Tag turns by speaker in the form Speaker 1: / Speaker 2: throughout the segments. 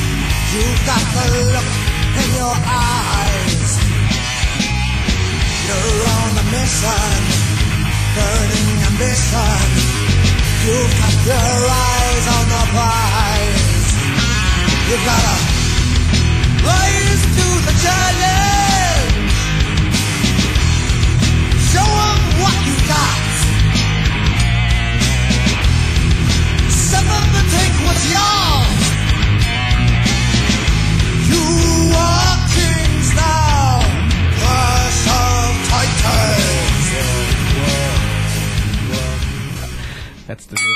Speaker 1: You've got the look in your eyes. You're on a mission, burning ambition. You've got your eyes on the prize. You've got to rise to the challenge. Show 'em what you got. Set them to take what's yours. You are kings now, clash of titans.
Speaker 2: That's the new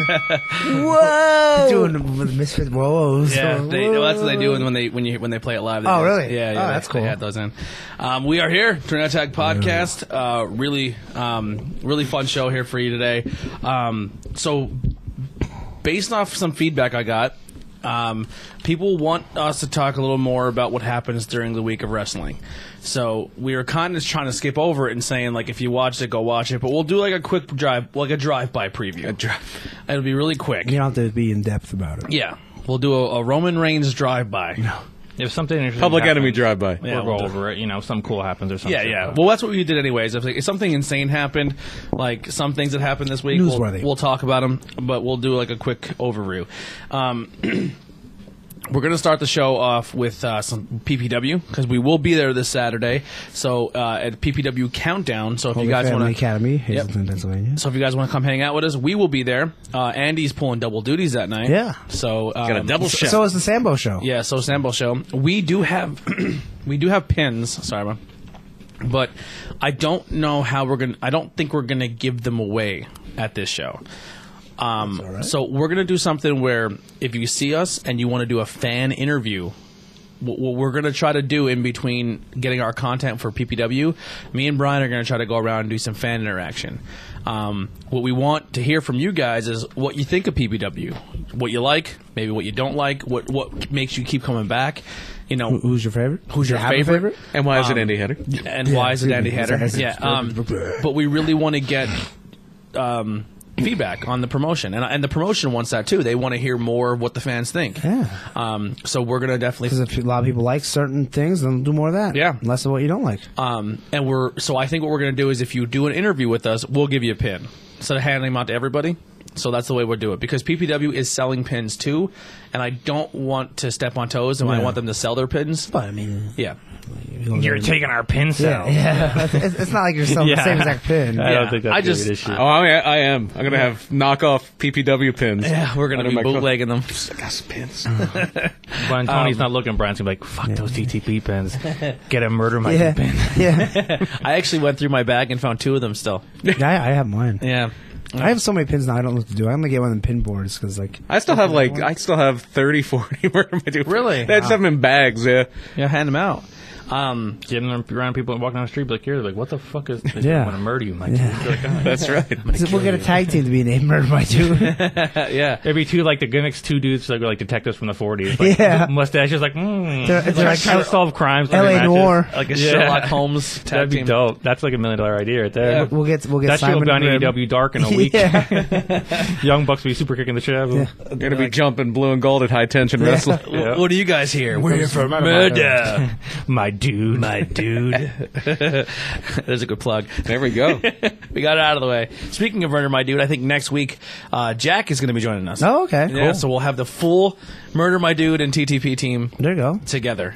Speaker 2: version.
Speaker 3: Whoa!
Speaker 4: Doing with Misfit Oh. Woes.
Speaker 2: Yeah, they, well, that's what they do when they when you when they play it live. They
Speaker 4: Oh,
Speaker 2: do-
Speaker 4: really?
Speaker 2: Yeah, yeah.
Speaker 4: Oh,
Speaker 2: they-
Speaker 4: that's
Speaker 2: They
Speaker 4: cool.
Speaker 2: had those in. Um, we are here, Tornado Tag Podcast. Uh, really, um, really fun show here for you today. Um, so, based off some feedback I got, um, people want us to talk a little more about what happens during the week of wrestling. So we are kind of trying to skip over it and saying like, if you watched it, go watch it. But we'll do like a quick drive, like a drive-by preview. It'll be really quick.
Speaker 4: You don't have to be in depth about it.
Speaker 2: Yeah, we'll do a, a Roman Reigns drive-by.
Speaker 3: If something interesting
Speaker 5: Public
Speaker 3: happens,
Speaker 5: Enemy drive by.
Speaker 3: we'll
Speaker 2: Yeah,
Speaker 3: go
Speaker 2: we'll do-
Speaker 3: over it. You know, something cool happens or something.
Speaker 2: Yeah, yeah. Well, that's what we did anyways. If, like, if something insane happened, like some things that happened this week, we'll,
Speaker 4: Newsworthy.
Speaker 2: we'll talk about them, but we'll do like a quick overview. Um, we're going to start the show off with uh, some PPW because we will be there this Saturday. So uh, at PPW Countdown. So if you guys want
Speaker 4: Family
Speaker 2: to
Speaker 4: Academy, Hazleton, Pennsylvania.
Speaker 2: So if you guys want to come hang out with us, we will be there. Uh, Andy's pulling double duties that night.
Speaker 4: Yeah.
Speaker 2: So um,
Speaker 5: Got a double
Speaker 4: So,
Speaker 5: shift.
Speaker 4: so is the Sambo show.
Speaker 2: yeah, so Sambo show. We do have we do have pins. Sorry, man. But I don't know how we're gonna. I don't think we're gonna give them away at this show. Um, So we're gonna do something where if you see us and you want to do a fan interview, what, what we're gonna try to do in between getting our content for PPW, me and Brian are gonna try to go around and do some fan interaction. Um, what we want to hear from you guys is what you think of PPW, what you like, maybe what you don't like, what what makes you keep coming back. You know,
Speaker 4: Who- Who's your favorite?
Speaker 2: Who's your
Speaker 4: Do you have a
Speaker 2: favorite? Um,
Speaker 5: And why is it Andy Header?
Speaker 2: and why is it Andy Hatter?
Speaker 4: It's-
Speaker 2: Yeah,
Speaker 4: it's-
Speaker 2: um, but we really want to get um, feedback on the promotion, and and the promotion wants that too. They want to hear more of what the fans think.
Speaker 4: Yeah.
Speaker 2: Um, so we're gonna definitely,
Speaker 4: Because if a lot of people like certain things, then do more of that.
Speaker 2: Yeah.
Speaker 4: Less of what you don't like.
Speaker 2: um, and we're so I think what we're gonna do is if you do an interview with us, we'll give you a pin instead of handing them out to everybody. So that's the way we'll do it because PPW is selling pins too, and I don't want to step on toes, and I
Speaker 4: Yeah.
Speaker 2: want them to sell their pins.
Speaker 4: But I mean,
Speaker 2: Yeah.
Speaker 3: You're taking our pin
Speaker 4: yeah,
Speaker 3: cell.
Speaker 4: yeah. it's, it's not like you're selling the
Speaker 3: Yeah.
Speaker 4: same exact pin.
Speaker 3: I
Speaker 2: Yeah,
Speaker 3: don't think that's
Speaker 2: I
Speaker 3: gonna be
Speaker 2: just-
Speaker 3: an issue.
Speaker 5: Oh, I, I am. I'm gonna have knockoff PPW pins.
Speaker 2: Yeah, we're gonna
Speaker 5: Under
Speaker 2: be
Speaker 5: my coat.
Speaker 2: bootlegging them.
Speaker 5: pins.
Speaker 3: when Tony's
Speaker 4: um,
Speaker 3: not looking, Brian's gonna be like, "Fuck those TTP pins. Get a murder my
Speaker 4: Yeah.
Speaker 3: pin."
Speaker 4: yeah.
Speaker 2: I actually went through my bag and found two of them still.
Speaker 4: yeah, I I have mine.
Speaker 2: Yeah.
Speaker 4: I have so many pins now. I don't know what to do. I'm gonna get one of them pin boards because like
Speaker 5: I still have like I still have 30, 40 murder my dude.
Speaker 2: Really?
Speaker 5: That's wow. them in bags. Yeah.
Speaker 2: Yeah, hand them out. Um,
Speaker 3: Getting around people and walking down the street, be like, "You're like, what the fuck is? They
Speaker 4: Yeah.
Speaker 3: want to murder you?" I'm Like,
Speaker 4: Yeah.
Speaker 3: you're like, "Oh."
Speaker 5: That's right.
Speaker 4: we'll get a tag team to be named Murder by Two.
Speaker 2: yeah.
Speaker 3: There'd be two like the gimmicks, two dudes that were like detectives from the 40s, like,
Speaker 4: Yeah.
Speaker 3: mustaches, like, mm,
Speaker 4: They're- they're like
Speaker 3: trying to
Speaker 4: L-
Speaker 3: solve crimes,
Speaker 4: LA
Speaker 3: matches.
Speaker 4: Noir.
Speaker 2: Like a
Speaker 3: Yeah.
Speaker 2: Sherlock Holmes tag
Speaker 3: That'd be
Speaker 2: team.
Speaker 3: dope. That's like a million dollar idea right there.
Speaker 2: Yeah.
Speaker 4: we'll get we'll get
Speaker 3: That shit
Speaker 4: Simon
Speaker 3: will be on
Speaker 2: E
Speaker 4: Grimm.
Speaker 3: EW Dark in a week.
Speaker 4: Yeah.
Speaker 3: Young Bucks will be super kicking the shit out of him.
Speaker 2: Uh,
Speaker 5: We're gonna be jumping blue and gold at high tension wrestling.
Speaker 3: Yeah.
Speaker 2: What do you guys here? We're here for
Speaker 3: Murder. My dude. My dude.
Speaker 2: There's a good plug.
Speaker 5: There we go.
Speaker 2: We got it out of the way. Speaking of Murder My Dude, I think next week uh, Jack is going to be joining us.
Speaker 4: Oh, okay.
Speaker 2: Yeah,
Speaker 4: Cool.
Speaker 2: so we'll have the full Murder My Dude and TTP team
Speaker 4: There you go.
Speaker 2: together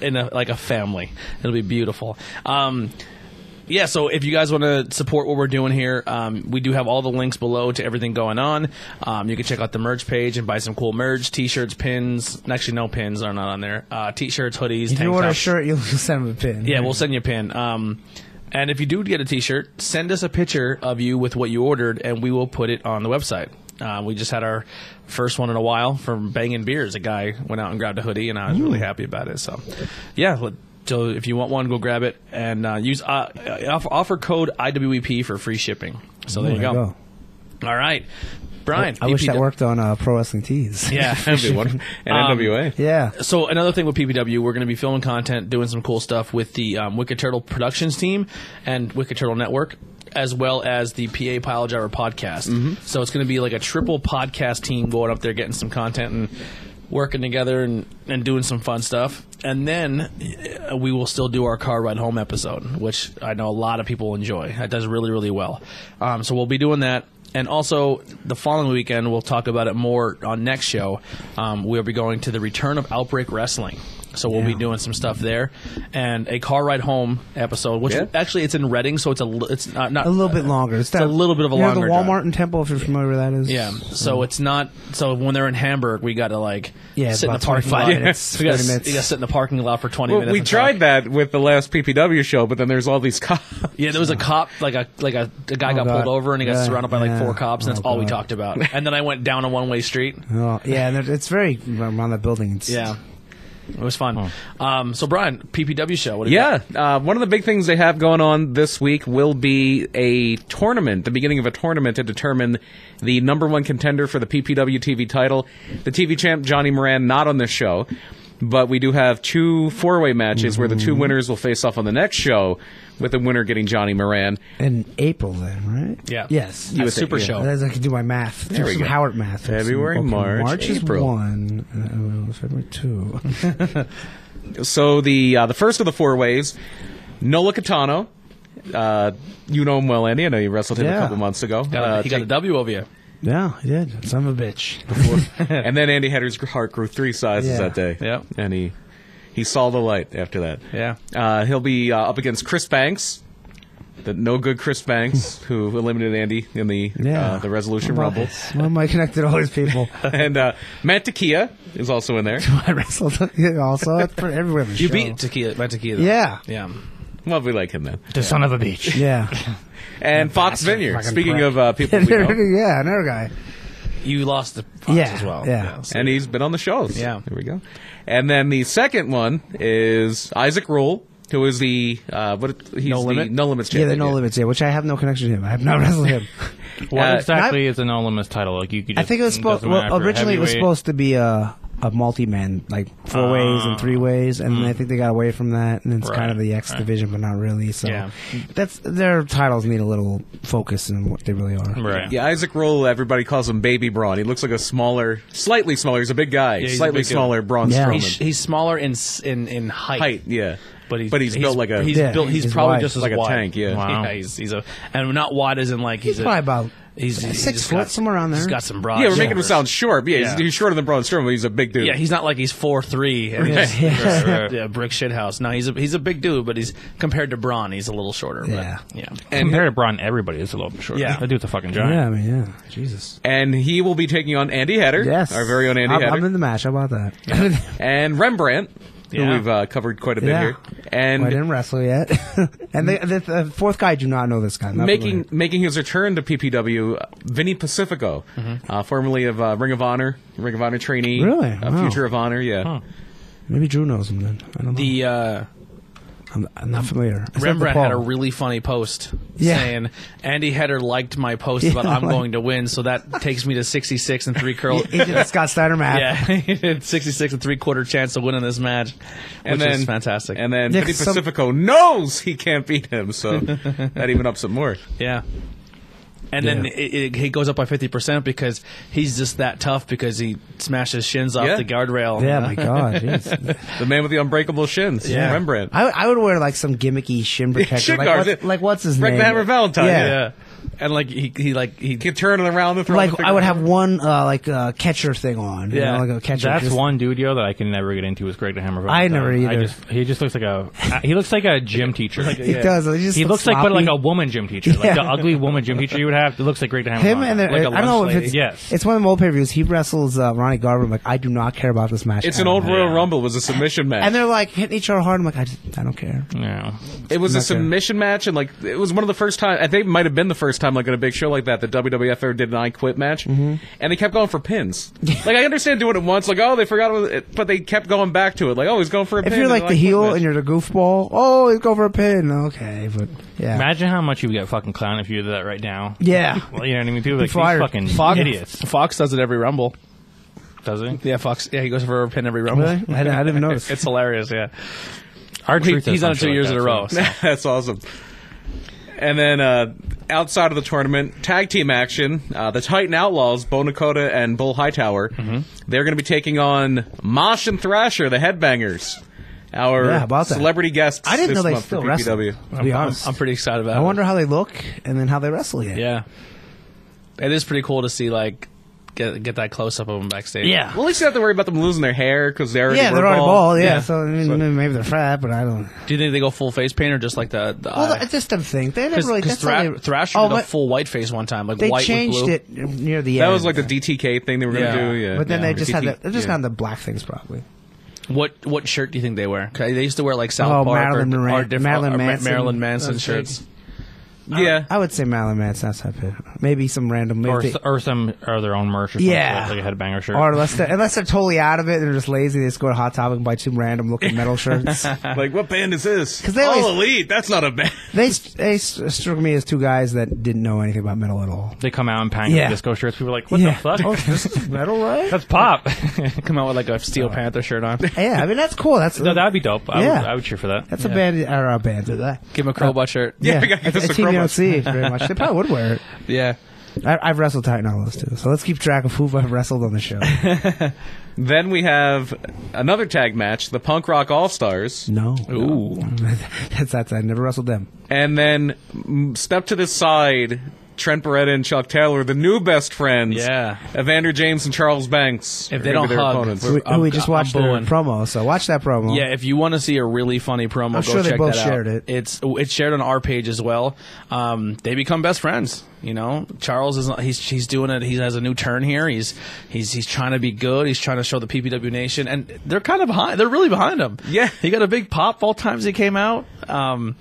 Speaker 2: in a, like a family. It'll be beautiful. Um, yeah, so if you guys want to support what we're doing here, um, we do have all the links below to everything going on. Um, you can check out the merch page and buy some cool merch, t-shirts, pins. Actually, no pins are not on there. Uh, t-shirts, hoodies,
Speaker 4: If
Speaker 2: tank
Speaker 4: you order a
Speaker 2: tops.
Speaker 4: shirt, you'll send them a pin.
Speaker 2: Yeah, we'll send you a pin. Um, and if you do get a T-shirt, send us a picture of you with what you ordered, and we will put it on the website. Uh, we just had our first one in a while from Bangin' Beers. A guy went out and grabbed a hoodie, and I was really happy about it. So, yeah. let- So if you want one, go grab it and uh, use uh, offer, offer code IWEP E for free shipping. So there you go. All right, Brian.
Speaker 4: Oh I wish
Speaker 2: PPW
Speaker 4: that worked on uh, pro wrestling tees.
Speaker 2: Yeah.
Speaker 5: That'd be wonderful.
Speaker 2: Um,
Speaker 5: And NWA.
Speaker 4: Yeah.
Speaker 2: So another thing with PPW, we're going to be filming content, doing some cool stuff with the um, Wicked Turtle Productions team and Wicked Turtle Network, as well as the PA Pile Driver podcast. So it's going to be like a triple podcast team going up there, getting some content and working together and, and doing some fun stuff. And then uh, we will still do our car ride home episode, which I know a lot of people enjoy. That does really, really well. Um, so we'll be doing that. And also, the following weekend, we'll talk about it more on next show. Um, we'll be going to the return of Outbreak Wrestling. So we'll be
Speaker 4: Yeah.
Speaker 2: doing some stuff there, and a car ride home episode. Which
Speaker 5: Yeah.
Speaker 2: actually it's in Reading, so it's a li- it's not, not
Speaker 4: A little bit longer. It's,
Speaker 2: It's a little bit of a
Speaker 4: you know,
Speaker 2: longer
Speaker 4: the Walmart
Speaker 2: drive.
Speaker 4: and Temple, if you're familiar with that, is
Speaker 2: Yeah. So it's not. So when they're in Hamburg, we got to like
Speaker 4: Mm-hmm. Yeah,
Speaker 2: sit in the
Speaker 4: about
Speaker 2: parking
Speaker 4: 25
Speaker 2: lot.
Speaker 4: minutes,
Speaker 2: we got
Speaker 4: 30
Speaker 2: to
Speaker 4: minutes.
Speaker 2: sit in the parking lot for twenty
Speaker 5: Well,
Speaker 2: minutes.
Speaker 5: we
Speaker 2: and
Speaker 5: tried
Speaker 2: talk.
Speaker 5: that with the last PPW show, but then there's all these cops.
Speaker 2: Yeah, there was a cop, like a like a, a guy got
Speaker 4: Oh, God.
Speaker 2: pulled over and he got
Speaker 4: Yeah,
Speaker 2: surrounded by like
Speaker 4: yeah.
Speaker 2: four cops, and that's
Speaker 4: Oh,
Speaker 2: all we
Speaker 4: God.
Speaker 2: talked about. And then I went down a one way street.
Speaker 4: Oh, yeah, and there- it's very around that building. It's,
Speaker 2: Yeah. It was fun. Um, so Brian, PPW show. What do you got?
Speaker 5: Yeah, uh, one of the big things they have going on this week will be a tournament, the beginning of a tournament to determine the number one contender for the PPW TV title. The TV champ Johnny Moran not on this show, but we do have two four-way matches where the two
Speaker 2: Mm-hmm.
Speaker 5: winners will face off on the next show, with the winner getting Johnny Moran.
Speaker 4: In April, then, right?
Speaker 2: Yeah.
Speaker 4: Yes.
Speaker 2: At
Speaker 5: would think,
Speaker 2: Super
Speaker 5: yeah.
Speaker 2: Show.
Speaker 4: As I can do my math. There
Speaker 5: we
Speaker 4: some
Speaker 5: go.
Speaker 4: Howard math.
Speaker 5: February,
Speaker 4: Some-
Speaker 5: March,
Speaker 4: March is
Speaker 5: April.
Speaker 4: one. and, uh, February two.
Speaker 5: So the uh, the first of the four ways, Nola Catano. Uh, you know him well, Andy. I know you wrestled him a
Speaker 4: Yeah.
Speaker 5: couple months ago.
Speaker 2: Got a-
Speaker 5: Uh,
Speaker 2: he got a W over you.
Speaker 4: yeah, I did. Son of a bitch.
Speaker 5: and then Andy Hedder's heart grew three sizes
Speaker 4: Yeah.
Speaker 5: that day.
Speaker 2: Yep.
Speaker 5: And he he saw the light after that.
Speaker 2: Yeah.
Speaker 5: Uh, he'll be uh, up against Chris Banks, the no good Chris Banks, who eliminated Andy in the
Speaker 4: Yeah.
Speaker 5: uh, the Resolution
Speaker 4: Well,
Speaker 5: Rumble.
Speaker 4: Why am I connected to all these people?
Speaker 5: and uh, Matt Takia is also in there.
Speaker 4: I wrestled also at- for everywhere. on the
Speaker 2: You
Speaker 4: show.
Speaker 2: beat Tequila, by Tequila.
Speaker 4: Yeah.
Speaker 2: Yeah.
Speaker 5: Well, we like him then.
Speaker 3: The son of a bitch.
Speaker 4: Yeah.
Speaker 5: And Fox Vineyard.
Speaker 4: fucking
Speaker 5: Speaking
Speaker 4: prick.
Speaker 5: of uh, people we know,
Speaker 4: yeah, another guy.
Speaker 2: You lost the Fox
Speaker 4: Yeah,
Speaker 2: as well.
Speaker 4: yeah.
Speaker 2: so-
Speaker 5: and he's been on the shows.
Speaker 2: Yeah.
Speaker 5: There we go. And then the second one is Isaac Rule. Who is the uh, what? He's
Speaker 2: No
Speaker 5: the
Speaker 2: Limit?
Speaker 5: No Limits
Speaker 4: Yeah,
Speaker 5: champion.
Speaker 4: the No Limits, yeah, which I have no connection to him. I have not wrestled him.
Speaker 3: What
Speaker 5: Uh,
Speaker 3: exactly is an all limits title? Like you could.
Speaker 4: I
Speaker 3: just-
Speaker 4: think it was supposed.
Speaker 3: doesn't matter
Speaker 4: Well,
Speaker 3: if you're
Speaker 4: originally it was
Speaker 3: heavyweight.
Speaker 4: supposed to be a a multi-man, like four ways and three ways, and I think they got away from that, and it's
Speaker 3: Right,
Speaker 4: kind of the X
Speaker 3: right.
Speaker 4: division, but not really. So
Speaker 2: Yeah.
Speaker 4: that's their titles need a little focus in what they really are.
Speaker 3: Right.
Speaker 5: Yeah, Isaac Roll, everybody calls him Baby Braun. He looks like a smaller, slightly smaller. He's a big guy,
Speaker 2: he's a
Speaker 5: slightly
Speaker 2: big dude.
Speaker 5: smaller Braun
Speaker 4: Yeah.
Speaker 5: Strowman.
Speaker 2: He's, he's smaller in s- in in height,
Speaker 5: height, yeah,
Speaker 2: but he's
Speaker 5: built like a
Speaker 2: he's
Speaker 4: Yeah,
Speaker 2: built he's,
Speaker 4: he's
Speaker 2: probably
Speaker 4: wide.
Speaker 2: just as
Speaker 5: Like a
Speaker 2: wide.
Speaker 5: tank, yeah.
Speaker 3: Wow.
Speaker 2: yeah he's, he's a and not wide as in like he's,
Speaker 4: He's
Speaker 2: a,
Speaker 4: probably about
Speaker 2: he's
Speaker 4: six
Speaker 2: he's just
Speaker 4: foot,
Speaker 2: got-
Speaker 4: somewhere around there.
Speaker 2: He's got some broad.
Speaker 5: yeah. We're making him
Speaker 2: shoulders.
Speaker 5: sound short. Yeah, He's,
Speaker 2: Yeah.
Speaker 5: he's shorter than Braun Strowman, but he's a big dude.
Speaker 2: Yeah, he's not like he's four three and he's
Speaker 4: Yeah.
Speaker 2: yeah. yeah, brick shit house. No, he's a he's a big dude, but he's compared to Braun, he's a little shorter.
Speaker 4: Yeah.
Speaker 2: but, yeah.
Speaker 3: Compared to Braun, everybody is a little bit short.
Speaker 2: Yeah.
Speaker 3: That dude's a fucking giant.
Speaker 4: Yeah, I mean, yeah, Jesus.
Speaker 5: and he will be taking on Andy Hatter,
Speaker 4: Yes,
Speaker 5: our very own Andy
Speaker 4: I'm,
Speaker 5: Hatter,
Speaker 4: I'm in the match. How about that?
Speaker 5: and Rembrandt, who
Speaker 2: Yeah.
Speaker 5: we've uh, covered quite a bit
Speaker 4: Yeah.
Speaker 5: here,
Speaker 4: I
Speaker 5: and
Speaker 4: didn't wrestle yet, and the, the, the fourth guy I do not know this guy. Not
Speaker 5: making
Speaker 4: familiar.
Speaker 5: making his return to PPW, uh, Vinny Pacifico,
Speaker 2: Mm-hmm.
Speaker 5: uh, formerly of uh, Ring of Honor, Ring of Honor trainee,
Speaker 4: Really?
Speaker 5: uh,
Speaker 4: Wow.
Speaker 5: Future of Honor, yeah.
Speaker 4: maybe Drew knows him then. I don't know.
Speaker 2: The uh,
Speaker 4: I'm, I'm not familiar. It's not the
Speaker 2: Rembrandt had a
Speaker 4: Paul.
Speaker 2: really funny post
Speaker 4: Yeah.
Speaker 2: saying Andy Header liked my post about
Speaker 4: Yeah,
Speaker 2: I'm
Speaker 4: like-
Speaker 2: going to win, so that takes me to 66 and three curl.
Speaker 4: He did a Scott Steiner match.
Speaker 2: Yeah, he did 66 and three quarter chance of winning this match,
Speaker 5: and
Speaker 2: which
Speaker 5: then
Speaker 2: is fantastic.
Speaker 5: And then
Speaker 4: Yeah,
Speaker 5: Vinny
Speaker 4: 'cause some-
Speaker 5: Pacifico knows he can't beat him, so that even ups it more.
Speaker 2: yeah. And then
Speaker 4: Yeah.
Speaker 2: it, it, he goes up by 50% because he's just that tough because he smashed his shins off
Speaker 5: Yeah.
Speaker 2: the guardrail.
Speaker 4: Yeah, my God. jeez.
Speaker 5: The man with the unbreakable shins,
Speaker 2: Yeah.
Speaker 5: Rembrandt.
Speaker 4: I, I would wear like some gimmicky shin protector.
Speaker 5: Shin
Speaker 4: like,
Speaker 5: guards,
Speaker 4: what's,
Speaker 5: yeah.
Speaker 4: like, what's his
Speaker 5: Rick
Speaker 4: name?
Speaker 5: the Hammer Valentine,
Speaker 2: Yeah. And like he, he like he
Speaker 5: He can turn it around and throw
Speaker 4: Like
Speaker 5: the
Speaker 4: I would have one uh, like uh, catcher thing on. You
Speaker 2: Yeah.
Speaker 4: know, like a catcher.
Speaker 3: That's
Speaker 4: just-
Speaker 3: one dude, yo, that I can never get into. Is Greg the Hammer.
Speaker 4: I never
Speaker 3: Valentine.
Speaker 4: either.
Speaker 3: just, he just looks like a. He looks like a gym teacher.
Speaker 4: He does. He, just
Speaker 3: He looks like, but
Speaker 4: sloppy.
Speaker 3: like a woman gym teacher, like
Speaker 4: Yeah.
Speaker 3: the ugly woman gym teacher you would have. It looks like Greg the Hammer.
Speaker 4: him and
Speaker 3: Valentine.
Speaker 4: the,
Speaker 2: like a
Speaker 4: I don't know
Speaker 2: lunch
Speaker 4: if it's
Speaker 3: lady. Yes.
Speaker 4: It's one of the old pay per views. He wrestles uh, Ronnie Garvin. I'm like I do not care about this match.
Speaker 5: It's
Speaker 4: at
Speaker 5: an
Speaker 4: all.
Speaker 5: old Royal
Speaker 3: Yeah.
Speaker 5: Rumble. It was a submission match.
Speaker 4: And they're like hitting each other hard. I'm like I, just, I don't care.
Speaker 3: yeah.
Speaker 5: it was a
Speaker 4: not good.
Speaker 5: submission match, and like it was one of the first time. I think it might have been the first time, like in a big show like that, the WWF ever did an I Quit match,
Speaker 4: Mm-hmm.
Speaker 5: and they kept going for pins. like I understand doing it once, like oh they forgot, it was- it, but they kept going back to it, like oh he's going for a
Speaker 4: If
Speaker 5: pin.
Speaker 4: you're
Speaker 5: in
Speaker 4: like
Speaker 5: an
Speaker 4: the
Speaker 5: I Quit
Speaker 4: heel
Speaker 5: match.
Speaker 4: and you're the goofball, oh, he's go for a pin. Okay, but yeah,
Speaker 3: Imagine how much you would get fucking clown if you did that right now.
Speaker 4: yeah.
Speaker 3: Well, you know what I mean? People are like these
Speaker 4: Fired.
Speaker 3: fucking
Speaker 2: Fox,
Speaker 3: idiots,
Speaker 2: Fox does it every rumble.
Speaker 3: does it?
Speaker 2: Yeah, Fox. Yeah, he goes for a pin every rumble.
Speaker 4: Really? I, didn't- I didn't notice.
Speaker 2: It's hilarious. Yeah,
Speaker 3: Our
Speaker 2: He- he's on it two years in a row. so-
Speaker 5: That's awesome. And then uh, outside of the tournament, tag team action. Uh, the Titan Outlaws, Bo Nakota and Bull Hightower,
Speaker 4: Mm-hmm.
Speaker 5: they're going to be taking on Mosh and Thrasher, the Headbangers. Our
Speaker 4: Yeah, about that.
Speaker 5: celebrity guests.
Speaker 4: I didn't
Speaker 5: this
Speaker 4: know they
Speaker 5: month
Speaker 4: still
Speaker 5: for
Speaker 4: wrestled.
Speaker 5: PPW.
Speaker 4: To be
Speaker 2: I'm-
Speaker 4: honest,
Speaker 2: I'm, pretty excited about
Speaker 4: I
Speaker 2: it.
Speaker 4: wonder how they look and then how they wrestle yet.
Speaker 2: Yeah. It is pretty cool to see, like, get, get that close up of them backstage.
Speaker 3: Yeah.
Speaker 5: Well, at least you don't have to worry about them losing their hair because they already
Speaker 4: Yeah,
Speaker 5: were
Speaker 4: they're already bald. Yeah,
Speaker 2: Yeah.
Speaker 4: so I mean, maybe they're fat, but I don't.
Speaker 2: Do you think they go full face paint or just like the. the
Speaker 4: Well,
Speaker 2: eye?
Speaker 4: that's just the thing. They never really. That's
Speaker 2: Thra-
Speaker 4: how they,
Speaker 2: Thrasher
Speaker 4: Oh,
Speaker 2: did a
Speaker 4: but
Speaker 2: full white face one time, like
Speaker 4: They
Speaker 2: white with
Speaker 4: changed
Speaker 2: blue.
Speaker 4: it near the
Speaker 5: That
Speaker 4: end.
Speaker 5: was like the DTK thing they were going to
Speaker 2: Yeah.
Speaker 5: do. Yeah.
Speaker 4: But then
Speaker 5: Yeah.
Speaker 4: they just had
Speaker 5: DTK,
Speaker 4: the, they're just
Speaker 5: yeah.
Speaker 4: on the black things probably.
Speaker 2: What what shirt do you think they wear? 'Cause They used to wear like South
Speaker 4: Oh,
Speaker 2: Park
Speaker 4: Marilyn
Speaker 2: or,
Speaker 4: Moran-
Speaker 2: or different
Speaker 4: Marilyn
Speaker 2: or Ma-
Speaker 4: Manson.
Speaker 2: Marilyn Manson
Speaker 4: Those
Speaker 2: shirts.
Speaker 5: Yeah.
Speaker 4: I would say Marilyn Manson. That's not bad. Maybe some random. Maybe
Speaker 3: or,
Speaker 4: they-
Speaker 3: s- or some or their own merch. Or
Speaker 4: Yeah.
Speaker 3: something, like a headbanger shirt.
Speaker 4: Or unless they're, unless they're totally out of it and they're just lazy, they just go to Hot Topic and buy two random looking metal shirts.
Speaker 5: like, what band is this?
Speaker 4: 'Cause they
Speaker 5: All
Speaker 4: always-
Speaker 5: Elite. That's not a band.
Speaker 4: they they s- struck me as two guys that didn't know anything about metal at all.
Speaker 3: they come out and pang
Speaker 4: Yeah.
Speaker 3: disco shirts. People are like, what
Speaker 4: yeah.
Speaker 3: the fuck?
Speaker 4: Oh, this is metal, right?
Speaker 3: That's pop.
Speaker 2: Come out with like a Steel
Speaker 4: Uh,
Speaker 2: Panther shirt on.
Speaker 4: yeah, I mean that's cool. That's
Speaker 3: no, that would be dope. I,
Speaker 4: Yeah.
Speaker 3: would, I would cheer for that.
Speaker 4: that's a band or a band. Is that?
Speaker 2: Give him a crowbar shirt.
Speaker 5: Yeah, I
Speaker 4: Uh, yeah,
Speaker 5: gotta get
Speaker 4: it's
Speaker 5: this
Speaker 4: a
Speaker 5: a
Speaker 4: team you
Speaker 5: promo.
Speaker 4: don't see very much. They probably would wear it.
Speaker 2: Yeah.
Speaker 4: I, I've wrestled Titan Outlaws too, so let's keep track of who I've wrestled on the show.
Speaker 5: Then we have another tag match, the Punk Rock All Stars,
Speaker 4: No,
Speaker 5: Ooh.
Speaker 4: that's that's I never wrestled them.
Speaker 5: and then mm, step to the side, Trent Beretta and Chuck Taylor, the new best friends.
Speaker 2: Yeah.
Speaker 5: Evander James and Charles Banks.
Speaker 2: If they
Speaker 5: are gonna
Speaker 2: don't
Speaker 5: be their
Speaker 2: hug,
Speaker 5: opponents.
Speaker 2: we're-
Speaker 4: Who
Speaker 2: I'm-
Speaker 4: we just
Speaker 2: I'm
Speaker 4: watched their
Speaker 2: booing.
Speaker 4: promo, so watch that promo.
Speaker 2: Yeah, if you want to see a really funny promo,
Speaker 4: I'm
Speaker 2: go
Speaker 4: sure they
Speaker 2: check
Speaker 4: both
Speaker 2: that out.
Speaker 4: shared it.
Speaker 2: It's it's shared on our page as well. Um, they become best friends. You know, Charles is he's he's doing it. He has a new turn here. He's he's he's trying to be good. He's trying to show the PPW nation, and they're kind of behind. They're really behind him.
Speaker 5: Yeah.
Speaker 2: he got a big pop both times he came out. Um,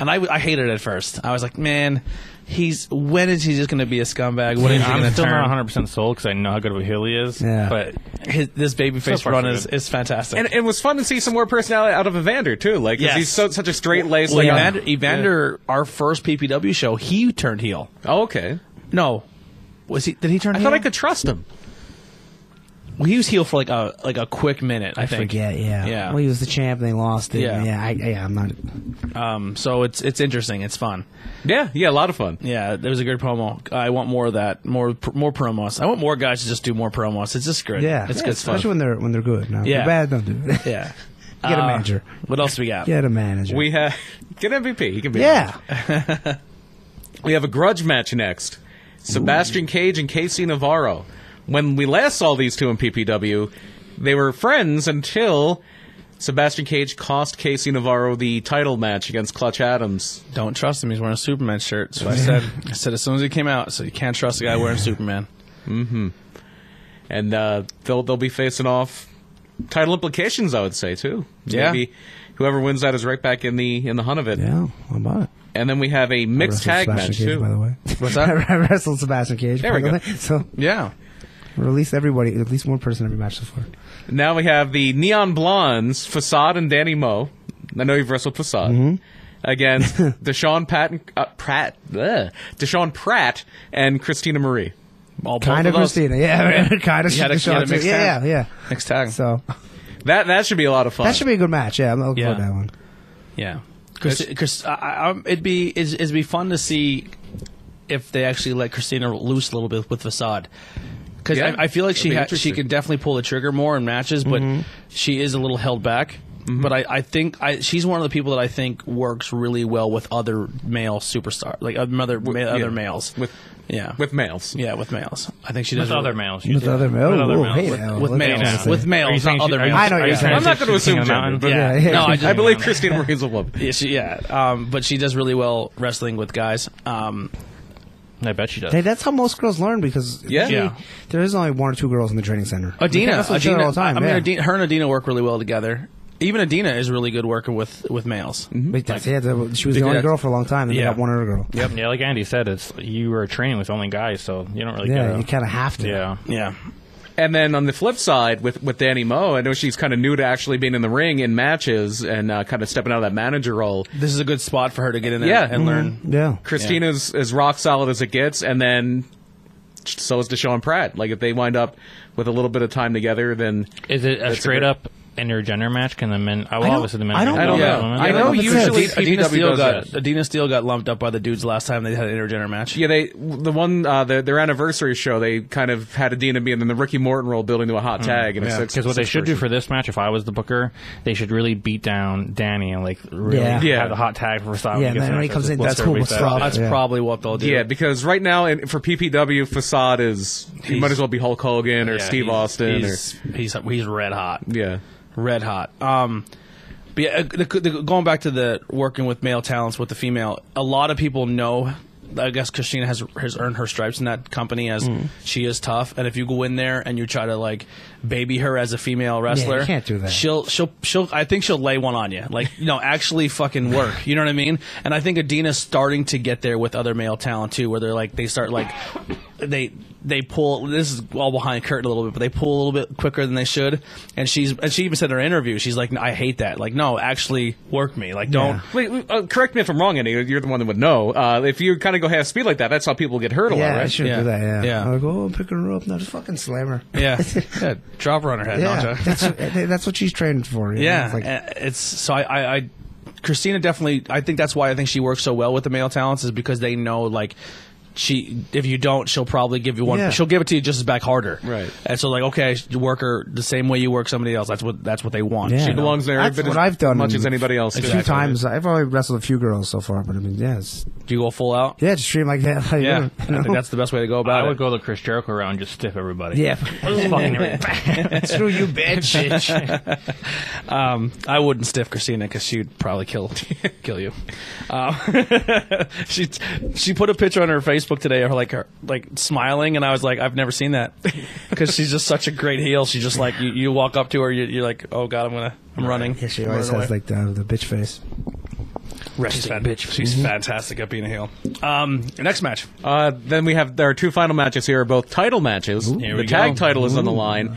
Speaker 2: and I I hated it at first. I was like, man, he's when is he just going to be a scumbag? When is he
Speaker 3: I'm
Speaker 2: going to
Speaker 3: still
Speaker 2: turn?
Speaker 3: not 100 percent sold because I know how good of a heel he is.
Speaker 4: Yeah.
Speaker 3: But
Speaker 2: His, this babyface
Speaker 3: far,
Speaker 2: run
Speaker 3: so
Speaker 2: is,
Speaker 3: good.
Speaker 2: is fantastic.
Speaker 5: and it was fun to see some more personality out of Evander too. Like 'cause
Speaker 2: Yes.
Speaker 5: he's so, such a straight laced.
Speaker 2: Well,
Speaker 5: like,
Speaker 2: Evander, Evander our first PPW show, he turned heel.
Speaker 5: oh, okay.
Speaker 2: No, was he? Did he turn?
Speaker 5: I
Speaker 2: heel?
Speaker 5: thought I could trust him.
Speaker 2: Well, he was heel for like a like a quick minute. I, think.
Speaker 4: forget. Yeah,
Speaker 2: Yeah.
Speaker 4: Well, he was the champ. They lost it.
Speaker 2: Yeah.
Speaker 4: Yeah, I, yeah. I'm not.
Speaker 2: Um. So it's it's interesting. It's fun.
Speaker 5: Yeah, yeah, a lot of fun.
Speaker 2: Yeah. There was a good promo. I want more of that. More pr- more promos. I want more guys to just do more promos. It's just good.
Speaker 4: Yeah,
Speaker 2: It's
Speaker 4: Yeah,
Speaker 2: good
Speaker 4: especially
Speaker 2: stuff.
Speaker 4: when they're when they're good. No,
Speaker 2: Yeah.
Speaker 4: yeah, bad. Don't do it.
Speaker 2: yeah. Uh,
Speaker 4: Get a manager.
Speaker 2: What else we got?
Speaker 4: Get a manager.
Speaker 5: We have get MVP. He can be.
Speaker 4: yeah.
Speaker 5: We have a grudge match next. Sebastian Cage and Casey Navarro. When we last saw these two in PPW, they were friends until Sebastian Cage cost Casey Navarro the title match against Clutch Adams.
Speaker 2: Don't trust him. He's wearing a Superman shirt. So I said I said as soon as he came out. So you can't trust a guy wearing Superman.
Speaker 5: And uh, they'll they'll be facing off title implications, I would say too.
Speaker 2: Yeah.
Speaker 5: Maybe whoever wins that is right back in the in the hunt of it.
Speaker 4: Yeah. How about it?
Speaker 5: And then we have a mixed
Speaker 4: Wrestled
Speaker 5: tag
Speaker 4: Sebastian
Speaker 5: match
Speaker 4: Cage,
Speaker 5: too.
Speaker 4: By the way,
Speaker 2: What's
Speaker 4: I wrestled Sebastian Cage.
Speaker 5: There we
Speaker 4: by the
Speaker 5: go.
Speaker 4: way. So
Speaker 2: yeah.
Speaker 4: release everybody, at least one person every match so far.
Speaker 5: Now we have the Neon Blondes, Facade and Danny Moe. I know you've wrestled Facade.
Speaker 4: Mm-hmm.
Speaker 5: Against Deshaun Patton, uh, Pratt, ugh, Deshaun Pratt and Christina Marie.
Speaker 2: All both
Speaker 4: Kind of
Speaker 2: of those.
Speaker 4: Christina. Yeah. kind of.
Speaker 2: You had a- you had a mixed
Speaker 4: yeah.
Speaker 2: tag.
Speaker 4: Yeah.
Speaker 2: Next
Speaker 4: Yeah.
Speaker 2: tag.
Speaker 4: So
Speaker 5: That that should be a lot of fun.
Speaker 4: that should be a good match. Yeah. I'm looking
Speaker 2: Yeah.
Speaker 4: forward to that one.
Speaker 2: Yeah, Chris, Chris, I, I, I'm- it'd be it's, it'd be fun to see if they actually let Christina loose a little bit with facade. Because
Speaker 5: Yeah,
Speaker 2: I, I feel like
Speaker 5: that'd
Speaker 2: she
Speaker 5: be
Speaker 2: ha- she
Speaker 5: interesting. Mm-hmm.
Speaker 2: can definitely pull the trigger more in matches, but she is a little held back. But I, I think I, she's one of the people that I think works really well with other male superstar, like other ma-
Speaker 5: yeah.
Speaker 2: other males.
Speaker 5: With-
Speaker 2: yeah,
Speaker 5: with males.
Speaker 2: yeah, with males. I think she does
Speaker 3: with
Speaker 2: really-
Speaker 3: other males,
Speaker 4: With
Speaker 3: yeah.
Speaker 4: other males. Oh, hey, now,
Speaker 2: with
Speaker 4: look at
Speaker 2: males.
Speaker 4: that.
Speaker 2: With males,
Speaker 3: Are you
Speaker 2: not
Speaker 3: saying she-
Speaker 2: other
Speaker 3: are you-
Speaker 2: males.
Speaker 4: I know what
Speaker 3: are
Speaker 4: you're
Speaker 3: you
Speaker 4: saying.
Speaker 5: I'm not
Speaker 3: she's
Speaker 5: going to
Speaker 3: King
Speaker 5: assume
Speaker 3: of the
Speaker 5: gender,
Speaker 3: Mountain?
Speaker 5: but
Speaker 4: Yeah, yeah.
Speaker 2: no, I, just,
Speaker 5: I believe Christina Marie's a woman.
Speaker 2: Yeah, she, yeah. Um, but she does really well wrestling with guys. Um,
Speaker 3: I bet she does.
Speaker 4: Hey, that's how most girls learn because
Speaker 5: Yeah.
Speaker 4: usually
Speaker 2: Yeah.
Speaker 4: there is only one or two girls in the training center. They
Speaker 2: Adina,
Speaker 4: wrestle each other
Speaker 2: Adina,
Speaker 4: all the time.
Speaker 2: I mean,
Speaker 4: yeah.
Speaker 2: Adina, her and Adina work really well together. Even Adina is really good working with with males.
Speaker 5: Mm-hmm.
Speaker 4: But that's, yeah, that- she was the
Speaker 2: Because
Speaker 4: only
Speaker 2: that's-
Speaker 4: girl for a long time. Then
Speaker 2: Yeah.
Speaker 4: they got one other girl.
Speaker 2: Yep.
Speaker 3: Yeah, like Andy said, it's you were training with only guys, so you don't really
Speaker 4: Yeah,
Speaker 3: get.
Speaker 4: you kind of have to.
Speaker 3: yeah.
Speaker 2: Yeah,
Speaker 5: And then on the flip side, with, with Danny Moe, I know she's kind of new to actually being in the ring in matches and uh, kind of stepping out of that manager role.
Speaker 2: this is a good spot for her to get in there
Speaker 5: Yeah. Mm-hmm.
Speaker 2: and learn.
Speaker 4: Yeah.
Speaker 5: Christina's as rock solid as it gets, and then so is Deshaun Pratt. Like if they wind up with a little bit of time together, then
Speaker 3: Is it a
Speaker 5: That's a
Speaker 3: straight
Speaker 5: great-
Speaker 3: up intergender match? Can the men? Oh,
Speaker 2: I
Speaker 3: well,
Speaker 2: don't-
Speaker 3: obviously the men.
Speaker 2: I don't
Speaker 3: can
Speaker 5: I
Speaker 3: do
Speaker 5: don't
Speaker 3: it,
Speaker 2: Yeah.
Speaker 5: know.
Speaker 3: women.
Speaker 5: I
Speaker 2: I
Speaker 5: know
Speaker 2: don't know if it's-
Speaker 5: usually
Speaker 2: Adina
Speaker 5: PPW
Speaker 2: Steele
Speaker 5: does
Speaker 2: got
Speaker 5: that.
Speaker 2: Adina Steele got lumped up by the dudes last time they had an intergender match.
Speaker 5: Yeah, they the one uh, their, their anniversary show they kind of had Adina be in the Ricky Morton role building to a hot tag and a six
Speaker 3: Because what they
Speaker 5: six
Speaker 3: should do
Speaker 5: person.
Speaker 3: for this match, if I was the booker, they should really beat down Danny and like really
Speaker 4: Yeah.
Speaker 5: Yeah.
Speaker 3: have the hot tag for Sabu.
Speaker 4: Yeah, and then when he comes in, that's cool, what's wrong?
Speaker 2: That's
Speaker 4: Yeah.
Speaker 2: probably what they'll do.
Speaker 5: yeah, because right now in, for PPW facade is you might as well be Hulk Hogan or
Speaker 2: Yeah,
Speaker 5: Steve
Speaker 2: he's-
Speaker 5: Austin or
Speaker 2: He's, he's he's red hot.
Speaker 5: yeah.
Speaker 2: red hot. Um, but yeah, the, the, going back to the working with male talents with the female, a lot of people know. I guess Christina has has earned her stripes in that company as
Speaker 4: Hmm.
Speaker 2: she is tough, and if you go in there and you try to like baby her as a female wrestler,
Speaker 4: you can't do that.
Speaker 2: She'll she'll she'll. I think she'll lay one on you. Like you know, actually fucking work. You know what I mean? And I think Adina's starting to get there with other male talent too, where they're like they start like they they pull. This is all behind the curtain a little bit, but they pull a little bit quicker than they should. And she's and she even said in her interview, she's like, I hate that. Like, no, actually work me. Like, don't.
Speaker 4: Yeah.
Speaker 5: Wait, wait, uh, correct me if I'm wrong, Andy. You're the one that would know. Uh, if you kind of go half speed like that, that's how people get hurt a lot,
Speaker 4: Yeah, I
Speaker 5: right?
Speaker 4: should
Speaker 2: Yeah.
Speaker 4: do that. Yeah,
Speaker 2: Yeah.
Speaker 4: I'm like, oh, pick her up, not fucking slam her.
Speaker 2: Yeah, yeah. Drop her on her head.
Speaker 4: Yeah,
Speaker 2: Nacho.
Speaker 4: that's that's what she's trained for. you know?
Speaker 2: Yeah,
Speaker 4: It's like-
Speaker 2: uh, it's so I, I, I, Christina definitely. I think that's why I think she works so well with the male talents is because they know like she. If you don't, she'll probably give you one.
Speaker 4: Yeah.
Speaker 2: She'll give it to you just as back harder.
Speaker 5: Right.
Speaker 2: And so like, okay, you work her the same way you work somebody else. That's what that's what they want.
Speaker 4: Yeah.
Speaker 2: you
Speaker 5: She
Speaker 2: know?
Speaker 5: belongs there
Speaker 4: That's
Speaker 5: but
Speaker 4: what
Speaker 5: as
Speaker 4: I've done
Speaker 5: much as anybody else.
Speaker 4: A few
Speaker 5: Exactly.
Speaker 4: times, I've only wrestled a few girls so far, but I mean, yeah, it's,
Speaker 2: Do you go full out?
Speaker 4: yeah, just treat 'em like that. Like,
Speaker 2: Yeah.
Speaker 4: you know?
Speaker 2: I think that's the best way to go about
Speaker 3: I
Speaker 2: it.
Speaker 3: would go the Chris Jericho route and just stiff everybody.
Speaker 4: yeah.
Speaker 3: fucking everybody.
Speaker 4: Screw you, bitch.
Speaker 2: Um, I wouldn't stiff Christina because she'd probably kill kill you. Um, she she put a picture on her Facebook today of her like her like smiling, and I was like, I've never seen that because she's just such a great heel. She's just like you, you walk up to her, you, you're like, oh god, I'm gonna I'm running.
Speaker 4: yeah, she always has like the, the bitch face.
Speaker 2: resting she's fan- bitch. She's fantastic at being a heel. Um, next match.
Speaker 5: Uh, then we have our two final matches here are both title matches.
Speaker 2: Here
Speaker 5: the
Speaker 2: we
Speaker 5: tag
Speaker 2: go.
Speaker 5: title is on the line.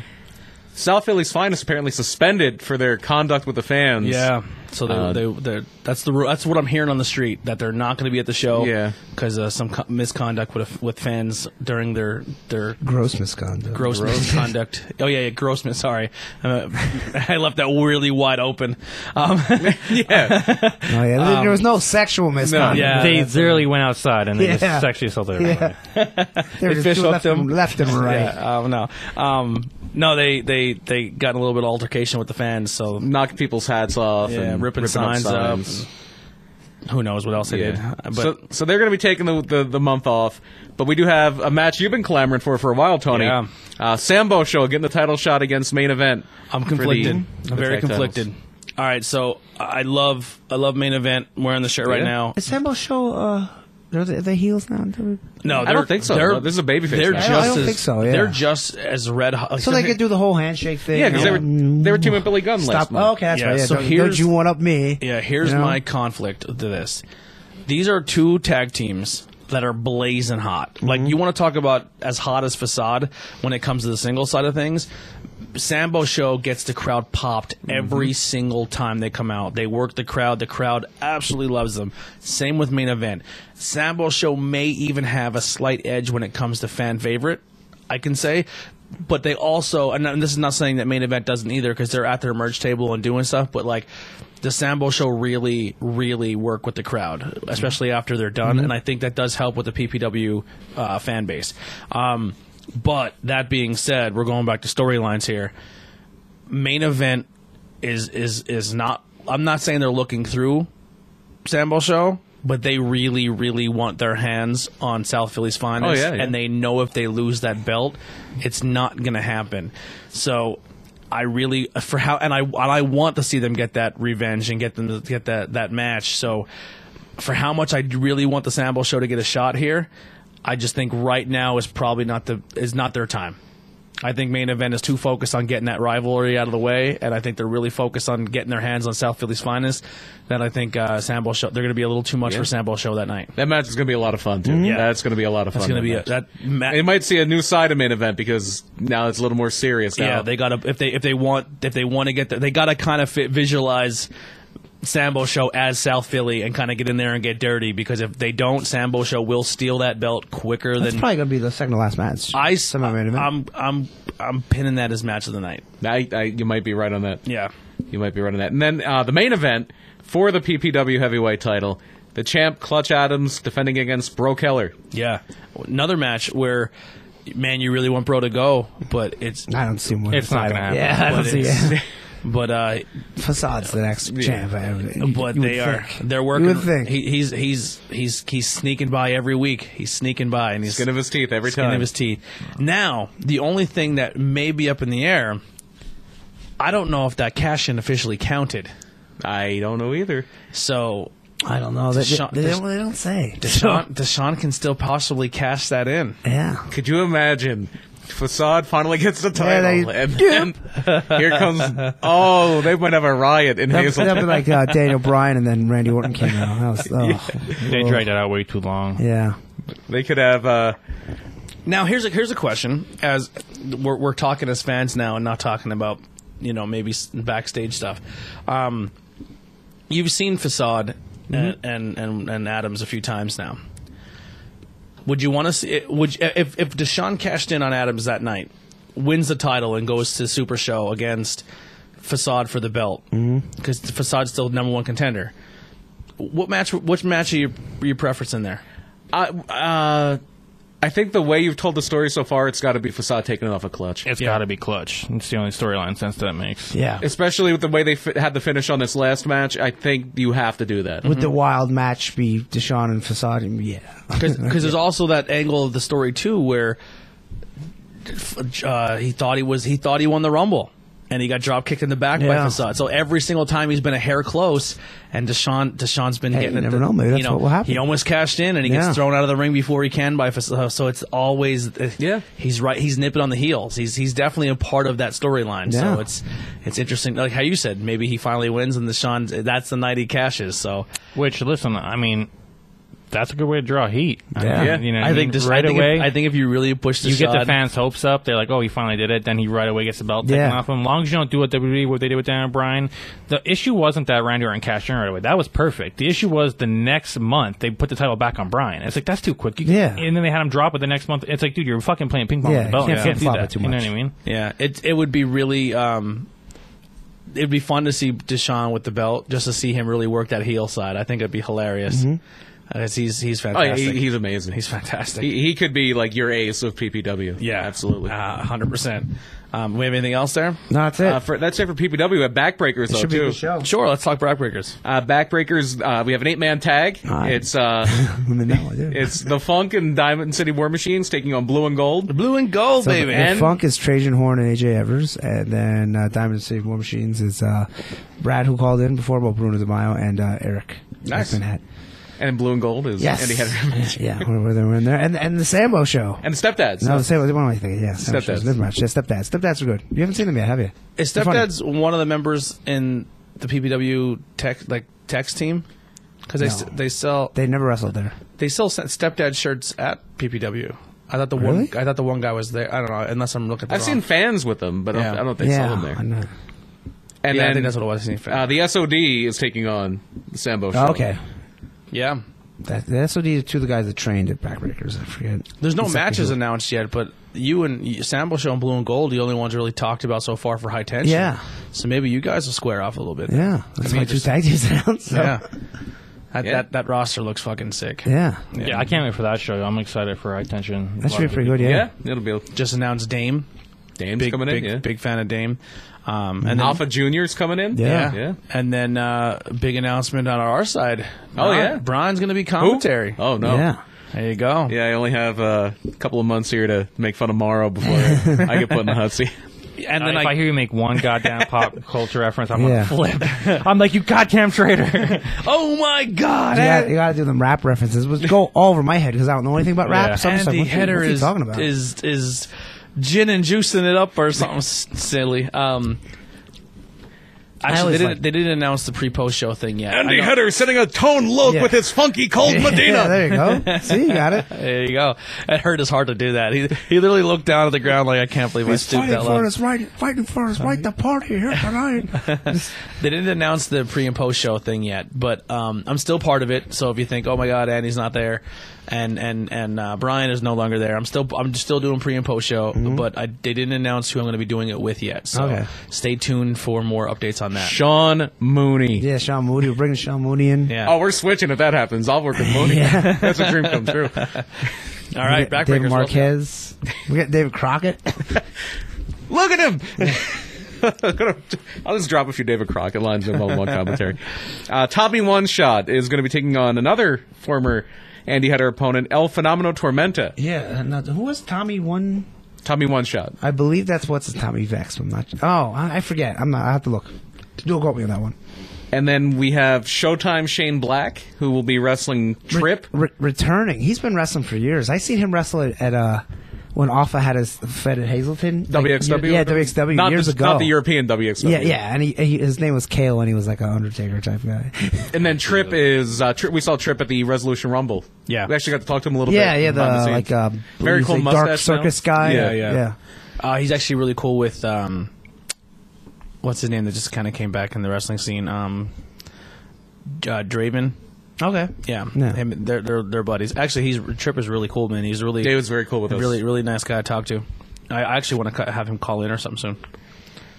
Speaker 5: South Philly's finest apparently suspended for their conduct with the fans.
Speaker 2: Yeah. So they,
Speaker 5: Uh,
Speaker 2: they, they're- that's the ru- that's what I'm hearing on the street that they're not going to be at the show.
Speaker 5: Yeah.
Speaker 2: Because uh, some co- misconduct with with fans during their their
Speaker 4: Gross misconduct.
Speaker 2: gross, misconduct. Oh yeah, yeah, gross mis. Sorry, uh, I left that really wide open. Um,
Speaker 5: yeah.
Speaker 4: Oh, yeah. there was no sexual misconduct.
Speaker 2: Yeah,
Speaker 3: they
Speaker 2: that's-
Speaker 3: literally went outside and they
Speaker 4: Yeah.
Speaker 3: just sexually assaulted everybody.
Speaker 4: Yeah. they were just
Speaker 2: fish
Speaker 4: left
Speaker 2: hooked
Speaker 4: and,
Speaker 2: 'em.
Speaker 4: left and right.
Speaker 2: yeah, um, no, um, no, they they they got in a little bit of altercation with the fans. So
Speaker 5: Knocking people's hats off
Speaker 2: yeah,
Speaker 5: and
Speaker 2: ripping, signs,
Speaker 5: up.
Speaker 2: up. Who knows what else they did?
Speaker 5: Yeah.
Speaker 2: Uh, But
Speaker 5: so, so they're going to be taking the, the the month off, but we do have a match you've been clamoring for for a while, Tony.
Speaker 2: Yeah.
Speaker 5: Uh, Sambo show getting the title shot against main event.
Speaker 2: I'm
Speaker 5: for the-
Speaker 2: conflicted.
Speaker 5: the
Speaker 2: I'm very
Speaker 5: tag titles.
Speaker 2: conflicted. All right, so I love I love main event. I'm wearing the shirt right
Speaker 5: Yeah.
Speaker 2: now.
Speaker 4: Is Sambo show, uh, they're the, the heels now? They're-
Speaker 2: No,
Speaker 5: I don't
Speaker 2: they're-
Speaker 5: think so.
Speaker 2: They're,
Speaker 5: No, this is a babyface
Speaker 2: They're
Speaker 5: match.
Speaker 2: just
Speaker 4: I don't
Speaker 2: as,
Speaker 4: think so, yeah.
Speaker 2: They're just as red hot.
Speaker 4: So they could do the whole handshake thing.
Speaker 5: Yeah, because they
Speaker 4: Mm.
Speaker 5: were they were teaming Billy Gunn
Speaker 4: Stop.
Speaker 5: last month.
Speaker 4: Oh, okay, that's
Speaker 2: Yeah,
Speaker 4: right. Yeah,
Speaker 2: so
Speaker 4: don't,
Speaker 2: here's-
Speaker 4: don't you one up me?
Speaker 2: Yeah, here's
Speaker 4: You know?
Speaker 2: my conflict to this. These are two tag teams that are blazing hot. Like
Speaker 5: Mm-hmm.
Speaker 2: you want to talk about as hot as facade when it comes to the single side of things. Sambo show gets the crowd popped every single time they come out. They work the crowd. The crowd absolutely loves them. Same with main event. Sambo show may even have a slight edge when it comes to fan favorite. I can say. But they also, and this is not saying that main event doesn't either, because they're at their merge table and doing stuff. But like, the Sambo show really, really work with the crowd, especially after they're done, and I think that does help with the PPW uh, fan base. Um, but that being said, we're going back to storylines here. Main event is is is not. I'm not saying they're looking through Sambo show, but they really, really want their hands on South Philly's finest,
Speaker 5: Oh, yeah, yeah.
Speaker 2: and they know if they lose that belt, it's not going to happen. So. I really for how and I and I want to see them get that revenge and get them to get that that match. So for how much I really want the Sambo show to get a shot here, I just think right now is probably not the is not their time. I think main event is too focused on getting that rivalry out of the way, and I think they're really focused on getting their hands on South Philly's finest. That I think uh, Sambo show they're going to be a little too much for Sambo show that night.
Speaker 5: That match is going to be a lot of fun too.
Speaker 2: Yeah.
Speaker 5: That's going to be a lot of fun.
Speaker 2: Mm-hmm. That's going to
Speaker 5: that
Speaker 2: be a,
Speaker 5: match.
Speaker 2: that. Ma-
Speaker 5: It might see a new side of main event because now it's a little more serious. Now.
Speaker 2: yeah, they got to if they if they want if they want to get there, they got to kind of fit, visualize Sambo Show as South Philly and kind of get in there and get dirty because if they don't, Sambo Show will steal that belt quicker
Speaker 4: That's
Speaker 2: than
Speaker 4: probably gonna be the second to last match.
Speaker 2: I.
Speaker 4: main event.
Speaker 2: I'm I'm I'm pinning that as match of the night.
Speaker 5: I, I, you might be right on that.
Speaker 2: Yeah.
Speaker 5: You might be right on that. And then uh, the main event for the PPW heavyweight title, the champ Clutch Adams defending against Bro Keller.
Speaker 2: Yeah. Another match where, man, you really want Bro to go, but it's.
Speaker 4: I don't see one.
Speaker 3: It's not gonna happen.
Speaker 4: Yeah, I don't
Speaker 2: But,
Speaker 4: see
Speaker 2: it's-
Speaker 4: it.
Speaker 2: but uh,
Speaker 4: Facade's the next champ. I would- you-
Speaker 2: but
Speaker 4: you would
Speaker 2: they are
Speaker 4: think.
Speaker 2: they're working.
Speaker 4: You would think.
Speaker 2: He, he's he's he's he's sneaking by every week. He's sneaking by, and he's
Speaker 5: Skin of his teeth every
Speaker 2: skin
Speaker 5: time.
Speaker 2: of his teeth. Now, the only thing that may be up in the air, I don't know if that cash in officially counted.
Speaker 5: I don't know either.
Speaker 2: So
Speaker 4: I don't know. They,
Speaker 2: Deshaun-
Speaker 4: they, don't, they don't say.
Speaker 2: Deshaun, Deshaun can still possibly cash that in.
Speaker 4: Yeah.
Speaker 5: Could you imagine? Facade finally gets the title,
Speaker 4: they-
Speaker 5: and then here comes. Oh, they might have a riot in
Speaker 4: That'd, that'd be
Speaker 5: Hazel.
Speaker 4: like uh, Daniel Bryan and then Randy Orton came out. That was, oh,
Speaker 3: They
Speaker 4: well,
Speaker 3: dragged it out way too long.
Speaker 4: Yeah.
Speaker 5: They could have. Uh,
Speaker 2: Now here's a here's a question. As we're we're talking as fans now and not talking about you know maybe s- backstage stuff. Um, you've seen Facade and, and and and Adams a few times now. Would you want to see? Would you, if if Deshaun cashed in on Adams that night, wins the title and goes to Super Show against Facade for the belt because Facade's still number one contender. What match? Which match are you you preferencing there?
Speaker 5: I, uh, I think the way you've told the story so far, it's got to be Facade taking it off a clutch.
Speaker 3: It's
Speaker 2: Yeah.
Speaker 3: got to be clutch. It's the only storyline sense that makes.
Speaker 4: Yeah.
Speaker 5: Especially with the way they fi- had the finish on this last match, I think you have to do that.
Speaker 4: Would the wild match be Deshaun and Facade? Yeah.
Speaker 2: because there's also that angle of the story too where uh, he thought he was he thought he won the rumble and he got drop kicked in the back by
Speaker 4: Yeah.
Speaker 2: Facade. So every single time he's been a hair close, and Deshaun Deshaun's been getting
Speaker 4: you
Speaker 2: it
Speaker 4: never
Speaker 2: the-
Speaker 4: know, maybe that's what will happen.
Speaker 2: He almost cashed in, and he
Speaker 4: Yeah.
Speaker 2: gets thrown out of the ring before he can by Facade. So it's always uh,
Speaker 5: Yeah.
Speaker 2: He's right. He's nipping on the heels. He's he's definitely a part of that storyline.
Speaker 4: Yeah.
Speaker 2: So it's it's interesting. Like how you said, maybe he finally wins, and Deshaun that's the night he cashes. So
Speaker 3: Which, listen, I mean, that's a good way to draw heat. I
Speaker 4: Yeah.
Speaker 3: mean,
Speaker 4: Yeah.
Speaker 3: You know,
Speaker 2: I think
Speaker 3: just
Speaker 2: Deshaun-
Speaker 3: right
Speaker 2: I think if-
Speaker 3: away,
Speaker 2: I think if you really push Deshaun,
Speaker 3: you get the fans' hopes up. They're like, "Oh, he finally did it." Then he right away gets the belt taken
Speaker 4: Yeah.
Speaker 3: off him. As long as you don't do what WWE what they did with Daniel Bryan, the issue wasn't that Randy Orton cashed in right away. That was perfect. The issue was the next month they put the title back on Bryan. It's like that's too quick. You-
Speaker 4: Yeah.
Speaker 3: And then they had him drop it the next month. It's like, dude, you're fucking playing ping pong
Speaker 4: Yeah,
Speaker 3: with the belt.
Speaker 4: you
Speaker 3: You
Speaker 4: can't
Speaker 3: can't do
Speaker 4: flop
Speaker 3: that.
Speaker 4: it too
Speaker 3: You know
Speaker 4: much.
Speaker 3: what I mean?
Speaker 2: Yeah, it it would be really um, it'd be fun to see Deshaun with the belt, just to see him really work that heel side. I think it'd be hilarious.
Speaker 4: Mm-hmm.
Speaker 2: Uh, 'cause he's he's
Speaker 5: Oh, yeah,
Speaker 2: fantastic.
Speaker 5: he, he's amazing.
Speaker 2: he's fantastic.
Speaker 5: he, he could be like your ace of PPW.
Speaker 2: yeah,
Speaker 5: absolutely.
Speaker 2: Uh, hundred percent. Um, we have anything else there?
Speaker 4: No, that's it.
Speaker 5: Uh, for, that's it for PPW. At Backbreakers, though,
Speaker 4: should be
Speaker 5: too.
Speaker 4: a good show.
Speaker 2: Sure, let's talk backbreakers.
Speaker 5: Uh, Backbreakers, uh, we have an eight-man tag.
Speaker 4: Aye.
Speaker 5: It's uh,
Speaker 4: I mean, that one, yeah.
Speaker 5: it's the Funk and Diamond City War Machines taking on Blue and Gold.
Speaker 2: Blue and gold,
Speaker 4: So
Speaker 2: baby.
Speaker 4: the Funk is Trajan Horn and AJ Evers, and then uh, Diamond City War Machines is uh, Brad who called in before, but Bruno DeMaio and uh, Eric.
Speaker 5: Nice.
Speaker 4: Manhattan.
Speaker 5: And Blue and Gold is
Speaker 4: Yes.
Speaker 5: Andy Henry.
Speaker 4: yeah, where were they? Were in there, and and the Sambo show.
Speaker 5: and the Stepdads.
Speaker 4: no, the Sambo. What am I thinking? Yeah,
Speaker 5: Stepdads.
Speaker 4: Sambo shows. Never mind. Yeah, stepdads. Stepdads are good. You haven't seen them yet, have you?
Speaker 2: Is
Speaker 4: They're funny.
Speaker 2: stepdad's one of the members in the PPW tech like text team? Because they s
Speaker 4: No.
Speaker 2: they sell
Speaker 4: They never wrestled there.
Speaker 2: they still sent stepdad shirts at PPW. I thought the
Speaker 4: Really?
Speaker 2: one I thought the one guy was there. I don't know unless I'm looking. At the
Speaker 5: I've
Speaker 2: wrong-
Speaker 5: seen fans with them, but I don't-
Speaker 2: Yeah.
Speaker 5: I don't think
Speaker 4: yeah,
Speaker 5: saw them there.
Speaker 4: I know.
Speaker 5: And
Speaker 2: yeah,
Speaker 5: then
Speaker 2: I think that's what it was. I seen fan.
Speaker 5: uh, the SOD is taking on the Sambo. Show.
Speaker 4: Oh, okay.
Speaker 2: yeah,
Speaker 4: That, that's what these two of the guys that trained at Backbreakers. I forget.
Speaker 2: there's no
Speaker 4: Exactly
Speaker 2: matches
Speaker 4: who-
Speaker 2: announced yet, but you and you- Sambo Show and Blue and Gold, the only ones really talked about so far for high tension.
Speaker 4: Yeah.
Speaker 2: so maybe you guys will square off a little bit.
Speaker 4: Yeah, that's
Speaker 2: mean,
Speaker 4: why two
Speaker 2: just-
Speaker 4: tag teams announced. so-
Speaker 2: yeah. That,
Speaker 5: Yeah.
Speaker 2: that that roster looks fucking sick.
Speaker 4: yeah.
Speaker 3: Yeah. I can't wait for that show. I'm excited for High Tension.
Speaker 4: That
Speaker 3: A lot
Speaker 4: should
Speaker 3: of
Speaker 4: be pretty good.
Speaker 3: people-
Speaker 4: Yeah.
Speaker 5: Yeah, it'll be
Speaker 2: Just announced Dame,
Speaker 5: Dame's
Speaker 2: big
Speaker 5: coming
Speaker 2: big
Speaker 5: in. Yeah.
Speaker 2: big fan of Dame, um, and then,
Speaker 5: Alpha Junior's coming in.
Speaker 4: Yeah.
Speaker 5: yeah.
Speaker 2: and then uh, big announcement on our side.
Speaker 5: Oh,
Speaker 2: Brian-
Speaker 5: yeah.
Speaker 2: Brian's gonna be commentary.
Speaker 5: Oh no.
Speaker 4: Yeah.
Speaker 2: There you go.
Speaker 5: Yeah, I only have uh, a couple of months here to make fun of Morrow before I get put in the hot seat.
Speaker 2: and then
Speaker 3: Uh, if I,
Speaker 2: I
Speaker 3: hear you make one goddamn pop culture reference, I'm
Speaker 4: Yeah.
Speaker 3: gonna flip. I'm like, you goddamn traitor!
Speaker 2: oh my god,
Speaker 4: You gotta, you gotta do them rap references. It go all over my head because I don't know anything about rap.
Speaker 3: Yeah.
Speaker 4: So I'm just
Speaker 2: and
Speaker 4: like,
Speaker 2: the
Speaker 4: what's he-
Speaker 2: header
Speaker 4: what's he
Speaker 2: is,
Speaker 4: talking about?
Speaker 2: is is gin and juicing it up or something s- silly. Um, Actually,
Speaker 4: always
Speaker 2: they didn't,
Speaker 4: like-
Speaker 2: they didn't announce the pre-post show thing yet. I
Speaker 5: Andy
Speaker 2: know-
Speaker 5: Header setting a tone look
Speaker 4: Yeah.
Speaker 5: with his funky cold
Speaker 4: yeah,
Speaker 5: Medina.
Speaker 4: there you go. See, you got it.
Speaker 2: There you go. It hurt his heart to do that. He he literally looked down at the ground like I can't believe I stooped that low.
Speaker 4: right, fighting for his right to party here tonight.
Speaker 2: They didn't announce the pre and post show thing yet, but um, I'm still part of it. So if you think, oh my God, Andy's not there, and and and uh, Brian is no longer there, I'm still I'm still doing pre and post show, but I, they didn't announce who I'm going to be doing it with yet. So
Speaker 4: Mm-hmm. Okay.
Speaker 2: stay tuned for more updates on that.
Speaker 5: Sean Mooney.
Speaker 4: yeah, Sean Moody. We're bringing Sean Moody in.
Speaker 2: Yeah.
Speaker 5: Oh, we're switching if that happens. I'll work with Mooney. That's a dream come true.
Speaker 2: All right,
Speaker 4: David
Speaker 2: backbreakers. Well done.
Speaker 4: Marquez. We got David Crockett.
Speaker 5: Look at him. I'm gonna- I'll just drop a few David Crockett lines in one one commentary. Uh, Tommy One Shot is going to be taking on another former Andy Header opponent, El Fenomeno Tormenta.
Speaker 4: Yeah, no, who was Tommy one?
Speaker 5: Tommy One Shot.
Speaker 4: I believe that's what's his Tommy Vex. I'm not. Oh, I, I forget. I'm not. I have to look. You'll quote me on that one.
Speaker 5: And then we have Showtime Shane Black, who will be wrestling Trip.
Speaker 4: Re- returning. He's been wrestling for years. I seen him wrestle at, at uh when Alpha had his fed at Hazleton. Like,
Speaker 5: WXW?
Speaker 4: yeah, WXW
Speaker 5: Not
Speaker 4: years
Speaker 5: the,
Speaker 4: ago.
Speaker 5: Not the European WXW.
Speaker 4: Yeah, yeah, and he, he, his name was Kale, and he was like an Undertaker type guy.
Speaker 5: And then Trip is uh, Trip. We saw Trip at the Resolution Rumble.
Speaker 2: Yeah.
Speaker 5: we actually got to talk to him a little
Speaker 4: yeah,
Speaker 5: bit.
Speaker 4: yeah, the
Speaker 5: behind
Speaker 4: like
Speaker 5: scenes.
Speaker 4: um,
Speaker 5: very
Speaker 4: he's
Speaker 5: cool
Speaker 4: a
Speaker 5: mustache
Speaker 4: dark circus
Speaker 5: now.
Speaker 4: guy.
Speaker 5: Yeah, yeah,
Speaker 4: yeah.
Speaker 2: Uh, he's actually really cool with um, what's his name that just kind of came back in the wrestling scene. Um, uh, Draven. Okay. Yeah.
Speaker 4: Yeah.
Speaker 2: Him, they're, they're they're buddies. Actually, he's Trip is really cool, man. He's really
Speaker 5: David's very cool with us.
Speaker 2: really really nice guy to talk to. I, I actually want to have him call in or something soon.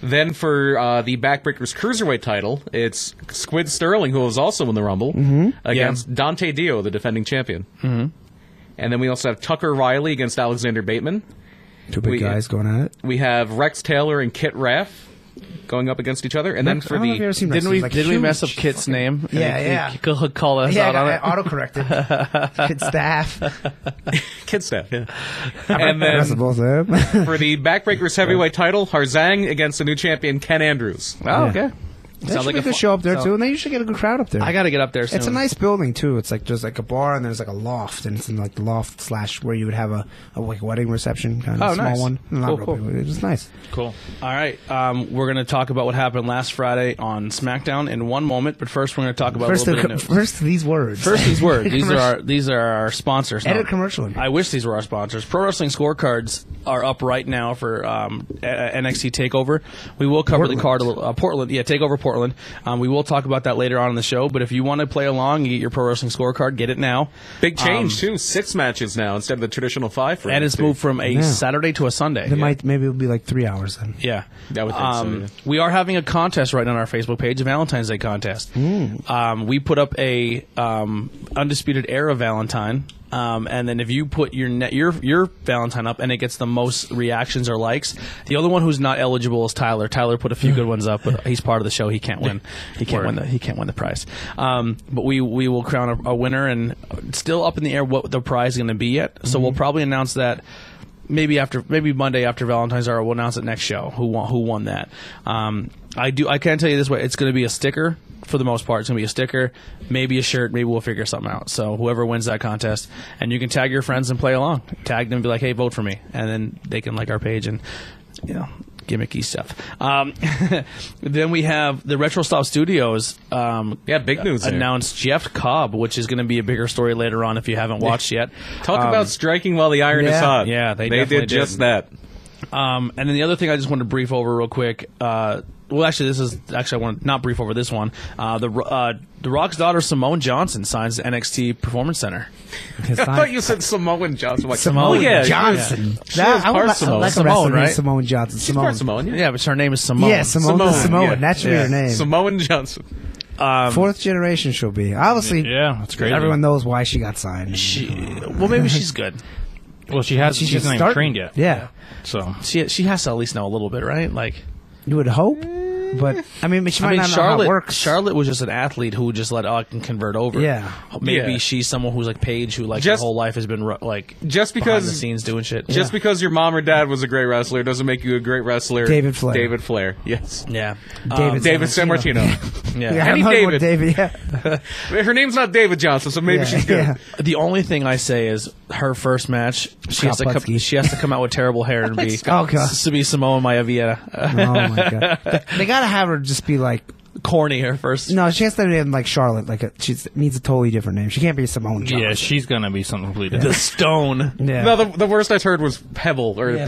Speaker 5: Then for uh, the Backbreakers Cruiserweight title, it's Squid Sterling, who was also in the Rumble,
Speaker 2: Mm-hmm.
Speaker 5: against Dante Dio, the defending champion. Mm-hmm. And then we also have Tucker Riley against Alexander Bateman.
Speaker 4: Two big
Speaker 5: We-
Speaker 4: guys going at it.
Speaker 5: We have Rex Taylor and Kit Raff going up against each other. And then
Speaker 4: Rex-
Speaker 5: for
Speaker 4: I don't know if you've
Speaker 5: the
Speaker 4: ever seen Rex.
Speaker 2: Didn't we
Speaker 4: He's, like,
Speaker 2: did we
Speaker 4: huge
Speaker 2: mess up Kit's name?
Speaker 4: Yeah,
Speaker 2: And he-
Speaker 4: yeah.
Speaker 2: He, he call us
Speaker 4: Yeah, I,
Speaker 2: out on
Speaker 4: got,
Speaker 2: it.
Speaker 4: I auto-corrected. Good staff.
Speaker 5: Kid staff, yeah. and then
Speaker 4: Wrestle both of them.
Speaker 5: for the Backbreakers Heavyweight title, Harzang against the new champion Ken Andrews.
Speaker 2: Oh,
Speaker 4: Yeah.
Speaker 2: okay.
Speaker 4: they should
Speaker 2: like
Speaker 4: make
Speaker 2: a
Speaker 4: a
Speaker 2: fun-
Speaker 4: show up there,
Speaker 2: so-
Speaker 4: too, and they usually get a good crowd up there.
Speaker 2: I got to get up there. Soon.
Speaker 4: It's a nice building too. It's like there's like a bar and there's like a loft, and it's in like the loft slash where you would have a, a like wedding reception kind of
Speaker 2: Oh,
Speaker 4: small
Speaker 2: nice.
Speaker 4: one. Not
Speaker 2: Cool,
Speaker 4: real
Speaker 2: cool.
Speaker 4: big, It was nice.
Speaker 3: Cool.
Speaker 2: All right, um, we're going to talk about what happened last Friday on SmackDown in one moment, but first we're going to talk about
Speaker 4: First,
Speaker 2: a little
Speaker 4: the,
Speaker 2: bit of news.
Speaker 4: first these words.
Speaker 2: First, these words. These are our, these are our sponsors.
Speaker 4: Edit
Speaker 2: No,
Speaker 4: commercial in here.
Speaker 2: I wish these were our sponsors. Pro Wrestling Scorecards are up right now for um, a- a- NXT Takeover. We will cover the card a little. Uh, Portland, yeah, Takeover Portland. Um, we will talk about that later on in the show. But if you want to play along, you get your Pro Wrestling Scorecard. Get it now.
Speaker 5: Big change, too. Six matches now instead of the traditional five. For
Speaker 2: Um, And it's
Speaker 5: NXT.
Speaker 2: moved from a
Speaker 4: Yeah.
Speaker 2: Saturday to a Sunday.
Speaker 4: It might maybe it'll be like three hours then.
Speaker 2: Yeah. Um,
Speaker 5: I would think so, yeah.
Speaker 2: We are having a contest right on our Facebook page, a Valentine's Day contest. Um, we put up a um, undisputed era Valentine, um, and then if you put your net, your your Valentine up, and it gets the most reactions or likes, the only one who's not eligible is Tyler. Tyler put a few good ones up, but he's part of the show. He can't win. He can't win the he can't win the prize. Um, but we we will crown a, a winner, and it's still up in the air what the prize is going to be yet. So we'll probably announce that maybe after maybe Monday after Valentine's Hour, we'll announce it next show who won who won that. Um, I do I can tell you this way: it's going to be a sticker for the most part. It's going to be a sticker, maybe a shirt. Maybe we'll figure something out. So whoever wins that contest, and you can tag your friends and play along. Tag them, and be like, hey, vote for me, and then they can like our page and you know. Gimmicky stuff. Um, then we have the Retro Style Studios um,
Speaker 5: Yeah, big news. there.
Speaker 2: announced Jeff Cobb, which is going to be a bigger story later on if you haven't watched yet.
Speaker 5: Talk
Speaker 2: Um,
Speaker 5: about striking while the iron
Speaker 4: yeah.
Speaker 5: is hot.
Speaker 2: Yeah, they
Speaker 5: they
Speaker 2: definitely
Speaker 5: did just
Speaker 2: did.
Speaker 5: that.
Speaker 2: Um, and then the other thing I just wanted to brief over real quick. Uh, well, actually, this is actually I want to not brief over this one. Uh, the uh, the Rock's daughter Simone Johnson signs the NXT Performance Center.
Speaker 4: Because
Speaker 5: I thought you said Samoan Johnson. Like,
Speaker 2: Samoan
Speaker 5: oh, yeah,
Speaker 4: Johnson.
Speaker 5: She
Speaker 4: That-
Speaker 5: is
Speaker 4: I would
Speaker 5: part
Speaker 4: like, I
Speaker 5: Samoan.
Speaker 4: would like
Speaker 2: Samoan,
Speaker 4: a wrestler named
Speaker 2: right?
Speaker 4: Samoan Johnson.
Speaker 5: She's part
Speaker 4: Samoan.
Speaker 5: Samoan. Yeah.
Speaker 2: Yeah, but her name is Simone.
Speaker 4: Yeah, Samoan. the Samoan. That should be her name.
Speaker 5: Samoan Johnson.
Speaker 4: Fourth generation she'll be. Obviously,
Speaker 3: Yeah, that's great.
Speaker 4: everyone knows why she got signed.
Speaker 2: She, well, maybe she's good.
Speaker 3: Well, she has. She's,
Speaker 4: just
Speaker 3: not even
Speaker 4: starting.
Speaker 3: trained yet.
Speaker 4: Yeah.
Speaker 3: So
Speaker 2: She she has to at least know a little bit, right? Like,
Speaker 4: You would hope, but I mean, she might
Speaker 2: I mean,
Speaker 4: not know how
Speaker 2: Charlotte
Speaker 4: it works.
Speaker 2: Charlotte was just an athlete who just let uh, can convert over.
Speaker 4: Yeah.
Speaker 2: maybe
Speaker 5: Yeah.
Speaker 2: she's someone who's like Paige, who like
Speaker 5: Just-
Speaker 2: her whole life has been ru- like
Speaker 5: Just
Speaker 2: behind the
Speaker 5: because,
Speaker 2: scenes doing shit.
Speaker 5: just because your mom or dad was a great wrestler doesn't make you a great wrestler.
Speaker 4: David Flair.
Speaker 5: David Flair. Yes.
Speaker 2: yeah,
Speaker 4: David
Speaker 2: Um,
Speaker 5: David San
Speaker 4: Martino.
Speaker 5: Martino.
Speaker 2: yeah.
Speaker 4: Yeah,
Speaker 5: Any
Speaker 4: another one, David.
Speaker 5: David.
Speaker 4: Yeah.
Speaker 5: Her name's not David Johnson, so maybe
Speaker 4: Yeah,
Speaker 5: she's good.
Speaker 4: yeah.
Speaker 2: The only thing I say is her first match. She has to come,
Speaker 4: Kropotsky.
Speaker 2: she has to come out with terrible hair and be
Speaker 4: Oh, God.
Speaker 2: to be Samoa Maya Uh, Vieta.
Speaker 4: Oh my god! They gotta have her just be like
Speaker 2: Corny her first.
Speaker 4: no. She has to be like Charlotte. Like a, she needs a totally different name. She can't be Simone. Johnson.
Speaker 3: Yeah, she's gonna be something completely.
Speaker 2: The Stone.
Speaker 4: Yeah.
Speaker 5: No, the, the worst I heard was Pebble or
Speaker 4: Yeah,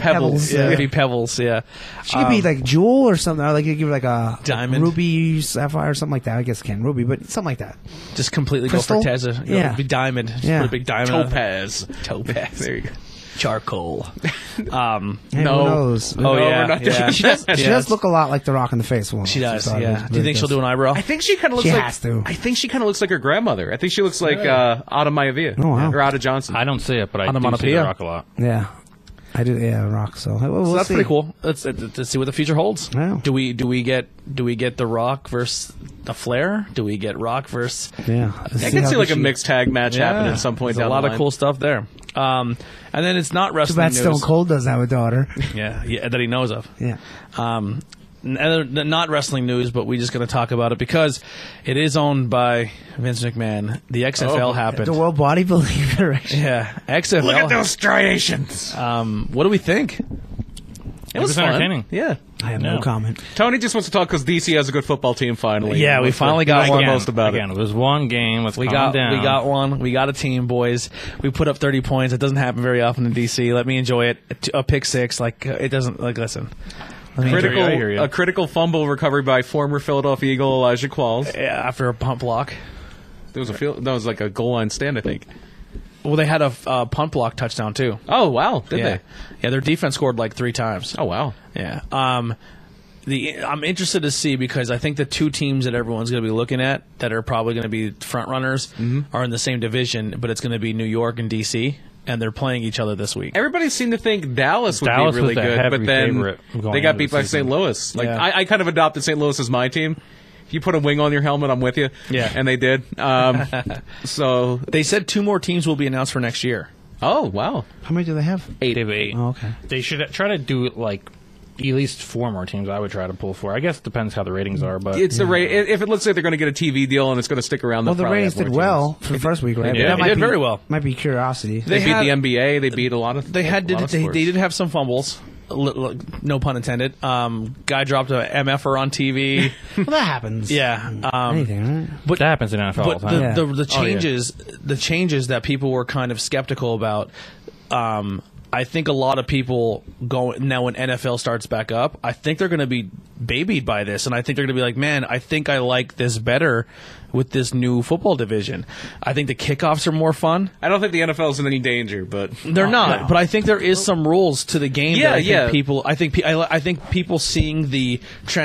Speaker 4: Pebbles,
Speaker 5: Pebbles.
Speaker 4: yeah.
Speaker 5: Yeah.
Speaker 2: It'd be Pebbles. Yeah.
Speaker 4: She could be like jewel or something. Or like you give her like a
Speaker 2: Um, Diamond.
Speaker 4: ruby, sapphire, or something like that. I guess it can ruby, but something like that.
Speaker 2: Just completely go
Speaker 4: Crystal?
Speaker 2: for Tezza.
Speaker 4: Yeah.
Speaker 2: It'd be diamond. Just
Speaker 4: Yeah.
Speaker 2: put a big diamond. on it.
Speaker 5: Topaz.
Speaker 2: Topaz.
Speaker 5: There you go.
Speaker 2: Charcoal. Um.
Speaker 4: Hey,
Speaker 5: No.
Speaker 4: Who knows?
Speaker 2: Oh
Speaker 5: we're
Speaker 2: yeah.
Speaker 5: not
Speaker 2: yeah.
Speaker 5: doing
Speaker 2: She does.
Speaker 4: she
Speaker 2: yeah,
Speaker 4: does look a lot like the Rock in the face. Woman.
Speaker 2: She does.
Speaker 4: So it
Speaker 2: Yeah.
Speaker 4: really
Speaker 2: Do you think she'll
Speaker 4: does.
Speaker 2: do an eyebrow?
Speaker 5: I think she kind of looks
Speaker 4: She
Speaker 5: like.
Speaker 4: has to.
Speaker 5: I think she kind of looks like her grandmother. I think she looks like uh, Ada Maivia
Speaker 4: Oh, wow.
Speaker 5: or Ada Johnson.
Speaker 3: I don't see it, but I do see
Speaker 2: Onomatopoeia.
Speaker 3: the rock a lot.
Speaker 4: Yeah, I do. Yeah, Rock. So, we'll,
Speaker 2: So
Speaker 4: we'll
Speaker 2: that's
Speaker 4: see.
Speaker 2: pretty cool. Let's, let's see what the future holds.
Speaker 4: Yeah.
Speaker 2: Do we do we get do we get the Rock versus the Flair? Do we get Rock versus?
Speaker 4: Yeah,
Speaker 5: I can see like a mixed tag match happening at some point.
Speaker 2: There's
Speaker 5: down
Speaker 2: a
Speaker 5: the
Speaker 2: lot of
Speaker 5: line.
Speaker 2: cool stuff there. Um, and then it's not wrestling
Speaker 4: That
Speaker 2: news.
Speaker 4: Stone Cold does have a daughter.
Speaker 2: Yeah, yeah, that he knows of.
Speaker 4: Yeah.
Speaker 2: Um, n- other- n- not wrestling news, but we're just going to talk about it because it is owned by Vince McMahon. The XFL
Speaker 5: Oh.
Speaker 2: happened.
Speaker 4: The World Bodybuilding Federation.
Speaker 2: yeah, XFL.
Speaker 5: Look at those striations.
Speaker 2: Um, what do we think?
Speaker 5: it was
Speaker 3: was
Speaker 5: fun.
Speaker 3: entertaining.
Speaker 5: Yeah.
Speaker 4: I have no,
Speaker 3: No.
Speaker 4: comment.
Speaker 5: Tony just wants to talk because DC has a good football team finally.
Speaker 2: Yeah, we
Speaker 5: That's
Speaker 2: finally
Speaker 5: what-
Speaker 2: got
Speaker 5: that's
Speaker 2: one.
Speaker 5: the most about
Speaker 3: Again,
Speaker 5: it.
Speaker 3: it was one game. Let's
Speaker 2: We
Speaker 3: calm
Speaker 2: got
Speaker 3: down.
Speaker 2: we got one. We got a team, boys. We put up 30 points. It doesn't happen very often in DC. Let me enjoy it. A t- A pick six, like uh, it doesn't. Like listen, Let me enjoy
Speaker 5: Critical,
Speaker 3: I hear you.
Speaker 5: a critical fumble recovery by former Philadelphia Eagle Elijah Qualls.
Speaker 2: it. Yeah, after a punt block.
Speaker 5: There was a field. That was like a goal line stand, I think.
Speaker 2: Well, they had a uh, punt block touchdown too.
Speaker 5: Oh wow, did
Speaker 2: yeah,
Speaker 5: they?
Speaker 2: yeah. Their defense scored like three times.
Speaker 5: Oh wow.
Speaker 2: Yeah. Um, the I'm interested to see because I think the two teams that everyone's going to be looking at that are probably going to be front runners
Speaker 5: Mm-hmm.
Speaker 2: are in the same division, but it's going to be New York and DC, and they're playing each other this week.
Speaker 5: Everybody seemed to think Dallas would
Speaker 3: Dallas
Speaker 5: be really
Speaker 3: was the
Speaker 5: good,
Speaker 3: heavy
Speaker 5: but then
Speaker 3: favorite going
Speaker 5: they got
Speaker 3: into
Speaker 5: beat
Speaker 3: the
Speaker 5: by
Speaker 3: season.
Speaker 5: St. Louis. Like
Speaker 2: Yeah.
Speaker 5: I, I kind of adopted St. Louis as my team. If you put a wing on your helmet, I'm with you.
Speaker 2: Yeah.
Speaker 5: and they did. Um, so
Speaker 2: They said two more teams will be announced for next year.
Speaker 5: oh wow,
Speaker 4: How many do they have?
Speaker 3: eight of eight.
Speaker 4: Oh, okay.
Speaker 3: They should try to do like at least four more teams. I would try to pull four. I guess it depends how the ratings are, but
Speaker 5: it's the rate. If it looks like they're going to get a TV deal and it's going to stick around,
Speaker 4: Well, the
Speaker 5: they'll probably
Speaker 4: Rays
Speaker 5: have
Speaker 4: did
Speaker 5: more teams.
Speaker 4: well for the first week, right?
Speaker 5: Yeah,
Speaker 4: But that
Speaker 5: they
Speaker 4: might
Speaker 2: did
Speaker 4: be-
Speaker 2: very well.
Speaker 4: Might be curiosity.
Speaker 5: They,
Speaker 2: They
Speaker 5: beat
Speaker 2: had-
Speaker 5: the NBA. They beat a lot of.
Speaker 2: They had
Speaker 5: a lot
Speaker 2: did,
Speaker 5: of
Speaker 2: they, they
Speaker 5: sports.
Speaker 2: did have some fumbles, li- li- no pun intended. Um, guy dropped a mf'er on TV.
Speaker 4: Well, that happens.
Speaker 2: yeah. Um,
Speaker 4: Hmm. Anything, right?
Speaker 3: that happens in NFL
Speaker 2: but
Speaker 3: all the
Speaker 2: the,
Speaker 3: time.
Speaker 4: Yeah.
Speaker 2: the, the
Speaker 5: Oh, yeah.
Speaker 2: changes the changes that people were kind of skeptical about um, I think a lot of people go now when NFL starts back up I think they're going to be babied by this and I think they're going to be like man I think I like this better with this new football division I think the kickoffs are more fun
Speaker 5: I don't think the NFL is in any danger, but Oh,
Speaker 2: they're not, but I think there is some rules to the game.
Speaker 5: Yeah,
Speaker 2: that I think
Speaker 5: yeah.
Speaker 2: People, I think, pe- I, I think people seeing the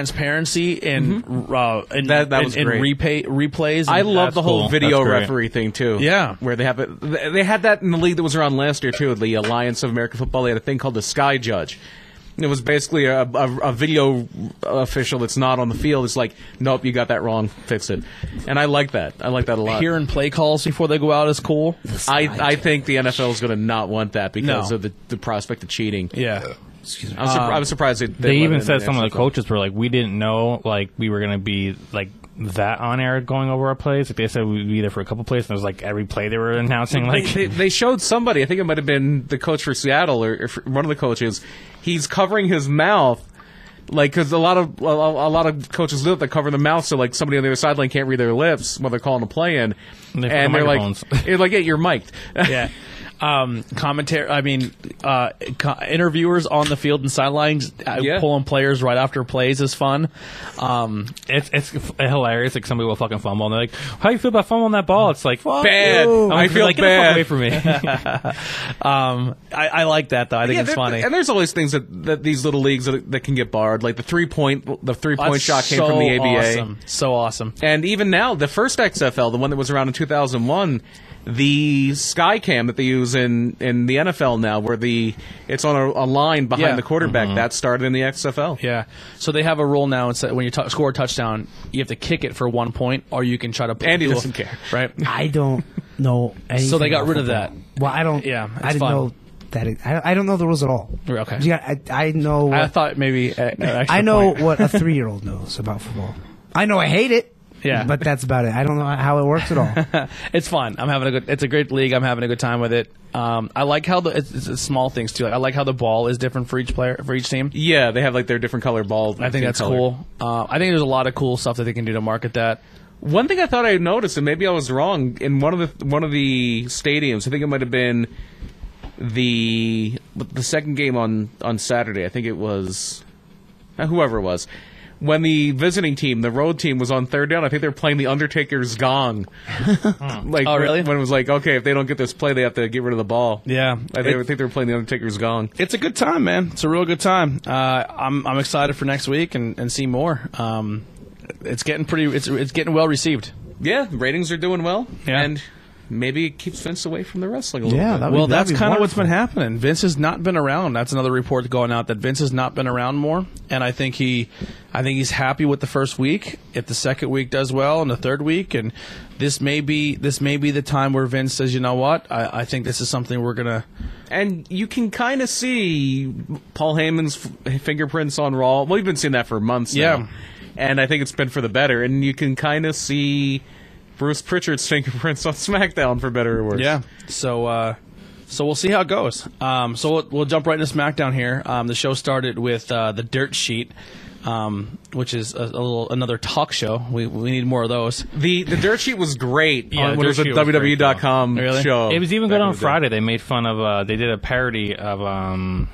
Speaker 2: transparency and uh, and,
Speaker 5: Mm-hmm. That- that
Speaker 2: and-
Speaker 5: was
Speaker 2: and
Speaker 5: great.
Speaker 2: replay replays.
Speaker 5: I
Speaker 2: and-
Speaker 5: love the whole
Speaker 3: cool.
Speaker 5: video
Speaker 3: That's great.
Speaker 5: referee thing too.
Speaker 2: Yeah.
Speaker 5: where they have it. th- They had that in the league that was around last year too. The Alliance of American Football. They had a thing called the Sky Judge. It was basically a, a, a video official that's not on the field. It's like, nope, you got that wrong. Fix it. And I like that. I like that a lot.
Speaker 2: hearing play calls before they go out is cool.
Speaker 5: I, I think the NFL is going to not want that because
Speaker 2: No.
Speaker 5: of the, the prospect of cheating.
Speaker 2: Yeah,
Speaker 5: I was, surpri- I was surprised they, they,
Speaker 3: they
Speaker 5: let it
Speaker 3: even
Speaker 5: in
Speaker 3: said
Speaker 5: the
Speaker 3: some of the
Speaker 5: NFL.
Speaker 3: coaches were like, we didn't know like we were gonna be like that on air going over our plays. Like they said we'd be there for a couple plays, and it was like every play they were announcing like
Speaker 5: they, they showed somebody. I think it might have been the coach for Seattle or, or for- one of the coaches. He's covering his mouth, like because a lot of a, a lot of coaches do it. They cover the mouth so like somebody on the other sideline can't read their lips when they're calling a play in,
Speaker 3: And they put
Speaker 5: and
Speaker 3: the
Speaker 5: they're like,
Speaker 3: microphones.
Speaker 5: "It's like, yeah, you're mic'd."
Speaker 2: yeah. Um, commentary. I mean, uh, co- interviewers on the field and sidelines uh,
Speaker 5: Yeah.
Speaker 2: pulling players right after plays is fun. Um,
Speaker 3: it's it's f- hilarious. Like somebody will fucking fumble, and they're like, "How you feel about fumbling that ball?" It's like, "Fuck
Speaker 5: Bad.
Speaker 3: you." I'm
Speaker 5: I
Speaker 3: gonna be
Speaker 5: feel
Speaker 3: like,
Speaker 5: bad.
Speaker 3: Get the fuck away from me.
Speaker 2: um, I, I like that though. I think
Speaker 5: Yeah,
Speaker 2: it's
Speaker 5: there-
Speaker 2: funny.
Speaker 5: and there's always things that, that these little leagues that, that can get barred, like the three point the three point
Speaker 2: That's
Speaker 5: shot came
Speaker 2: so
Speaker 5: from the ABA.
Speaker 2: Awesome. So awesome.
Speaker 5: And even now, the first XFL, the one that was around in 2001, the Skycam that they use in, in the NFL now, where the it's on a, a line behind
Speaker 2: Yeah. Mm-hmm.
Speaker 5: the quarterback, that started in the XFL.
Speaker 2: Yeah. So they have a rule now. It's that when you t- score a touchdown, you have to kick it for one point, or you can try to.
Speaker 5: Andy
Speaker 2: do a-
Speaker 5: doesn't care.
Speaker 2: right?
Speaker 4: I don't know. Anything
Speaker 2: So they got
Speaker 4: about
Speaker 2: rid of
Speaker 4: football.
Speaker 2: that.
Speaker 4: Well, I don't.
Speaker 2: Yeah, it's
Speaker 4: I didn't
Speaker 2: fun.
Speaker 4: know that. It, I, I don't know the rules at all.
Speaker 2: Okay.
Speaker 4: You got- I, I know.
Speaker 2: I
Speaker 4: What,
Speaker 2: thought maybe. a- an extra
Speaker 4: I, know
Speaker 2: point.
Speaker 4: what a three-year-old knows about football. I know I hate it.
Speaker 2: Yeah.
Speaker 4: but that's about it. I don't know how it works at all.
Speaker 2: it's fun. I'm having a good. It's a great league. I'm having a good time with it. Um, I like how the it's, it's- it's small things too. Like I like how the ball is different for each player for each team.
Speaker 5: Yeah, they have like their different color balls.
Speaker 2: I think that's cool. Uh, I think there's a lot of cool stuff that they can do to market that.
Speaker 5: One thing I thought I noticed, and maybe I was wrong, in one of the one of the stadiums, I think it might have been the the second game on on Saturday. I think it was uh, whoever it was. When the visiting team, the road team, was on third down, I think they were playing the Undertaker's gong. like,
Speaker 2: Oh, really?
Speaker 5: When it was like, okay, if they don't get this play, they have to get rid of the ball.
Speaker 2: Yeah.
Speaker 5: I think, I think they were playing the Undertaker's gong.
Speaker 2: It's a good time, man. It's a real good time. Uh, I'm I'm excited for next week and, and see more. Um, it's getting pretty. It's it's getting well received.
Speaker 5: Yeah, ratings are doing well,
Speaker 2: Yeah.
Speaker 5: and maybe it keeps Vince away from the wrestling a little
Speaker 4: Yeah,
Speaker 5: bit.
Speaker 4: that would-
Speaker 2: well, that's
Speaker 4: be
Speaker 2: kind of what's been
Speaker 4: wonderful.
Speaker 2: happening. Vince has not been around. That's another report going out that Vince has not been around more, and I think he, I think he's happy with the first week. If the second week does well, and the third week, and this may be this may be the time where Vince says, you know what, I, I think this is something we're gonna.
Speaker 5: And you can kind of see Paul Heyman's f- fingerprints on Raw. Well, we've been seeing that for months now.
Speaker 2: Yeah.
Speaker 5: And I think it's been for the better. And you can kind of see Bruce Pritchard's fingerprints on SmackDown, for better or worse.
Speaker 2: Yeah. So, uh, so we'll see how it goes. Um, so we'll, we'll jump right into SmackDown here. Um, the show started with uh, the Dirt Sheet, um, which is a, a little another talk show. We we need more of those.
Speaker 5: The the dirt sheet was great
Speaker 3: Yeah,
Speaker 5: on
Speaker 3: the
Speaker 5: when it
Speaker 3: dirt
Speaker 5: was a
Speaker 3: sheet was great,
Speaker 5: WWE.com
Speaker 2: though. Really?
Speaker 5: show.
Speaker 3: It was even
Speaker 5: back
Speaker 3: good
Speaker 5: in
Speaker 3: on
Speaker 5: the day.
Speaker 3: Friday. They made fun of. Uh, they did a parody of um,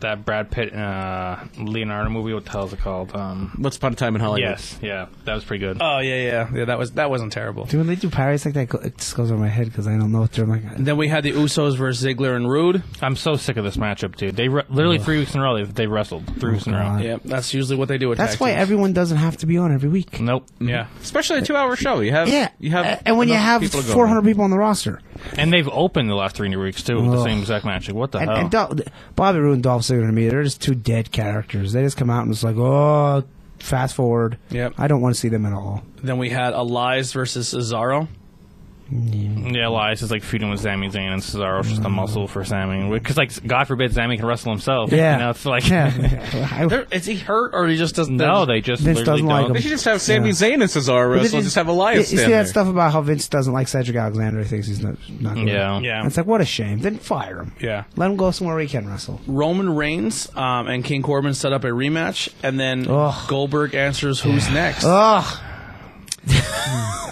Speaker 3: that Brad Pitt uh, Leonardo movie. What the hell is it called? Um,
Speaker 5: Once upon a time in Hollywood.
Speaker 3: yes, yeah, that was pretty good.
Speaker 2: Oh yeah, yeah, yeah. That was that wasn't terrible.
Speaker 4: Dude, when they do pirates like that, go- it just goes over my head because I don't know what they're like.
Speaker 2: And then we had the Usos versus Ziggler and Rude.
Speaker 3: I'm so sick of this matchup, dude. They re- literally three weeks in a row. They, they wrestled three weeks in a row.
Speaker 4: God.
Speaker 2: Yeah, that's usually what they do. With
Speaker 4: That's
Speaker 2: tag
Speaker 4: why
Speaker 2: teams.
Speaker 4: everyone doesn't have to be on every week.
Speaker 2: Mm.
Speaker 3: Nope.
Speaker 2: yeah.
Speaker 5: Especially a two hour show. You have
Speaker 4: Yeah,
Speaker 5: you have
Speaker 4: a- and when you
Speaker 5: enough
Speaker 4: have
Speaker 5: people to go
Speaker 4: 400
Speaker 5: around.
Speaker 4: people on the roster,
Speaker 3: And they've opened the last three weeks too with the
Speaker 4: Ugh.
Speaker 3: same exact match. Like, what the
Speaker 4: and,
Speaker 3: hell?
Speaker 4: and Dol- Bobby Roode and Dolph Ziggler to me, they're just two dead characters. They just come out and it's like, oh, fast forward.
Speaker 2: Yep.
Speaker 4: I don't want to see them at all.
Speaker 2: Then we had Elias versus Cesaro.
Speaker 3: Yeah, Elias is like feuding with Sami Zayn, and Cesaro's
Speaker 4: Mm.
Speaker 3: just a muscle for Sami. Because like, God forbid, Sami can wrestle himself.
Speaker 4: Yeah,
Speaker 3: you know, it's like
Speaker 4: yeah. I-
Speaker 2: There- Is he hurt or he just doesn't?
Speaker 3: no, they just
Speaker 4: Vince
Speaker 3: literally
Speaker 4: doesn't like
Speaker 3: don't.
Speaker 5: They should just have Sami Zayn and Cesaro
Speaker 4: But
Speaker 5: wrestle.
Speaker 4: it
Speaker 5: and
Speaker 4: is-
Speaker 5: Just have Elias
Speaker 4: You see
Speaker 5: stand
Speaker 4: that
Speaker 5: there.
Speaker 4: stuff about how Vince doesn't like Cedric Alexander? He thinks he's not, not good.
Speaker 3: Yeah.
Speaker 2: Yeah.
Speaker 4: It's like what a shame. Then fire him.
Speaker 2: Yeah.
Speaker 4: Let him go somewhere where he can wrestle.
Speaker 2: Roman Reigns um, and King Corbin set up a rematch, and then
Speaker 4: Ugh.
Speaker 2: Goldberg answers who's next.
Speaker 4: Ugh.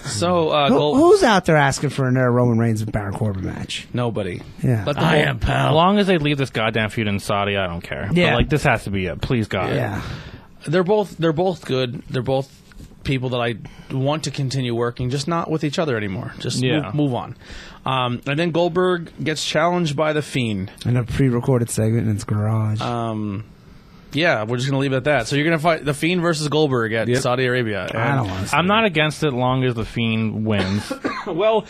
Speaker 2: So uh,
Speaker 4: Who-
Speaker 2: Gold-
Speaker 4: who's out there asking for another Roman Reigns and Baron Corbin match?
Speaker 2: nobody.
Speaker 4: Yeah.
Speaker 2: Let the
Speaker 3: I
Speaker 2: whole-
Speaker 3: am pal. As long as they leave this goddamn feud in Saudi, I don't care.
Speaker 4: Yeah.
Speaker 3: But, like this has to be it. Please God.
Speaker 4: Uh, Yeah.
Speaker 2: They're both they're both good. They're both people that I want to continue working, just not with each other anymore. Just
Speaker 3: Yeah.
Speaker 2: move, move on. Um, and then Goldberg gets challenged by the Fiend.
Speaker 4: In a pre-recorded segment in its garage.
Speaker 2: Yeah, we're just gonna leave it at that. So you're gonna fight the Fiend versus Goldberg at Saudi Arabia.
Speaker 4: I
Speaker 2: And-
Speaker 4: don't want to.
Speaker 3: I'm not against it long as the fiend wins.
Speaker 2: Well,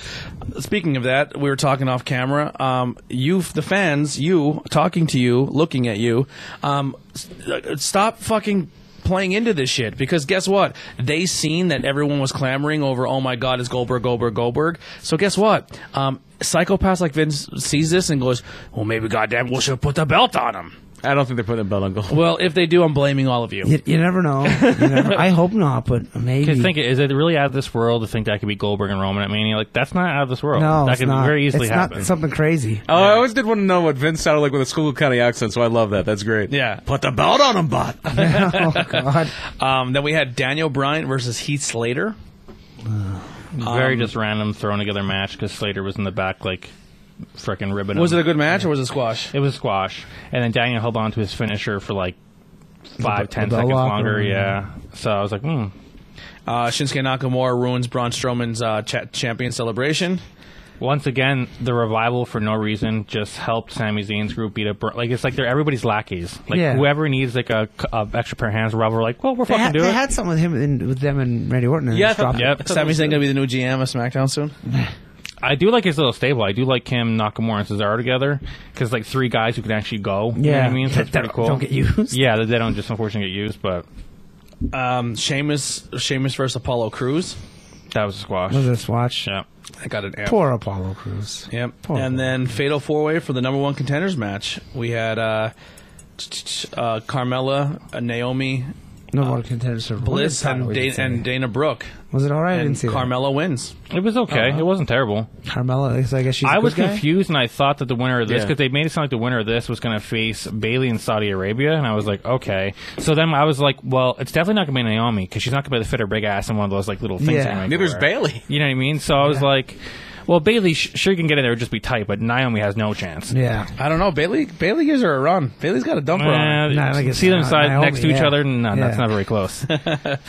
Speaker 2: speaking of that, we were talking off camera. Um, you, the fans, you talking to you, looking at you. Um, s- uh, stop fucking playing into this shit because guess what? They seen that everyone was clamoring over. Oh my God, it's Goldberg, Goldberg, Goldberg. So guess what? Um, psychopaths like Vince sees this and goes, "Well, maybe goddamn, we should put the belt on him."
Speaker 5: I don't think they're putting the belt on gold.
Speaker 2: Well, if they do, I'm blaming all of you.
Speaker 4: You, you never know. You never- I hope not, but maybe.
Speaker 3: Because think, is it really out of this world to think that could be Goldberg and Roman at Mania? Like that's not out of this world.
Speaker 4: no,
Speaker 3: that
Speaker 4: it's
Speaker 3: could
Speaker 4: not.
Speaker 3: very easily
Speaker 4: it's
Speaker 3: happen.
Speaker 4: not something crazy.
Speaker 5: Oh, I always did want to know what Vince sounded like with a school county accent, so I love that. That's great.
Speaker 2: Yeah.
Speaker 5: Put the belt on him, bot.
Speaker 4: oh God.
Speaker 2: Um, then we had Daniel Bryan versus Heath Slater.
Speaker 4: Um,
Speaker 3: very just random thrown together match because Slater was in the back like freaking ribbon.
Speaker 2: Was it a good match or was it squash?
Speaker 3: It was a squash, and then Daniel held on to his finisher for like five,
Speaker 4: the
Speaker 3: ten
Speaker 4: bell
Speaker 3: seconds
Speaker 4: lock
Speaker 3: longer.
Speaker 4: or-
Speaker 3: yeah. So I was like, hmm.
Speaker 2: Uh, Shinsuke Nakamura ruins Braun Strowman's uh, cha- champion celebration.
Speaker 3: Once again, the revival for no reason just helped Sami Zayn's group beat up. Br- Like it's like they're everybody's lackeys. Like
Speaker 4: Yeah.
Speaker 3: whoever needs like a, c- a extra pair of hands, Rob, we're like, well, we're
Speaker 4: They,
Speaker 3: fucking
Speaker 4: had,
Speaker 3: doing
Speaker 4: they
Speaker 3: it.
Speaker 4: had something with him and with them and Randy Orton. And
Speaker 5: Yeah, I
Speaker 4: just
Speaker 5: thought-
Speaker 4: dropped it.
Speaker 3: yep.
Speaker 2: Sami Zayn gonna be the new GM of SmackDown soon.
Speaker 3: I do like his little stable. I do like him, Nakamura, and Cesaro together because like three guys who can actually go. you know what
Speaker 4: Yeah.
Speaker 3: I mean, so it's
Speaker 4: That
Speaker 3: pretty
Speaker 4: don't-
Speaker 3: cool.
Speaker 4: don't get used.
Speaker 3: Yeah, they they don't just unfortunately get used, but
Speaker 2: Um, Sheamus, Sheamus versus Apollo Cruz.
Speaker 3: that was a squash.
Speaker 4: Was this watch?
Speaker 3: Yeah.
Speaker 2: I got an amp.
Speaker 4: Poor Apollo Cruz.
Speaker 2: Yep.
Speaker 4: Poor
Speaker 2: and
Speaker 4: Apollo.
Speaker 2: then Fatal Four Way for the number one contenders match. We had uh, t- t- t- uh, Carmella, uh, Naomi,
Speaker 4: No water contenders for
Speaker 2: Bliss and, Dan- and Dana Brooke.
Speaker 4: was it all right? I didn't
Speaker 2: And
Speaker 4: see that.
Speaker 2: Carmella wins.
Speaker 3: It was okay. it wasn't terrible.
Speaker 4: Carmella. So I guess she's. Uh-huh. a
Speaker 3: I
Speaker 4: good
Speaker 3: was
Speaker 4: guy?
Speaker 3: confused, and I thought that the winner of this
Speaker 5: Yeah.
Speaker 3: because they made it sound like the winner of this was going to face Bailey in Saudi Arabia, and I was like, okay. So then I was like, well, it's definitely not going to be Naomi because she's not going to be able to fit her big ass in one of those like little things.
Speaker 4: Yeah.
Speaker 3: that you make
Speaker 5: Neither's
Speaker 3: her wear.
Speaker 5: Bailey.
Speaker 3: You know what I mean? So I was like, well, Bailey, sh- sure you can get in there, and just be tight, but Naomi has no chance.
Speaker 4: Yeah.
Speaker 2: I don't know. Bailey Bailey gives her a run. Bailey's got a dumper on. her.
Speaker 3: Uh,
Speaker 4: Nah, I think it's
Speaker 3: see them
Speaker 4: Na-
Speaker 3: side
Speaker 4: Naomi,
Speaker 3: next to each
Speaker 4: yeah.
Speaker 3: other. No,
Speaker 4: Yeah.
Speaker 3: that's not very close.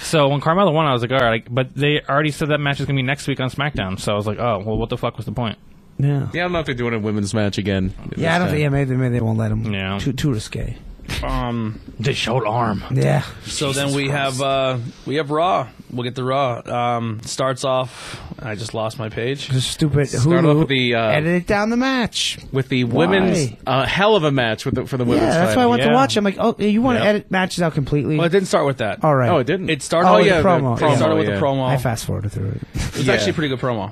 Speaker 3: so when Carmella won, I was like, all right. But they already said that match is going to be next week on SmackDown. So I was like, oh, well, what the fuck was the point?
Speaker 4: Yeah.
Speaker 5: Yeah, I don't know if they're doing a women's match again.
Speaker 4: Yeah, I don't think. Yeah, maybe, maybe they won't let him.
Speaker 3: Yeah.
Speaker 4: Too, too risque.
Speaker 2: Um,
Speaker 3: They showed arm.
Speaker 4: Yeah.
Speaker 2: so then we have uh, we have Raw. We'll get the Raw. Um, starts off. I just lost my page.
Speaker 4: Just stupid.
Speaker 5: Start
Speaker 4: Hulu.
Speaker 5: off with the, uh,
Speaker 4: edit it down the match.
Speaker 5: With the
Speaker 4: Why?
Speaker 5: women's uh, hell of a match with the, for the
Speaker 4: Yeah,
Speaker 5: women's.
Speaker 4: that's why I
Speaker 5: title.
Speaker 4: went to
Speaker 3: Yeah.
Speaker 4: watch. I'm like, oh, you want to
Speaker 3: Yeah.
Speaker 4: edit matches out completely?
Speaker 2: Well, it didn't start with that.
Speaker 4: All right.
Speaker 5: Oh, it didn't.
Speaker 2: It started.
Speaker 4: Oh,
Speaker 2: with
Speaker 4: the
Speaker 2: yeah,
Speaker 4: promo.
Speaker 2: It started
Speaker 5: Yeah.
Speaker 2: with a promo.
Speaker 4: I fast forwarded through it.
Speaker 2: It's
Speaker 5: Yeah.
Speaker 2: actually a pretty good promo.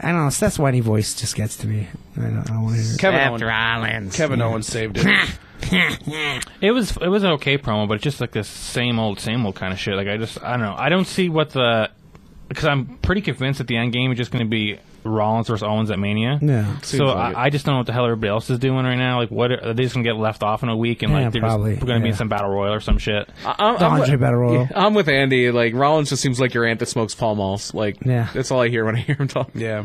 Speaker 4: I don't know. It's that whiny voice just gets to me. I don't, I don't want to hear it.
Speaker 2: Kevin Owens. Kevin Owens saved it.
Speaker 3: It was it was an okay promo, but it's just like this same old, same old kind of shit. Like I just I don't know. I don't see what the because I'm pretty convinced that the end game is just going to be Rollins versus Owens at Mania.
Speaker 4: Yeah.
Speaker 3: So
Speaker 5: like it.
Speaker 3: I, I just don't know what the hell everybody else is doing right now. Like what are, are they just going to get left off in a week and
Speaker 4: Yeah,
Speaker 3: like they're
Speaker 4: probably,
Speaker 3: just going to be
Speaker 4: yeah.
Speaker 3: in some battle royal or some shit.
Speaker 5: I- I'm,
Speaker 4: The
Speaker 5: I'm
Speaker 4: Andre
Speaker 5: with-
Speaker 4: Battle Royal.
Speaker 5: yeah, I'm with Andy. Like Rollins just seems like your aunt that smokes Pall Malls. Like
Speaker 4: Yeah.
Speaker 5: that's all I hear when I hear him talking.
Speaker 2: yeah.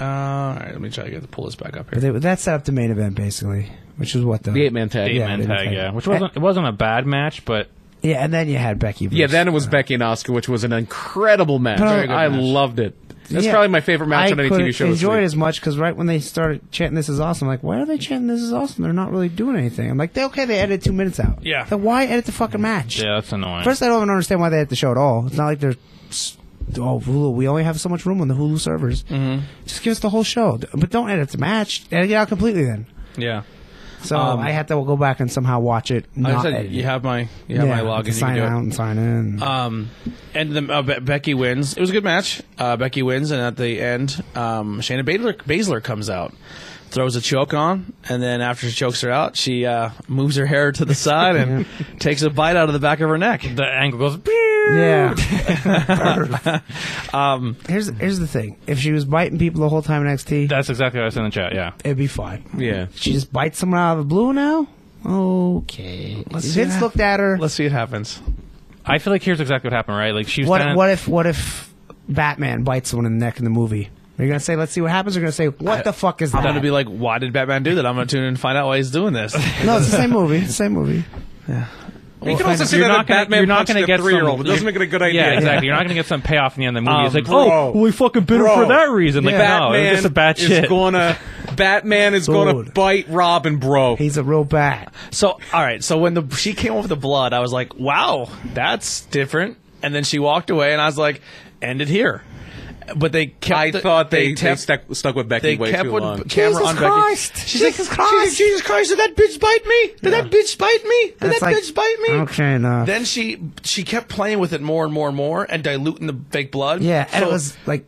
Speaker 2: Uh, all right. Let me try to get pull this back up
Speaker 4: But
Speaker 2: here.
Speaker 4: they, that set up the main event basically, which was what the
Speaker 5: The eight man tag.
Speaker 3: Eight
Speaker 5: Yeah.
Speaker 3: man
Speaker 4: they did
Speaker 3: tag,
Speaker 4: tag.
Speaker 3: yeah, which wasn't it wasn't a bad match, but
Speaker 4: yeah, and then you had Becky. Versus,
Speaker 5: then it was Becky and Oscar, which was an incredible match.
Speaker 4: Very good
Speaker 5: I
Speaker 2: match.
Speaker 5: loved it. That's
Speaker 4: uh, Yeah.
Speaker 5: probably my favorite match
Speaker 4: I
Speaker 5: on any
Speaker 4: couldn't
Speaker 5: TV show. this
Speaker 4: enjoy
Speaker 5: week.
Speaker 4: it as much because right when they started chanting "This is awesome," I'm like, why are they chanting "This is awesome"? They're not really doing anything. I'm like, they okay, they edited two minutes out.
Speaker 2: Yeah.
Speaker 4: Then why edit the fucking match?
Speaker 3: yeah, that's annoying.
Speaker 4: First, I don't even understand why they had the show at all. It's not like they're. s- Oh, Hulu. We only have so much room on the Hulu servers. Mm-hmm. Just give us the whole show, D- but don't edit the match. Edit it out completely then.
Speaker 2: Yeah.
Speaker 4: So
Speaker 2: Um,
Speaker 4: I had to go back and somehow watch it. Not
Speaker 2: Like I said
Speaker 4: edit
Speaker 2: you
Speaker 4: it.
Speaker 2: have my you have my
Speaker 4: Uh, I have
Speaker 2: login.
Speaker 4: to
Speaker 2: You can
Speaker 4: sign
Speaker 2: do it.
Speaker 4: out and sign in.
Speaker 2: Um, and the, uh, Be- Becky wins. It was a good match. Uh, Becky wins, and at the end, um, Shayna Baszler, Baszler comes out, throws a choke on, and then after she chokes her out, she uh, moves her hair to the side and takes a bite out of the back of her neck.
Speaker 3: the angle goes. "Pew!"
Speaker 4: yeah.
Speaker 2: Um,
Speaker 4: here's here's the thing. If she was biting people the whole time in XT,
Speaker 3: That's exactly what I said in the chat. Yeah,
Speaker 4: it'd be fine.
Speaker 5: Yeah.
Speaker 4: She just bites someone out of the blue now. Okay.
Speaker 2: Let's see
Speaker 4: Vince
Speaker 2: that.
Speaker 4: looked at her.
Speaker 2: Let's see what happens.
Speaker 3: I feel like here's exactly what happened. Right, like she was
Speaker 4: What
Speaker 3: standing-
Speaker 4: what if what if Batman bites someone in the neck in the movie? Are you gonna say let's see what happens? Or You're gonna say what the fuck is
Speaker 2: I'm
Speaker 4: that?
Speaker 2: gonna be like, why did Batman do that? I'm gonna tune in and find out why he's doing this.
Speaker 4: no, it's the same movie. It's the same movie.
Speaker 5: you can also
Speaker 3: You're
Speaker 5: see that
Speaker 3: not
Speaker 5: the
Speaker 3: gonna-
Speaker 5: Batman
Speaker 3: you're not
Speaker 5: punched
Speaker 3: gonna
Speaker 5: a
Speaker 3: get some-
Speaker 5: three-year-old. It doesn't make it a good idea.
Speaker 3: Yeah, exactly. You're not going to get some payoff in the end of the movie. it's like,
Speaker 5: bro.
Speaker 3: oh, we fucking bit him
Speaker 5: Bro.
Speaker 3: for that reason. Like, no,
Speaker 5: Batman
Speaker 3: it was just a bad
Speaker 5: is
Speaker 3: shit.
Speaker 5: gonna Batman is gonna
Speaker 4: Dude.
Speaker 5: bite Robin, bro.
Speaker 4: He's a real bat.
Speaker 2: So, all right. So when the she came up with the blood, I was like, "Wow, that's different." And then she walked away, and I was like, "Ended here." But they kept.
Speaker 5: I
Speaker 2: the-
Speaker 5: thought they, they,
Speaker 2: kept-
Speaker 5: stuck, stuck with
Speaker 2: They
Speaker 5: Becky way
Speaker 2: kept
Speaker 5: too
Speaker 2: with
Speaker 5: long.
Speaker 2: camera
Speaker 4: Jesus
Speaker 2: on
Speaker 4: Christ!
Speaker 2: Becky. She's like,
Speaker 4: Jesus
Speaker 2: Jesus
Speaker 4: Christ!
Speaker 2: Christ! Jesus Christ! Did that bitch bite me? Did that bitch bite me? Did
Speaker 4: That's
Speaker 2: that
Speaker 4: like,
Speaker 2: bitch bite me?
Speaker 4: Okay, enough.
Speaker 2: Then she she kept playing with it more and more and more, and diluting the fake blood.
Speaker 4: yeah, and
Speaker 2: So-
Speaker 4: it was like.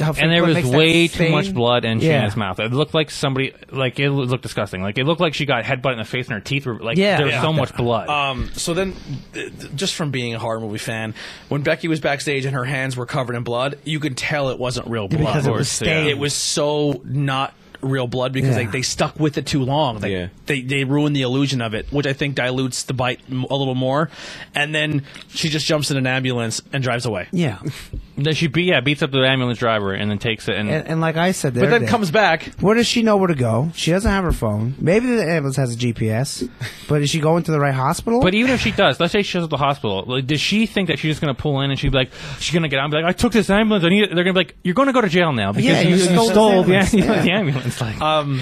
Speaker 4: how
Speaker 3: and there
Speaker 4: Franklin
Speaker 3: was
Speaker 4: makes that
Speaker 3: way too
Speaker 4: thing.
Speaker 3: much blood in
Speaker 4: Yeah.
Speaker 3: Shayna's mouth. It looked like somebody, like it looked disgusting. Like it looked like she got headbutt in the face and her teeth were like,
Speaker 4: Yeah.
Speaker 3: there was
Speaker 4: Yeah.
Speaker 3: so much blood.
Speaker 5: Uh,
Speaker 2: Um, so then, th- th- just from being a horror movie fan, when Becky was backstage and her hands were covered in blood, you could tell it wasn't real blood.
Speaker 4: Because it was
Speaker 3: yeah.
Speaker 4: stained.
Speaker 2: It was so not real blood because
Speaker 4: Yeah.
Speaker 2: they, they stuck with it too long. They,
Speaker 5: Yeah.
Speaker 2: they they ruined the illusion of it, which I think dilutes the bite m- a little more. And then she just jumps in an ambulance and drives away.
Speaker 4: Yeah,
Speaker 3: then she beat, yeah, beats up the ambulance driver and then takes it. And,
Speaker 4: and, and like I said,
Speaker 2: But then
Speaker 4: there-
Speaker 2: comes back.
Speaker 4: Where does she know where to go? She doesn't have her phone. Maybe the ambulance has a GPS, but is she going to the right hospital?
Speaker 3: but even if she does, let's say she goes to the hospital. Like, does she think that she's just going to pull in and she'd be like, she's going to get out and be like, I took this ambulance. I need it. They're going to be like, you're going to go to jail now because
Speaker 4: Yeah,
Speaker 3: you,
Speaker 4: you
Speaker 3: you
Speaker 4: stole
Speaker 3: stole,
Speaker 4: this
Speaker 3: the,
Speaker 4: ambulance. Yeah.
Speaker 3: the ambulance. Like,
Speaker 2: Um,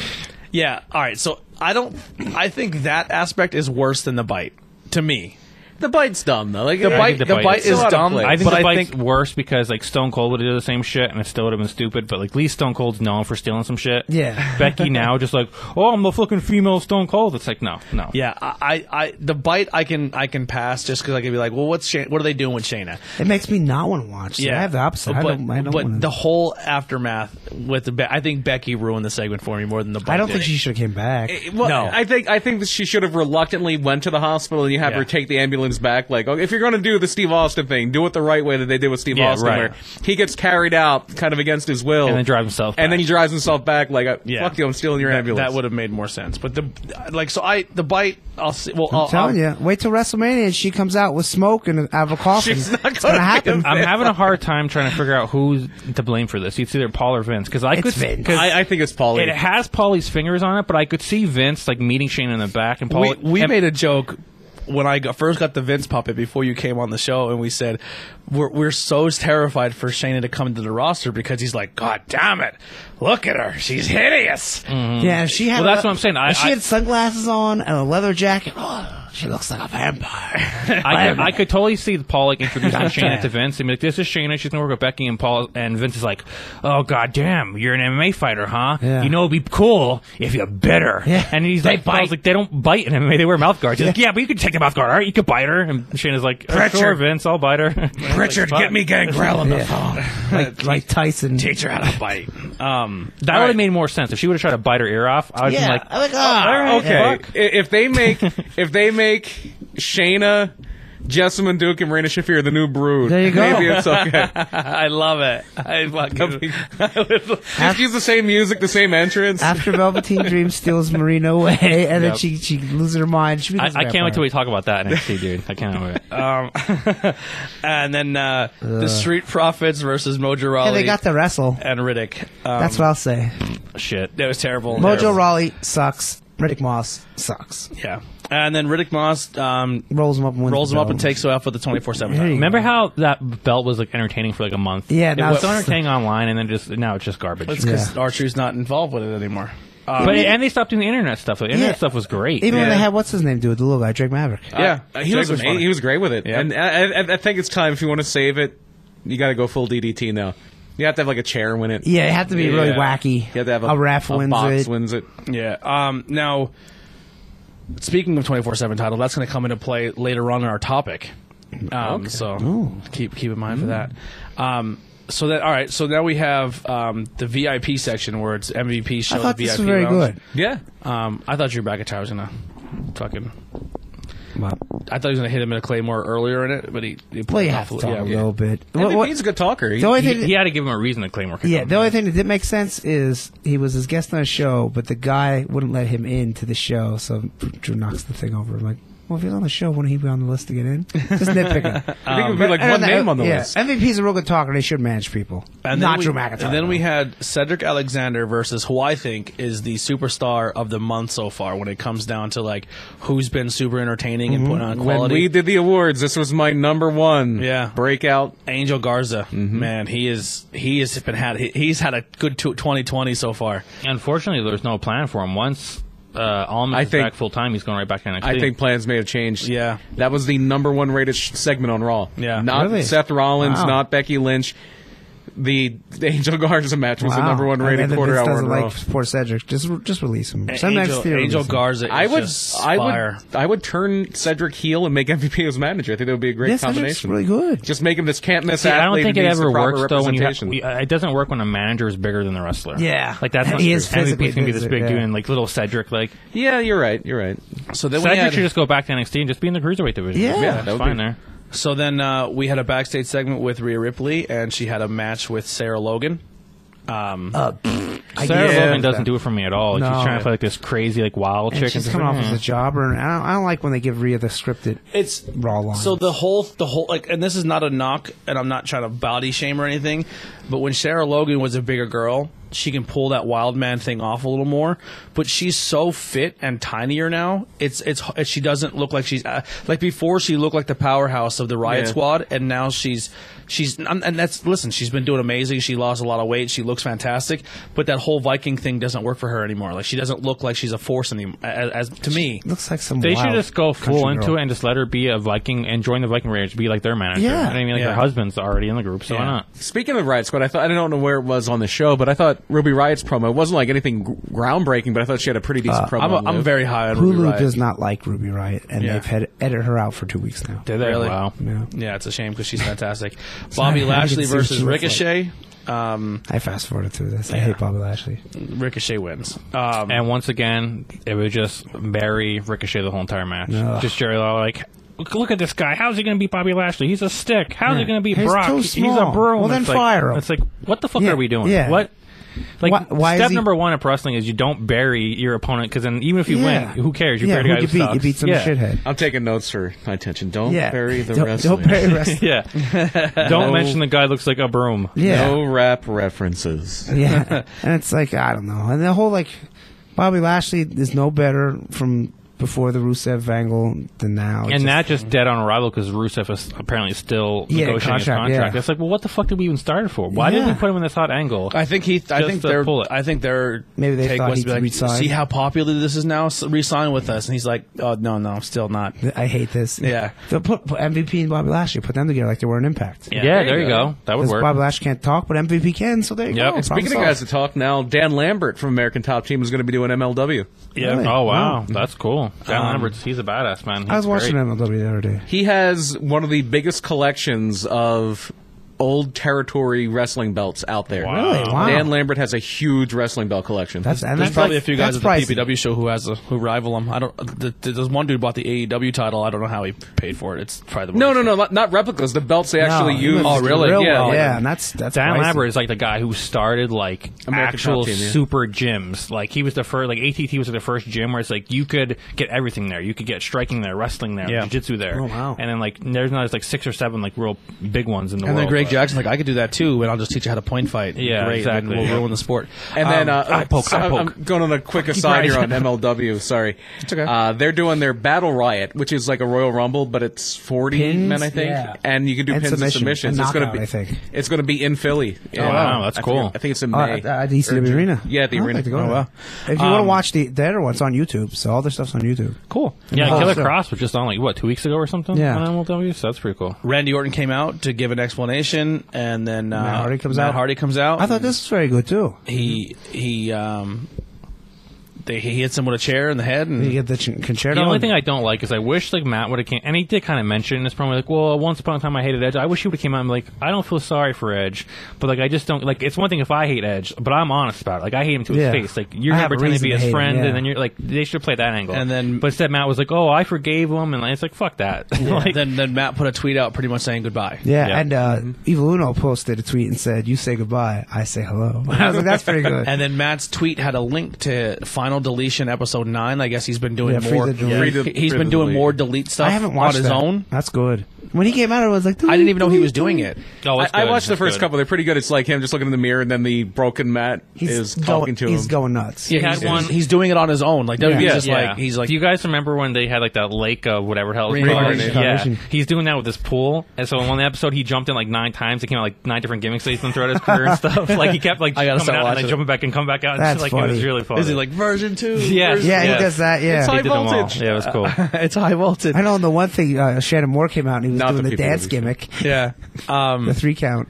Speaker 2: yeah. All right. So I don't. I think that aspect is worse than the bite to me.
Speaker 5: The bite's dumb though. Like
Speaker 2: The
Speaker 5: I-
Speaker 2: bite, the
Speaker 3: the
Speaker 2: bite,
Speaker 3: bite is
Speaker 2: is
Speaker 5: still out of
Speaker 2: dumb.
Speaker 5: place.
Speaker 3: I think
Speaker 2: but
Speaker 3: the
Speaker 2: I
Speaker 3: bike's
Speaker 2: think
Speaker 3: worse because like Stone Cold would do the same shit and it still would have been stupid. But like at least Stone Cold's known for stealing some shit.
Speaker 4: Yeah.
Speaker 3: Becky now just like, oh, I'm the fucking female Stone Cold. It's like no, no.
Speaker 2: Yeah, I, I, I the bite I can I can pass just because I can be like, well, what's Shayna, what are they doing with Shayna?
Speaker 4: it makes me not want to watch. So I have the opposite.
Speaker 2: But,
Speaker 4: I don't. I don't,
Speaker 2: but
Speaker 4: wanna,
Speaker 2: the whole aftermath with the Be- I think Becky ruined the segment for me more than the. Bite
Speaker 4: I don't
Speaker 2: did.
Speaker 4: think she should have came back.
Speaker 5: Well,
Speaker 2: No.
Speaker 5: I think I think that she should have reluctantly went to the hospital and you have
Speaker 2: Yeah.
Speaker 5: her take the ambulance England's back. Like, oh, if you're going to do the Steve Austin thing, do it the right way that they did with Steve
Speaker 3: Yeah,
Speaker 5: Austin,
Speaker 3: right.
Speaker 5: where he gets carried out kind of against his will,
Speaker 3: And then drive himself
Speaker 5: and
Speaker 3: back.
Speaker 5: then he drives himself back. Like, uh,
Speaker 2: Yeah.
Speaker 5: fuck you, I'm stealing your
Speaker 2: That-
Speaker 5: ambulance.
Speaker 2: That would have made more sense. But the like, so I the bite. I'll see. Well,
Speaker 4: I'm
Speaker 2: I'll,
Speaker 4: telling
Speaker 2: I'll-
Speaker 4: you, wait till WrestleMania and she comes out with smoke and out of a coffin.
Speaker 5: She's not
Speaker 4: it's gonna
Speaker 5: gonna
Speaker 4: happen.
Speaker 5: be
Speaker 3: I'm having a hard time trying to figure out who's to blame for this. It's either Paul or Vince because I
Speaker 4: It's
Speaker 3: could
Speaker 4: Vince.
Speaker 3: 'cause
Speaker 5: I, I think it's Paulie.
Speaker 3: it has Paulie's fingers on it, but I could see Vince like meeting Shane in the back and Paul.
Speaker 2: We, we
Speaker 3: and-
Speaker 2: made a joke when I got, first got the Vince puppet before you came on the show, and we said we're we're so terrified for Shayna to come to the roster because he's like, God damn it, look at her, she's hideous.
Speaker 4: yeah, if she had.
Speaker 3: Well, that's
Speaker 4: a-
Speaker 3: what I'm saying. I-
Speaker 4: if she
Speaker 3: I-
Speaker 4: had sunglasses on and a leather jacket. Oh, she looks like a vampire.
Speaker 3: I could, I could totally see Paul like introducing Shayna to Vince and be like, "This is Shayna. She's gonna work with Becky and Paul." And Vince is like, "Oh god damn, you're an MMA fighter, huh?
Speaker 4: Yeah.
Speaker 3: You know it'd be cool if you're bitter."
Speaker 4: Yeah.
Speaker 3: And he's
Speaker 4: They
Speaker 3: like, Paul's
Speaker 4: bite.
Speaker 3: like, "They don't bite in MMA. They wear mouth guards." He's like, "Yeah, but you can take the mouth guard. All right, you could bite her." And Shayna's like, oh,
Speaker 5: Pritchard.
Speaker 3: "Sure, Vince, I'll bite her."
Speaker 5: Richard,
Speaker 3: Like,
Speaker 5: get me Gangrel on the
Speaker 4: Yeah.
Speaker 5: phone.
Speaker 4: like, like Tyson.
Speaker 2: Teach her how to bite. Um,
Speaker 3: That
Speaker 2: all
Speaker 3: would
Speaker 2: right.
Speaker 3: have made more sense if she would have tried to bite her ear off. I would have
Speaker 4: Yeah,
Speaker 3: been
Speaker 4: I'm
Speaker 3: like,
Speaker 4: like, ah, all right,
Speaker 5: okay. I-
Speaker 4: fuck.
Speaker 5: If they make if they make Shayna, Jessamine Duke, and Raina Shafir the new brood,
Speaker 4: There you go.
Speaker 5: maybe it's okay.
Speaker 2: I love it. I fucking.
Speaker 5: Just use the same music, the same entrance.
Speaker 4: After Velveteen Dream steals Marina away, and then
Speaker 3: Yep.
Speaker 4: she she loses her mind. She
Speaker 3: I,
Speaker 4: becomes a
Speaker 3: I can't wait
Speaker 4: vampire.
Speaker 3: till we talk about that next, dude. I can't wait.
Speaker 5: Uh,
Speaker 2: um, and then uh, the Street Profits versus Mojo Rawley
Speaker 4: Yeah, they got to wrestle.
Speaker 2: and Riddick. Um,
Speaker 4: That's what I'll say.
Speaker 3: Shit.
Speaker 2: that was terrible.
Speaker 4: Mojo
Speaker 2: terrible.
Speaker 4: Raleigh sucks. Riddick Moss sucks.
Speaker 2: Yeah, and then Riddick Moss um,
Speaker 4: Rolls him up and wins
Speaker 2: rolls
Speaker 4: the
Speaker 2: him up
Speaker 4: belt.
Speaker 2: and takes him out for the twenty four seven.
Speaker 4: Hey.
Speaker 3: Remember how that belt was like entertaining for like a month?
Speaker 4: Yeah,
Speaker 3: it
Speaker 4: now
Speaker 3: was
Speaker 4: it's-
Speaker 3: so entertaining online, and then just now it's just garbage.
Speaker 2: It's
Speaker 4: Yeah.
Speaker 2: because Archer's not involved with it anymore. Um,
Speaker 3: but and they stopped doing the internet stuff. The internet
Speaker 4: Yeah.
Speaker 3: stuff was great.
Speaker 4: Even when
Speaker 5: Yeah.
Speaker 4: they had what's his name do it, the little guy, Drake Maverick.
Speaker 5: yeah,
Speaker 2: Uh,
Speaker 5: he
Speaker 2: Jake
Speaker 5: was,
Speaker 2: was
Speaker 5: amazing.
Speaker 2: funny.
Speaker 5: he was great with it.
Speaker 2: Yeah.
Speaker 5: And I, I, I think it's time if you want to save it, you got to go full DDT now. You have to have like a chair win it.
Speaker 4: Yeah, it had to be really
Speaker 2: Yeah.
Speaker 4: wacky.
Speaker 5: You have to have a,
Speaker 4: a ref
Speaker 5: a
Speaker 4: wins
Speaker 5: box
Speaker 4: it.
Speaker 5: wins it.
Speaker 2: Yeah. Um, now, speaking of twenty four seven title, that's going to come into play later on in our topic. Um, So keep keep in mind for
Speaker 4: Mm-hmm.
Speaker 2: that. Um, so that all right. So now we have um, the VIP section where it's MVP show.
Speaker 4: I thought
Speaker 2: VIP
Speaker 4: this was very
Speaker 2: lounge.
Speaker 5: Yeah,
Speaker 2: Um, I thought Drew McIntyre was gonna fucking. I thought he was gonna hit him in a claymore earlier in it, but he, he
Speaker 4: Well,
Speaker 2: played
Speaker 4: you
Speaker 2: it
Speaker 4: have
Speaker 2: off
Speaker 4: to
Speaker 2: a
Speaker 4: talk
Speaker 2: little-
Speaker 4: a
Speaker 2: yeah,
Speaker 4: little bit. What-
Speaker 5: MVP
Speaker 4: what-
Speaker 5: is a good talker. He-
Speaker 4: the only
Speaker 3: he,
Speaker 4: thing,
Speaker 3: he had to give him a reason to claymore. kick
Speaker 4: yeah,
Speaker 3: him.
Speaker 4: the only thing that didn't make sense is he was his guest on a show, but the guy wouldn't let him in to the show, so Drew knocks the thing over. I'm like, well, if he's on the show, wouldn't he be on the list to get in? Just nitpicking.
Speaker 5: I think it would be like
Speaker 4: And
Speaker 5: one
Speaker 4: then-
Speaker 5: name on the
Speaker 4: yeah,
Speaker 5: list.
Speaker 4: MVP's a real good talker. They should manage people.
Speaker 2: And then
Speaker 4: Not
Speaker 2: we-
Speaker 4: Drew McIntyre.
Speaker 2: And then we
Speaker 4: though.
Speaker 2: had Cedric Alexander versus who I think is the superstar of the month so far when it comes down to like who's been super entertaining and putting on
Speaker 5: When
Speaker 2: quality.
Speaker 5: we did the awards, this was my number one.
Speaker 2: Yeah.
Speaker 5: breakout.
Speaker 2: Angel Garza, man, he is he has been had he- he's had a good two- 2020 so far.
Speaker 3: Unfortunately, there was no plan for him. Once uh, Almond
Speaker 5: I
Speaker 3: is
Speaker 5: think-
Speaker 3: back full time, he's going right back to NXT.
Speaker 5: I think plans may have changed.
Speaker 2: Yeah.
Speaker 5: That was the number one rated sh- segment on Raw.
Speaker 2: Yeah.
Speaker 5: Not
Speaker 4: Really?
Speaker 5: Seth Rollins,
Speaker 4: Wow.
Speaker 5: not Becky Lynch. The the Angel Garza match was the
Speaker 4: Wow.
Speaker 5: number one rated
Speaker 4: And then
Speaker 5: quarter
Speaker 4: Vince
Speaker 5: hour on
Speaker 4: doesn't
Speaker 5: Raw.
Speaker 4: like poor Cedric. Just just release him. Sometimes
Speaker 2: Angel,
Speaker 4: theory
Speaker 2: Angel
Speaker 4: release him.
Speaker 2: Garza, is
Speaker 5: I would,
Speaker 2: just
Speaker 5: I
Speaker 2: fire.
Speaker 5: would, I would turn Cedric heel and make MVP his manager. I think that would be a great
Speaker 4: Yeah, Cedric's
Speaker 5: combination.
Speaker 4: really good.
Speaker 5: Just make him this can't miss
Speaker 3: See, I
Speaker 5: athlete.
Speaker 3: don't think
Speaker 5: who
Speaker 3: it
Speaker 5: needs the
Speaker 3: ever
Speaker 5: proper
Speaker 3: works though when you have, uh,
Speaker 5: representation.
Speaker 3: it doesn't work when a manager is bigger than the wrestler.
Speaker 4: Yeah.
Speaker 3: like that's
Speaker 4: He
Speaker 3: not
Speaker 4: is
Speaker 3: true.
Speaker 4: physically
Speaker 3: MVP's gonna be this
Speaker 4: big,
Speaker 3: big
Speaker 4: yeah.
Speaker 3: dude, and like little Cedric, like
Speaker 5: yeah, you're right. You're right.
Speaker 2: So then we
Speaker 3: Cedric
Speaker 2: had,
Speaker 3: should just go back to NXT and just be in the cruiserweight division.
Speaker 4: Yeah. Yeah,
Speaker 5: that would
Speaker 3: that's fine
Speaker 5: be-
Speaker 3: there.
Speaker 2: so then uh, we had a backstage segment with Rhea Ripley and she had a match with Sarah Logan.
Speaker 4: I
Speaker 3: Sarah
Speaker 4: guess.
Speaker 3: Logan doesn't do it for me at all.
Speaker 4: No.
Speaker 3: She's trying to play like this crazy, like wild
Speaker 4: And
Speaker 3: chick.
Speaker 4: she's
Speaker 3: and
Speaker 4: coming off
Speaker 3: just, mm.
Speaker 4: as a jobber, and I don't, I don't like when they give Rhea the scripted.
Speaker 2: It's
Speaker 4: Raw lines.
Speaker 2: So the whole, the whole, like, and this is not a knock, and I'm not trying to body shame or anything, but when Sarah Logan was a bigger girl, she can pull that wild man thing off a little more. But she's so fit and tinier now. It's it's h- she doesn't look like she's uh, like before. She looked like the powerhouse of the Riot
Speaker 5: Yeah.
Speaker 2: Squad, and now she's she's and and that's listen. She's been doing amazing. She lost a lot of weight. She looks fantastic. But that whole Viking thing doesn't work for her anymore. Like she doesn't look like she's a force anymore. As, as to me,
Speaker 4: Looks like some.
Speaker 3: They should
Speaker 4: wild
Speaker 3: just go full
Speaker 4: country
Speaker 3: into
Speaker 4: girl.
Speaker 3: it and just let her be a Viking and join the Viking Raiders, be like their manager.
Speaker 4: Yeah.
Speaker 3: You know what I mean, like
Speaker 2: Yeah.
Speaker 3: her husband's already in the group, so why
Speaker 2: Yeah.
Speaker 3: not?
Speaker 5: Speaking of Riot Squad, I thought I don't know where it was on the show, but I thought Ruby Riot's promo it wasn't like anything gr- groundbreaking, but I thought she had a pretty decent promo.
Speaker 2: Uh, I'm, a,
Speaker 5: on
Speaker 2: I'm
Speaker 5: Liv.
Speaker 2: very high on Ruby
Speaker 4: Hulu
Speaker 2: Riot.
Speaker 4: does not like Ruby Riot, and
Speaker 2: Yeah.
Speaker 4: they've had edit her out for two weeks now.
Speaker 3: Did they?
Speaker 2: Really?
Speaker 3: Wow.
Speaker 4: Yeah.
Speaker 2: Yeah, it's a shame because she's fantastic. Bobby
Speaker 4: not- I haven't
Speaker 2: Lashley
Speaker 4: seen what
Speaker 2: versus
Speaker 4: she looks
Speaker 2: Ricochet. Um,
Speaker 4: I fast forwarded through this. I hate Bobby Lashley.
Speaker 2: Ricochet wins. Um,
Speaker 3: And once again, it was just bury Ricochet the whole entire match.
Speaker 4: Ugh.
Speaker 3: Just Jerry Lawler, like, look, look at this guy. How's he going to beat Bobby Lashley? He's a stick. How's he
Speaker 4: Yeah.
Speaker 3: going to beat
Speaker 4: He's
Speaker 3: Brock?
Speaker 4: too
Speaker 3: He's a
Speaker 4: small.
Speaker 3: broom.
Speaker 4: Well, then
Speaker 3: It's like-
Speaker 4: fire him.
Speaker 3: It's like what the fuck
Speaker 4: Yeah,
Speaker 3: are we doing?
Speaker 4: yeah.
Speaker 3: What? Like
Speaker 4: Why- why
Speaker 3: step
Speaker 4: is he-
Speaker 3: number one of wrestling is you don't bury your opponent because then even if you
Speaker 4: Yeah.
Speaker 3: win, who cares? You
Speaker 4: yeah,
Speaker 3: bury the
Speaker 4: who
Speaker 3: guy
Speaker 4: you
Speaker 3: who
Speaker 4: beat? You
Speaker 3: sucks.
Speaker 4: beat some
Speaker 3: yeah.
Speaker 4: shithead.
Speaker 5: I'm taking notes for my attention. Don't
Speaker 4: yeah,
Speaker 5: bury the
Speaker 4: don't,
Speaker 5: wrestling.
Speaker 4: Don't bury wrestling.
Speaker 3: Yeah. Don't mention the guy looks like a broom.
Speaker 4: yeah,
Speaker 5: No rap references.
Speaker 4: yeah. And it's like I don't know. And the whole like Bobby Lashley is no better from before the Rusev angle than now. It's
Speaker 3: And
Speaker 4: just-
Speaker 3: that just dead on arrival because Rusev is apparently still
Speaker 4: Yeah,
Speaker 3: negotiating his
Speaker 4: contract,
Speaker 3: contract.
Speaker 4: yeah.
Speaker 3: It's like, well, what the fuck did we even start it for? Why did
Speaker 4: Yeah.
Speaker 3: we put him in this hot angle?
Speaker 2: I think he. I
Speaker 3: Just
Speaker 2: think
Speaker 3: to
Speaker 2: their.
Speaker 3: pull it.
Speaker 2: I think their.
Speaker 4: Maybe they
Speaker 2: take
Speaker 4: thought
Speaker 2: was to
Speaker 4: he'd
Speaker 2: be like,
Speaker 4: resign.
Speaker 2: see how popular this is now. So resign with us, and he's like, "Oh no, no, I'm still not."
Speaker 4: I hate this.
Speaker 2: Yeah.
Speaker 4: They'll put, put MVP and Bobby Lashley, put them together like they were an impact.
Speaker 3: yeah, there you go. That would
Speaker 4: Because
Speaker 3: work.
Speaker 4: Bobby Lashley can't talk, but MVP can, so there you
Speaker 3: Yep.
Speaker 4: go.
Speaker 3: And
Speaker 5: Speaking of
Speaker 4: Problem
Speaker 5: guys
Speaker 4: solved.
Speaker 5: that talk now, Dan Lambert from American Top Team is going to be doing MLW.
Speaker 3: yeah.
Speaker 4: Really?
Speaker 3: Oh wow,
Speaker 4: Wow.
Speaker 3: that's cool. Dan Lambert's he's a badass man. He's
Speaker 4: I was watching
Speaker 3: great.
Speaker 4: MLW the other day.
Speaker 5: He has one of the biggest collections of old territory wrestling belts out there.
Speaker 3: Wow. Really?
Speaker 4: Wow.
Speaker 5: Oh, Dan Lambert has a huge wrestling belt collection.
Speaker 4: That's and
Speaker 2: There's
Speaker 4: that's
Speaker 2: probably a few guys at
Speaker 4: that's
Speaker 2: the
Speaker 4: pricey.
Speaker 2: PPW show who has a, who rival him. I don't. The, the, there's one dude bought the AEW title. I don't know how he paid for it. It's probably the
Speaker 5: no, no, no, not- not replicas. The belts they actually
Speaker 4: No,
Speaker 5: use.
Speaker 4: he was
Speaker 2: Oh,
Speaker 4: real
Speaker 5: Yeah.
Speaker 4: well,
Speaker 5: yeah.
Speaker 4: yeah, and that's that's
Speaker 3: Dan
Speaker 4: pricey.
Speaker 3: Lambert is like the guy who started like
Speaker 5: American
Speaker 3: actual
Speaker 5: Top Team, yeah.
Speaker 3: super gyms. Like he was the first, like ATT was the first gym where it's like you could get everything there. You could get striking there, wrestling there,
Speaker 2: Yeah.
Speaker 3: jiu-jitsu there.
Speaker 4: Oh, wow.
Speaker 3: And then like there's not there's like six or seven like real big ones in the
Speaker 2: And
Speaker 3: world.
Speaker 2: then Greg
Speaker 4: uh,
Speaker 3: but-
Speaker 2: Jackson's like, I could do that too, and I'll just teach you how to point fight.
Speaker 3: Yeah,
Speaker 2: Great. then
Speaker 3: exactly.
Speaker 2: We'll ruin the sport.
Speaker 5: And then
Speaker 2: Um,
Speaker 5: uh,
Speaker 2: eye poke,
Speaker 5: so
Speaker 2: eye
Speaker 5: I'm-
Speaker 2: poke.
Speaker 5: I'm going on a quick aside here
Speaker 2: right.
Speaker 5: on MLW. Sorry, it's
Speaker 2: okay.
Speaker 5: Uh, they're doing their Battle Riot, which is like a Royal Rumble, but it's forty
Speaker 4: Pins?
Speaker 5: men, I think,
Speaker 4: Yeah.
Speaker 5: and you can do
Speaker 4: And
Speaker 5: pins
Speaker 4: submission.
Speaker 5: and submissions.
Speaker 4: A
Speaker 5: it's going to
Speaker 4: knockout,
Speaker 5: be,
Speaker 4: I think.
Speaker 5: it's going to be in Philly.
Speaker 2: Oh,
Speaker 5: Yeah.
Speaker 3: wow, that's
Speaker 5: I
Speaker 3: cool.
Speaker 5: forget- I think it's in
Speaker 4: Oh,
Speaker 5: May.
Speaker 4: at, at the ECW arena.
Speaker 5: Yeah, the
Speaker 4: I'd
Speaker 5: arena. Oh,
Speaker 4: Like to
Speaker 2: Oh,
Speaker 4: go there. If you want to watch the the other one, it's on YouTube. So all their stuff's on YouTube.
Speaker 3: Cool. Yeah,
Speaker 4: Oh,
Speaker 3: Killer
Speaker 4: so-
Speaker 3: Cross was just on like what two weeks ago or something.
Speaker 4: Yeah.
Speaker 3: on MLW. So that's pretty cool.
Speaker 2: Randy Orton came out to give an explanation, and then uh,
Speaker 4: Matt Hardy comes
Speaker 2: Matt
Speaker 4: out.
Speaker 2: Hardy comes out.
Speaker 4: I thought this was very good too.
Speaker 2: he he um they, he hits him with a chair in the head, and
Speaker 4: You get the ch- concerto.
Speaker 3: The only
Speaker 4: and-
Speaker 3: thing I don't like is I wish like Matt would have came, and he did kind of mention in this promo like, well, once upon a time I hated Edge. I wish he would have came out and like, I don't feel sorry for Edge, but like I just don't like. It's one thing if I hate Edge, but I'm honest about it. Like I hate him to his
Speaker 4: Yeah.
Speaker 3: face. Like you're
Speaker 4: I
Speaker 3: here
Speaker 4: have a
Speaker 3: pretending
Speaker 4: reason
Speaker 3: to be
Speaker 4: to
Speaker 3: his
Speaker 4: hate him,
Speaker 3: friend,
Speaker 4: yeah.
Speaker 3: and then you're like, they should play that angle.
Speaker 2: And then-
Speaker 3: but instead Matt was like, oh, I forgave him, and like, it's like fuck that. like,
Speaker 2: then then Matt put a tweet out pretty much saying goodbye.
Speaker 4: yeah,
Speaker 3: Yeah.
Speaker 4: and uh, Evil Uno posted a tweet and said, "You say goodbye, I say hello." I was like, "That's pretty good."
Speaker 2: And then Matt's tweet had a link to Final Deletion episode nine. I guess he's been doing
Speaker 4: Yeah, free
Speaker 2: more.
Speaker 4: the delete. Free
Speaker 5: the-
Speaker 2: He-
Speaker 5: free
Speaker 2: he's
Speaker 5: the
Speaker 2: been doing
Speaker 5: delete.
Speaker 2: more delete stuff
Speaker 4: I haven't watched
Speaker 2: on his
Speaker 4: that.
Speaker 2: own.
Speaker 4: That's good. When he came out, I was like,
Speaker 2: I didn't even know he was doing it.
Speaker 3: oh,
Speaker 5: I,
Speaker 3: it's
Speaker 5: I
Speaker 3: good.
Speaker 5: watched the
Speaker 3: It's
Speaker 5: first
Speaker 3: good.
Speaker 5: couple. They're pretty good. It's like him just looking in the mirror, and then the broken Matt
Speaker 4: He's
Speaker 5: is
Speaker 4: going,
Speaker 5: talking to
Speaker 4: he's
Speaker 5: him.
Speaker 4: going nuts.
Speaker 2: Yeah,
Speaker 3: had
Speaker 2: he's,
Speaker 3: one-
Speaker 2: he's, he's doing it on his own. Like WWE's
Speaker 5: Yeah.
Speaker 2: just
Speaker 3: Yeah.
Speaker 2: like he's like
Speaker 3: Do you guys remember when they had like that lake of whatever hell? it was called?
Speaker 5: Reincarnation.
Speaker 3: Yeah,
Speaker 4: Reincarnation.
Speaker 3: he's doing that with this pool. And so in one episode, he jumped in like nine times. It came out like nine different gimmicks that he's done throughout his career and stuff. Like he kept like
Speaker 2: I gotta
Speaker 3: coming
Speaker 2: start
Speaker 3: out and
Speaker 2: watching
Speaker 3: then
Speaker 2: it.
Speaker 3: jumping back and coming back out. And
Speaker 4: That's
Speaker 3: shit, like it was
Speaker 4: funny.
Speaker 3: really fun.
Speaker 2: is he like version two?
Speaker 3: Yeah,
Speaker 2: version-"
Speaker 4: Yeah,
Speaker 3: Yeah.
Speaker 4: he does that. Yeah,
Speaker 5: high
Speaker 3: They did them all.
Speaker 5: voltage.
Speaker 3: Yeah, it was cool.
Speaker 2: it's high voltage.
Speaker 4: I know. And the one thing, uh, Shannon Moore came out and he was
Speaker 5: Not
Speaker 4: doing
Speaker 5: the
Speaker 4: the,
Speaker 5: people
Speaker 4: dance
Speaker 5: that we-
Speaker 4: gimmick,
Speaker 2: Yeah. Um,
Speaker 4: the three count.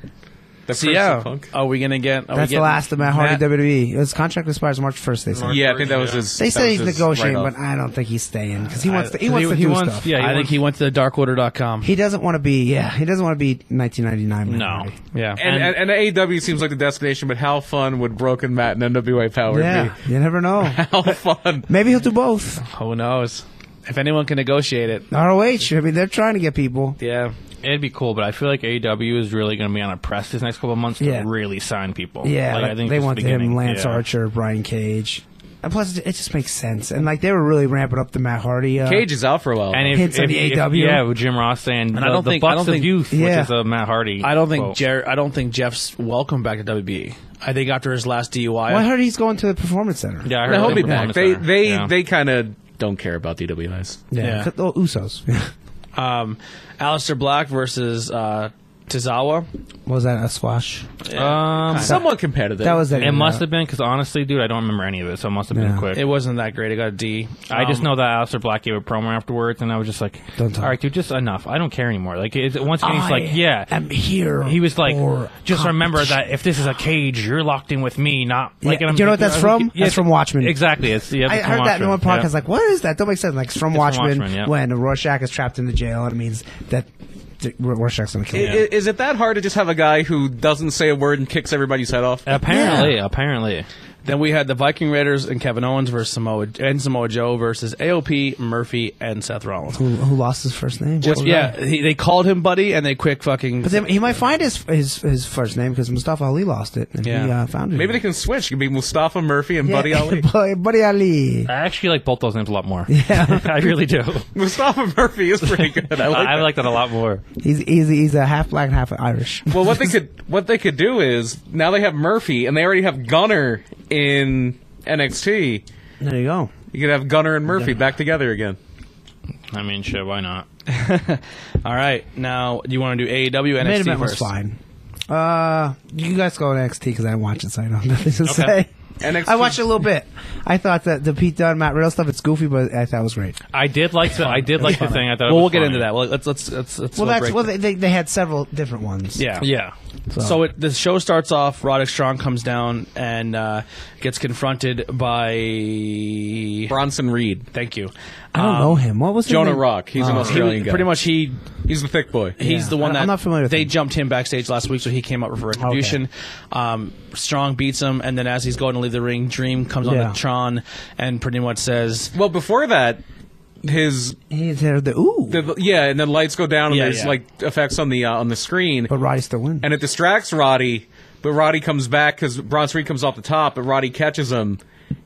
Speaker 5: The
Speaker 2: so
Speaker 5: first
Speaker 2: yeah,
Speaker 5: Punk.
Speaker 2: are we gonna get? Are we
Speaker 4: That's the
Speaker 2: getting
Speaker 4: last of Matt Hardy
Speaker 2: Matt-
Speaker 4: WWE. His E. contract expires March first. They said.
Speaker 5: Yeah, I think that was his.
Speaker 4: They
Speaker 5: Mm-hmm. that
Speaker 4: said
Speaker 5: was
Speaker 4: he's
Speaker 5: his
Speaker 4: negotiating,
Speaker 5: write-off.
Speaker 4: but I don't think he's staying because he wants to. He
Speaker 3: So
Speaker 4: wants to do
Speaker 3: wants-
Speaker 4: stuff.
Speaker 3: Yeah, he
Speaker 2: I think
Speaker 3: wants-
Speaker 2: he went to darkorder.com.
Speaker 4: He doesn't want to be. Yeah, he doesn't want to be 1999.
Speaker 3: No.
Speaker 4: Matt Hardy.
Speaker 2: yeah.
Speaker 5: And, and, and AEW seems like the destination, but how fun would Broken Matt and NWA Power
Speaker 4: Yeah, you never know.
Speaker 5: be? How fun!
Speaker 4: Maybe he'll do both.
Speaker 2: Who knows? If anyone can negotiate it.
Speaker 4: ROH. I mean, they're trying to get people.
Speaker 2: Yeah.
Speaker 3: It'd be cool, but I feel like AEW is really going to be on a press these next couple of months
Speaker 4: Yeah.
Speaker 3: to really sign people.
Speaker 4: Yeah,
Speaker 3: like,
Speaker 4: like,
Speaker 3: I think
Speaker 4: they
Speaker 3: it's the
Speaker 4: want him,
Speaker 3: beginning.
Speaker 4: Lance
Speaker 3: Yeah.
Speaker 4: Archer, Brian Cage. And plus, it it just makes sense. And like they were really ramping up the Matt Hardy. Uh,
Speaker 5: Cage is out for a while.
Speaker 3: And if,
Speaker 4: Hints of
Speaker 3: if-
Speaker 4: the
Speaker 3: if-
Speaker 4: AEW.
Speaker 3: yeah, with Jim Ross saying the,
Speaker 2: I don't
Speaker 3: the
Speaker 2: think- I
Speaker 3: Bucks
Speaker 2: don't
Speaker 3: of
Speaker 2: think-
Speaker 3: Youth,
Speaker 4: Yeah.
Speaker 3: which is a Matt Hardy.
Speaker 2: I don't think
Speaker 3: quote.
Speaker 2: Jer- I don't think Jeff's welcome back to WB. I think after his last DUI.
Speaker 4: Well, I heard he's going to the performance center.
Speaker 3: Yeah, I heard
Speaker 5: I hope
Speaker 3: they
Speaker 5: he back.
Speaker 3: performed
Speaker 5: They
Speaker 3: there.
Speaker 5: they
Speaker 3: Yeah.
Speaker 5: they kind of don't care about the EWIs.
Speaker 2: Yeah.
Speaker 4: Cut the Usos.
Speaker 2: um Alistair Black versus uh Tozawa.
Speaker 4: was that a squash?
Speaker 3: Um,
Speaker 5: Somewhat competitive.
Speaker 4: That was that.
Speaker 3: it must have been because honestly, dude, I don't remember any of it, so it must have been
Speaker 4: Yeah.
Speaker 3: quick.
Speaker 2: It wasn't that great. I got a D.
Speaker 3: I just
Speaker 2: Um,
Speaker 3: know that Alistair Black gave a promo afterwards, and I was just like,
Speaker 4: Don't talk.
Speaker 3: "All right, dude, just enough. I don't care anymore." Like, it, once again, he's
Speaker 4: I
Speaker 3: like, "Yeah."
Speaker 4: am here.
Speaker 3: he was like,
Speaker 4: for
Speaker 3: "Just remember
Speaker 4: competition."
Speaker 3: that if this is a cage, you're locked in with me, not like."
Speaker 4: Yeah.
Speaker 3: and I'm
Speaker 4: Do you know
Speaker 3: like,
Speaker 4: what that's
Speaker 3: I-
Speaker 4: from?
Speaker 3: yeah,
Speaker 4: That's from Watchmen.
Speaker 3: Exactly. It's, yeah,
Speaker 4: I
Speaker 3: it's from
Speaker 4: heard that in
Speaker 3: Watchmen.
Speaker 4: one podcast.
Speaker 3: Yeah.
Speaker 4: Like, what is that? Don't make sense. Like, it's from
Speaker 3: It's from
Speaker 4: Watchmen.
Speaker 3: Watchmen, yeah.
Speaker 4: When Rorschach is trapped in the jail, and it means that th- Rorschach's going to kill
Speaker 5: I-
Speaker 4: him.
Speaker 5: i- Is it that hard to just have a guy who doesn't say a word and kicks everybody's head off?
Speaker 3: Apparently, apparently,
Speaker 2: Then we had the Viking Raiders and Kevin Owens versus Samoa and Samoa Joe versus AOP, Murphy, and Seth Rollins.
Speaker 4: Who, who lost his first name?
Speaker 2: Just- yeah, he, they called him buddy, and they quick fucking.
Speaker 4: But then he might find his his his first name because Mustafa Ali lost it and he
Speaker 2: Yeah.
Speaker 4: uh, found it.
Speaker 5: Maybe they can switch. It could be Mustafa Murphy and
Speaker 4: Yeah.
Speaker 5: Buddy Ali.
Speaker 4: Bu- Buddy Ali.
Speaker 3: I actually like both those names a lot more. Yeah, I really do.
Speaker 5: Mustafa Murphy is pretty good. I like
Speaker 3: I
Speaker 5: that.
Speaker 3: like that a lot more.
Speaker 4: He's he's he's a half black and half Irish.
Speaker 5: Well, what they could what they could do is now they have Murphy and they already have Gunner in NXT.
Speaker 4: There you go.
Speaker 5: You could have Gunner and Murphy back together again.
Speaker 3: I mean, shit, why not?
Speaker 2: All right, now do you want to do E AEW NXT
Speaker 4: Main event was
Speaker 2: first?
Speaker 4: fine. Uh, you guys go on NXT because I didn't watch it, so I don't have nothing to say.
Speaker 5: NXT.
Speaker 4: I watched a little bit. I thought that the Pete Dunne, Matt Riddle stuff, it's goofy, but I thought it was great.
Speaker 3: I did like the I did like the thing. I thought. it
Speaker 2: Well, we'll
Speaker 3: was
Speaker 2: get
Speaker 3: funny.
Speaker 2: into that. Well, let's let's let's. let's
Speaker 4: Well,
Speaker 2: we'll
Speaker 4: that's
Speaker 2: break
Speaker 4: well,
Speaker 2: the-
Speaker 4: they, they, they had several different ones.
Speaker 2: yeah,
Speaker 3: Yeah,
Speaker 2: So, it, the show starts off. Roddick Strong comes down and uh, gets confronted by.
Speaker 5: Bronson Reed.
Speaker 2: Thank you.
Speaker 4: I don't know him. What was his
Speaker 5: Jonah
Speaker 4: name?
Speaker 5: Rock. He's
Speaker 4: Oh.
Speaker 5: an
Speaker 2: He,
Speaker 5: Australian guy.
Speaker 2: pretty much, he
Speaker 5: He's the thick boy.
Speaker 2: he's
Speaker 4: Yeah.
Speaker 2: the one
Speaker 4: I-
Speaker 2: that
Speaker 4: I'm not familiar with
Speaker 2: they
Speaker 4: him.
Speaker 2: jumped him backstage last week, so he came out for retribution. Um, Strong beats him, and then as he's going to leave the ring, Dream comes on
Speaker 4: Yeah.
Speaker 2: to Tron and pretty much says,
Speaker 5: well, before that, his
Speaker 4: He's there. The ooh,
Speaker 5: the, yeah, and then lights go down and
Speaker 2: Yeah,
Speaker 5: there's
Speaker 2: yeah.
Speaker 5: like effects on the uh, on the screen,
Speaker 4: but Roddy still wins.
Speaker 5: and it distracts Roddy. But Roddy comes back because Bronson Reed comes off the top, but Roddy catches him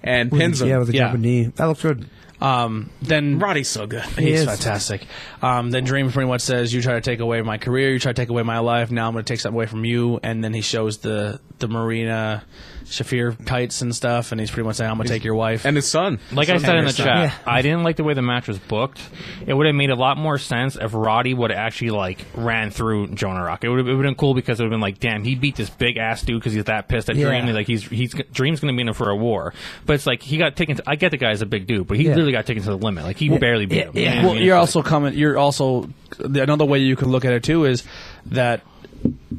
Speaker 5: and pins him.
Speaker 4: yeah, with a
Speaker 2: Yeah.
Speaker 4: jumping knee. That looks good.
Speaker 2: um, then
Speaker 5: Roddy's so good.
Speaker 4: He
Speaker 2: He's
Speaker 4: is.
Speaker 2: fantastic. Um, then Dream pretty much says, "You try to take away my career, you try to take away my life. Now I'm going to take something away from you." And then he shows the the Marina Shafir tights and stuff, and he's pretty much saying, "I'm going to take your wife."
Speaker 5: And his son.
Speaker 3: like I said in the
Speaker 2: Anderson.
Speaker 3: chat,
Speaker 4: Yeah.
Speaker 3: I didn't like the way the match was booked. It would have made a lot more sense if Roddy would have actually like ran through Jonah Rock. It would have it would have been cool because it would have been like, damn, he beat this big ass dude because he's that pissed at
Speaker 4: Yeah.
Speaker 3: Dream. Like he's he's Dream's gonna be in there for a war. But it's like he got taken. To, I get the guy's a big dude, but he
Speaker 4: Yeah.
Speaker 3: literally got taken to the limit. Like he barely beat him. You know what I
Speaker 2: Well,
Speaker 3: mean?
Speaker 2: you're
Speaker 3: It's
Speaker 2: also coming. You're also the- another way you can look at it too is that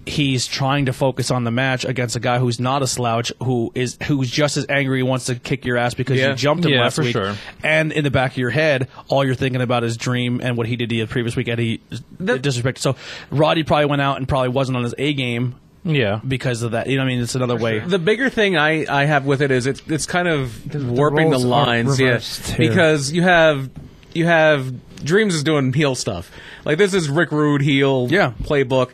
Speaker 2: he's trying to focus on the match against a guy who's not a slouch, who is who's just as angry, he wants to kick your ass because
Speaker 5: Yeah.
Speaker 2: you jumped him
Speaker 3: Yeah,
Speaker 2: last
Speaker 3: for
Speaker 2: week.
Speaker 3: sure.
Speaker 2: And in the back of your head, all you're thinking about is Dream and what he did the previous week, and he disrespected. So Roddy probably went out and probably wasn't on his A game
Speaker 3: like- yeah.
Speaker 2: because of that. You know, what I mean, it's another way.
Speaker 5: the bigger thing I, I have with it is it's it's kind of warping the,
Speaker 4: roles aren't
Speaker 5: lines, yeah.
Speaker 4: reversed here.
Speaker 5: Because you have you have Dreams is doing heel stuff. Like this is Rick Rude heel
Speaker 2: Yeah.
Speaker 5: playbook.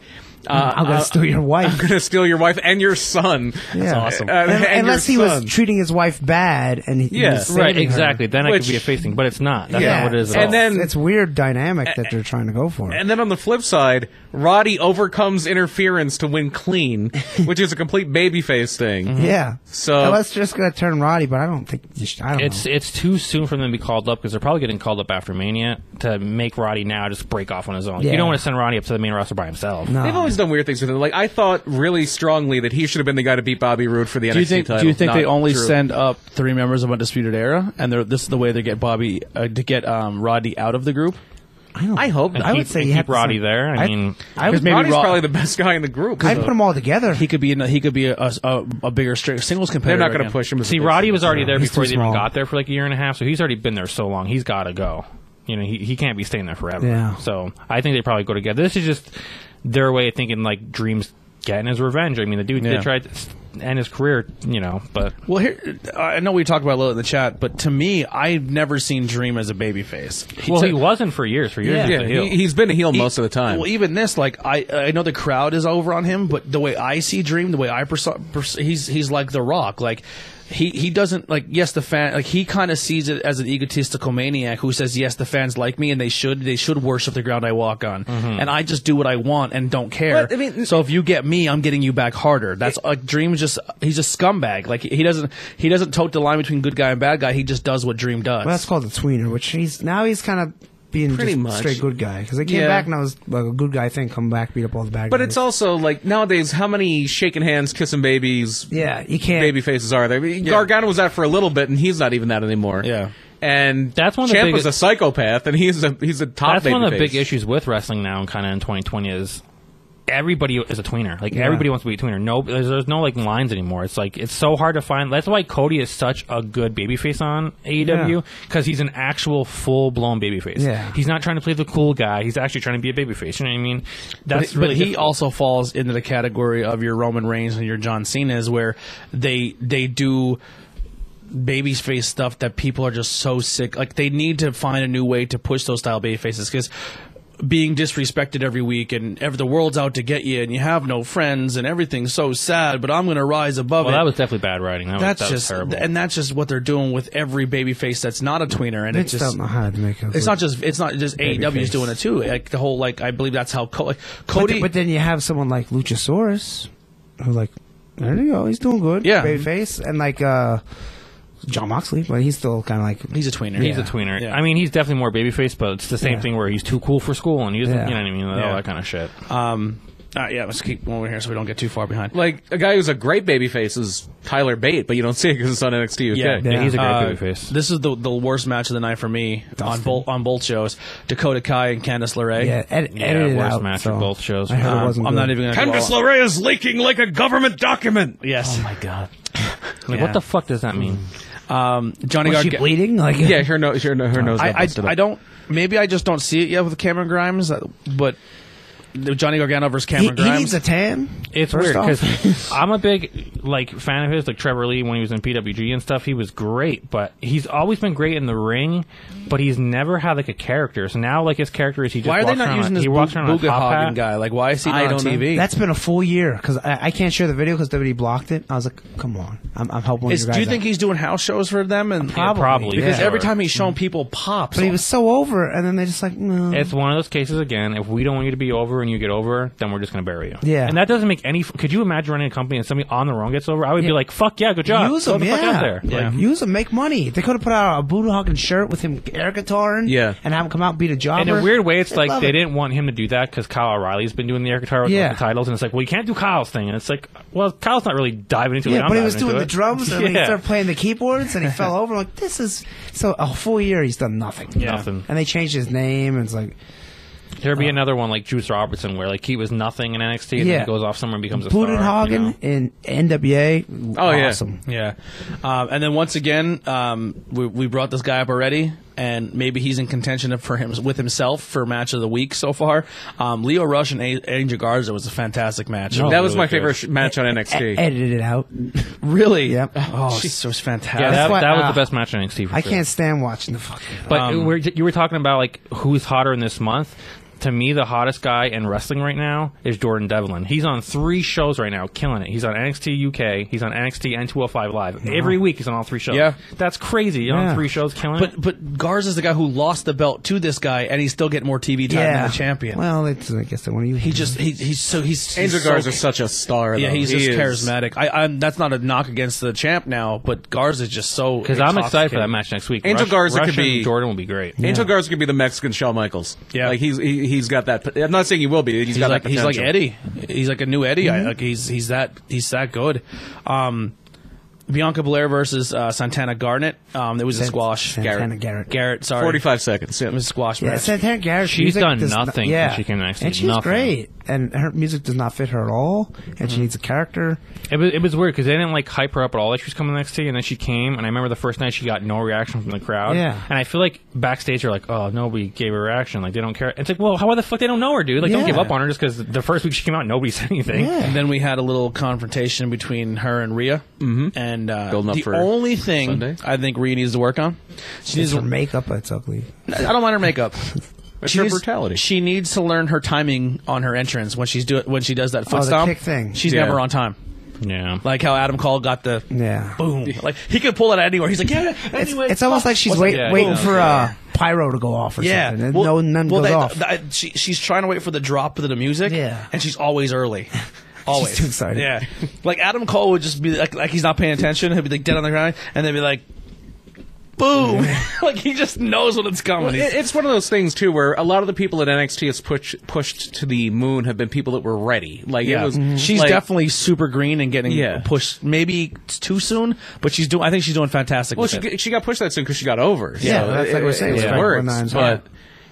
Speaker 5: Uh,
Speaker 4: Mm, I'm gonna
Speaker 5: I-
Speaker 4: steal your wife.
Speaker 5: I'm gonna steal your wife and your son.
Speaker 4: Yeah.
Speaker 5: Uh,
Speaker 4: Un-
Speaker 5: and your
Speaker 4: unless he
Speaker 5: son.
Speaker 4: was treating his wife bad, and he, he
Speaker 5: Yeah.
Speaker 4: was saving
Speaker 3: Right,
Speaker 4: her.
Speaker 3: exactly. Then I
Speaker 5: Which-
Speaker 3: could be a face thing, but it's not. That's
Speaker 4: Yeah,
Speaker 3: not what it is at
Speaker 5: And
Speaker 3: all.
Speaker 5: then-
Speaker 4: it's, it's weird dynamic that they're trying to go for.
Speaker 5: And then on the flip side, Roddy overcomes interference to win clean, which is a complete babyface thing.
Speaker 3: Mm-hmm.
Speaker 4: yeah,
Speaker 5: So-
Speaker 4: Now, that's just gonna turn Roddy, but I don't think you should, I don't
Speaker 3: It's
Speaker 4: know.
Speaker 3: it's too soon for them to be called up because they're probably getting called up after Mania to make Roddy now just break off on his own. You
Speaker 4: Yeah.
Speaker 3: don't want to send Roddy up to the main roster by himself.
Speaker 4: No.
Speaker 5: They've always done weird things with him. Like I thought really strongly that he should have been the guy to beat Bobby Roode for the
Speaker 2: do
Speaker 5: NXT
Speaker 2: you think?
Speaker 5: title.
Speaker 2: Do you think
Speaker 5: Not
Speaker 2: they only
Speaker 5: true.
Speaker 2: send up three members of Undisputed Era, and they're, this is the way they get Bobby uh, to get um, Roddy out of the group?
Speaker 4: I, don't,
Speaker 5: I hope-
Speaker 4: I
Speaker 3: Keep-
Speaker 4: would say
Speaker 3: and
Speaker 4: you
Speaker 3: keep
Speaker 4: have to
Speaker 3: Roddy
Speaker 4: send-
Speaker 3: there. I,
Speaker 4: I-
Speaker 3: mean,
Speaker 2: I was
Speaker 5: Roddy's probably the best guy in the group.
Speaker 4: I'd
Speaker 5: so-
Speaker 4: put them all together.
Speaker 2: he could be in a, he could be a, a, a bigger straight singles
Speaker 5: They're
Speaker 2: competitor.
Speaker 5: not going
Speaker 2: again.
Speaker 5: to push him. as a
Speaker 3: see,
Speaker 5: big
Speaker 3: Roddy was already there
Speaker 4: He's
Speaker 3: before
Speaker 4: too
Speaker 3: he even
Speaker 4: small.
Speaker 3: got there for like a year and a half, so he's already been there so long. He's got to go. You know, he he can't be staying there forever.
Speaker 4: Yeah.
Speaker 3: So I think they probably go together. This is just their way of thinking. Like Dreams getting his revenge. I mean, the dude
Speaker 2: Yeah.
Speaker 3: they tried to s- end his career. You know, but
Speaker 2: Well, here I know we talked about it a little in the chat, but to me, I've never seen Dream as a babyface. He
Speaker 3: well,
Speaker 2: took-
Speaker 3: he wasn't for years. For years, he was a
Speaker 5: Yeah,
Speaker 3: heel.
Speaker 5: he, has been a heel most of the time.
Speaker 2: Well, even this, like I, I know the crowd is over on him, but the way I see Dream, the way I perso- pers- he's he's like The Rock, like. He, he doesn't like yes the fan like he kind of sees it as an egotistical maniac who says yes the fans like me and they should they should worship the ground I walk on and I just do what I want and don't care
Speaker 5: Mm-hmm. But, I mean-
Speaker 2: so if you get me I'm getting you back harder that's like Dream is just he's a scumbag like he doesn't he doesn't tote the line between good guy and bad guy he just does what Dream does
Speaker 4: Well, that's called a tweener, which he's now he's kind of being
Speaker 5: Pretty
Speaker 4: just
Speaker 5: much.
Speaker 4: straight good guy because they came
Speaker 5: Yeah.
Speaker 4: back and that was like a good guy thing. Come back, beat up all the bad
Speaker 5: but
Speaker 4: guys.
Speaker 5: it's also like nowadays, how many shaking hands, kissing babies,
Speaker 4: yeah, you can't.
Speaker 5: baby faces are there? Gargano was that for a little bit, and he's not even that anymore.
Speaker 2: Yeah.
Speaker 5: and
Speaker 3: That's one of the
Speaker 5: Ciampa's
Speaker 3: biggest-
Speaker 5: a psychopath, and he's a he's a top.
Speaker 3: That's one of the
Speaker 5: babyface.
Speaker 3: big issues with wrestling now and kind of in 2020 is everybody is a tweener. Like everybody wants to be a tweener. No, there's, there's no like lines anymore. It's like it's so hard to find. That's why Cody is such a good babyface on AEW because he's an actual full blown babyface.
Speaker 4: Yeah.
Speaker 3: he's not trying to play the cool guy. He's actually trying to be a babyface. You know what I mean? That's
Speaker 2: but,
Speaker 3: really
Speaker 2: but he
Speaker 3: difficult.
Speaker 2: also falls into the category of your Roman Reigns and your John Cena's, where they they do babyface stuff that people are just so sick. Like they need to find a new way to push those style babyfaces because being disrespected every week and ever the world's out to get you and you have no friends and everything's so sad. But I'm gonna rise above
Speaker 3: Well,
Speaker 2: it.
Speaker 3: that was definitely bad writing. That
Speaker 2: that's
Speaker 3: was, that
Speaker 2: just
Speaker 3: was terrible.
Speaker 2: and that's just what they're doing with every babyface that's not a tweener and
Speaker 4: They
Speaker 2: it
Speaker 4: just
Speaker 2: just
Speaker 4: don't know how to make it.
Speaker 2: it's not just it's not just AEW is
Speaker 4: Babyface.
Speaker 2: doing it too. Like the whole like I believe that's how Co- like,
Speaker 4: But,
Speaker 2: Cody.
Speaker 4: but then you have someone like Luchasaurus, who like, there you go, he's doing good,
Speaker 2: Yeah.
Speaker 4: babyface, and like uh, John Moxley, but he's still kind of like
Speaker 2: he's a tweener.
Speaker 3: He's a tweener.
Speaker 2: Yeah.
Speaker 3: I mean, he's definitely more babyface, but it's the same
Speaker 4: Yeah.
Speaker 3: thing where he's too cool for school and he doesn't,
Speaker 4: Yeah.
Speaker 3: you know what I mean? All
Speaker 2: Yeah.
Speaker 3: that kind of shit.
Speaker 2: Um, all right, yeah, let's keep going over here so we don't get too far behind.
Speaker 5: Like a guy who's a great babyface is Tyler Bate, but you don't see it because it's on NXT UK.
Speaker 2: Yeah.
Speaker 3: Yeah, he's a great
Speaker 2: Uh,
Speaker 3: babyface.
Speaker 2: This is the the worst match of the night for me on both on both shows. Dakota Kai and Candice LeRae.
Speaker 4: yeah, ed-
Speaker 3: Yeah,
Speaker 4: edited
Speaker 3: worst
Speaker 4: out,
Speaker 3: match of
Speaker 4: so
Speaker 3: both shows.
Speaker 4: I heard
Speaker 2: Um,
Speaker 4: it wasn't.
Speaker 2: I'm
Speaker 4: good.
Speaker 2: not even gonna.
Speaker 5: Candice
Speaker 2: go all-
Speaker 5: LeRae is leaking like a government document.
Speaker 2: Yes,
Speaker 3: Oh god. Like, what the fuck does that mean?
Speaker 2: um, Johnny
Speaker 4: Was she
Speaker 2: Gargano.
Speaker 4: bleeding? Like
Speaker 5: Yeah, her nose, her, no- her nose. got
Speaker 2: I, I,
Speaker 5: busted up.
Speaker 2: I don't. Maybe I just don't see it yet with Cameron Grimes, uh, but the Johnny Gargano versus
Speaker 4: he,
Speaker 2: Cameron
Speaker 4: he
Speaker 2: Grimes.
Speaker 4: needs a tan.
Speaker 3: It's
Speaker 4: first
Speaker 3: weird
Speaker 4: off.
Speaker 3: because I'm a big like fan of his, like Trevor Lee when he was in PWG and stuff. He was great, but he's always been great in the ring, but he's never had like a character. So now like his character is he just
Speaker 2: why are they
Speaker 3: walks
Speaker 2: not
Speaker 3: around
Speaker 2: using
Speaker 3: on,
Speaker 2: this
Speaker 3: he walks around on a top hat.
Speaker 2: Bugahagen guy? Like, why is he
Speaker 5: I
Speaker 2: not on
Speaker 5: don't know.
Speaker 2: TV?
Speaker 4: That's been a full year because I, I can't share the video because WWE blocked it. I was like, come on, I'm, I'm helping
Speaker 2: Is-
Speaker 4: you guys.
Speaker 2: do you
Speaker 4: out.
Speaker 2: think he's doing house shows for them? And
Speaker 3: Probably, probably,
Speaker 2: because
Speaker 3: yeah.
Speaker 2: every time he's shown people pops.
Speaker 4: But he was so over, and then they just like, no.
Speaker 3: It's one of those cases again. If we don't want you to be over and you get over, then we're just going to bury you.
Speaker 4: Yeah.
Speaker 3: and that doesn't make any. f- Could you imagine running a company and somebody on the wrong gets over? I would be like, "Fuck yeah, good job."
Speaker 4: Use
Speaker 3: Go
Speaker 4: him,
Speaker 3: the
Speaker 4: yeah.
Speaker 3: fuck out there.
Speaker 4: Like, use him, make money. They could have put out a Budohagen shirt with him air guitaring,
Speaker 5: Yeah.
Speaker 4: and have him come out and beat a jobber.
Speaker 3: In a weird way, it's
Speaker 4: I'd
Speaker 3: like
Speaker 4: love
Speaker 3: they
Speaker 4: it.
Speaker 3: didn't want him to do that because Kyle O'Reilly's been doing the air guitar with
Speaker 4: Yeah.
Speaker 3: the titles, and it's like, well, you can't do Kyle's thing, and it's like, well, Kyle's not really diving into it.
Speaker 4: Yeah,
Speaker 3: I'm
Speaker 4: but he
Speaker 3: diving
Speaker 4: was doing
Speaker 3: into
Speaker 4: the
Speaker 3: it.
Speaker 4: drums, and then he
Speaker 3: Yeah.
Speaker 4: started playing the keyboards, and he fell over. Like this is so a full year he's done nothing.
Speaker 3: Nothing.
Speaker 4: And they changed his name, and it's like
Speaker 3: There'd be another one like Juice Robertson, where like he was nothing in NXT, and
Speaker 4: Yeah.
Speaker 3: then he goes off somewhere and becomes a star.
Speaker 4: Budohagen
Speaker 3: you know?
Speaker 4: in NWA.
Speaker 5: Oh, yeah.
Speaker 4: awesome.
Speaker 2: Yeah, um, and then once again, um, we, we brought this guy up already, and maybe he's in contention for him with himself for match of the week so far. Um, Leo Rush and A- Angel Garza was a fantastic match.
Speaker 3: No.
Speaker 5: That was
Speaker 3: Really
Speaker 5: my
Speaker 3: good.
Speaker 5: favorite sh- match on
Speaker 4: E-
Speaker 5: NXT.
Speaker 4: edited it out.
Speaker 2: Really?
Speaker 4: Yep.
Speaker 2: Oh, it was fantastic.
Speaker 3: Yeah,
Speaker 4: That's
Speaker 3: that,
Speaker 4: why-
Speaker 3: that was
Speaker 4: ah.
Speaker 3: the best match in NXT. For
Speaker 4: I
Speaker 3: sure.
Speaker 4: can't stand watching the fucking.
Speaker 3: But
Speaker 2: Um,
Speaker 3: we're, you were talking about like who's hotter in this month. To me, the hottest guy in wrestling right now is Jordan Devlin. He's on three shows right now, killing it. He's on NXT UK, he's on NXT and 205 Live. Every week he's on all three shows.
Speaker 2: Yeah.
Speaker 3: That's crazy. You're
Speaker 4: Yeah.
Speaker 3: on three shows, killing it.
Speaker 2: But but Garza's the guy who lost the belt to this guy, and he's still getting more TV time
Speaker 4: yeah,
Speaker 2: than the champion.
Speaker 4: Well, it's, I guess they want you.
Speaker 2: he just he, he's so he's
Speaker 5: Angel
Speaker 2: he's so
Speaker 5: Garza
Speaker 2: ca-
Speaker 5: is such a star.
Speaker 2: Yeah,
Speaker 5: though.
Speaker 2: he's
Speaker 5: He
Speaker 2: just
Speaker 5: is-
Speaker 2: charismatic. I, I'm that's not a knock against the champ now, but Garza's just so
Speaker 3: Because I'm excited for
Speaker 2: intoxicating.
Speaker 3: that match next week.
Speaker 5: Angel Garza could
Speaker 3: Rush and
Speaker 5: be-
Speaker 3: Jordan will be great.
Speaker 5: Angel Garza could be the Mexican Shawn Michaels.
Speaker 2: Yeah.
Speaker 5: like he's he, he's got that. p- I'm not saying he will be. he's
Speaker 2: He's
Speaker 5: got
Speaker 2: like
Speaker 5: that
Speaker 2: he's like
Speaker 5: potential. Mm-hmm.
Speaker 2: Eddie. He's like a new Eddie. I, like he's he's that he's that good. Um, Bianca Belair versus uh, Santana Garnett. Um, it was a
Speaker 4: Sant-
Speaker 2: squash.
Speaker 4: Santana
Speaker 2: Garrett.
Speaker 4: Garrett.
Speaker 2: Garrett. Sorry.
Speaker 5: 45 seconds. Yeah.
Speaker 2: It was a squash
Speaker 4: Yeah,
Speaker 2: match.
Speaker 4: Santana Garrett.
Speaker 3: She's
Speaker 4: music
Speaker 3: done
Speaker 4: does not-
Speaker 3: nothing
Speaker 4: yeah,
Speaker 3: since she came to NXT.
Speaker 4: and she's
Speaker 3: Nothing. Mm-hmm.
Speaker 4: great. And her music does not fit her at all. And she needs a character.
Speaker 3: It was, it was weird because they didn't like hype her up at all. Like she was coming next to you, and then she came, and I remember the first night she got no reaction from the crowd.
Speaker 4: Yeah.
Speaker 3: And I feel like backstage they're like, oh, nobody gave her reaction. Like they don't care. It's like, well, how the fuck they don't know her, dude? Like don't
Speaker 4: Yeah.
Speaker 3: give up on her just because the first week she came out, nobody said anything.
Speaker 4: Yeah.
Speaker 2: And then we had a little confrontation between her and Rhea. Mm-hmm. And uh,
Speaker 5: Building up
Speaker 2: the
Speaker 5: for
Speaker 2: only thing
Speaker 5: Sunday.
Speaker 2: I think Rhea needs to work on. She
Speaker 4: It's
Speaker 2: needs.
Speaker 4: her
Speaker 2: I
Speaker 4: makeup that's ugly.
Speaker 2: don't mind her makeup.
Speaker 5: It's
Speaker 2: She
Speaker 5: her
Speaker 2: needs-
Speaker 5: brutality.
Speaker 2: She needs to learn her timing on her entrance when she's do when she does that foot
Speaker 4: Oh, the
Speaker 2: stomp
Speaker 4: kick thing.
Speaker 2: She's
Speaker 5: Yeah.
Speaker 2: never on time.
Speaker 3: Yeah.
Speaker 2: Like how Adam Cole got the
Speaker 4: Yeah.
Speaker 2: boom. Like he could pull it out anywhere. He's like, yeah. yeah,
Speaker 4: It's,
Speaker 2: Anyway,
Speaker 4: it's almost
Speaker 2: fuck.
Speaker 4: like she's
Speaker 2: What's
Speaker 4: wait,
Speaker 3: yeah,
Speaker 4: waiting
Speaker 3: yeah.
Speaker 4: for uh, pyro to go off or
Speaker 2: Yeah,
Speaker 4: something. And no, none
Speaker 2: well,
Speaker 4: goes
Speaker 2: they-
Speaker 4: off.
Speaker 2: th- she, she's trying to wait for the drop of the music.
Speaker 4: Yeah.
Speaker 2: and she's always early. Always
Speaker 4: too excited.
Speaker 2: Yeah, like Adam Cole would just be like, like he's not paying attention. He'd be like dead on the ground, and they'd be like, "Boom!" like he just knows when it's coming.
Speaker 5: Well,
Speaker 2: He's-
Speaker 5: it- it's one of those things too, where a lot of the people at NXT has pushed pushed to the moon have been people that were ready. Like
Speaker 2: yeah, Mm-hmm.
Speaker 5: it was,
Speaker 2: she's
Speaker 5: like,
Speaker 2: definitely super green and getting
Speaker 5: Yeah.
Speaker 2: pushed. Maybe it's too soon, but she's doing. I think she's doing fantastic.
Speaker 5: Well,
Speaker 2: with
Speaker 5: she
Speaker 2: it.
Speaker 5: g- she got pushed that soon because she got over.
Speaker 4: Yeah,
Speaker 5: so
Speaker 4: that's like we're saying,
Speaker 5: It,
Speaker 4: it's
Speaker 5: it
Speaker 4: like
Speaker 5: works,
Speaker 4: one nines,
Speaker 5: but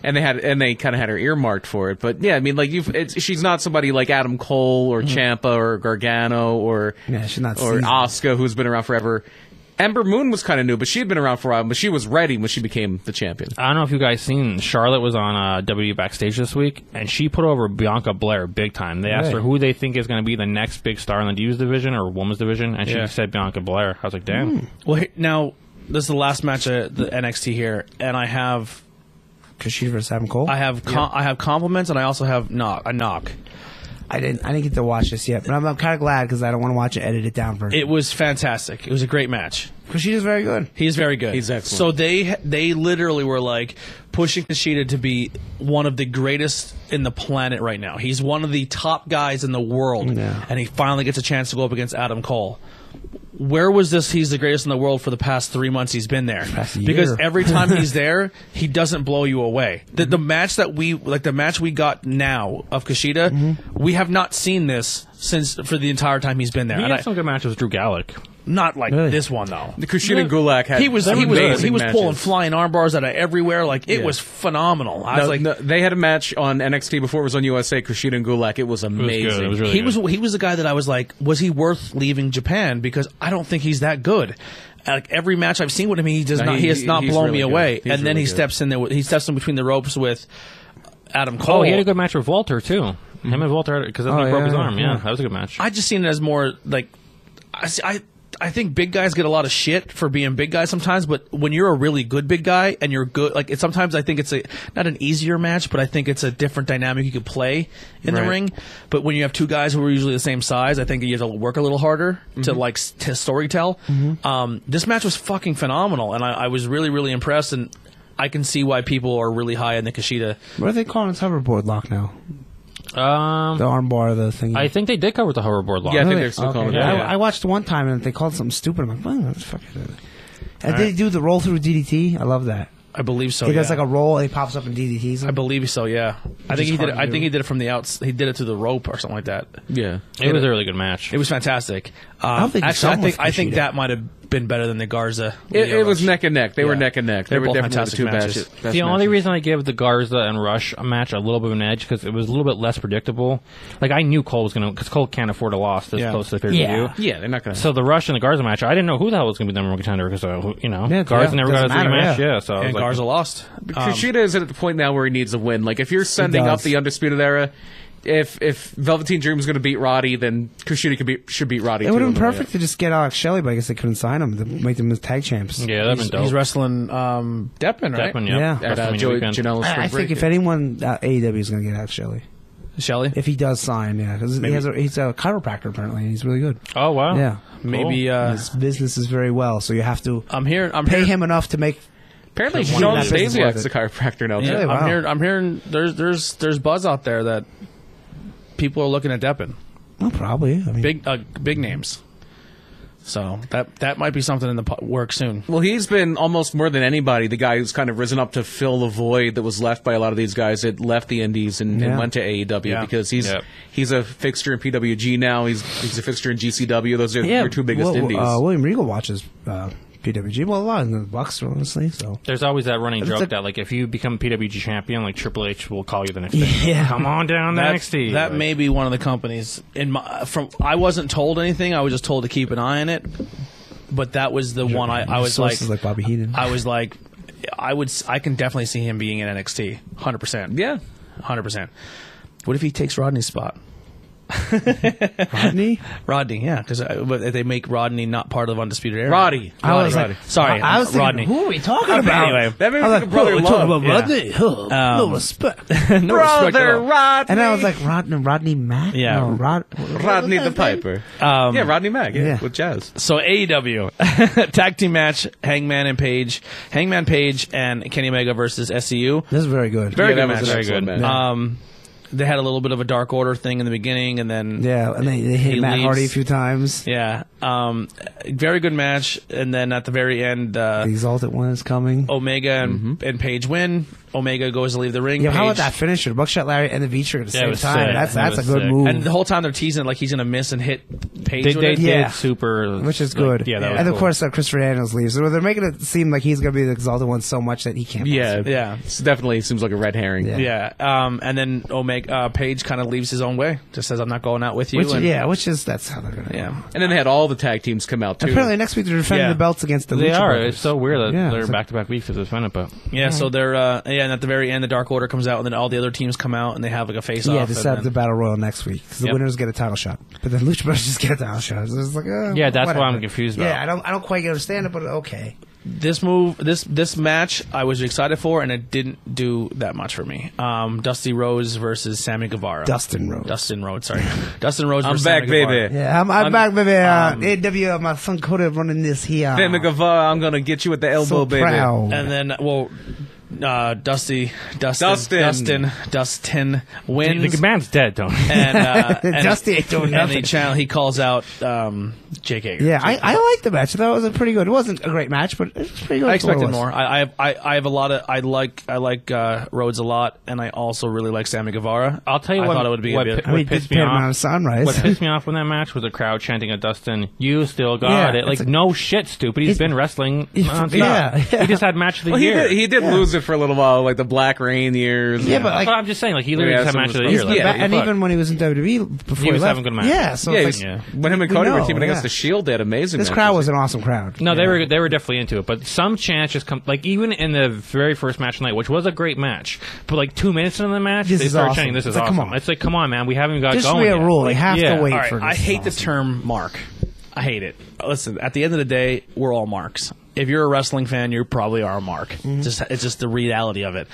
Speaker 5: and they had and they kind of had her earmarked for it. But yeah, I mean, like you, it's she's not somebody like Adam Cole or Champa or Gargano or
Speaker 4: Mm-hmm. Yeah, she's not
Speaker 5: or
Speaker 4: seasoned.
Speaker 5: Asuka, who's been around forever. Ember Moon was kind of new, but she had been around for a while. But she was ready when she became the champion.
Speaker 3: I don't know if you guys seen Charlotte was on uh, WWE backstage this week, and she put over Bianca Blair big time. They asked
Speaker 4: Right.
Speaker 3: her who they think is going to be the next big star in the Divas division or Women's division, and she
Speaker 2: Yeah.
Speaker 3: said Bianca Blair. I was like,
Speaker 4: Hmm.
Speaker 3: damn.
Speaker 2: Well, he- now this is the last match at the NXT here, and I have
Speaker 4: because she versus Adam Cole.
Speaker 2: I have com- I have compliments, and I also have knock a knock.
Speaker 4: I didn't I didn't get to watch this yet, but I'm, I'm kind of glad because I don't want to watch it edited down for
Speaker 2: It was fantastic. It was a great match.
Speaker 4: because she is very good.
Speaker 2: He's very good.
Speaker 5: He's excellent.
Speaker 2: So they they literally were like pushing Kushida to be one of the greatest in the planet right now. He's one of the top guys in the world,
Speaker 4: Yeah.
Speaker 2: and he finally gets a chance to go up against Adam Cole. Where was this? He's the greatest in the world for the past three months. He's been there
Speaker 4: Past year.
Speaker 2: because every time he's there, he doesn't blow you away. The, the match that we like, the match we got now of Kushida,
Speaker 4: Mm-hmm.
Speaker 2: we have not seen this since for the entire time he's been there.
Speaker 3: He
Speaker 2: And
Speaker 3: had
Speaker 2: I-
Speaker 3: some good matches with Drew Gallic.
Speaker 2: not like
Speaker 4: Really?
Speaker 2: this one though.
Speaker 5: The Kushida and Gulak had
Speaker 2: he was he
Speaker 5: some
Speaker 2: was
Speaker 5: amazing
Speaker 2: he was
Speaker 5: matches.
Speaker 2: pulling flying arm bars out of everywhere. Like it
Speaker 5: Yeah.
Speaker 2: was phenomenal. I
Speaker 5: No,
Speaker 2: was like,
Speaker 5: no, they had a match on NXT before it was on USA. Kushida and Gulak. It was
Speaker 3: It was
Speaker 5: amazing.
Speaker 3: good. It was really
Speaker 2: he
Speaker 3: good.
Speaker 2: was he was the guy that I was like, was he worth leaving Japan? Because I don't think he's that good. Like every match I've seen with him, he does
Speaker 5: No,
Speaker 2: not. He,
Speaker 5: he-
Speaker 2: has not
Speaker 5: he's
Speaker 2: blown
Speaker 5: really
Speaker 2: me
Speaker 5: good.
Speaker 2: away.
Speaker 5: He's
Speaker 2: and then
Speaker 5: really
Speaker 2: he
Speaker 5: good.
Speaker 2: steps in there. With, he steps in between the ropes with Adam Cole.
Speaker 3: Oh, he had a good match with Walter too. Him and Walter, because that's when
Speaker 4: Oh,
Speaker 3: he broke his
Speaker 4: yeah,
Speaker 3: arm. Yeah.
Speaker 4: yeah.
Speaker 3: that was a good match.
Speaker 2: I just seen it as more like I, s- I I think big guys get a lot of shit for being big guys sometimes, but when you're a really good big guy and you're good, like it's sometimes I think it's a not an easier match, but I think it's a different dynamic you could play in the
Speaker 5: Right.
Speaker 2: ring. But when you have two guys who are usually the same size, I think you have to work a little harder
Speaker 4: Mm-hmm.
Speaker 2: to like s- to storytell. Um, this match was fucking phenomenal, and I, I was really really impressed, and I can see why people are really high in the Kushida.
Speaker 4: What are they calling this hoverboard lock now?
Speaker 3: um,
Speaker 4: The armbar, the thing.
Speaker 3: I think they did cover the hoverboard lock.
Speaker 5: Yeah, I think
Speaker 4: Really?
Speaker 5: they're still
Speaker 4: Okay.
Speaker 5: calling it.
Speaker 4: Yeah,
Speaker 5: that.
Speaker 4: I, I watched one time and they called something stupid. I'm like, well, that's fucking. And they do the roll through DDT. I love that.
Speaker 2: I believe
Speaker 5: Oh,
Speaker 2: so.
Speaker 4: he does
Speaker 2: yeah.
Speaker 4: like a roll and he pops up in DDTs.
Speaker 2: I believe so. Yeah, I think
Speaker 4: is
Speaker 2: he did.
Speaker 4: hard
Speaker 2: It,
Speaker 4: to
Speaker 2: I
Speaker 4: do.
Speaker 2: think he did it from the outs. He did it through the rope or something like that.
Speaker 5: yeah.
Speaker 3: it was a really good match.
Speaker 2: It was fantastic. Um,
Speaker 4: don't think
Speaker 2: actually, I
Speaker 4: someone
Speaker 2: think I
Speaker 4: could
Speaker 2: think
Speaker 4: cheat
Speaker 2: that might have been better than the Garza.
Speaker 5: It,
Speaker 2: Leo
Speaker 5: it was
Speaker 2: match.
Speaker 5: neck and neck. They were
Speaker 2: Yeah.
Speaker 5: neck and neck. They
Speaker 2: They're
Speaker 5: were
Speaker 2: both
Speaker 5: definitely the
Speaker 2: fantastic
Speaker 5: two
Speaker 2: matches.
Speaker 5: matches.
Speaker 3: the only reason I gave the Garza and Rush a match a little bit of an edge because it was a little bit less predictable. Like I knew Cole was gonna because Cole can't afford a loss this
Speaker 2: Yeah.
Speaker 3: close to the pay per view.
Speaker 4: Yeah.
Speaker 5: Yeah, they're not going to.
Speaker 3: So the Rush and the Garza match, I didn't know who the hell was gonna be the number one contender because uh, who- you know
Speaker 4: Yeah,
Speaker 3: Garza
Speaker 4: yeah,
Speaker 3: never got
Speaker 4: doesn't
Speaker 3: his matter,
Speaker 4: matter,
Speaker 3: match.
Speaker 4: yeah.
Speaker 3: Yeah, so I was
Speaker 2: And
Speaker 3: like,
Speaker 2: Garza lost. Um,
Speaker 5: Kushida is at the point now where he needs a win. Like if you're sending up
Speaker 4: does.
Speaker 5: the Undisputed Era, if if Velveteen Dream's going to beat Roddy, then Kushida could be, should beat Roddy.
Speaker 4: It
Speaker 5: too
Speaker 4: would have
Speaker 5: on
Speaker 4: been
Speaker 5: the way
Speaker 4: perfect to just get Alex Shelley, but I guess they couldn't sign him to make them as tag champs.
Speaker 3: yeah, that'd been
Speaker 2: he's,
Speaker 3: dope.
Speaker 2: he's wrestling um, Deppman, right?
Speaker 3: Deppman,
Speaker 4: Yeah.
Speaker 3: yeah,
Speaker 5: up. At uh,
Speaker 3: WrestleMania
Speaker 5: Joey
Speaker 3: weekend.
Speaker 5: Janela's
Speaker 4: I, I
Speaker 5: spring break.
Speaker 4: think if anyone, uh, AEW is going to get Alex Shelley
Speaker 2: Shelley.
Speaker 4: if he does sign. Yeah, because he has a, he's a chiropractor apparently, and he's really good.
Speaker 3: Oh wow,
Speaker 4: Yeah,
Speaker 2: Maybe
Speaker 4: And
Speaker 2: uh,
Speaker 4: his
Speaker 5: Ah.
Speaker 4: business is very well, so you have to
Speaker 5: Uh,
Speaker 2: I'm here. I'm
Speaker 4: pay
Speaker 2: here-
Speaker 4: him enough to make.
Speaker 5: Apparently,
Speaker 4: One
Speaker 5: Sean
Speaker 4: of that business
Speaker 5: Stasiak's
Speaker 4: worth
Speaker 5: a
Speaker 4: it.
Speaker 5: chiropractor now.
Speaker 2: Yeah,
Speaker 5: too.
Speaker 4: Really? Wow.
Speaker 2: I'm here. I'm hearing there's there's there's buzz out there that people are looking at Deppin.
Speaker 4: Well, probably. I mean,
Speaker 2: Big uh, big names. So that that might be something in the po- work soon.
Speaker 5: Well, he's been almost more than anybody the guy who's kind of risen up to fill the void that was left by a lot of these guys that left the Indies and, and
Speaker 4: Yeah.
Speaker 5: went to AEW
Speaker 2: Yeah.
Speaker 5: because he's
Speaker 3: Yep.
Speaker 5: he's a fixture in PWG now. He's he's a fixture in GCW. Those are your two biggest
Speaker 4: Wil-
Speaker 5: Indies.
Speaker 4: Uh, William Regal watches uh, PWG. Well, a lot of the Bucks, honestly. So
Speaker 3: There's always that running joke
Speaker 4: like-
Speaker 3: that like if you become PWG champion, like Triple H will call you the next day.
Speaker 4: Yeah.
Speaker 3: come on down to
Speaker 2: That-
Speaker 3: NXT.
Speaker 2: That
Speaker 3: Like,
Speaker 2: may be one of the companies in my from. I wasn't told anything. I was just told to keep an eye on it. But that was the one I, I was like,
Speaker 4: sources like Bobby Heenan.
Speaker 2: I was like, I would. s- I can definitely see him being in NXT. Hundred percent.
Speaker 5: yeah.
Speaker 2: Hundred percent. What if he takes Rodney's spot?
Speaker 4: Rodney.
Speaker 2: Rodney, yeah, because but they make Rodney not part of Undisputed Era.
Speaker 5: Roddy.
Speaker 4: I was
Speaker 2: Rodney.
Speaker 4: like,
Speaker 2: sorry,
Speaker 4: I, I was thinking,
Speaker 2: Rodney.
Speaker 4: Who are we talking about?
Speaker 2: anyway,
Speaker 5: that made me
Speaker 4: I was
Speaker 5: think of
Speaker 4: like, oh,
Speaker 5: Brother
Speaker 4: we're talking
Speaker 5: Love.
Speaker 4: about Rodney. Huh, No
Speaker 2: Um,
Speaker 4: respect.
Speaker 2: no respect at all.
Speaker 5: Rodney.
Speaker 4: And I was like, Rodney, Rodney Mack?
Speaker 2: Yeah.
Speaker 4: No, Rod,
Speaker 5: Rodney the Piper.
Speaker 2: Um,
Speaker 5: yeah, Rodney Mack. Yeah,
Speaker 4: yeah.
Speaker 5: with jazz.
Speaker 2: So AEW tag team match: Hangman and Page, Hangman Page and Kenny Omega versus E SCU.
Speaker 4: This is very good.
Speaker 2: Very
Speaker 5: yeah,
Speaker 2: good
Speaker 5: that was
Speaker 2: match.
Speaker 5: an
Speaker 2: Very
Speaker 5: excellent
Speaker 3: good.
Speaker 5: match.
Speaker 2: Um, they had a little bit of a Dark Order thing in the beginning, and then
Speaker 4: yeah, and they, they hit
Speaker 2: He
Speaker 4: Matt
Speaker 2: leaves.
Speaker 4: Hardy a few times.
Speaker 2: yeah, um, very good match. And then at the very end, uh, Oh,
Speaker 4: The Exalted One is coming.
Speaker 2: Mm-hmm. Omega and, and Page win. Omega goes to leave the ring.
Speaker 4: Yeah, how
Speaker 2: Paige-
Speaker 4: about that finisher? Buckshot Larry and the Beecher at the
Speaker 3: it
Speaker 4: same
Speaker 3: was
Speaker 4: time.
Speaker 3: sick.
Speaker 4: That's that's
Speaker 3: That
Speaker 4: a
Speaker 3: was
Speaker 4: good
Speaker 3: sick.
Speaker 4: move.
Speaker 2: And the whole time they're teasing it like he's gonna miss and hit Paige.
Speaker 3: They,
Speaker 2: with
Speaker 3: they
Speaker 2: it.
Speaker 4: Yeah.
Speaker 3: did super,
Speaker 4: which is
Speaker 3: like,
Speaker 4: good.
Speaker 3: yeah, that was
Speaker 4: and of
Speaker 3: cool.
Speaker 4: course, uh, Christopher Daniels leaves. So they're making it seem like he's going to be the exalted one so much that he can't.
Speaker 5: Yeah,
Speaker 2: Yeah.
Speaker 5: It's definitely seems like a red herring.
Speaker 4: Yeah.
Speaker 2: Yeah, um, and then Omega uh, Page kind of leaves his own way. Just says, "I'm not going out with you."
Speaker 4: Which,
Speaker 2: and,
Speaker 4: yeah, which is that's how they're going to.
Speaker 2: yeah.
Speaker 5: And then they had all the tag teams come out too.
Speaker 4: Apparently, next week they're defending
Speaker 2: Yeah.
Speaker 4: the belts against the.
Speaker 3: They
Speaker 4: Lucha
Speaker 3: are.
Speaker 4: Brothers.
Speaker 3: It's so weird that
Speaker 4: Yeah,
Speaker 3: they're
Speaker 4: it's like-
Speaker 3: back to back weeks of this lineup, but
Speaker 2: Yeah, so they're uh, yeah, and at the very end, the Dark Order comes out, and then all the other teams come out, and they have like a face
Speaker 4: Yeah,
Speaker 2: off.
Speaker 4: they set up
Speaker 2: and
Speaker 4: the
Speaker 2: then-
Speaker 4: battle royal next week 'cause the
Speaker 2: Yep.
Speaker 4: winners get a title shot, but the Lucha Brothers just get a title shot. So it's like, uh,
Speaker 3: Yeah, that's what
Speaker 4: whatever.
Speaker 3: I'm confused about.
Speaker 4: Yeah, I don't, I don't quite understand it, but okay.
Speaker 2: this move, this this match, I was excited for, and it didn't do that much for me. Um, Dusty Rose versus Sammy Guevara.
Speaker 4: Dustin Rhodes.
Speaker 2: Dustin Rhodes, sorry, Dustin Rhodes.
Speaker 5: I'm
Speaker 2: versus
Speaker 5: back,
Speaker 2: Sammy Guevara.
Speaker 5: baby.
Speaker 4: Yeah, I'm, I'm,
Speaker 5: I'm-
Speaker 4: back, baby. Uh,
Speaker 3: um,
Speaker 4: AW, uh, my son Coda running this here. uh,
Speaker 5: Sammy Guevara, I'm gonna get you with the elbow,
Speaker 4: so
Speaker 5: baby.
Speaker 4: proud.
Speaker 2: And then, well, uh, Dusty, Dustin,
Speaker 5: Dustin.
Speaker 2: Dustin, Dustin
Speaker 3: the
Speaker 2: wins.
Speaker 3: man's dead, don't.
Speaker 2: and, uh, and-
Speaker 4: Dusty ain't doing
Speaker 2: and
Speaker 4: nothing.
Speaker 2: he, channel, he calls out um, Jake Hager.
Speaker 4: yeah, I, I liked the match. I thought it was a pretty good. It wasn't a great match, but it was pretty good.
Speaker 2: I
Speaker 4: for what it
Speaker 2: expected
Speaker 4: was.
Speaker 2: more. I, I have I, I have a lot of I like I like uh, Rhodes a lot, and I also really like Sammy Guevara.
Speaker 3: I'll tell you
Speaker 2: I
Speaker 3: what.
Speaker 2: thought it would be
Speaker 3: what,
Speaker 2: a
Speaker 3: pi-
Speaker 2: bit.
Speaker 3: what
Speaker 4: mean,
Speaker 3: pissed
Speaker 4: did
Speaker 3: me
Speaker 4: Panama
Speaker 3: off.
Speaker 4: Sunrise.
Speaker 3: What pissed me off from that match was the crowd chanting at Dustin, "You still got
Speaker 4: Yeah,
Speaker 3: it!" Like,
Speaker 4: it's a-
Speaker 3: no shit, stupid. he's
Speaker 4: He's-
Speaker 3: been wrestling.
Speaker 4: He's-
Speaker 3: nonstop.
Speaker 4: yeah, yeah.
Speaker 3: he just had match of the
Speaker 5: Well, he
Speaker 3: year.
Speaker 5: did, he did lose it for a little while, like the Black Rain years.
Speaker 4: Yeah, but
Speaker 3: That's
Speaker 4: like,
Speaker 3: what I'm just saying. Like, he literally
Speaker 5: Yeah,
Speaker 3: just had
Speaker 5: some
Speaker 3: match of the
Speaker 5: respect.
Speaker 3: year.
Speaker 4: he's
Speaker 3: Like,
Speaker 5: Yeah,
Speaker 4: back, and
Speaker 3: fuck.
Speaker 4: even when he was in WWE before
Speaker 3: He was
Speaker 4: left,
Speaker 3: having good match.
Speaker 4: Yeah, so
Speaker 5: yeah,
Speaker 4: it's
Speaker 5: he's-
Speaker 4: like,
Speaker 3: Yeah.
Speaker 5: when him and
Speaker 4: We
Speaker 5: Cody were
Speaker 4: know,
Speaker 5: teaming
Speaker 4: yeah.
Speaker 5: against the Shield, they had amazing.
Speaker 4: this
Speaker 5: matches.
Speaker 4: crowd was an awesome crowd.
Speaker 3: No, they were they were definitely into it, but some chants just come like even in the very first match tonight, which was a great match, but like two minutes into the match,
Speaker 4: This
Speaker 3: they
Speaker 4: is
Speaker 3: start
Speaker 4: awesome.
Speaker 3: chanting, "This
Speaker 4: It's
Speaker 3: is
Speaker 4: like, come
Speaker 3: awesome!"
Speaker 4: on.
Speaker 3: It's like, come on, man, we haven't got
Speaker 4: This should
Speaker 3: going.
Speaker 4: be a
Speaker 3: yet.
Speaker 4: rule.
Speaker 3: Like,
Speaker 4: They have to
Speaker 3: yeah.
Speaker 4: wait.
Speaker 2: All right,
Speaker 4: for
Speaker 2: I
Speaker 4: this
Speaker 2: hate the
Speaker 4: awesome.
Speaker 2: term mark. I hate it. Listen, at the end of the day, we're all marks. If you're a wrestling fan, you probably are a mark.
Speaker 3: Mm-hmm.
Speaker 2: Just it's just the reality of it.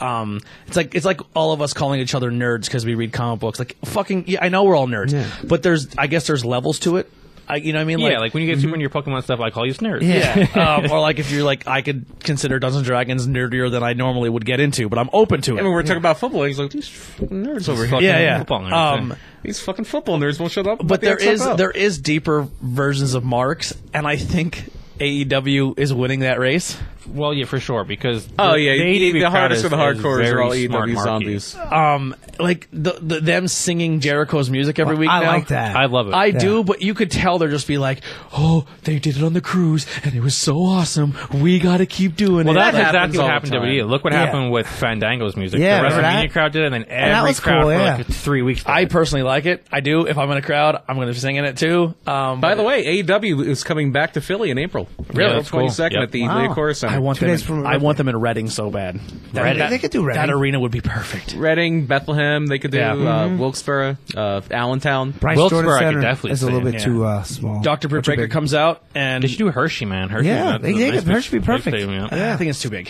Speaker 2: Um, it's like it's like all of us calling each other nerds because we read comic books. Like fucking, yeah, I know we're all nerds, but there's I guess there's levels to it. I, you know what I mean?
Speaker 3: Yeah, like when you get
Speaker 4: mm-hmm.
Speaker 3: super into your Pokemon stuff, I call you Snurd.
Speaker 2: Yeah. um, or like if you're like, I could consider Dungeons and Dragons nerdier than I normally would get into, but I'm open to
Speaker 5: I mean, we
Speaker 2: it.
Speaker 5: were talking about football. He's like, these fucking nerds over here.
Speaker 3: fucking-
Speaker 2: Yeah, yeah.
Speaker 3: Football nerds,
Speaker 2: um,
Speaker 3: yeah.
Speaker 5: These fucking football nerds won't shut up.
Speaker 2: but
Speaker 5: they
Speaker 2: there
Speaker 5: shut
Speaker 2: is
Speaker 5: up.
Speaker 2: there is deeper versions of marks, and I think AEW is winning that race.
Speaker 3: Well, yeah, for sure, because
Speaker 5: Oh
Speaker 3: the-
Speaker 5: yeah,
Speaker 3: the
Speaker 5: the,
Speaker 3: AEW
Speaker 5: the
Speaker 3: crowd
Speaker 5: hardest
Speaker 3: is-
Speaker 5: of the
Speaker 3: is
Speaker 5: hardcores are
Speaker 3: very
Speaker 5: all
Speaker 3: smart marquee.
Speaker 5: EW zombies.
Speaker 2: Um, like the, the them singing Jericho's music every week.
Speaker 4: I
Speaker 2: now,
Speaker 4: like that.
Speaker 3: I love it.
Speaker 2: I do, but you could tell they're just be like, "Oh, they did it on the cruise, and it was so awesome. We got to keep doing
Speaker 3: Well,
Speaker 2: it."
Speaker 3: that's
Speaker 5: That happens
Speaker 3: exactly
Speaker 5: all
Speaker 3: what
Speaker 5: the
Speaker 3: happened to
Speaker 5: time.
Speaker 3: WWE. Look what
Speaker 4: Yeah.
Speaker 3: happened with Fandango's music.
Speaker 4: Yeah,
Speaker 3: the
Speaker 4: remember
Speaker 3: WrestleMania
Speaker 4: that?
Speaker 3: crowd did, it, and then every
Speaker 4: was
Speaker 3: crowd
Speaker 4: cool,
Speaker 3: for
Speaker 4: yeah.
Speaker 3: like three weeks.
Speaker 2: I personally like it. I do. If I'm in a crowd, I'm going to be singing it too. Um,
Speaker 5: By the way, AEW is coming back to Philly in April.
Speaker 3: Really?
Speaker 5: April
Speaker 3: That's cool.
Speaker 5: twenty second
Speaker 3: Yep.
Speaker 5: at the
Speaker 4: Wow.
Speaker 5: Leah Chorus Center.
Speaker 2: I want
Speaker 4: Two
Speaker 2: them.
Speaker 4: days from
Speaker 2: In, I want them in Reading so bad. That,
Speaker 4: Reading?
Speaker 2: that-
Speaker 4: They could do Reading.
Speaker 2: That arena would be perfect.
Speaker 5: Reading, Bethlehem. They could do
Speaker 2: Yeah.
Speaker 5: uh, Wilkesboro, uh, Allentown.
Speaker 4: Bryce
Speaker 3: Wilkesboro,
Speaker 4: Jordan
Speaker 3: I could
Speaker 4: Center
Speaker 3: definitely
Speaker 4: is a
Speaker 3: see
Speaker 4: little
Speaker 3: him,
Speaker 4: bit
Speaker 2: yeah.
Speaker 4: too uh, small.
Speaker 2: Doctor Britt
Speaker 4: Which would
Speaker 2: Breaker
Speaker 4: be-
Speaker 2: comes out, and
Speaker 3: They should do Hershey, man. Hershey,
Speaker 4: Yeah,
Speaker 3: that's
Speaker 4: they-
Speaker 3: a
Speaker 4: they
Speaker 3: nice
Speaker 4: could- Hershey be
Speaker 3: big
Speaker 4: perfect.
Speaker 3: stadium, yeah.
Speaker 2: I think it's too big.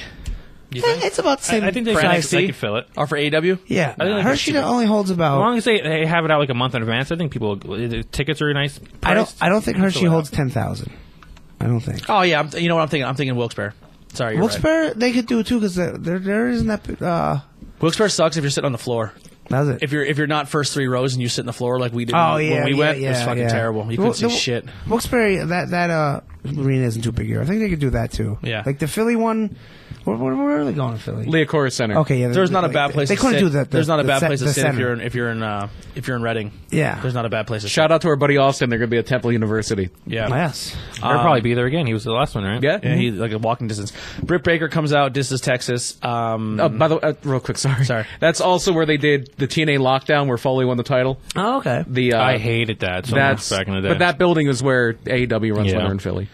Speaker 4: Yeah, Eh, it's about the same.
Speaker 3: I think they
Speaker 4: size.
Speaker 3: could, they could fill it.
Speaker 2: Or Oh, for E AW?
Speaker 4: Yeah,
Speaker 3: I think they
Speaker 4: Hershey
Speaker 3: could-
Speaker 4: only holds
Speaker 3: As
Speaker 4: about.
Speaker 3: long as they, they have it out like a month in advance, I think people the tickets are nice. Priced.
Speaker 4: I don't. I don't think
Speaker 3: Fill
Speaker 4: Hershey
Speaker 3: it out.
Speaker 4: holds ten thousand. I don't think.
Speaker 2: Oh yeah, I'm th- you know what I'm thinking? I'm thinking Wilkes-Barre. Sorry, you're right.
Speaker 4: Wilkes-Barre, they could do it too because there, there there isn't that. Uh,
Speaker 2: Wilkes-Barre sucks if you're sitting on the floor.
Speaker 4: does it?
Speaker 2: If you're if you're not first three rows and you sit in the floor like we did
Speaker 4: oh
Speaker 2: when
Speaker 4: yeah,
Speaker 2: we
Speaker 4: yeah,
Speaker 2: went,
Speaker 4: yeah,
Speaker 2: it was fucking
Speaker 4: yeah.
Speaker 2: terrible. You
Speaker 4: Well,
Speaker 2: couldn't see
Speaker 4: the-
Speaker 2: shit.
Speaker 4: Wilkes-Barre, that that uh, arena isn't too big here. I think they could do that too.
Speaker 2: Yeah.
Speaker 4: like the Philly one. Where, where, where are they going, in Philly?
Speaker 5: Leah Chorus Center.
Speaker 4: Okay, yeah.
Speaker 2: There's not a
Speaker 4: like,
Speaker 2: bad place.
Speaker 4: They
Speaker 2: to
Speaker 4: couldn't
Speaker 2: sit.
Speaker 4: do that. the-
Speaker 2: There's not a
Speaker 4: the
Speaker 2: bad
Speaker 4: se-
Speaker 2: place to
Speaker 4: the
Speaker 2: sit if
Speaker 4: center.
Speaker 2: you're in if you're in uh, if you're in Reading.
Speaker 4: Yeah.
Speaker 2: There's not a bad place to
Speaker 5: Shout out to our buddy Austin. They're going to be at Temple University.
Speaker 2: Sit. Yeah.
Speaker 4: Oh, Yes.
Speaker 3: They'll probably be there again. He was the last one, right?
Speaker 5: Yeah.
Speaker 2: Yeah, he's like a walking distance. Britt Baker comes out. This is Texas. Um,
Speaker 5: Oh, by the way, uh, real quick, sorry.
Speaker 2: Sorry.
Speaker 5: That's also where they did the TNA lockdown where Foley won the title.
Speaker 4: Oh, okay.
Speaker 5: The uh,
Speaker 3: I hated that. So
Speaker 5: that's
Speaker 3: that's back in the day.
Speaker 5: But that building is where AEW runs
Speaker 3: Yeah.
Speaker 5: later in Philly.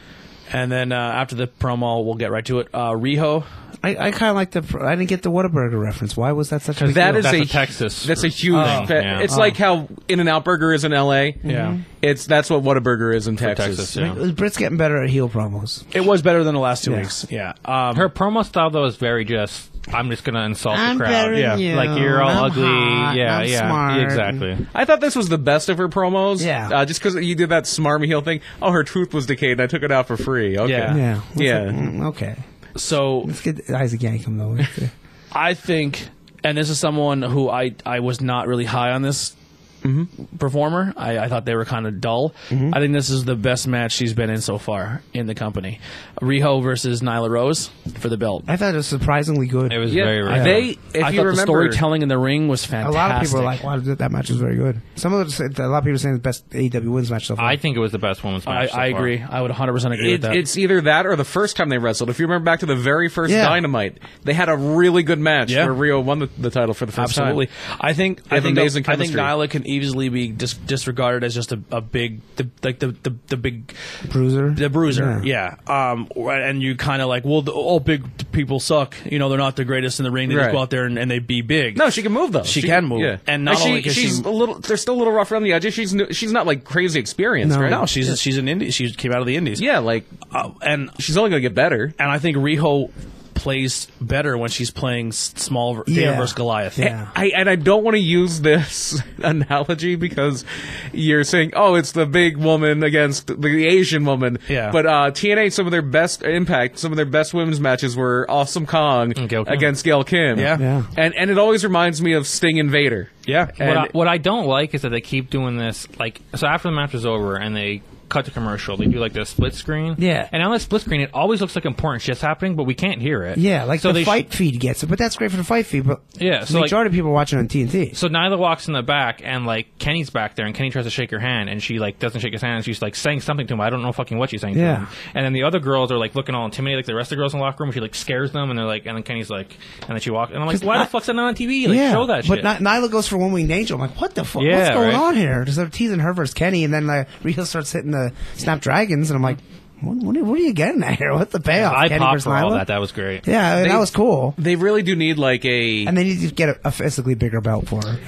Speaker 2: and then uh, after the promo, we'll get right to it. Uh, Riho.
Speaker 4: I, I kind of like the. pr- I didn't get the Whataburger reference. Why was that such a big
Speaker 5: That
Speaker 4: deal?
Speaker 5: is
Speaker 3: That's
Speaker 5: a
Speaker 3: a Texas
Speaker 5: That's a huge.
Speaker 3: thing,
Speaker 5: fa-
Speaker 3: Oh, yeah.
Speaker 5: It's like how In and Out Burger is in LA.
Speaker 2: Yeah.
Speaker 5: It's that's what Whataburger is in Texas.
Speaker 3: Texas. Yeah.
Speaker 4: Uh, Brit's getting better at heel promos.
Speaker 2: It was better than the last two
Speaker 4: Yeah.
Speaker 2: weeks. Yeah. Um,
Speaker 3: Her promo style though is very just. I'm just gonna insult
Speaker 4: I'm
Speaker 3: the crowd.
Speaker 4: better than
Speaker 3: yeah.
Speaker 4: you,
Speaker 3: Like you're all
Speaker 4: and I'm
Speaker 3: ugly.
Speaker 4: hot,
Speaker 3: yeah.
Speaker 4: and I'm
Speaker 3: yeah.
Speaker 4: smart,
Speaker 3: Exactly.
Speaker 5: I thought this was the best of her promos.
Speaker 4: Yeah.
Speaker 5: Uh, just because you did that smarmy heel thing. Oh, her tooth was decayed. and I took it out for free. Okay.
Speaker 2: Yeah.
Speaker 4: Yeah. It's
Speaker 5: Yeah.
Speaker 4: like, mm, okay.
Speaker 2: so
Speaker 4: Let's get Isaac Yankum though.
Speaker 2: I think, and this is someone who I I was not really high on this Mm-hmm. performer. I, I thought they were kind of dull. I think this is the best match she's been in so far in the company. Riho versus Nyla Rose for the belt.
Speaker 4: I thought it was surprisingly good.
Speaker 3: It was
Speaker 5: Yeah,
Speaker 3: very rare.
Speaker 5: they,
Speaker 2: I
Speaker 5: if you
Speaker 2: thought
Speaker 5: remember,
Speaker 2: the storytelling in the ring was
Speaker 4: a
Speaker 2: fantastic.
Speaker 4: lot of people are like, "Wow, that match was very good." Some of them said, a lot of people are saying it's the best AEW wins match so far.
Speaker 3: I think it was the best women's
Speaker 2: I,
Speaker 3: match. so
Speaker 2: I
Speaker 3: far.
Speaker 2: agree. I would 100 percent agree with
Speaker 5: It,
Speaker 2: that.
Speaker 5: it's either that or the first time they wrestled. If you remember back to the very first
Speaker 4: Yeah.
Speaker 5: Dynamite, they had a really good match
Speaker 2: Yeah.
Speaker 5: where Rio won the, the title for the first
Speaker 2: Absolutely,
Speaker 5: time.
Speaker 2: I think I
Speaker 5: have
Speaker 2: think
Speaker 5: amazing
Speaker 2: I think
Speaker 5: chemistry.
Speaker 2: Nyla can easily be dis- disregarded as just a, a big, the, like the, the the big
Speaker 4: Bruiser.
Speaker 2: the bruiser. Yeah, um, or- and you kind of like, well, the, all big people suck. You know, they're not the greatest in the ring. They
Speaker 5: Right.
Speaker 2: just go out there and, and they be big.
Speaker 5: No, she can move though.
Speaker 2: She can move. And not only 'cause
Speaker 5: she's
Speaker 2: she-
Speaker 5: a little, they're still a little rough around the edges. She's new, she's not like crazy experienced, right?
Speaker 2: no, she's she's an indie. She came out of the indies.
Speaker 5: yeah, like
Speaker 2: uh, and
Speaker 5: she's only gonna get better.
Speaker 2: and I think Riho plays better when she's playing s- small ver- David
Speaker 4: Yeah.
Speaker 2: versus Goliath.
Speaker 4: Yeah.
Speaker 5: I and I don't want to use this analogy because you're saying, oh, it's the big woman against the Asian woman.
Speaker 2: Yeah.
Speaker 5: But uh, TNA, some of their best impact, some of their best women's matches were Awesome Kong
Speaker 3: Gail Kim.
Speaker 5: against Gail Kim.
Speaker 2: Yeah.
Speaker 4: Yeah.
Speaker 5: And and it always reminds me of Sting Invader.
Speaker 2: Yeah.
Speaker 5: And-
Speaker 3: what, I, what I don't like is that they keep doing this. Like, so after the match is over and they cut the commercial, they do like the split screen.
Speaker 4: Yeah.
Speaker 3: And on the split screen, it always looks like important shit's happening, but we can't hear it.
Speaker 4: yeah, like the
Speaker 3: they sh-
Speaker 4: fight feed gets it, but that's great for the fight feed. But
Speaker 3: Yeah, so,
Speaker 4: the
Speaker 3: like-
Speaker 4: majority of people are watching on TNT.
Speaker 3: so Nyla walks in the back, and like Kenny's back there, and Kenny tries to shake her hand, and she like doesn't shake his hand, and she's like saying something to him. I don't know fucking what she's saying
Speaker 4: Yeah.
Speaker 3: to him. And then the other girls are like looking all intimidated, like the rest of the girls in the locker room. She like scares them, and they're like, and then Kenny's like, and then she walks, and I'm like, why the fuck's that not on TV? Like,
Speaker 4: yeah,
Speaker 3: show that
Speaker 4: but
Speaker 3: shit.
Speaker 4: Ni- Nyla goes for one winged angel. I'm like, what the fuck? What's
Speaker 3: Yeah,
Speaker 4: going
Speaker 3: right.
Speaker 4: on here? Just they're teasing her versus Kenny, and then like Riho starts hitting the snapdragons, and I'm like, what, what, are, what are you getting at here? What's the payoff?
Speaker 3: I
Speaker 4: Kenny
Speaker 3: popped
Speaker 4: versus
Speaker 3: for all
Speaker 4: Nyla?
Speaker 3: that. That was great.
Speaker 4: yeah, that was cool.
Speaker 5: They really do need like a
Speaker 4: And they need to get a, a physically bigger belt for her.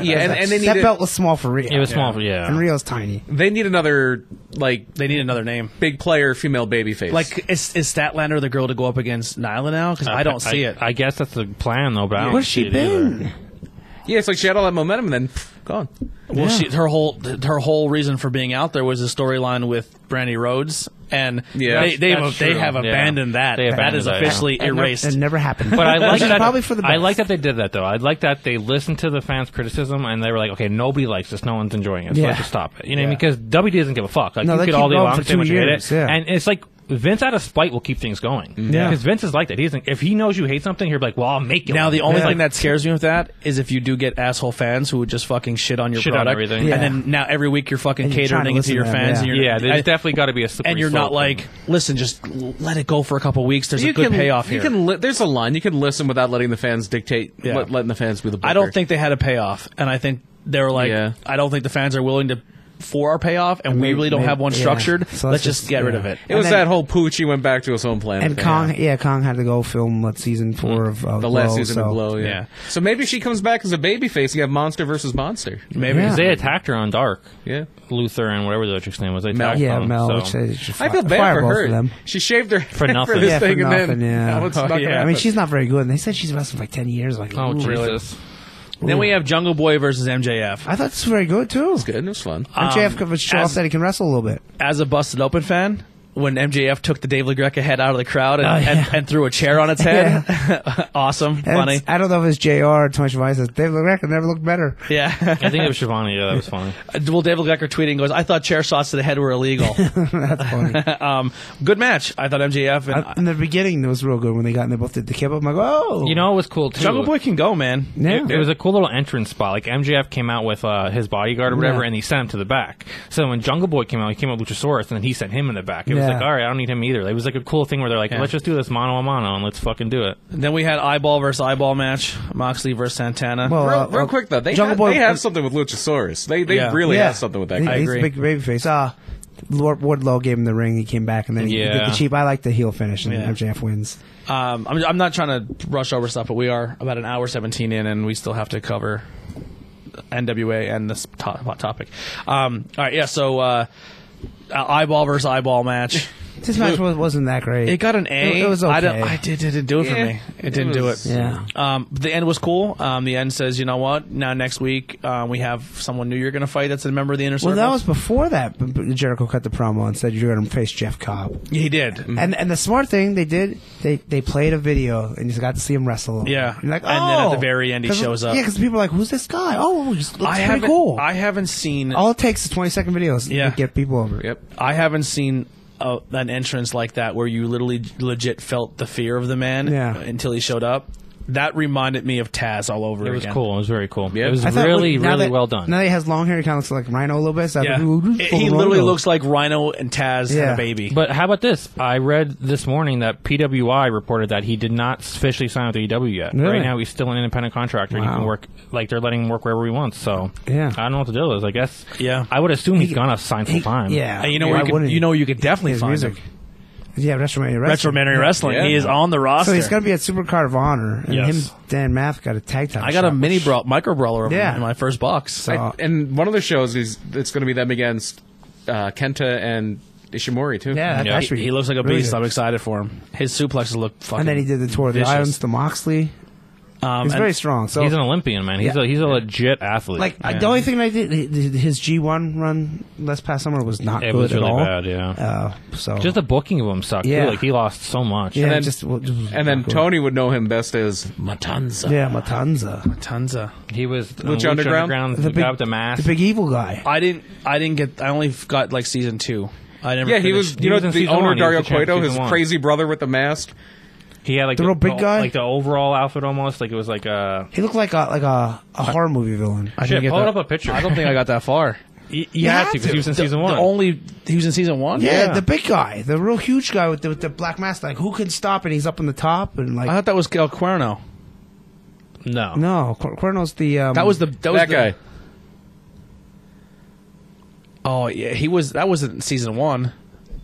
Speaker 5: yeah, and, and they need
Speaker 4: that
Speaker 5: a-
Speaker 4: belt was small for Rio.
Speaker 3: It was small, yeah.
Speaker 4: and Rio's tiny.
Speaker 5: they need another like
Speaker 2: They need another name.
Speaker 5: big player female babyface.
Speaker 2: Like is is Statlander the girl to go up against Nyla now? Because I don't see it.
Speaker 3: I guess that's the plan, though. But I don't
Speaker 4: Where's
Speaker 3: see
Speaker 4: she
Speaker 3: it either.
Speaker 4: been?
Speaker 5: yeah, it's like she had all that momentum and then pff, gone.
Speaker 2: Well, she, her whole her whole reason for being out there was the storyline with Brandy Rhodes, and
Speaker 5: Yeah,
Speaker 2: they they,
Speaker 3: that's
Speaker 2: they
Speaker 3: true.
Speaker 2: have
Speaker 3: Yeah.
Speaker 2: abandoned that.
Speaker 3: They
Speaker 2: that is
Speaker 3: abandoned that, yeah.
Speaker 2: officially
Speaker 4: That never-
Speaker 2: erased.
Speaker 4: That never happened.
Speaker 3: But I like
Speaker 4: Which is
Speaker 3: that.
Speaker 4: probably for the
Speaker 3: I
Speaker 4: best.
Speaker 3: like that they did that though. I like that they listened to the fans' criticism and they were like, okay, nobody likes this. No one's enjoying it. So
Speaker 4: Yeah.
Speaker 3: let's just stop it. You know, what I mean, because WD doesn't give a fuck. Like
Speaker 4: No,
Speaker 3: you
Speaker 4: they
Speaker 3: could
Speaker 4: keep
Speaker 3: all day
Speaker 4: going
Speaker 3: long
Speaker 4: for
Speaker 3: say
Speaker 4: two
Speaker 3: much you hate
Speaker 4: years,
Speaker 3: it,
Speaker 4: yeah. Mm.
Speaker 3: and it's like. Vince out of spite will keep things going.
Speaker 4: Yeah.
Speaker 3: Because Vince is like that. He's if he knows you hate something, he'll be like, "Well, I'll make it."
Speaker 2: Now the only
Speaker 3: It's
Speaker 2: thing
Speaker 3: like,
Speaker 2: that scares me with that is if you do get asshole fans who would just fucking shit on your
Speaker 3: Shit on
Speaker 2: product,
Speaker 3: everything.
Speaker 4: Yeah.
Speaker 2: and then now every week you're fucking
Speaker 4: And you're trying to
Speaker 2: catering it to
Speaker 4: listen
Speaker 2: your
Speaker 4: to them,
Speaker 2: fans,
Speaker 4: yeah.
Speaker 2: and you're
Speaker 3: yeah, there's
Speaker 2: and-
Speaker 3: definitely got to be a slippery
Speaker 2: and you're
Speaker 3: slope
Speaker 2: not like,
Speaker 3: thing.
Speaker 2: listen, just l- let it go for a couple weeks. There's a good payoff
Speaker 5: you
Speaker 2: here.
Speaker 5: can li- there's a line you can listen without letting the fans dictate.
Speaker 2: Yeah.
Speaker 5: Let, letting the fans be the. Booker.
Speaker 2: I don't think they had a payoff, and I think they were like,
Speaker 5: Yeah.
Speaker 2: I don't think the fans are willing to for our payoff, and we
Speaker 4: Maybe-
Speaker 2: really don't
Speaker 4: maybe-
Speaker 2: have one
Speaker 4: yeah.
Speaker 2: structured.
Speaker 4: So
Speaker 2: let's
Speaker 4: let's
Speaker 2: just
Speaker 4: just-
Speaker 2: get rid
Speaker 4: yeah.
Speaker 2: of it.
Speaker 5: It was
Speaker 4: And then-
Speaker 5: that whole pooch. He went back to his home planet.
Speaker 4: And
Speaker 5: thing.
Speaker 4: Kong, yeah, Kong had to go film what season
Speaker 3: Mm.
Speaker 4: four of uh,
Speaker 5: The last
Speaker 4: Glow,
Speaker 5: season
Speaker 4: so.
Speaker 5: of Blow, yeah.
Speaker 2: Yeah.
Speaker 5: So maybe she comes back as a babyface. and You have Monster versus Monster.
Speaker 2: Maybe
Speaker 4: Yeah.
Speaker 3: 'Cause they attacked her on Dark.
Speaker 5: Yeah.
Speaker 3: Luther and whatever the other chick's name was. They
Speaker 5: Mel.
Speaker 3: attacked
Speaker 4: Yeah,
Speaker 3: them,
Speaker 4: Mel.
Speaker 3: Oh, so-
Speaker 4: Which is just
Speaker 5: I feel
Speaker 4: fi-
Speaker 5: bad for
Speaker 4: fireball
Speaker 5: her.
Speaker 4: them.
Speaker 5: She shaved her for,
Speaker 3: nothing.
Speaker 5: for this
Speaker 4: Yeah, for
Speaker 5: thing, and
Speaker 4: nothing,
Speaker 5: then
Speaker 4: yeah.
Speaker 5: now it's
Speaker 2: Oh,
Speaker 5: not gonna
Speaker 2: yeah.
Speaker 4: I mean,
Speaker 5: happen.
Speaker 4: she's not very good. And they said she's wrestled for like ten years. Like,
Speaker 3: Oh
Speaker 4: ooh.
Speaker 3: Jesus!
Speaker 2: Then we have Jungle Boy versus MJF.
Speaker 4: I thought this was very good too.
Speaker 5: Good, Um, it was fun.
Speaker 4: MJF could show off
Speaker 2: as-
Speaker 4: that he can wrestle a little bit.
Speaker 2: As a busted open fan, when MJF took the Dave LaGreca head out of the crowd and,
Speaker 4: Oh, yeah.
Speaker 2: and, and threw a chair on its head, awesome,
Speaker 4: And
Speaker 2: funny.
Speaker 4: it's- I don't know if it's Jr. or Tony Schiavone says Dave LaGreca never looked better.
Speaker 2: Yeah.
Speaker 3: I think it was Shivani. Yeah, that was funny.
Speaker 2: well, David Gecker tweeting goes, I thought chair shots to the head were illegal.
Speaker 4: That's funny. Uh,
Speaker 2: um, good match. I thought MJF and
Speaker 4: in the beginning, it was real good when they got in. They both did the kip. I'm like, oh,
Speaker 3: You know, it was cool too.
Speaker 2: Jungle Boy can go, man.
Speaker 4: yeah.
Speaker 3: It, it was a cool little entrance spot. Like MJF came out with uh, his bodyguard or whatever,
Speaker 4: Yeah.
Speaker 3: and he sent him to the back. So when Jungle Boy came out, he came out with Luchasaurus, and then he sent him in the back. It was
Speaker 4: Yeah.
Speaker 3: like, all right, I don't need him either. It was like a cool thing where they're like, let's just do this mano a mano and let's fucking do it.
Speaker 2: Then we had eyeball versus eyeball match, Moxley versus Santana.
Speaker 4: Well,
Speaker 5: real,
Speaker 4: uh,
Speaker 5: real
Speaker 4: uh,
Speaker 5: quick though, they
Speaker 4: Jungle
Speaker 5: have,
Speaker 4: Boy-
Speaker 5: they have something with Luchasaurus. They they
Speaker 2: Yeah.
Speaker 5: really
Speaker 4: yeah.
Speaker 5: have something with that.
Speaker 4: He-
Speaker 5: guy.
Speaker 4: He's a big baby face. Ah, Lord Wardlow gave him the ring. He came back and then he
Speaker 3: Yeah.
Speaker 4: did the cheap. I like the heel finish, and
Speaker 2: Yeah.
Speaker 4: MJF wins.
Speaker 2: um, I'm, I'm not trying to rush over stuff, but we are about an hour 17 in, and we still have to cover NWA and this to- hot topic. Um, all right, yeah. So uh, eyeball versus eyeball match.
Speaker 4: This match was, wasn't that great.
Speaker 2: It got an A.
Speaker 4: It, it was okay.
Speaker 2: I, don't- I did, it didn't do it
Speaker 5: Yeah.
Speaker 2: for me. It,
Speaker 5: It
Speaker 2: didn't do it.
Speaker 5: was-
Speaker 4: yeah.
Speaker 2: Um, the end was cool. Um, the end says, you know what? Now next week uh, we have someone new you're going to fight. That's a member of the inner
Speaker 4: Well,
Speaker 2: circle.
Speaker 4: that was before that. b- b- Jericho cut the promo and said you're going to face Jeff Cobb.
Speaker 2: he did.
Speaker 4: And and the smart thing they did, they they played a video and you got to see him wrestle.
Speaker 2: Yeah.
Speaker 4: You're like, oh.
Speaker 2: And then at the very end, he
Speaker 4: 'Cause-
Speaker 2: shows up.
Speaker 4: Yeah, because people are like, who's this guy? Oh, he's looks
Speaker 2: I
Speaker 4: pretty
Speaker 2: haven't.
Speaker 4: cool.
Speaker 2: I haven't seen.
Speaker 4: All it takes is 20 second videos
Speaker 2: Yeah.
Speaker 4: to get people over.
Speaker 5: Yep.
Speaker 2: I haven't seen uh an entrance like that where you literally legit felt the fear of the man
Speaker 4: Yeah.
Speaker 2: until he showed up. That reminded me of Taz all over
Speaker 3: It was
Speaker 2: again.
Speaker 3: cool. It was very cool.
Speaker 5: Yeah.
Speaker 3: It was
Speaker 4: I thought
Speaker 3: really,
Speaker 4: when- now
Speaker 3: really
Speaker 4: that-
Speaker 3: well done.
Speaker 4: Now that he has long hair, he kind of looks like Rhino a little bit. So
Speaker 2: Yeah. It- he literally looks like Rhino and Taz had
Speaker 4: Yeah.
Speaker 2: a baby.
Speaker 3: But how about this? I read this morning that PWI reported that he did not officially sign with AEW yet.
Speaker 4: Really?
Speaker 3: Right now, he's still an independent contractor. and He
Speaker 4: Wow.
Speaker 3: can work like they're letting him work wherever he wants. So
Speaker 4: Yeah.
Speaker 3: I don't know what the deal is. I guess
Speaker 2: Yeah.
Speaker 3: I would assume he's gonna sign full time.
Speaker 4: Yeah.
Speaker 2: and you know,
Speaker 4: Why
Speaker 2: where you, could,
Speaker 4: wouldn't he?
Speaker 2: you know, you could definitely
Speaker 4: His
Speaker 2: find
Speaker 4: music.
Speaker 2: him.
Speaker 4: Yeah, WrestleMania
Speaker 2: Retro
Speaker 4: Wrestling.
Speaker 2: Memory Wrestling.
Speaker 5: Yeah.
Speaker 2: He is on the roster.
Speaker 4: So he's going to be at Supercard of Honor. And
Speaker 2: Yes.
Speaker 4: him, Dan Math, got a tag title.
Speaker 2: I got a
Speaker 4: shot.
Speaker 2: mini brawl, micro brawler over
Speaker 4: Yeah.
Speaker 2: in my first box. So.
Speaker 4: Uh,
Speaker 5: I, and one of the shows is it's going to be them against uh, Kenta and Ishimori too.
Speaker 4: Yeah, that,
Speaker 3: Yeah.
Speaker 4: that
Speaker 2: he,
Speaker 4: should be
Speaker 2: he looks like a
Speaker 4: really
Speaker 2: beast.
Speaker 4: good.
Speaker 2: I'm excited for him. His suplexes look fucking.
Speaker 4: And then he did the tour of the
Speaker 2: vicious.
Speaker 4: islands to Moxley.
Speaker 2: Um,
Speaker 4: He's
Speaker 2: and-
Speaker 4: very strong. So
Speaker 3: He's an Olympian, man. He's
Speaker 4: Yeah.
Speaker 3: a he's a legit athlete.
Speaker 4: like I- the only thing I did, th- th- his G one run last past summer was not
Speaker 3: it
Speaker 4: good
Speaker 3: was really
Speaker 4: at all.
Speaker 3: bad. Yeah.
Speaker 4: Uh, so
Speaker 3: just the booking of him sucked.
Speaker 4: Yeah.
Speaker 3: Too. Like he lost so much.
Speaker 4: yeah,
Speaker 5: then-
Speaker 4: just, well, just-
Speaker 5: And then
Speaker 4: not good.
Speaker 5: Tony would know him best as Matanza.
Speaker 4: yeah, Matanza,
Speaker 2: tons of.
Speaker 3: He was the
Speaker 5: Lucha Underground?
Speaker 3: Underground, the,
Speaker 4: The
Speaker 3: guy
Speaker 4: big-
Speaker 3: with the mask.
Speaker 4: the big evil guy.
Speaker 2: I didn't. I didn't get. I only got like season two. I never.
Speaker 5: Yeah, he was,
Speaker 2: finished.
Speaker 5: you know,
Speaker 3: was in
Speaker 5: the
Speaker 3: season
Speaker 5: owner
Speaker 3: one. He was
Speaker 5: Dario
Speaker 3: the champ in
Speaker 5: Cueto,
Speaker 3: season
Speaker 5: his
Speaker 3: one.
Speaker 5: crazy brother with the mask.
Speaker 3: he had like
Speaker 4: The real big guy?
Speaker 3: like the overall outfit almost. Like it was like uh, a.
Speaker 4: he looked like a like a, a horror movie villain.
Speaker 2: I
Speaker 3: Shit,
Speaker 2: didn't get
Speaker 3: pull it
Speaker 2: that-
Speaker 3: up a picture.
Speaker 2: I don't think I got that far.
Speaker 3: You, you
Speaker 4: had
Speaker 3: had
Speaker 4: to.
Speaker 3: to because he was in
Speaker 2: The-
Speaker 3: season one.
Speaker 2: The only he was in season one.
Speaker 4: yeah, the big guy, the real huge guy with the, with the black mask. Like who can stop? And he's up on the top and like
Speaker 2: I thought that was El Cuerno.
Speaker 3: no,
Speaker 4: no, Cuer- Cuerno's the um,
Speaker 2: That was the that was
Speaker 5: That
Speaker 2: the,
Speaker 5: guy.
Speaker 2: Oh yeah, he was. That wasn't season one.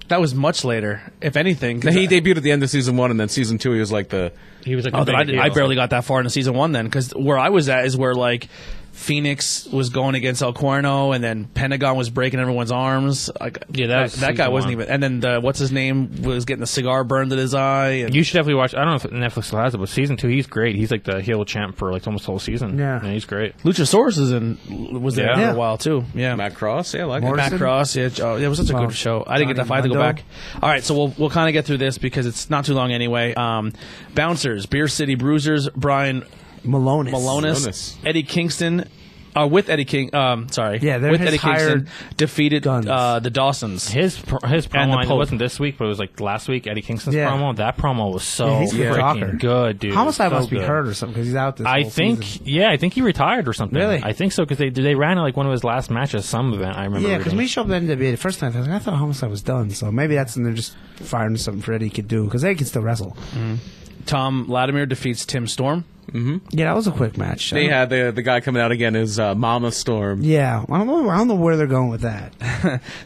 Speaker 2: That was much later, if anything. 'cause
Speaker 5: He
Speaker 2: I-
Speaker 5: debuted at the end of season one, and then season two, he was like the.
Speaker 3: He was like,
Speaker 2: Oh,
Speaker 3: the
Speaker 2: then I,
Speaker 3: big
Speaker 2: I
Speaker 3: heel.
Speaker 2: barely got that far into season one then, because where I was at is where like Phoenix was going against El Cuerno, and then Pentagon was breaking everyone's arms. Like,
Speaker 3: Yeah, that was
Speaker 2: that, guy
Speaker 3: season
Speaker 2: wasn't
Speaker 3: one.
Speaker 2: even. And then the, what's his name was getting the cigar burned in his eye. And
Speaker 3: You should definitely watch. I don't know if Netflix still has it, but season two, he's great. He's like the heel champ for like almost the whole season.
Speaker 4: Yeah.
Speaker 3: he's great.
Speaker 2: Luchasaurus is in, was there
Speaker 3: Yeah.
Speaker 2: for
Speaker 4: Yeah.
Speaker 2: a while too. Yeah,
Speaker 5: Matt Cross? Yeah, I like
Speaker 4: Morrison?
Speaker 5: it.
Speaker 2: Matt Cross. Yeah, oh, yeah, it was such a
Speaker 4: Well,
Speaker 2: good show. I didn't get
Speaker 4: Johnny
Speaker 2: that far I had to go
Speaker 4: Mundo.
Speaker 2: back. All right, so we'll we'll kind of get through this because it's not too long anyway. Um, Bouncers, Beer City Bruisers, Brian
Speaker 4: Malone.
Speaker 2: Malonis,
Speaker 5: Malonis.
Speaker 2: Eddie Kingston, uh, with Eddie King. Um, sorry,
Speaker 4: Yeah, they're
Speaker 2: with
Speaker 4: his
Speaker 2: Eddie Kingston
Speaker 4: hired
Speaker 2: defeated
Speaker 4: guns.
Speaker 2: uh, the Dawsons.
Speaker 3: His pro- his
Speaker 2: And the
Speaker 3: promo it
Speaker 2: Pope.
Speaker 3: wasn't this week, but it was like last week. Eddie Kingston's
Speaker 4: Yeah.
Speaker 3: promo. That promo was so
Speaker 4: Yeah, he's a rocker.
Speaker 3: Oh, freaking good, dude.
Speaker 4: Homicide
Speaker 3: So
Speaker 4: must be
Speaker 3: good.
Speaker 4: hurt or something because he's out this.
Speaker 3: I
Speaker 4: whole
Speaker 3: think
Speaker 4: season.
Speaker 3: yeah, I think he retired or something.
Speaker 4: Really?
Speaker 3: I think so because they they ran like one of his last matches, some event. I remember.
Speaker 4: Yeah, because
Speaker 3: reading.
Speaker 4: when he showed up at NWA the first time, I, was like, I thought Homicide was done. So maybe that's and they're just firing something Freddie could do because they can still wrestle.
Speaker 2: Tom Latimer defeats Tim Storm.
Speaker 4: Yeah, that was a quick match.
Speaker 5: They
Speaker 4: I don't-
Speaker 5: had the, the guy coming out again is uh, Mama Storm.
Speaker 4: yeah, I don't know. I don't know where they're going with that.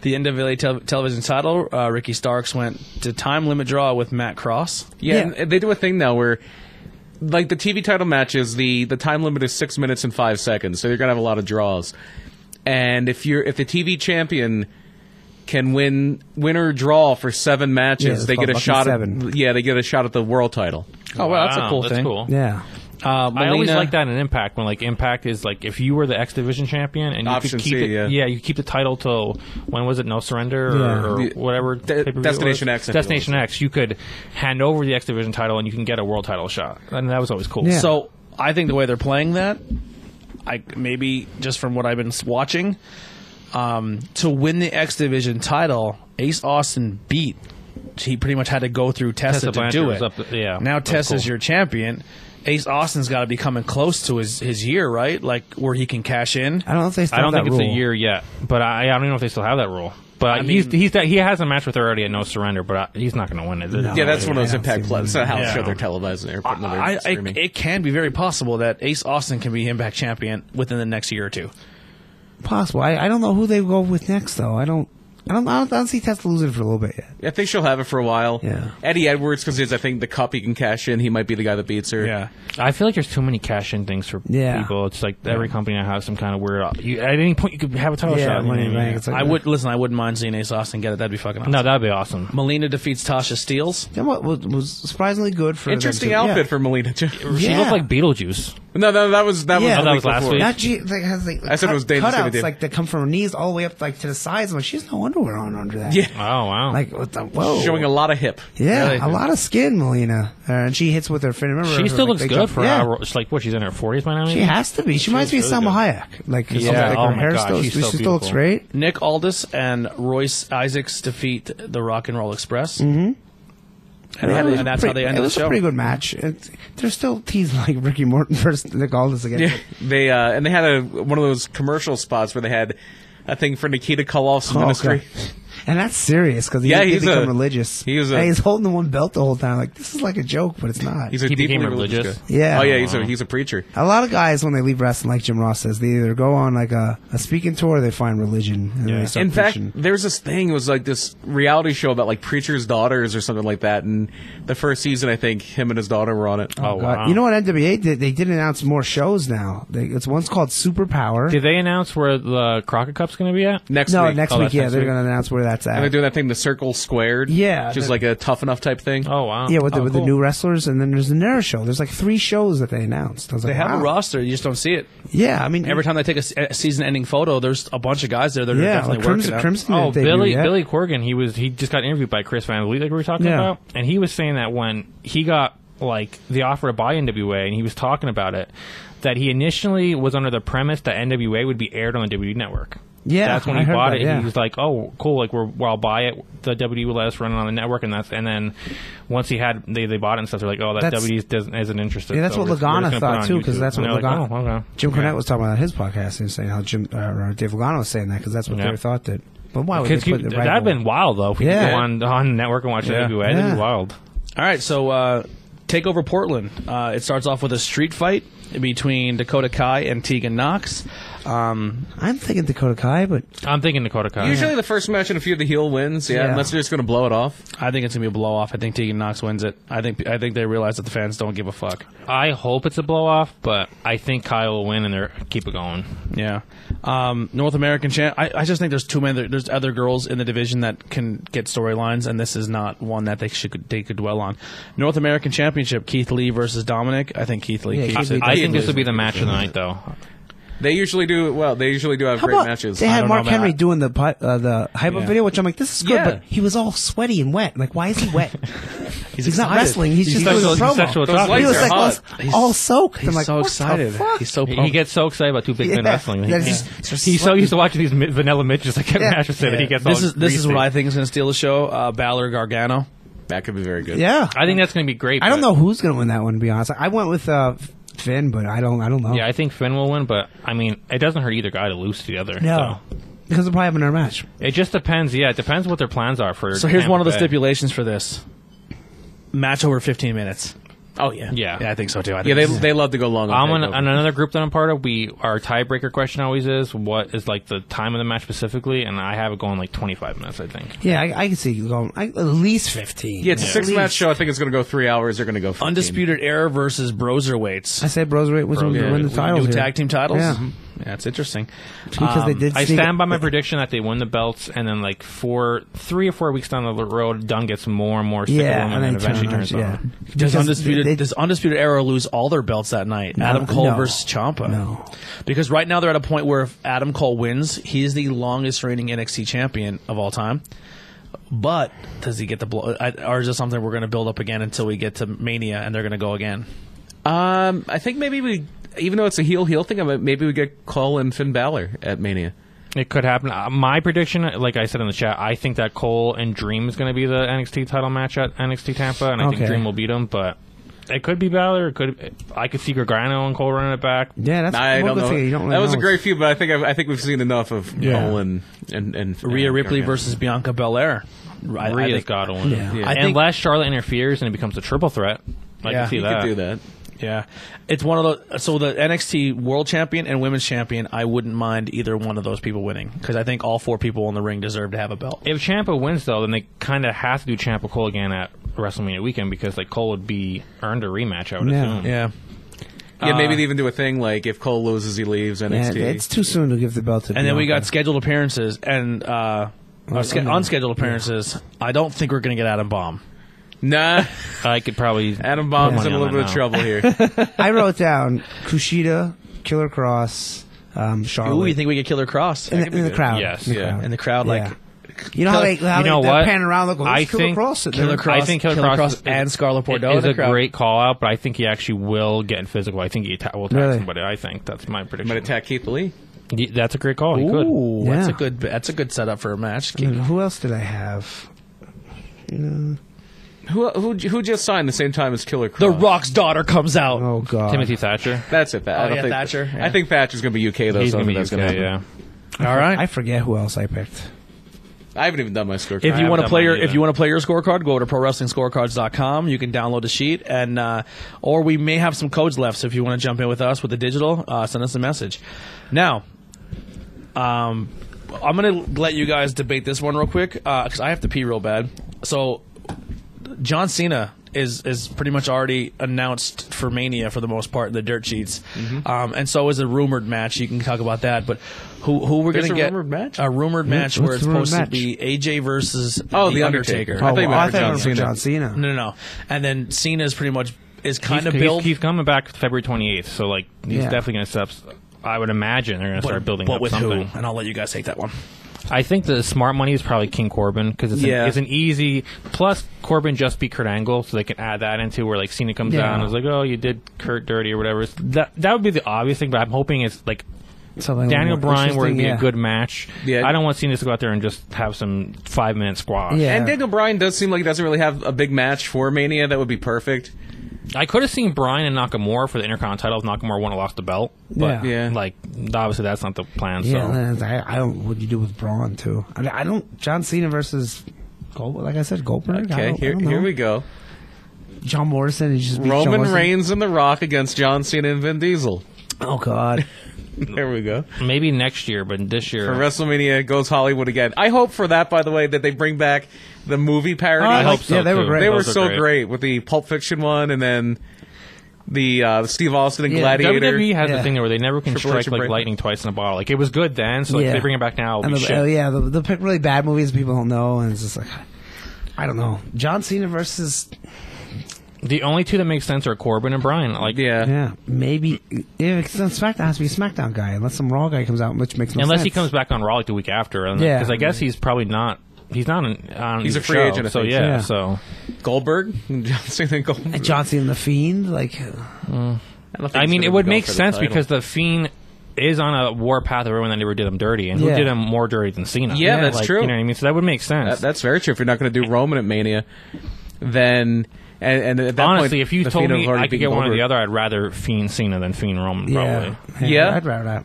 Speaker 2: The NWA tel- television title. Uh, Ricky Starks went to time limit draw with Matt Cross.
Speaker 5: Yeah,
Speaker 4: Yeah.
Speaker 5: And they do a thing now where, like the TV title matches, the the time limit is six minutes and five seconds, so you're gonna have a lot of draws. And if you're if the TV champion can win win or draw for seven
Speaker 4: Yeah,
Speaker 5: matches,
Speaker 4: it's
Speaker 5: they
Speaker 4: called
Speaker 5: get a
Speaker 4: Lucky
Speaker 5: shot.
Speaker 4: Seven.
Speaker 5: At, yeah, they get a shot at the world title.
Speaker 2: Oh wow, that's a
Speaker 3: Wow,
Speaker 2: cool
Speaker 3: that's
Speaker 2: thing.
Speaker 3: Cool.
Speaker 4: Yeah,
Speaker 2: Uh,
Speaker 3: I always
Speaker 2: Melina-
Speaker 3: like that in Impact when like Impact is like if you were the X Division champion and you
Speaker 5: Option
Speaker 3: could keep
Speaker 5: C,
Speaker 3: it,
Speaker 5: yeah.
Speaker 3: you keep the title till when was it No Surrender or,
Speaker 4: Yeah.
Speaker 3: or whatever pay-per-view it was.
Speaker 5: Destination X, I think it
Speaker 3: Destination X you could hand over the X Division title and you can get a world title shot and that was always cool.
Speaker 4: Yeah.
Speaker 2: So I think the way they're playing that, I maybe just from what I've been s- watching, um, to win the X Division title, Ace Austin beat. He pretty much had to go through Tessa,
Speaker 3: Tessa
Speaker 2: to
Speaker 3: Blanchard
Speaker 2: do
Speaker 3: was
Speaker 2: it.
Speaker 3: up the- yeah,
Speaker 2: Now
Speaker 3: that's
Speaker 2: Tessa's
Speaker 3: cool.
Speaker 2: your champion. Ace Austin's got to be coming close to his, his year, right? Like where he can cash in.
Speaker 4: I don't know if they. Still
Speaker 3: I don't
Speaker 4: have
Speaker 3: think
Speaker 4: that
Speaker 3: it's
Speaker 4: rule.
Speaker 3: a year yet, but I, I don't even know if they still have that rule. But he's, he's that, he has a match with her already at No Surrender, but I, he's not going to win it.
Speaker 5: Yeah, that's one of
Speaker 4: I
Speaker 5: those
Speaker 4: don't
Speaker 5: Impact
Speaker 4: see
Speaker 5: Plus. That's not how
Speaker 3: Yeah.
Speaker 5: show they're televising. They're putting
Speaker 2: I,
Speaker 5: their
Speaker 2: I- it,
Speaker 5: streaming.
Speaker 2: it can be very possible that Ace Austin can be Impact champion within the next year or two.
Speaker 4: possible. I, I don't know who they go with next though. I don't. I don't, I don't, I don't see Tessa losing for a little bit yet.
Speaker 5: I think she'll have it for a while.
Speaker 4: Yeah.
Speaker 5: Eddie Edwards, because he's I think the cup he can cash in. He might be the guy that beats her.
Speaker 2: Yeah.
Speaker 3: I feel like there's too many cash in things for
Speaker 4: Yeah.
Speaker 3: people. It's like every company now has some kind of weird. You, at any point, you could have a title
Speaker 4: Yeah,
Speaker 3: shot. you know
Speaker 4: money
Speaker 3: what I mean?
Speaker 4: bank. It's like
Speaker 2: I would listen. I wouldn't mind seeing Ace Austin get it. That'd be fucking awesome.
Speaker 3: No, that'd be awesome.
Speaker 2: Melina defeats Tasha Steeles.
Speaker 4: You know what was, was surprisingly good for them
Speaker 5: Interesting
Speaker 4: to-
Speaker 5: outfit
Speaker 4: yeah.
Speaker 5: for Melina. too.
Speaker 3: She
Speaker 4: Yeah.
Speaker 3: looked like Beetlejuice. Oh,
Speaker 5: no, no, that was that
Speaker 4: Yeah.
Speaker 5: was,
Speaker 4: Oh, that
Speaker 5: the
Speaker 3: was last
Speaker 5: before.
Speaker 3: week.
Speaker 4: Not G, like has like
Speaker 5: I said it was Dana Skinny
Speaker 4: cutouts
Speaker 5: Dip.
Speaker 4: like that come from her knees all the way up like to the sides. I'm like she's no underwear on under that.
Speaker 5: Yeah.
Speaker 3: Oh wow.
Speaker 4: like what the whoa.
Speaker 5: Showing a lot of hip.
Speaker 4: yeah,
Speaker 2: Really?
Speaker 4: a lot of skin, Melina, uh, and she hits with her fin. Remember,
Speaker 3: she
Speaker 4: her,
Speaker 3: still
Speaker 4: like,
Speaker 3: looks
Speaker 4: they
Speaker 3: good
Speaker 4: jump-
Speaker 3: for
Speaker 4: yeah.
Speaker 3: her. It's like what she's in her 40s by now.
Speaker 4: She
Speaker 3: Maybe?
Speaker 4: has to be. She reminds me of
Speaker 3: really
Speaker 4: Salma
Speaker 3: good.
Speaker 4: Hayek. Like,
Speaker 3: Yeah.
Speaker 4: like
Speaker 3: Oh
Speaker 4: her
Speaker 3: my
Speaker 4: hair
Speaker 3: God,
Speaker 4: still,
Speaker 3: she's
Speaker 4: she
Speaker 3: so
Speaker 4: still looks
Speaker 3: beautiful.
Speaker 4: great.
Speaker 2: Nick Aldis and Royce Isaacs defeat the Rock and Roll Express. Mm-hmm. And,
Speaker 4: Yeah, it
Speaker 2: that-
Speaker 4: was
Speaker 2: and that's
Speaker 4: pretty,
Speaker 2: how they
Speaker 4: It
Speaker 2: ended the
Speaker 4: was
Speaker 2: show.
Speaker 4: a pretty good match. It's, they're still teasing like Ricky Morton versus Nick Aldis again.
Speaker 5: Yeah, they uh, and they had a one of those commercial spots where they had a thing for Nikita Koloff's
Speaker 4: Oh,
Speaker 5: ministry.
Speaker 4: okay. And that's serious because he,
Speaker 5: Yeah,
Speaker 4: did
Speaker 5: he's
Speaker 4: become
Speaker 5: a-
Speaker 4: religious.
Speaker 5: he was a-
Speaker 4: and he's holding the one belt the whole time. Like this is like a joke, but it's not.
Speaker 5: He's a
Speaker 3: He
Speaker 5: deeply
Speaker 3: became
Speaker 5: religious.
Speaker 3: religious.
Speaker 5: guy.
Speaker 4: Yeah.
Speaker 5: Oh yeah, he's a he's a preacher.
Speaker 4: A lot of guys, when they leave wrestling, like Jim Ross says, they either go on like a, a speaking tour or they find religion. And yeah. they start
Speaker 5: In fact,
Speaker 4: preaching.
Speaker 5: there's this thing. It was like this reality show about like preachers' daughters or something like that. And the first season, I think him and his daughter were on it.
Speaker 3: Oh
Speaker 4: God.
Speaker 3: wow.
Speaker 4: Uh, you know what NWA did? They did announce more shows now. They, it's one's called Superpower.
Speaker 3: Did they announce where the Crockett Cup's going to be at?
Speaker 5: Next
Speaker 4: no,
Speaker 5: week.
Speaker 4: next
Speaker 3: Oh,
Speaker 4: week,
Speaker 3: that's
Speaker 4: yeah,
Speaker 3: next
Speaker 4: they're
Speaker 3: week.
Speaker 4: going to announce where that's
Speaker 5: And they're
Speaker 4: at.
Speaker 5: doing that thing, the circle squared.
Speaker 4: Yeah,
Speaker 5: Just
Speaker 4: the-
Speaker 5: like a tough enough type thing.
Speaker 3: Oh wow.
Speaker 4: Yeah, with, the,
Speaker 5: Oh,
Speaker 4: with
Speaker 5: cool.
Speaker 4: the new wrestlers, and then there's the Nero show. There's like three shows that they announced. I was
Speaker 2: They
Speaker 4: like,
Speaker 2: have
Speaker 4: wow.
Speaker 2: a roster. You just don't see it.
Speaker 4: Yeah, I mean,
Speaker 2: Every time they take a s- a, season-ending photo, there's a bunch of guys there that are
Speaker 4: yeah,
Speaker 2: definitely
Speaker 4: like
Speaker 2: working.
Speaker 4: Crimson,
Speaker 2: out.
Speaker 4: Crimson.
Speaker 3: Oh,
Speaker 4: did
Speaker 3: Billy
Speaker 4: debut, yeah.
Speaker 3: Billy Corgan. He was he just got interviewed by Chris Van Vliet, like we were talking
Speaker 4: Yeah.
Speaker 3: about, and he was saying that when he got like the offer to buy NWA, and he was talking about it, that he initially was under the premise that NWA would be aired on the WWE network.
Speaker 4: Yeah,
Speaker 3: that's
Speaker 4: I
Speaker 3: when he
Speaker 4: heard
Speaker 3: bought
Speaker 4: that,
Speaker 3: it.
Speaker 4: yeah.
Speaker 3: He was like, "Oh, cool! Like, we're well, I'll buy it. The WWE will let us run it on the network, and that's." And then once he had they, they bought it and stuff, they're like, "Oh, that
Speaker 4: That's-
Speaker 3: WWE doesn't isn't interested."
Speaker 4: Yeah, that's
Speaker 3: so
Speaker 4: what
Speaker 3: we're- we're just
Speaker 4: Lagana
Speaker 3: gonna put it
Speaker 4: thought
Speaker 3: on
Speaker 4: too, because
Speaker 3: YouTube."
Speaker 4: that's
Speaker 3: And
Speaker 4: what
Speaker 3: they're like,
Speaker 4: Lagana.
Speaker 3: "Oh, okay."
Speaker 4: Jim
Speaker 3: Yeah.
Speaker 4: Cornette was talking about his podcast and saying how Jim uh, or Dave Lagana was saying that because that's what
Speaker 3: Yeah.
Speaker 4: they thought that. But why would they
Speaker 3: Because
Speaker 4: put the
Speaker 3: that'd
Speaker 4: rival-
Speaker 3: been wild though. If we
Speaker 4: Yeah.
Speaker 3: could go on on network and watch
Speaker 2: Yeah.
Speaker 3: yeah. NWA, that'd
Speaker 4: Yeah.
Speaker 3: be wild.
Speaker 2: All right, so uh, take over Portland. Uh, it starts off with a street fight between Dakota Kai and Tegan Knox. Um,
Speaker 4: I'm thinking Dakota Kai, but
Speaker 3: I'm thinking Dakota Kai.
Speaker 5: Usually the first match in a few of the heel wins. Yeah,
Speaker 4: Yeah.
Speaker 5: unless they're just going to blow it off.
Speaker 2: I think it's gonna be a blow off. I think Tegan Knox wins it. I think I think they realize that the fans don't give a fuck.
Speaker 3: I hope it's a blow off, but I think Kyle will win and they're keep it going.
Speaker 2: Yeah, um, North American champ. I, I just think there's too many. there- There's other girls in the division that can get storylines, and this is not one that they should they could dwell on. North American Championship: Keith Lee versus Dominic. I think Keith Lee
Speaker 4: Yeah,
Speaker 2: keeps
Speaker 4: Keith Lee
Speaker 2: it.
Speaker 4: does.
Speaker 3: I think this would be the match of the night, though.
Speaker 5: They usually do well. They usually do have
Speaker 4: how
Speaker 5: great
Speaker 4: about
Speaker 5: matches.
Speaker 4: they
Speaker 5: I
Speaker 4: had
Speaker 5: don't
Speaker 4: Mark
Speaker 5: know about-
Speaker 4: Henry doing the pi- uh, the hype up
Speaker 2: Yeah.
Speaker 4: video, which I'm like, this is good,
Speaker 5: Yeah.
Speaker 4: but he was all sweaty and wet. Like, why is he wet? he's not
Speaker 2: excited.
Speaker 4: wrestling. He's,
Speaker 2: He's
Speaker 4: just doing
Speaker 3: sexual-
Speaker 4: a promo.
Speaker 3: sexual
Speaker 5: Those
Speaker 3: topic.
Speaker 5: lights
Speaker 4: he was
Speaker 5: are
Speaker 4: like all,
Speaker 5: hot.
Speaker 4: all soaked.
Speaker 2: He's
Speaker 4: I'm like,
Speaker 2: so
Speaker 4: what the
Speaker 2: excited.
Speaker 4: fuck?
Speaker 2: He's so pumped.
Speaker 3: He gets so excited about two big men
Speaker 4: Yeah.
Speaker 3: wrestling.
Speaker 4: That's
Speaker 3: He's-
Speaker 4: just-
Speaker 3: he's
Speaker 4: just
Speaker 3: so
Speaker 4: sweating.
Speaker 3: used to watching these mi- vanilla midgets like Kevin
Speaker 4: Yeah.
Speaker 3: Nash was saying, but he gets all
Speaker 2: this is this is what I
Speaker 3: greasy.
Speaker 2: think is gonna steal the show. Uh, Balor Gargano.
Speaker 5: That could be very good.
Speaker 4: yeah,
Speaker 3: I think that's going to be great.
Speaker 4: I don't
Speaker 3: but-
Speaker 4: know who's gonna win that one. To be honest, I went with uh, Finn, but I don't. I don't know.
Speaker 3: Yeah, I think Finn will win, but I mean, it doesn't hurt either guy to lose to the other.
Speaker 4: no, because they'll probably have another match.
Speaker 3: so. it just depends. Yeah, it depends what their plans are for.
Speaker 2: So here's one of the
Speaker 3: Tampa Bay.
Speaker 2: stipulations for this match over 15 minutes.
Speaker 5: Oh yeah.
Speaker 3: Yeah,
Speaker 2: Yeah, I think so too. I
Speaker 5: Yeah.
Speaker 2: think
Speaker 5: They
Speaker 2: this is-
Speaker 5: they love to go long.
Speaker 3: I'm
Speaker 5: on
Speaker 3: on,
Speaker 5: takeover.
Speaker 3: on another group that I'm part of. We our tiebreaker question always is what is like the time of the match specifically, and I have it going like 25 minutes, I think.
Speaker 4: Yeah, I, I can see you going I, at least fifteen.
Speaker 5: Yeah, it's a
Speaker 4: At
Speaker 5: six match
Speaker 4: least.
Speaker 5: show. I think it's going to go three hours. They're going to go 15.
Speaker 2: undisputed era versus
Speaker 4: I
Speaker 2: Brozerweights.
Speaker 4: said Bros Rate was going
Speaker 5: yeah,
Speaker 4: to win the
Speaker 5: we
Speaker 4: titles.
Speaker 2: New
Speaker 4: here.
Speaker 2: tag team titles.
Speaker 4: Yeah.
Speaker 2: Mhm. Yeah, it's interesting.
Speaker 4: Because they did.
Speaker 3: I
Speaker 4: sneak
Speaker 3: stand
Speaker 4: it-
Speaker 3: by my prediction that they win the belts, and then like four, three or four weeks down the road, Dunn gets more and more sick of
Speaker 4: Yeah, and
Speaker 3: him, and,
Speaker 4: they
Speaker 3: then eventually
Speaker 4: turn on-
Speaker 3: turns
Speaker 4: yeah.
Speaker 3: on.
Speaker 2: Does
Speaker 4: Because
Speaker 2: undisputed
Speaker 4: they-
Speaker 2: does undisputed era lose all their belts that night? Adam Cole
Speaker 4: no.
Speaker 2: versus Champa.
Speaker 4: No.
Speaker 2: because right now they're at a point where if Adam Cole wins, he is the longest reigning NXT champion of all time. But does he get the blow? I- Or is this something we're going to build up again until we get to Mania and they're going to go again?
Speaker 5: Um, I think maybe we, even though it's a heel heel thing, I might- maybe we get Cole and Finn Balor at Mania.
Speaker 3: It could happen. Uh, My prediction, like I said in the chat, I think that Cole and Dream is going to be the NXT title match at NXT Tampa, and I
Speaker 4: Okay.
Speaker 3: think Dream will beat him, but. It could be Balor. It could. I could see Gargano and Cole running it back.
Speaker 4: Yeah, that's
Speaker 5: I
Speaker 4: one
Speaker 5: don't
Speaker 4: good
Speaker 5: know.
Speaker 4: thing, you don't really
Speaker 5: that was
Speaker 4: know.
Speaker 5: a great feud, but I think I've, I think we've seen enough of
Speaker 4: Yeah.
Speaker 5: Cole and and, and
Speaker 2: Rhea
Speaker 5: and
Speaker 2: Ripley
Speaker 5: Gargano.
Speaker 2: versus Bianca Belair. I, I
Speaker 3: Rhea's
Speaker 2: think-
Speaker 3: got to win.
Speaker 4: Yeah.
Speaker 5: Yeah.
Speaker 2: I think-
Speaker 3: Unless Charlotte interferes and it becomes a triple threat. I
Speaker 2: Yeah.
Speaker 3: can see
Speaker 5: You
Speaker 3: that.
Speaker 5: could do that.
Speaker 2: Yeah, it's one of the so the NXT World Champion and Women's Champion. I wouldn't mind either one of those people winning because I think all four people in the ring deserve to have a belt.
Speaker 3: If Champa wins though, then they kind of have to do Champa Cole again at WrestleMania weekend because like Cole would be earned a rematch. I would
Speaker 4: Yeah.
Speaker 3: assume.
Speaker 2: yeah,
Speaker 5: Yeah, maybe they even do a thing like if Cole loses, he leaves
Speaker 4: Yeah,
Speaker 5: NXT.
Speaker 4: it's too soon to give the belt to.
Speaker 2: and then we got
Speaker 4: Bianca.
Speaker 2: scheduled appearances and uh, uh, sch- unscheduled appearances. I don't think we're gonna get Adam Bomb.
Speaker 5: nah,
Speaker 3: I could probably.
Speaker 5: Adam Bomb's
Speaker 3: Money
Speaker 5: in a
Speaker 3: on
Speaker 5: little
Speaker 3: that
Speaker 5: bit of
Speaker 3: now.
Speaker 5: trouble here.
Speaker 4: I wrote down Kushida, Killer Cross, um, Charlotte.
Speaker 2: Ooh, you think we get Killer Cross
Speaker 4: in, the, in the crowd?
Speaker 3: Yes.
Speaker 4: in the
Speaker 5: Yeah.
Speaker 4: crowd.
Speaker 2: in the crowd?
Speaker 4: Yeah.
Speaker 2: Like
Speaker 4: you know how they, how
Speaker 3: You
Speaker 4: they-
Speaker 3: know
Speaker 4: they're
Speaker 3: what?
Speaker 4: panning around like,
Speaker 3: I
Speaker 4: who's Killer
Speaker 3: think
Speaker 4: Cross? in there?
Speaker 2: Killer Cross,
Speaker 3: I think Killer,
Speaker 2: Killer
Speaker 3: Cross,
Speaker 2: Cross and Scarlett Bordeaux in
Speaker 3: is
Speaker 2: the
Speaker 3: a
Speaker 2: crowd.
Speaker 3: great call out, but I think he actually will get in physical. I think he ta- will tackle
Speaker 4: Really?
Speaker 3: somebody. I think that's my prediction.
Speaker 5: Might attack Keith Lee.
Speaker 3: Y- That's a great call. He could.
Speaker 2: Ooh, that's a
Speaker 4: Yeah. Mm-hmm.
Speaker 2: good that's a good setup for a match.
Speaker 4: And who else did I have?
Speaker 5: Who who who just signed the same time as Killer Cross?
Speaker 2: The Rock's daughter comes out.
Speaker 4: Oh God,
Speaker 3: Timothy Thatcher.
Speaker 5: That's it. That, I
Speaker 2: Oh,
Speaker 5: don't
Speaker 2: yeah,
Speaker 5: think,
Speaker 2: Thatcher, yeah.
Speaker 5: I think Thatcher's going to be UK though.
Speaker 3: He's
Speaker 5: so I
Speaker 3: gonna
Speaker 5: don't
Speaker 3: be
Speaker 5: think that's
Speaker 3: UK,
Speaker 5: gonna happen.
Speaker 3: yeah.
Speaker 2: All right.
Speaker 4: I forget who else I picked.
Speaker 5: I haven't even done my scorecard.
Speaker 2: If you
Speaker 3: haven't
Speaker 2: want to
Speaker 3: done
Speaker 2: play
Speaker 3: mine
Speaker 2: your
Speaker 3: either.
Speaker 2: if you want to play your scorecard, go to prowrestlingscorecards.com. You can download the sheet and uh, or we may have some codes left. So if you want to jump in with us with the digital, uh, send us a message. Now, um, I'm gonna let you guys debate this one real quick because I have to pee real bad. So John Cena is is pretty much already announced for Mania for the most part in the dirt sheets, um, and so is a rumored match. You can talk about that, but who who we're
Speaker 5: There's
Speaker 2: gonna
Speaker 5: a
Speaker 2: get
Speaker 5: rumored match?
Speaker 2: a rumored match where
Speaker 4: what's
Speaker 2: it's
Speaker 4: the rumored
Speaker 2: supposed to
Speaker 4: match?
Speaker 2: be AJ versus
Speaker 5: Oh,
Speaker 2: the,
Speaker 5: The
Speaker 2: Undertaker.
Speaker 5: Undertaker. I thought you meant
Speaker 4: I
Speaker 5: for
Speaker 4: thought
Speaker 5: John
Speaker 4: it was for
Speaker 5: Cena.
Speaker 4: John Cena.
Speaker 2: No, no, no. And then Cena is pretty much is kind of
Speaker 3: he's,
Speaker 2: built,
Speaker 3: he's coming back February 28th, so like he's
Speaker 4: Yeah.
Speaker 3: definitely going to set up. I would imagine they're going to
Speaker 2: but,
Speaker 3: start building
Speaker 2: but
Speaker 3: up
Speaker 2: with
Speaker 3: something.
Speaker 2: who? And I'll let you guys take that one.
Speaker 3: I think the smart money is probably King Corbin because it's, an-
Speaker 5: Yeah.
Speaker 3: it's an easy. Plus, Corbin just beat Kurt Angle, so they can add that into where like Cena comes
Speaker 4: Yeah.
Speaker 3: down. and is like, oh, you did Kurt dirty or whatever. It's- That that would be the obvious thing, but I'm hoping it's like
Speaker 4: Something
Speaker 3: Daniel
Speaker 4: more
Speaker 3: Bryan where it'd be
Speaker 4: interesting,
Speaker 3: a
Speaker 4: yeah.
Speaker 3: good match.
Speaker 5: Mm, Yeah.
Speaker 3: I don't want Cena to go out there and just have some five minute squash.
Speaker 4: Yeah.
Speaker 5: and Daniel Bryan does seem like he doesn't really have a big match for Mania. That would be perfect.
Speaker 3: I could have seen Bryan and Nakamura for the Intercontinental if Nakamura won and lost the belt. But
Speaker 5: Yeah. Yeah.
Speaker 3: like obviously that's not the plan.
Speaker 4: Yeah,
Speaker 3: so
Speaker 4: and I, I don't. What do you do with Braun too? I, mean, I don't. John Cena versus Goldberg. Like I said, Goldberg. I
Speaker 5: Okay,
Speaker 4: don't- I
Speaker 5: here
Speaker 4: don't know.
Speaker 5: here we go.
Speaker 4: John Morrison. He just beat John
Speaker 5: Roman
Speaker 4: Morrison.
Speaker 5: Reigns and The Rock against John Cena and Vin Diesel.
Speaker 4: Oh God.
Speaker 5: There we go.
Speaker 3: maybe next year, but this year
Speaker 5: For WrestleMania goes Hollywood again. I hope for that, by the way, that they bring back the movie parody.
Speaker 3: I
Speaker 4: like-
Speaker 3: hope so.
Speaker 4: yeah, they were
Speaker 3: too.
Speaker 4: great.
Speaker 5: They were
Speaker 3: Those are
Speaker 5: so great. with the Pulp Fiction one and then the uh, Steve Austin and
Speaker 4: Yeah,
Speaker 5: Gladiator.
Speaker 3: WWE E has
Speaker 4: Yeah.
Speaker 3: the thing where they never can
Speaker 5: Triple H
Speaker 3: strike
Speaker 5: and
Speaker 3: like
Speaker 5: Brady.
Speaker 3: lightning twice in a bottle. Like it was good then, so like,
Speaker 4: Yeah.
Speaker 3: if they bring it back now. It'll
Speaker 4: And
Speaker 3: be
Speaker 4: the,
Speaker 3: shit.
Speaker 4: oh, yeah, the, the pick really bad movies people don't know, and it's just like, I don't know. John Cena versus
Speaker 3: The only two that make sense are Corbin and Bryan. Like
Speaker 5: yeah.
Speaker 4: yeah, maybe yeah, because on SmackDown it has to be a SmackDown guy, unless some Raw guy comes out, which makes no
Speaker 3: unless he
Speaker 4: sense.
Speaker 3: comes back on Raw like the week after, and
Speaker 4: Yeah.
Speaker 3: because I guess he's probably not. He's not an, on.
Speaker 5: He's a
Speaker 3: either
Speaker 5: free
Speaker 3: show,
Speaker 5: agent, I
Speaker 3: so
Speaker 5: think.
Speaker 3: yeah,
Speaker 4: Yeah.
Speaker 3: So
Speaker 5: Goldberg? John Cena and Goldberg.
Speaker 4: And John Cena the Fiend, like
Speaker 5: I, don't think
Speaker 3: I
Speaker 5: he's
Speaker 3: mean,
Speaker 5: gonna
Speaker 3: it would
Speaker 5: go
Speaker 3: make
Speaker 5: for the
Speaker 3: sense
Speaker 5: title.
Speaker 3: because the Fiend is on a war path of everyone that never did him dirty, and
Speaker 4: Yeah.
Speaker 3: who did him more dirty than Cena?
Speaker 5: Yeah, that's
Speaker 3: like,
Speaker 5: true.
Speaker 3: You know what I mean? So that would make sense.
Speaker 5: That- that's very true. If you're not going to do Roman at Mania, then and, and at that
Speaker 3: Honestly,
Speaker 5: point,
Speaker 3: if you
Speaker 5: the
Speaker 3: told
Speaker 5: Fiend have
Speaker 3: me
Speaker 5: already
Speaker 3: I could
Speaker 5: beaten
Speaker 3: get one or
Speaker 5: Goldberg.
Speaker 3: the other, I'd rather Fiend Cena than Fiend Roman, probably.
Speaker 4: yeah,
Speaker 5: Yeah.
Speaker 4: I'd rather that.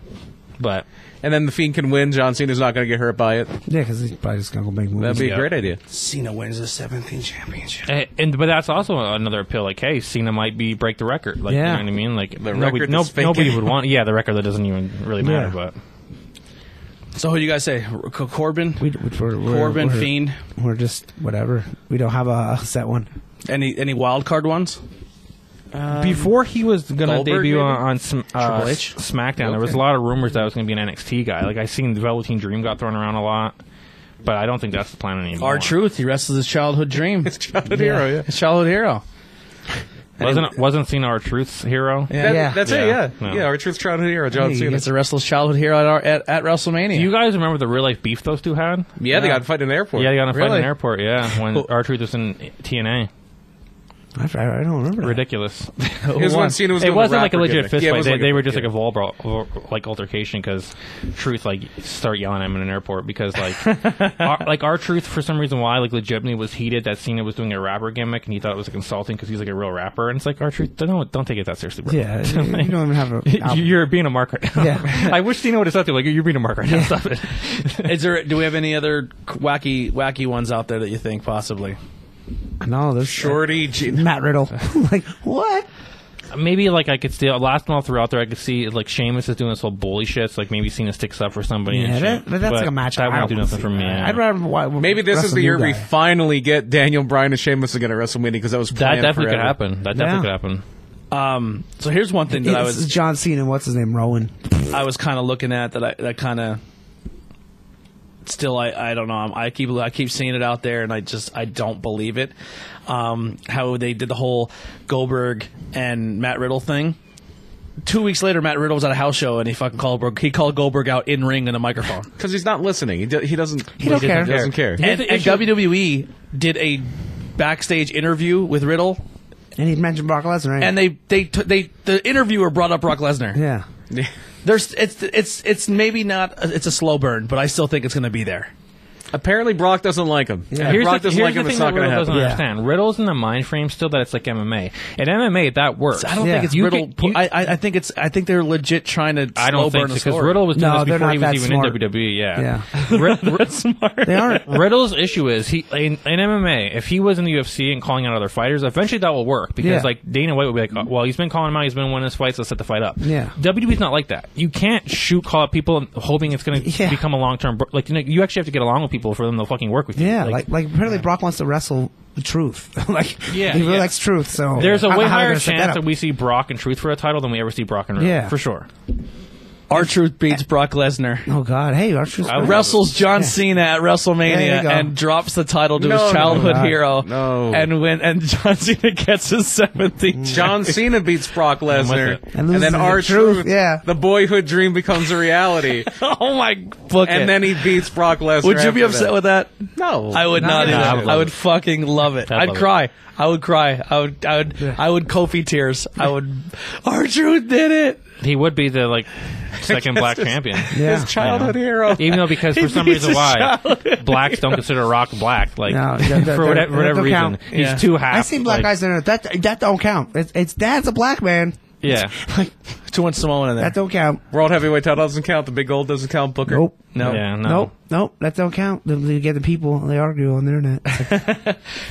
Speaker 3: But
Speaker 5: and then the Fiend can win. John Cena's not going to get hurt by it.
Speaker 4: Yeah, because he's probably just gonna go make
Speaker 5: That'd
Speaker 4: movies.
Speaker 5: be
Speaker 3: Yeah.
Speaker 5: a great idea.
Speaker 2: Cena wins the 17th championship.
Speaker 3: Eh, And but that's also another appeal. Like, hey, Cena might be break the record. Like,
Speaker 4: Yeah.
Speaker 3: you know what I mean? Like,
Speaker 5: The
Speaker 3: nobody,
Speaker 5: record
Speaker 3: no-
Speaker 5: that's fake.
Speaker 3: nobody would want. Yeah, the record that doesn't even really matter.
Speaker 4: Yeah.
Speaker 3: But
Speaker 2: So who do you guys say? R- Co- Corbin,
Speaker 4: we, we, we're, we're,
Speaker 2: Corbin,
Speaker 4: we're,
Speaker 2: Fiend.
Speaker 4: We're just whatever. We don't have a, a set one.
Speaker 2: Any any wild card ones?
Speaker 3: Um, before he was gonna
Speaker 5: Goldberg,
Speaker 3: debut
Speaker 5: maybe?
Speaker 3: on, on Sm- uh,
Speaker 2: Triple H?
Speaker 3: S- SmackDown, there was a lot of rumors that I was gonna be an NXT guy. Like, I seen the Velveteen Dream got thrown around a lot, but I don't think that's the plan anymore.
Speaker 2: Our truth. He wrestles his childhood dream. his
Speaker 5: Childhood hero, yeah.
Speaker 2: childhood hero.
Speaker 3: wasn't wasn't Cena our truth's hero?
Speaker 5: That-
Speaker 4: Yeah.
Speaker 5: That's
Speaker 3: Yeah.
Speaker 5: it, yeah.
Speaker 3: No.
Speaker 5: Yeah, our truth childhood hero, John
Speaker 4: Hey,
Speaker 5: Cena.
Speaker 2: He gets to wrestle his childhood hero at, our, at, at WrestleMania.
Speaker 3: You guys remember the real life beef those two had?
Speaker 5: yeah, they got fighting in the airport.
Speaker 3: Yeah, they got in a fight in
Speaker 5: Really?
Speaker 3: an airport. Yeah, when our truth was in TNA.
Speaker 4: I, I don't remember. that.
Speaker 3: ridiculous.
Speaker 5: It was when Cena was
Speaker 3: it
Speaker 5: doing the
Speaker 3: wasn't like a
Speaker 5: rapper
Speaker 3: legit
Speaker 5: gimmick.
Speaker 3: fist
Speaker 5: Yeah, it
Speaker 3: fight.
Speaker 5: was
Speaker 3: They,
Speaker 5: like a-
Speaker 3: they were just
Speaker 5: yeah.
Speaker 3: like a verbal or, like altercation because Truth like start yelling at him in an airport because like our, like our Truth for some reason why like legitimately was heated that Cena was doing a rapper gimmick and he thought it was like insulting because he's like a real rapper and it's like our Truth don't don't take it that seriously. Bro.
Speaker 4: Yeah, you don't even have a.
Speaker 3: You- You're being a mark right now.
Speaker 4: Yeah.
Speaker 3: I wish Cena would have said to him, like you're being a mark right now. Stop it.
Speaker 2: Is there? Do we have any other wacky wacky ones out there that you think possibly?
Speaker 4: no, there's
Speaker 5: Shorty, G-
Speaker 4: Matt Riddle. like what?
Speaker 3: maybe like I could still last one all throughout there. I could see like Sheamus is doing this whole bully shit. So like maybe Cena sticks up for somebody. and
Speaker 4: Yeah,
Speaker 3: shit.
Speaker 4: that, but that's like a match.
Speaker 3: That
Speaker 4: I
Speaker 3: won't do
Speaker 4: don't
Speaker 3: nothing for me.
Speaker 4: see.
Speaker 3: yeah.
Speaker 4: I'd rather wa-
Speaker 5: Maybe this is
Speaker 4: wrestle
Speaker 5: the
Speaker 4: new
Speaker 5: year we
Speaker 4: guy.
Speaker 5: finally get Daniel Bryan and Sheamus again at WrestleMania because that was
Speaker 3: that
Speaker 5: planned
Speaker 3: definitely could
Speaker 5: forever.
Speaker 3: happen. That
Speaker 4: Yeah.
Speaker 3: definitely could happen.
Speaker 2: Um, so here's one thing that I
Speaker 4: this is
Speaker 2: was
Speaker 4: John Cena. What's his name? Rowan.
Speaker 2: I was kind of looking at that I that kind of still I, I don't know I'm, I keep I keep seeing it out there and I just I don't believe it. Um, how they did the whole Goldberg and Matt Riddle thing. Two weeks later, Matt Riddle was at a house show and he fucking called Goldberg. He called Goldberg out in ring in a microphone.
Speaker 5: because he's not listening. He, do, he doesn't. He
Speaker 4: don't care.
Speaker 5: Doesn't care.
Speaker 2: and,
Speaker 3: the
Speaker 2: and
Speaker 3: issue-
Speaker 2: WWE did a backstage interview with Riddle,
Speaker 4: And he mentioned Brock Lesnar. Right?
Speaker 2: and they they t- they the interviewer brought up Brock Lesnar.
Speaker 4: yeah.
Speaker 2: There's it's it's it's maybe not it's a slow burn, but I still think it's going to be there.
Speaker 5: Apparently, Brock doesn't like him. If
Speaker 3: Here's
Speaker 5: Brock
Speaker 3: the,
Speaker 5: doesn't
Speaker 3: here's
Speaker 5: like
Speaker 3: the
Speaker 5: him.
Speaker 3: thing
Speaker 5: It's not
Speaker 3: that
Speaker 5: going
Speaker 3: Riddle
Speaker 5: to
Speaker 3: doesn't
Speaker 5: happen.
Speaker 4: Yeah.
Speaker 3: understand. Riddle's in the mind frame still that it's like MMA. In MMA, that works.
Speaker 2: I don't
Speaker 4: Yeah.
Speaker 2: think it's
Speaker 4: You
Speaker 2: Riddle.
Speaker 3: could- you-
Speaker 2: I, I I think it's. I think they're legit trying to.
Speaker 3: I
Speaker 2: slow
Speaker 3: don't think
Speaker 2: burn
Speaker 3: because Riddle was doing
Speaker 4: No,
Speaker 3: this
Speaker 4: they're
Speaker 3: before
Speaker 4: not
Speaker 3: he was
Speaker 4: that
Speaker 3: even
Speaker 4: smart.
Speaker 3: in WWE.
Speaker 4: Yeah.
Speaker 3: Yeah, Rid- Rid-
Speaker 2: smart.
Speaker 4: They aren't.
Speaker 3: Riddle's issue is he in, in MMA. If he was in the UFC and calling out other fighters, eventually that will work because
Speaker 4: Yeah.
Speaker 3: like Dana White would be like, oh, "Well, he's been calling him out. He's been winning his fights. Let's set the fight up."
Speaker 4: Yeah.
Speaker 3: WWE's not like that. You can't shoot call out people and hoping it's going to
Speaker 4: Yeah.
Speaker 3: become a long term. Like you know, you actually have to get along with people for them to fucking work with you.
Speaker 4: Yeah, like, like apparently Brock wants to wrestle the truth. like
Speaker 3: Yeah,
Speaker 4: he really
Speaker 3: yeah.
Speaker 4: likes truth. So
Speaker 3: there's
Speaker 4: I
Speaker 3: a
Speaker 4: don't
Speaker 3: way
Speaker 4: know how they're
Speaker 3: higher
Speaker 4: gonna set
Speaker 3: chance
Speaker 4: up.
Speaker 3: that we see Brock and Truth for a title than we ever see Brock and Riddle.
Speaker 4: Yeah.
Speaker 3: for sure.
Speaker 2: Our truth beats Brock Lesnar.
Speaker 4: Oh God! Hey, our truth.
Speaker 3: would-
Speaker 2: Wrestles John Cena at
Speaker 4: There you
Speaker 2: WrestleMania
Speaker 4: go.
Speaker 2: and drops the title to
Speaker 5: No,
Speaker 2: his
Speaker 5: no,
Speaker 2: childhood
Speaker 4: no.
Speaker 2: hero.
Speaker 5: No. Mm.
Speaker 2: and when and John Cena gets his seventeenth.
Speaker 5: John Cena beats Brock Lesnar,
Speaker 3: it.
Speaker 4: And
Speaker 5: and
Speaker 4: loses
Speaker 5: then
Speaker 4: to
Speaker 5: our
Speaker 4: the truth,
Speaker 5: truth,
Speaker 4: yeah.
Speaker 5: the boyhood dream becomes a reality,
Speaker 2: oh my! Book it.
Speaker 5: and then he beats Brock Lesnar.
Speaker 2: would you be
Speaker 5: after
Speaker 2: upset
Speaker 5: that.
Speaker 2: with that?
Speaker 5: No,
Speaker 2: I would not.
Speaker 5: at
Speaker 2: either.
Speaker 5: all.
Speaker 2: I
Speaker 3: I
Speaker 2: would,
Speaker 3: would love it.
Speaker 2: fucking love it.
Speaker 3: I'd
Speaker 2: I'd
Speaker 3: love it.
Speaker 2: cry. I would cry. I would. I would. I would. Kofi tears. I would. Our truth did it.
Speaker 3: He would be the like second black champion.
Speaker 4: Yeah.
Speaker 5: His childhood hero.
Speaker 3: Even though, because
Speaker 2: He
Speaker 3: for some
Speaker 2: beats
Speaker 3: reason,
Speaker 2: the
Speaker 3: why blacks don't consider Rock black, like
Speaker 4: No, that- that-
Speaker 3: for
Speaker 4: that-
Speaker 3: whatever,
Speaker 4: that
Speaker 3: whatever
Speaker 4: don't
Speaker 3: reason,
Speaker 4: count.
Speaker 3: he's
Speaker 2: Yeah.
Speaker 3: too half.
Speaker 4: I've seen black
Speaker 3: like,
Speaker 4: guys in it. That that don't count. It's, it's that's a black man.
Speaker 3: Yeah,
Speaker 2: Two one Samoan in there.
Speaker 4: That don't count.
Speaker 5: World heavyweight title doesn't count. The big gold doesn't count. Booker.
Speaker 2: no.
Speaker 4: Nope.
Speaker 3: yeah, no.
Speaker 4: Nope. Nope. That don't count. Then You get the people. and They argue on the internet.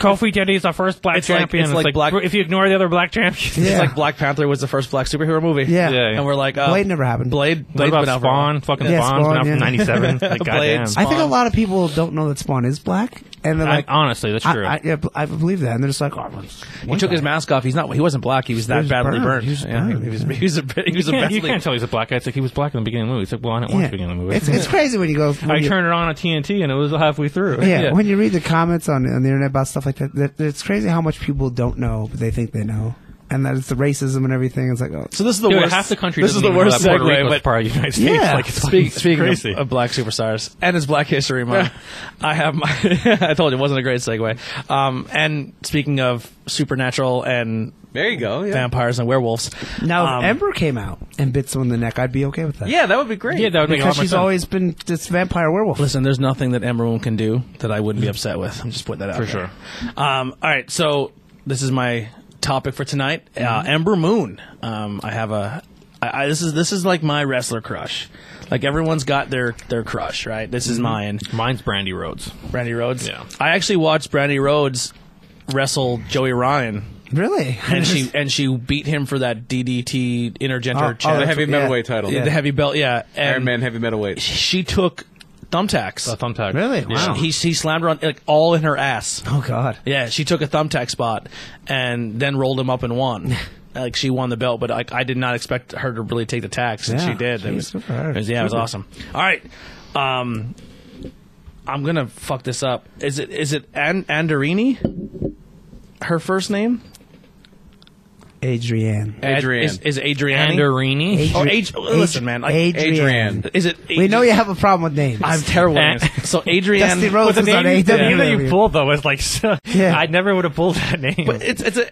Speaker 3: Kofi Kennedy's the first black
Speaker 2: It's like-
Speaker 3: champion.
Speaker 2: it's like black-
Speaker 3: if you ignore the other black champions.
Speaker 4: Yeah.
Speaker 2: It's like Black Panther was the first black superhero movie.
Speaker 4: Yeah.
Speaker 3: Yeah.
Speaker 2: And we're like, uh,
Speaker 4: Blade never happened.
Speaker 2: Blade,
Speaker 3: What
Speaker 2: Blade's
Speaker 3: about
Speaker 2: been out for a while.
Speaker 3: Spawn? Fucking
Speaker 4: Yeah, Spawn,
Speaker 3: Spawn's been out
Speaker 4: yeah.
Speaker 3: from '97. Like, goddamn.
Speaker 2: Blades.
Speaker 4: I think a lot of people don't know that Spawn is black, and they're
Speaker 3: I,
Speaker 4: like,
Speaker 3: honestly, that's
Speaker 4: I,
Speaker 3: true.
Speaker 4: I, yeah, I believe that, and they're just like, oh,
Speaker 2: He took his mask off. He's not. He wasn't black. He was that
Speaker 4: was
Speaker 2: badly
Speaker 4: burned.
Speaker 2: burned.
Speaker 4: He was
Speaker 2: yeah,
Speaker 4: burned,
Speaker 2: he was.
Speaker 4: yeah.
Speaker 2: He was a. bit- He was a
Speaker 3: you, can't,
Speaker 2: badly.
Speaker 3: you can't tell he's a black guy. It's like he was black in the beginning of the movie. It's like, well, I didn't watch
Speaker 4: yeah.
Speaker 3: the beginning of the movie.
Speaker 4: It's it's crazy when you go.
Speaker 3: I
Speaker 4: when you-
Speaker 3: turned it on on TNT and it was halfway through.
Speaker 4: Yeah, when you read the comments on, on the internet about stuff like that, that, it's crazy how much people don't know, but they think they know. And that it's the racism and everything. It's like, oh,
Speaker 2: so this is the
Speaker 3: Dude,
Speaker 2: worst.
Speaker 3: half the country.
Speaker 2: This is
Speaker 3: doesn't
Speaker 2: the
Speaker 3: even know
Speaker 2: worst
Speaker 3: that Puerto
Speaker 2: segue.
Speaker 3: Rico's
Speaker 2: But
Speaker 3: part of the United States.
Speaker 4: Yeah.
Speaker 3: Like, it's
Speaker 2: Speak-
Speaker 3: fucking
Speaker 2: speaking of-
Speaker 3: crazy.
Speaker 2: Of, black superstars and it's Black History Month, I have my. I told you it wasn't a great segue. Um, and speaking of supernatural and
Speaker 5: There you go. Yeah. Oh,
Speaker 2: vampires and werewolves,
Speaker 4: now
Speaker 2: um,
Speaker 4: if Ember came out and bit someone in the neck, I'd be okay with that.
Speaker 5: yeah, that would be great.
Speaker 3: yeah, that would make a lot
Speaker 4: because
Speaker 3: more
Speaker 4: she's
Speaker 3: sense.
Speaker 4: always been this vampire werewolf.
Speaker 2: Listen, there's nothing that Ember Moon can do that I wouldn't be upset with. I'm just putting that out
Speaker 3: For
Speaker 2: there. Um, all right, so this is my topic for tonight. Uh, Ember Moon. Um, I have a. I, I, this is this is like my wrestler crush. Like everyone's got their their crush, right? This is mine.
Speaker 3: Mine's Brandy Rhodes.
Speaker 2: Brandy Rhodes.
Speaker 3: Yeah.
Speaker 2: I actually watched Brandy Rhodes wrestle Joey Ryan,
Speaker 4: Really?
Speaker 2: and she and she beat him for that DDT
Speaker 4: Oh,
Speaker 2: Intergender
Speaker 4: oh,
Speaker 5: The
Speaker 2: challenge,
Speaker 5: heavy
Speaker 4: Yeah.
Speaker 5: middleweight title.
Speaker 2: the heavy belt. Yeah, and
Speaker 5: Iron Man heavy middleweight.
Speaker 2: she took thumbtacks.
Speaker 3: A thumbtack.
Speaker 4: Really? Wow.
Speaker 2: He, he slammed her on like all in her ass.
Speaker 4: oh, God.
Speaker 2: Yeah, she took a thumbtack spot and then rolled him up and won. like she won the belt, but like I did not expect her to really take the tax, and
Speaker 4: Yeah,
Speaker 2: she did. It
Speaker 4: geez,
Speaker 2: was,
Speaker 4: good for her.
Speaker 2: it was- yeah, it was awesome. All right, um, I'm gonna fuck this up. Is it is it An- Andorini? Her first name
Speaker 4: Adrienne.
Speaker 2: Ad-
Speaker 5: Adrian.
Speaker 2: is, is it Adriani?
Speaker 3: Andorini.
Speaker 2: Oh, Ad- listen, man, I-
Speaker 4: Adrienne.
Speaker 5: Adrian.
Speaker 2: is it?
Speaker 4: We know you have a problem with names.
Speaker 2: I'm terrible. at
Speaker 3: Eh.
Speaker 2: names. so Adrian.
Speaker 4: Dusty Rhodes
Speaker 2: with
Speaker 4: is
Speaker 2: the
Speaker 4: on
Speaker 2: name-
Speaker 4: AEW.
Speaker 2: Yeah.
Speaker 3: name that
Speaker 4: Yeah.
Speaker 3: you pulled though was like, so,
Speaker 4: Yeah.
Speaker 3: I never would have pulled that name.
Speaker 2: But it's it's a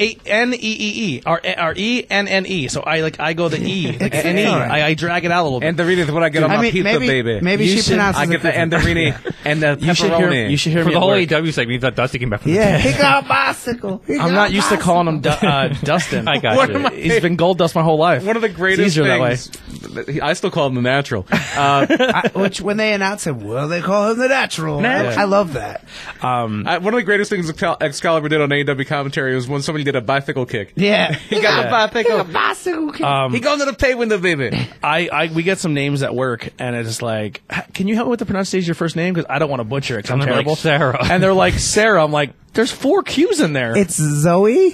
Speaker 2: a n e e e or or e n n e. So I like I go the e like
Speaker 4: It's
Speaker 2: n e.
Speaker 4: all right.
Speaker 2: I, I drag it out a little bit.
Speaker 5: And the reading is what I get on
Speaker 4: I
Speaker 5: my
Speaker 4: mean,
Speaker 5: pizza,
Speaker 4: maybe,
Speaker 5: baby.
Speaker 4: maybe
Speaker 2: You
Speaker 4: she
Speaker 2: should-
Speaker 4: pronounces
Speaker 5: I get the
Speaker 4: it different.
Speaker 5: Andorini and the pepperoni.
Speaker 2: you should hear you should hear
Speaker 3: for
Speaker 2: me
Speaker 3: the
Speaker 2: at
Speaker 3: whole
Speaker 2: work.
Speaker 3: AEW segment, you thought Dusty came back from
Speaker 4: Yeah,
Speaker 3: the
Speaker 4: he got a bicycle. He
Speaker 2: I'm
Speaker 4: got
Speaker 2: not
Speaker 4: a
Speaker 2: used to calling him du- uh, Dustin.
Speaker 3: I got
Speaker 5: What
Speaker 3: you.
Speaker 5: am I-
Speaker 2: He's been gold dust my whole life.
Speaker 5: One of the greatest
Speaker 2: it's easier
Speaker 5: things.
Speaker 2: That way.
Speaker 5: I still call him the natural. Uh,
Speaker 4: I, which when they announce it, well, they call him the natural.
Speaker 2: Natural.
Speaker 4: I love that.
Speaker 5: I- one of the greatest things Excal- Excalibur did on AEW commentary was when somebody did a bicycle kick.
Speaker 4: Yeah.
Speaker 5: He got the bicycle.
Speaker 2: Um,
Speaker 5: he going to the pay window, baby.
Speaker 2: I, I we get some names at work, and it's like, "H- can you help me with the pronunciation of your first name? Because I don't want to butcher it. 'cause I'm
Speaker 3: And they're
Speaker 2: terrible.
Speaker 3: like, "Sarah."
Speaker 2: and they're like Sarah. I'm like, there's four Q's in there.
Speaker 4: It's Zoe.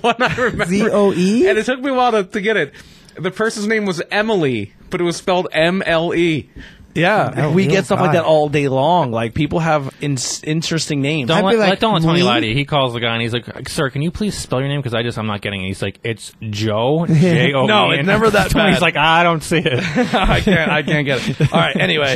Speaker 5: One I remember.
Speaker 4: Z O E.
Speaker 5: And it took me a while to, to get it. The person's name was Emily, but it was spelled M L E.
Speaker 2: yeah,
Speaker 4: Oh,
Speaker 2: we
Speaker 4: dear
Speaker 2: get stuff like
Speaker 4: God.
Speaker 2: that all day long. Like people have in- interesting names.
Speaker 3: Don't
Speaker 4: I'd
Speaker 3: let,
Speaker 4: be like,
Speaker 3: let- don't let Tony
Speaker 4: "Me?"
Speaker 3: lie to you. He calls the guy and he's like, "Sir, can you please spell your name? Because I just I'm not getting it." He's like, "It's Joe." J O. E.
Speaker 2: No, it's never that
Speaker 3: Tony's
Speaker 2: bad.
Speaker 3: like, "I don't see it."
Speaker 2: I can't. I can't get it. All right. Anyway,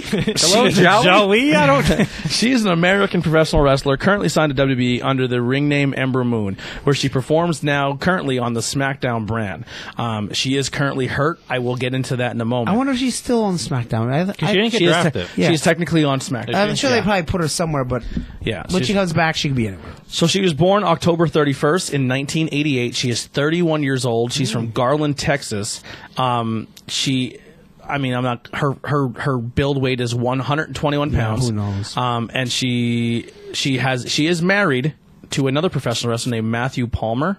Speaker 5: Hello,
Speaker 2: She's a
Speaker 5: Joey?
Speaker 3: Joey, I don't.
Speaker 2: She's an American professional wrestler currently signed to WWE under the ring name Ember Moon, where she performs now currently on the SmackDown brand. Um, she is currently hurt. I will get into that in a moment.
Speaker 4: I wonder if she's still on SmackDown. I, I,
Speaker 3: she didn't get
Speaker 2: she is,
Speaker 3: drafted.
Speaker 4: Yeah.
Speaker 2: She's technically on SmackDown.
Speaker 4: I'm sure
Speaker 2: Yeah.
Speaker 4: they probably put her somewhere, but
Speaker 2: Yeah,
Speaker 4: when she
Speaker 2: she's-
Speaker 4: comes back, she can be anywhere.
Speaker 2: So she was born October 31st in 1988. She is 31 years old. She's
Speaker 4: Mm.
Speaker 2: from Garland, Texas. Um, she, I mean, I'm not her her her build weight is 121 pounds.
Speaker 4: who knows?
Speaker 2: Um, and she she has she is married to another professional wrestler named Matthew Palmer.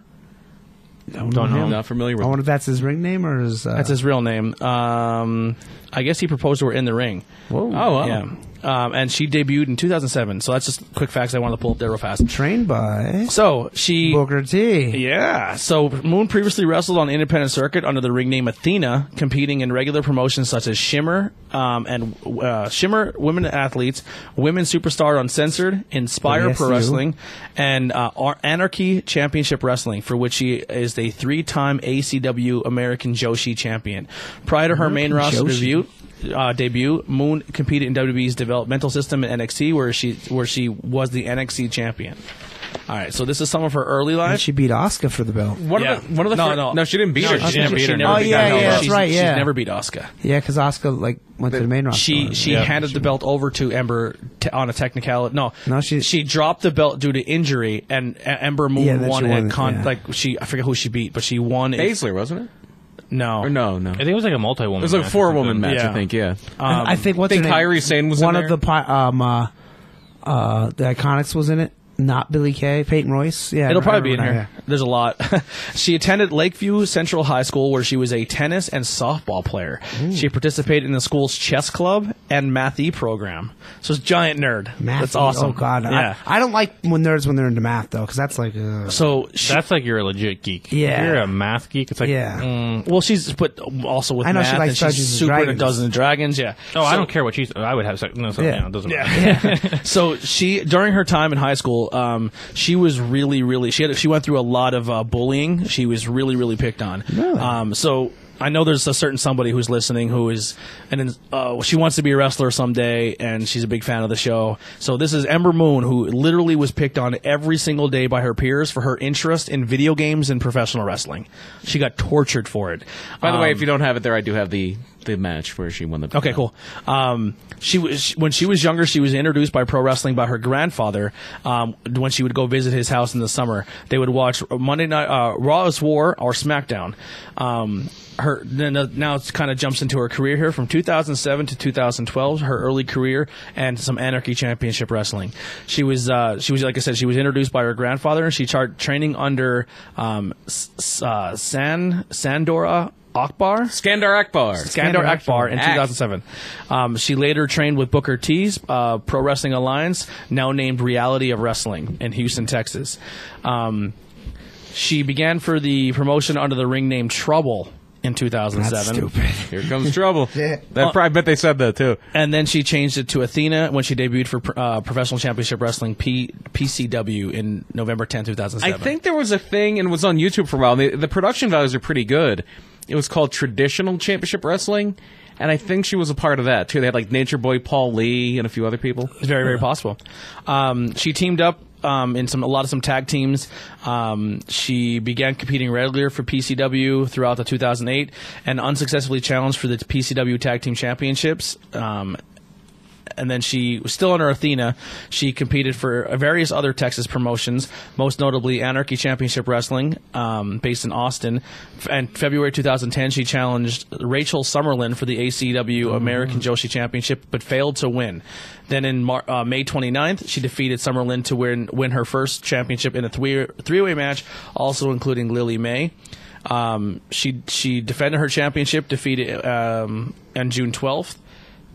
Speaker 3: Don't know.
Speaker 5: I'm not familiar
Speaker 4: I
Speaker 5: with
Speaker 4: wonder if that's his ring name or his. Uh,
Speaker 2: That's his real name. Um, I guess he proposed to her in the ring.
Speaker 4: whoa.
Speaker 5: Oh, wow.
Speaker 2: Yeah. Um, and she debuted in 2007. So that's just quick facts I wanted to pull up there real fast.
Speaker 4: Trained by
Speaker 2: So she
Speaker 4: Booker T.
Speaker 2: Yeah. So Moon previously wrestled on independent circuit under the ring name Athena, competing in regular promotions such as Shimmer um, and uh, Shimmer Women Athletes, Women Superstar Uncensored, Inspire
Speaker 4: Oh, yes,
Speaker 2: Pro
Speaker 4: you.
Speaker 2: Wrestling, and uh, Ar- Anarchy Championship Wrestling, for which she is the three-time ACW American Joshi champion. Prior to her main roster
Speaker 4: Joshi.
Speaker 2: debut. Uh, debut Moon competed in WWE's developmental system in NXT, where she where she was the NXT champion. All right, so this is some of her early life.
Speaker 4: She beat Oscar for the belt.
Speaker 5: One of the- one of the
Speaker 2: no,
Speaker 5: fir-
Speaker 2: no,
Speaker 5: no, she didn't beat her.
Speaker 3: She didn't beat her, no.
Speaker 4: Oh, yeah,
Speaker 2: Asuka.
Speaker 4: yeah, that's
Speaker 2: she's,
Speaker 4: right, yeah.
Speaker 2: she's never beat Oscar.
Speaker 4: Yeah, because Oscar like went to the main roster.
Speaker 2: She she handed the belt over to Ember t- on a technicality. No,
Speaker 4: No, she-
Speaker 2: she dropped the belt due to injury, and uh, Ember Moon
Speaker 4: Yeah, then she
Speaker 2: won,
Speaker 4: won
Speaker 2: at
Speaker 4: it,
Speaker 2: con
Speaker 4: yeah.
Speaker 2: like she I forget who she beat, but she won. it-
Speaker 5: Baszler, wasn't it?
Speaker 2: no,
Speaker 5: Or no, no.
Speaker 3: I think it was like a multi-woman.
Speaker 5: It was like a four woman match,
Speaker 2: Yeah.
Speaker 5: I think, yeah.
Speaker 4: I think what's
Speaker 5: think
Speaker 4: her name?
Speaker 5: Kairi Sane was in
Speaker 4: one
Speaker 5: there?
Speaker 4: of the pi- um uh, uh the Iconics was in it. Not Billy Kay, Peyton Royce. Yeah,
Speaker 2: It'll
Speaker 4: I
Speaker 2: probably be in
Speaker 4: remember
Speaker 2: here.
Speaker 4: now,
Speaker 2: There's a lot. she attended Lakeview Central High School, where she was a tennis and softball player. She participated in the school's chess club and math E program. So it's giant nerd.
Speaker 4: yeah. Math.
Speaker 2: That's awesome.
Speaker 4: Oh God,
Speaker 2: Yeah.
Speaker 4: I, I don't like when nerds when they're into math though, because that's like uh,
Speaker 2: so she,
Speaker 3: That's like you're a legit geek.
Speaker 4: Yeah.
Speaker 3: you're a math geek. It's like,
Speaker 4: Yeah.
Speaker 3: mm,
Speaker 2: Well, she's but also with
Speaker 4: I know she
Speaker 2: math,
Speaker 4: likes
Speaker 2: and
Speaker 4: Dungeons
Speaker 2: she's
Speaker 4: and
Speaker 2: super into
Speaker 4: Dragons.
Speaker 2: Dungeons and Dragons. Yeah.
Speaker 3: oh, I don't care what she's. I would have sex. No, so,
Speaker 4: Yeah.
Speaker 3: yeah. it doesn't matter.
Speaker 2: Yeah. so she during her time in high school, um, she was really, really she had she went through a lot of uh, bullying. She was really, really picked on.
Speaker 4: Really?
Speaker 2: Um, so. I know there's a certain somebody who's listening who is, and uh, she wants to be a wrestler someday, and she's a big fan of the show. So this is Ember Moon, who literally was picked on every single day by her peers for her interest in video games and professional wrestling. She got tortured for it.
Speaker 5: By the way, if you don't have it there, I do have the, the match where she won the.
Speaker 2: Okay, cool. Um, she was when she was younger. She was introduced by pro wrestling by her grandfather. Um, when she would go visit his house in the summer, they would watch Monday Night uh, Raw is War or SmackDown. Um, her then now it kind of jumps into her career here from 2007 to 2012, her early career and some Anarchy Championship Wrestling. She was uh, she was like I said, she was introduced by her grandfather. and She started training under um, S- S- uh, San Sandora Akbar.
Speaker 5: Skandar Akbar.
Speaker 2: Skandar Akbar in
Speaker 5: Ak.
Speaker 2: 2007. Um, she later trained with Booker T's uh, Pro Wrestling Alliance, now named Reality of Wrestling, in Houston, Texas. Um, she began for the promotion under the ring name Trouble in 2007.
Speaker 4: that's stupid.
Speaker 5: Here comes trouble. That, I bet they said that too.
Speaker 2: And then she changed it to Athena when she debuted for uh, Professional Championship Wrestling P- PCW in November 10,
Speaker 5: I
Speaker 2: 2007.
Speaker 5: think there was a thing and it was on YouTube for a while. And the, the production values are pretty good. It was called Traditional Championship Wrestling, and I think she was a part of that too. They had like Nature Boy Paul Lee and a few other people.
Speaker 2: It's very, very possible. Um, she teamed up um, in some a lot of some tag teams. Um, she began competing regularly for PCW throughout the 2008 and unsuccessfully challenged for the PCW Tag Team Championships. Um, and then she was still under Athena. She competed for various other Texas promotions, most notably Anarchy Championship Wrestling, um, based in Austin. F- And February 2010, she challenged Rachel Summerlin for the ACW American Joshi Championship, but failed to win. Then in Mar- uh, May 29th, she defeated Summerlin to win win her first championship in a three three way match, also including Lily May. Um, she she defended her championship, defeated um, on June 12th.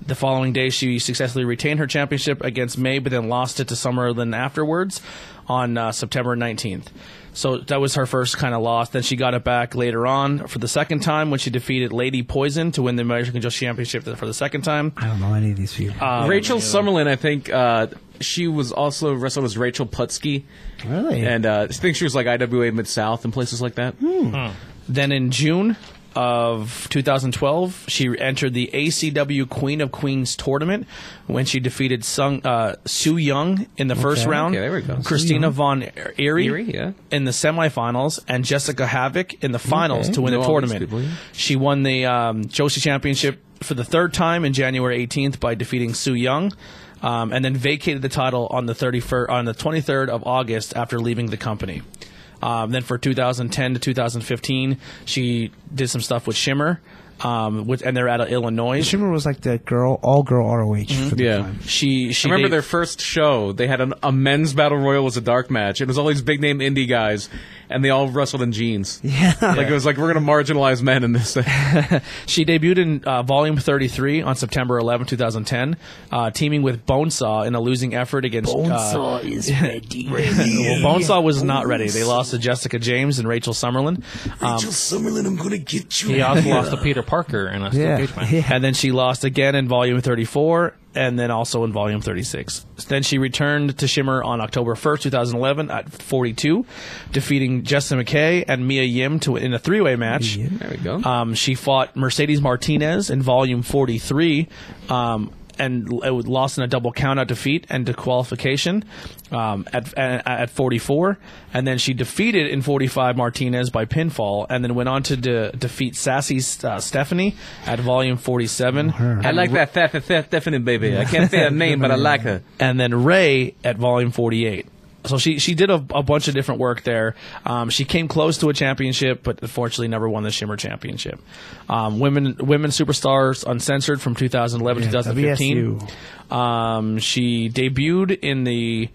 Speaker 2: The following day, she successfully retained her championship against May, but then lost it to Summerlin afterwards on uh, September 19th. So that was her first kind of loss. Then she got it back later on for the second time when she defeated Lady Poison to win the American Joe Championship for the second time.
Speaker 4: I don't know any of these people.
Speaker 5: Rachel Summerlin, I think uh, she was also wrestled with Rachel Putski.
Speaker 4: Really?
Speaker 5: And uh, I think she was like IWA Mid South and places like that.
Speaker 4: Hmm.
Speaker 2: Then in June of 2012, she entered the ACW Queen of Queens tournament when she defeated Sung, uh, Sue Young in the first
Speaker 4: Okay.
Speaker 2: round,
Speaker 5: Okay, there we go.
Speaker 2: Christina Von Erie,
Speaker 5: Erie, yeah.
Speaker 2: in the semifinals, and Jessica Havoc in the finals
Speaker 5: Okay.
Speaker 2: to win
Speaker 5: Know
Speaker 2: the
Speaker 5: all these
Speaker 2: tournament.
Speaker 5: people, yeah.
Speaker 2: She won the um, Joshi Championship for the third time in January 18th by defeating Sue Young. Um, and then vacated the title on the 31st, on the 23rd of August after leaving the company. Um, then for 2010 to 2015, she did some stuff with Shimmer, um, with, and they're out of Illinois.
Speaker 4: Shimmer was like the girl, all girl ROH. For the
Speaker 5: Yeah.
Speaker 4: Time.
Speaker 2: She, she
Speaker 5: I remember
Speaker 2: they-
Speaker 5: their first show. They had an, a men's battle royal was a dark match. It was all these big name indie guys, and they all wrestled in jeans. Yeah, like it was like we're gonna marginalize men in this. thing.
Speaker 2: She debuted in uh, Volume 33 on September 11, 2010, uh, teaming with Bonesaw in a losing effort against. Bonesaw is ready. well, Bonesaw was not ready. They lost to Jessica James and Rachel Summerlin. Um,
Speaker 3: He also lost to Peter Parker in a steel
Speaker 4: Yeah.
Speaker 3: cage match.
Speaker 4: yeah.
Speaker 2: and then she lost again in Volume 34 and then also in Volume 36. Then she returned to Shimmer on October 1st, 2011 at 42, defeating Jessica McKay and Mia Yim to, in a three way match.
Speaker 5: there we go.
Speaker 2: Um, she fought Mercedes Martinez in Volume 43 um, and l- uh, lost in a double countout defeat and to qualification um, at, at at 44. And then she defeated in 45 Martinez by pinfall and then went on to de- defeat Sassy uh, Stephanie at Volume 47.
Speaker 5: I like that fat, fat, fat, definite baby. I can't say her name, but I like her.
Speaker 2: and then Ray at Volume 48. So she she did a, a bunch of different work there. Um, she came close to a championship, but unfortunately never won the Shimmer Championship. Um, women Women Superstars Uncensored from 2011
Speaker 4: Yeah,
Speaker 2: 2015. Um, she debuted in the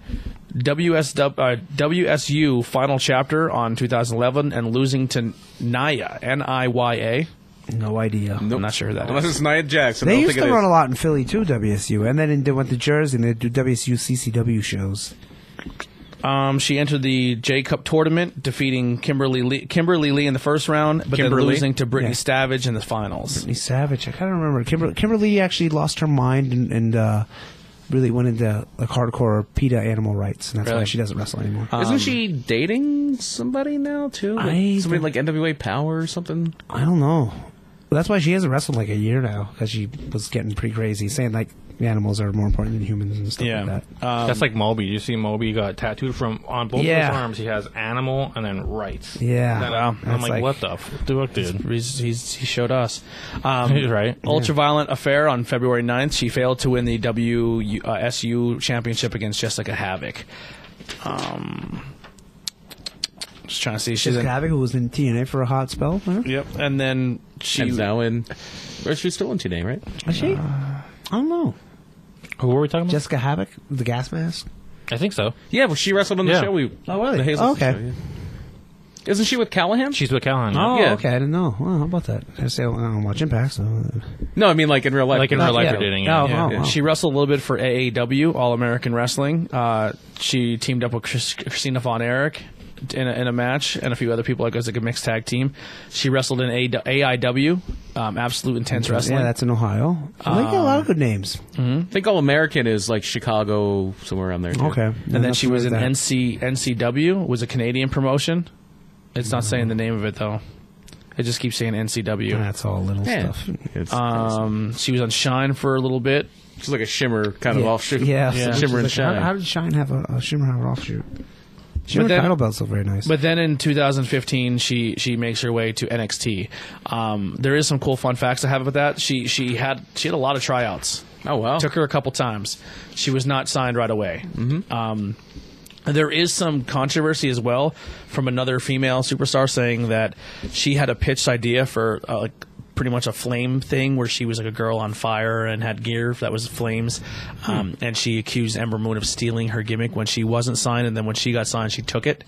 Speaker 2: WSW, uh, WSU final chapter on 2011 and losing to Naya N I Y A.
Speaker 4: No idea.
Speaker 2: I'm not sure who that
Speaker 5: Unless
Speaker 2: is.
Speaker 5: it's Nia Jackson. I
Speaker 4: They
Speaker 5: don't
Speaker 4: used
Speaker 5: think
Speaker 4: to
Speaker 5: it
Speaker 4: run
Speaker 5: is.
Speaker 4: a lot in Philly too, WSU, and then they went to Jersey and they do WSU CCW shows.
Speaker 2: Um, she entered the J Cup tournament, defeating Kimberly Lee, Kimberly Lee in the first round, but then
Speaker 5: Kimberly?
Speaker 2: losing to Brittany
Speaker 4: Yeah.
Speaker 2: Savage in the finals.
Speaker 4: Brittany Savage, I kind of remember. Kimber- Kimberly actually lost her mind and, and uh, really went into like hardcore PETA animal rights, and that's why
Speaker 2: Really?
Speaker 4: she doesn't wrestle anymore.
Speaker 5: Isn't she dating somebody now too? Like,
Speaker 4: Um, I
Speaker 5: somebody
Speaker 4: don't-
Speaker 5: like NWA Power or something.
Speaker 4: I don't know. That's why she hasn't wrestled in, like a year now because she was getting pretty crazy, saying like animals are more important than humans and stuff like that.
Speaker 5: Uh,
Speaker 2: Um,
Speaker 3: That's like Moby. You see Moby got tattooed from on both of
Speaker 4: Yeah.
Speaker 3: his arms. He has animal and then rights.
Speaker 4: Yeah.
Speaker 3: Then
Speaker 4: Wow.
Speaker 3: I'm- I'm
Speaker 4: That's
Speaker 3: like,
Speaker 4: like-
Speaker 3: what the fuck, dude?
Speaker 2: he's, he's, he showed us. Um,
Speaker 3: He's right.
Speaker 2: Ultraviolent affair on February 9th. She failed to win the WSU championship against Jessica Havoc. Um, just trying to see. She's
Speaker 4: She's
Speaker 2: in,
Speaker 4: Havoc, who was in TNA for a hot spell. Huh?
Speaker 2: yep. And then she
Speaker 5: She's now in. Or she's still in TNA, right?
Speaker 4: Is she? Uh, I don't know.
Speaker 3: Who were we talking about?
Speaker 4: Jessica Havoc, the gas mask.
Speaker 3: I think so.
Speaker 5: Yeah, well, she wrestled on the
Speaker 3: Yeah.
Speaker 5: show. We
Speaker 4: Oh, really?
Speaker 5: The Hazelton
Speaker 4: Okay.
Speaker 5: show, yeah. Isn't she with Callahan?
Speaker 3: She's with Callahan. now.
Speaker 5: Oh, Yeah.
Speaker 4: okay. I didn't know. Well, how about that? I say I don't watch Impact. So.
Speaker 5: no, I mean like in real life.
Speaker 3: Like in real life,
Speaker 4: yeah.
Speaker 3: you're dating.
Speaker 4: Oh,
Speaker 3: yeah.
Speaker 4: wow.
Speaker 2: Yeah. Oh, She wrestled a little bit for AAW, All American Wrestling. Uh, she teamed up with Chris, Christina Von Erich in a, in a match and a few other people. Like it was like a mixed tag team. She wrestled in a, AIW, um, Absolute Intense Wrestling. Uh,
Speaker 4: Yeah, that's in Ohio. they got a lot of good names.
Speaker 5: I think All American is like Chicago, somewhere around there. too.
Speaker 4: Okay.
Speaker 2: and then she was in NC, NCW, was a Canadian promotion. It's not saying the name of it though. It just keeps saying NCW.
Speaker 4: That's all little
Speaker 5: Yeah.
Speaker 4: stuff. Uh,
Speaker 5: It's,
Speaker 2: Um, she was on Shine for a little bit.
Speaker 5: it's like a shimmer kind of
Speaker 4: Yeah.
Speaker 5: offshoot.
Speaker 4: Yeah.
Speaker 2: Yeah.
Speaker 4: Which is
Speaker 5: Shimmer and
Speaker 4: like, how-
Speaker 5: shine.
Speaker 4: How, did Shine have a, a Shimmer have an offshoot? Shimmer
Speaker 2: then-
Speaker 4: title belts are very nice.
Speaker 2: But then in 2015, she she makes her way to NXT. Um, there is some cool fun facts I have about that. She she had she had a lot of tryouts
Speaker 5: Oh wow.
Speaker 2: Took her a couple times. She was not signed right away. Um, there is some controversy as well from another female superstar saying that she had a pitched idea for uh, like pretty much a flame thing where she was like a girl on fire and had gear that was flames. Um, And she accused Ember Moon of stealing her gimmick when she wasn't signed, and then when she got signed, she took it,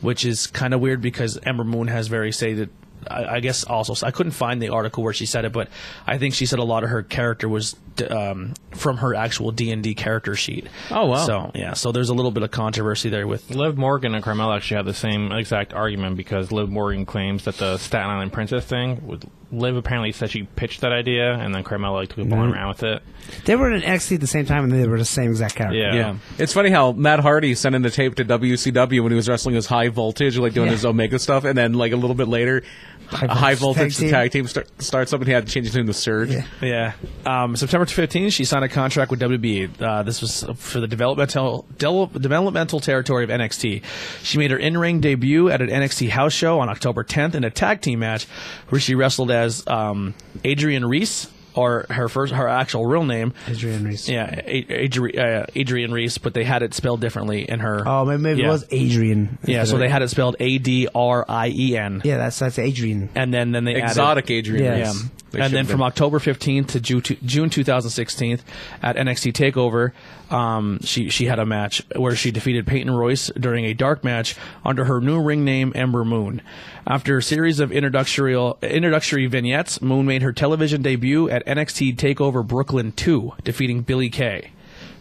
Speaker 2: which is kind of weird because Ember Moon has very stated. I I guess also I couldn't find the article where she said it, but I think she said a lot of her character was um, from her actual D and D character sheet.
Speaker 5: Oh, wow.
Speaker 2: So yeah, so there's a little bit of controversy there with
Speaker 3: Liv Morgan and Carmel actually had the same exact argument because Liv Morgan claims that the Staten Island Princess thing, would- Liv apparently said she pitched that idea, and then Carmel like took a
Speaker 4: Mm-hmm.
Speaker 3: ball around with it.
Speaker 4: They were in NXT at the same time, and they were the same exact character.
Speaker 3: Yeah.
Speaker 5: Yeah. It's funny how Matt Hardy sent in the tape to WCW when he was wrestling his high voltage, like doing his Omega stuff, and then like a little bit later, high,
Speaker 4: voltage
Speaker 5: high voltage
Speaker 4: tag
Speaker 5: the
Speaker 4: team.
Speaker 5: tag team start, starts up and he had to change his name to Surge.
Speaker 4: Yeah.
Speaker 2: Yeah. Um, September 15th, she signed a contract with WB. Uh, this was for the developmental del- developmental territory of NXT. She made her in ring debut at an NXT house show on October 10th in a tag team match where she wrestled as um, Adrian Reese, or her first her actual real name.
Speaker 4: Adrian Reese.
Speaker 2: Yeah, A- Adri- uh, Adrian Reese, but they had it spelled differently in her.
Speaker 4: Oh, maybe, maybe
Speaker 2: Yeah.
Speaker 4: it was Adrian.
Speaker 2: yeah, so they had it spelled A D R I E N.
Speaker 4: Yeah, that's that's Adrian.
Speaker 2: And then, then they added,
Speaker 5: Exotic Adrian.
Speaker 4: Yeah.
Speaker 2: Yeah.
Speaker 5: Reese. They
Speaker 2: and
Speaker 5: should
Speaker 2: then
Speaker 5: have
Speaker 2: from
Speaker 5: been.
Speaker 2: October 15th to Ju- to June 2016 at NXT TakeOver, um, she, she had a match where she defeated Peyton Royce during a dark match under her new ring name, Ember Moon. After a series of introductory, introductory vignettes, Moon made her television debut at NXT TakeOver Brooklyn 2, defeating Billy Kay.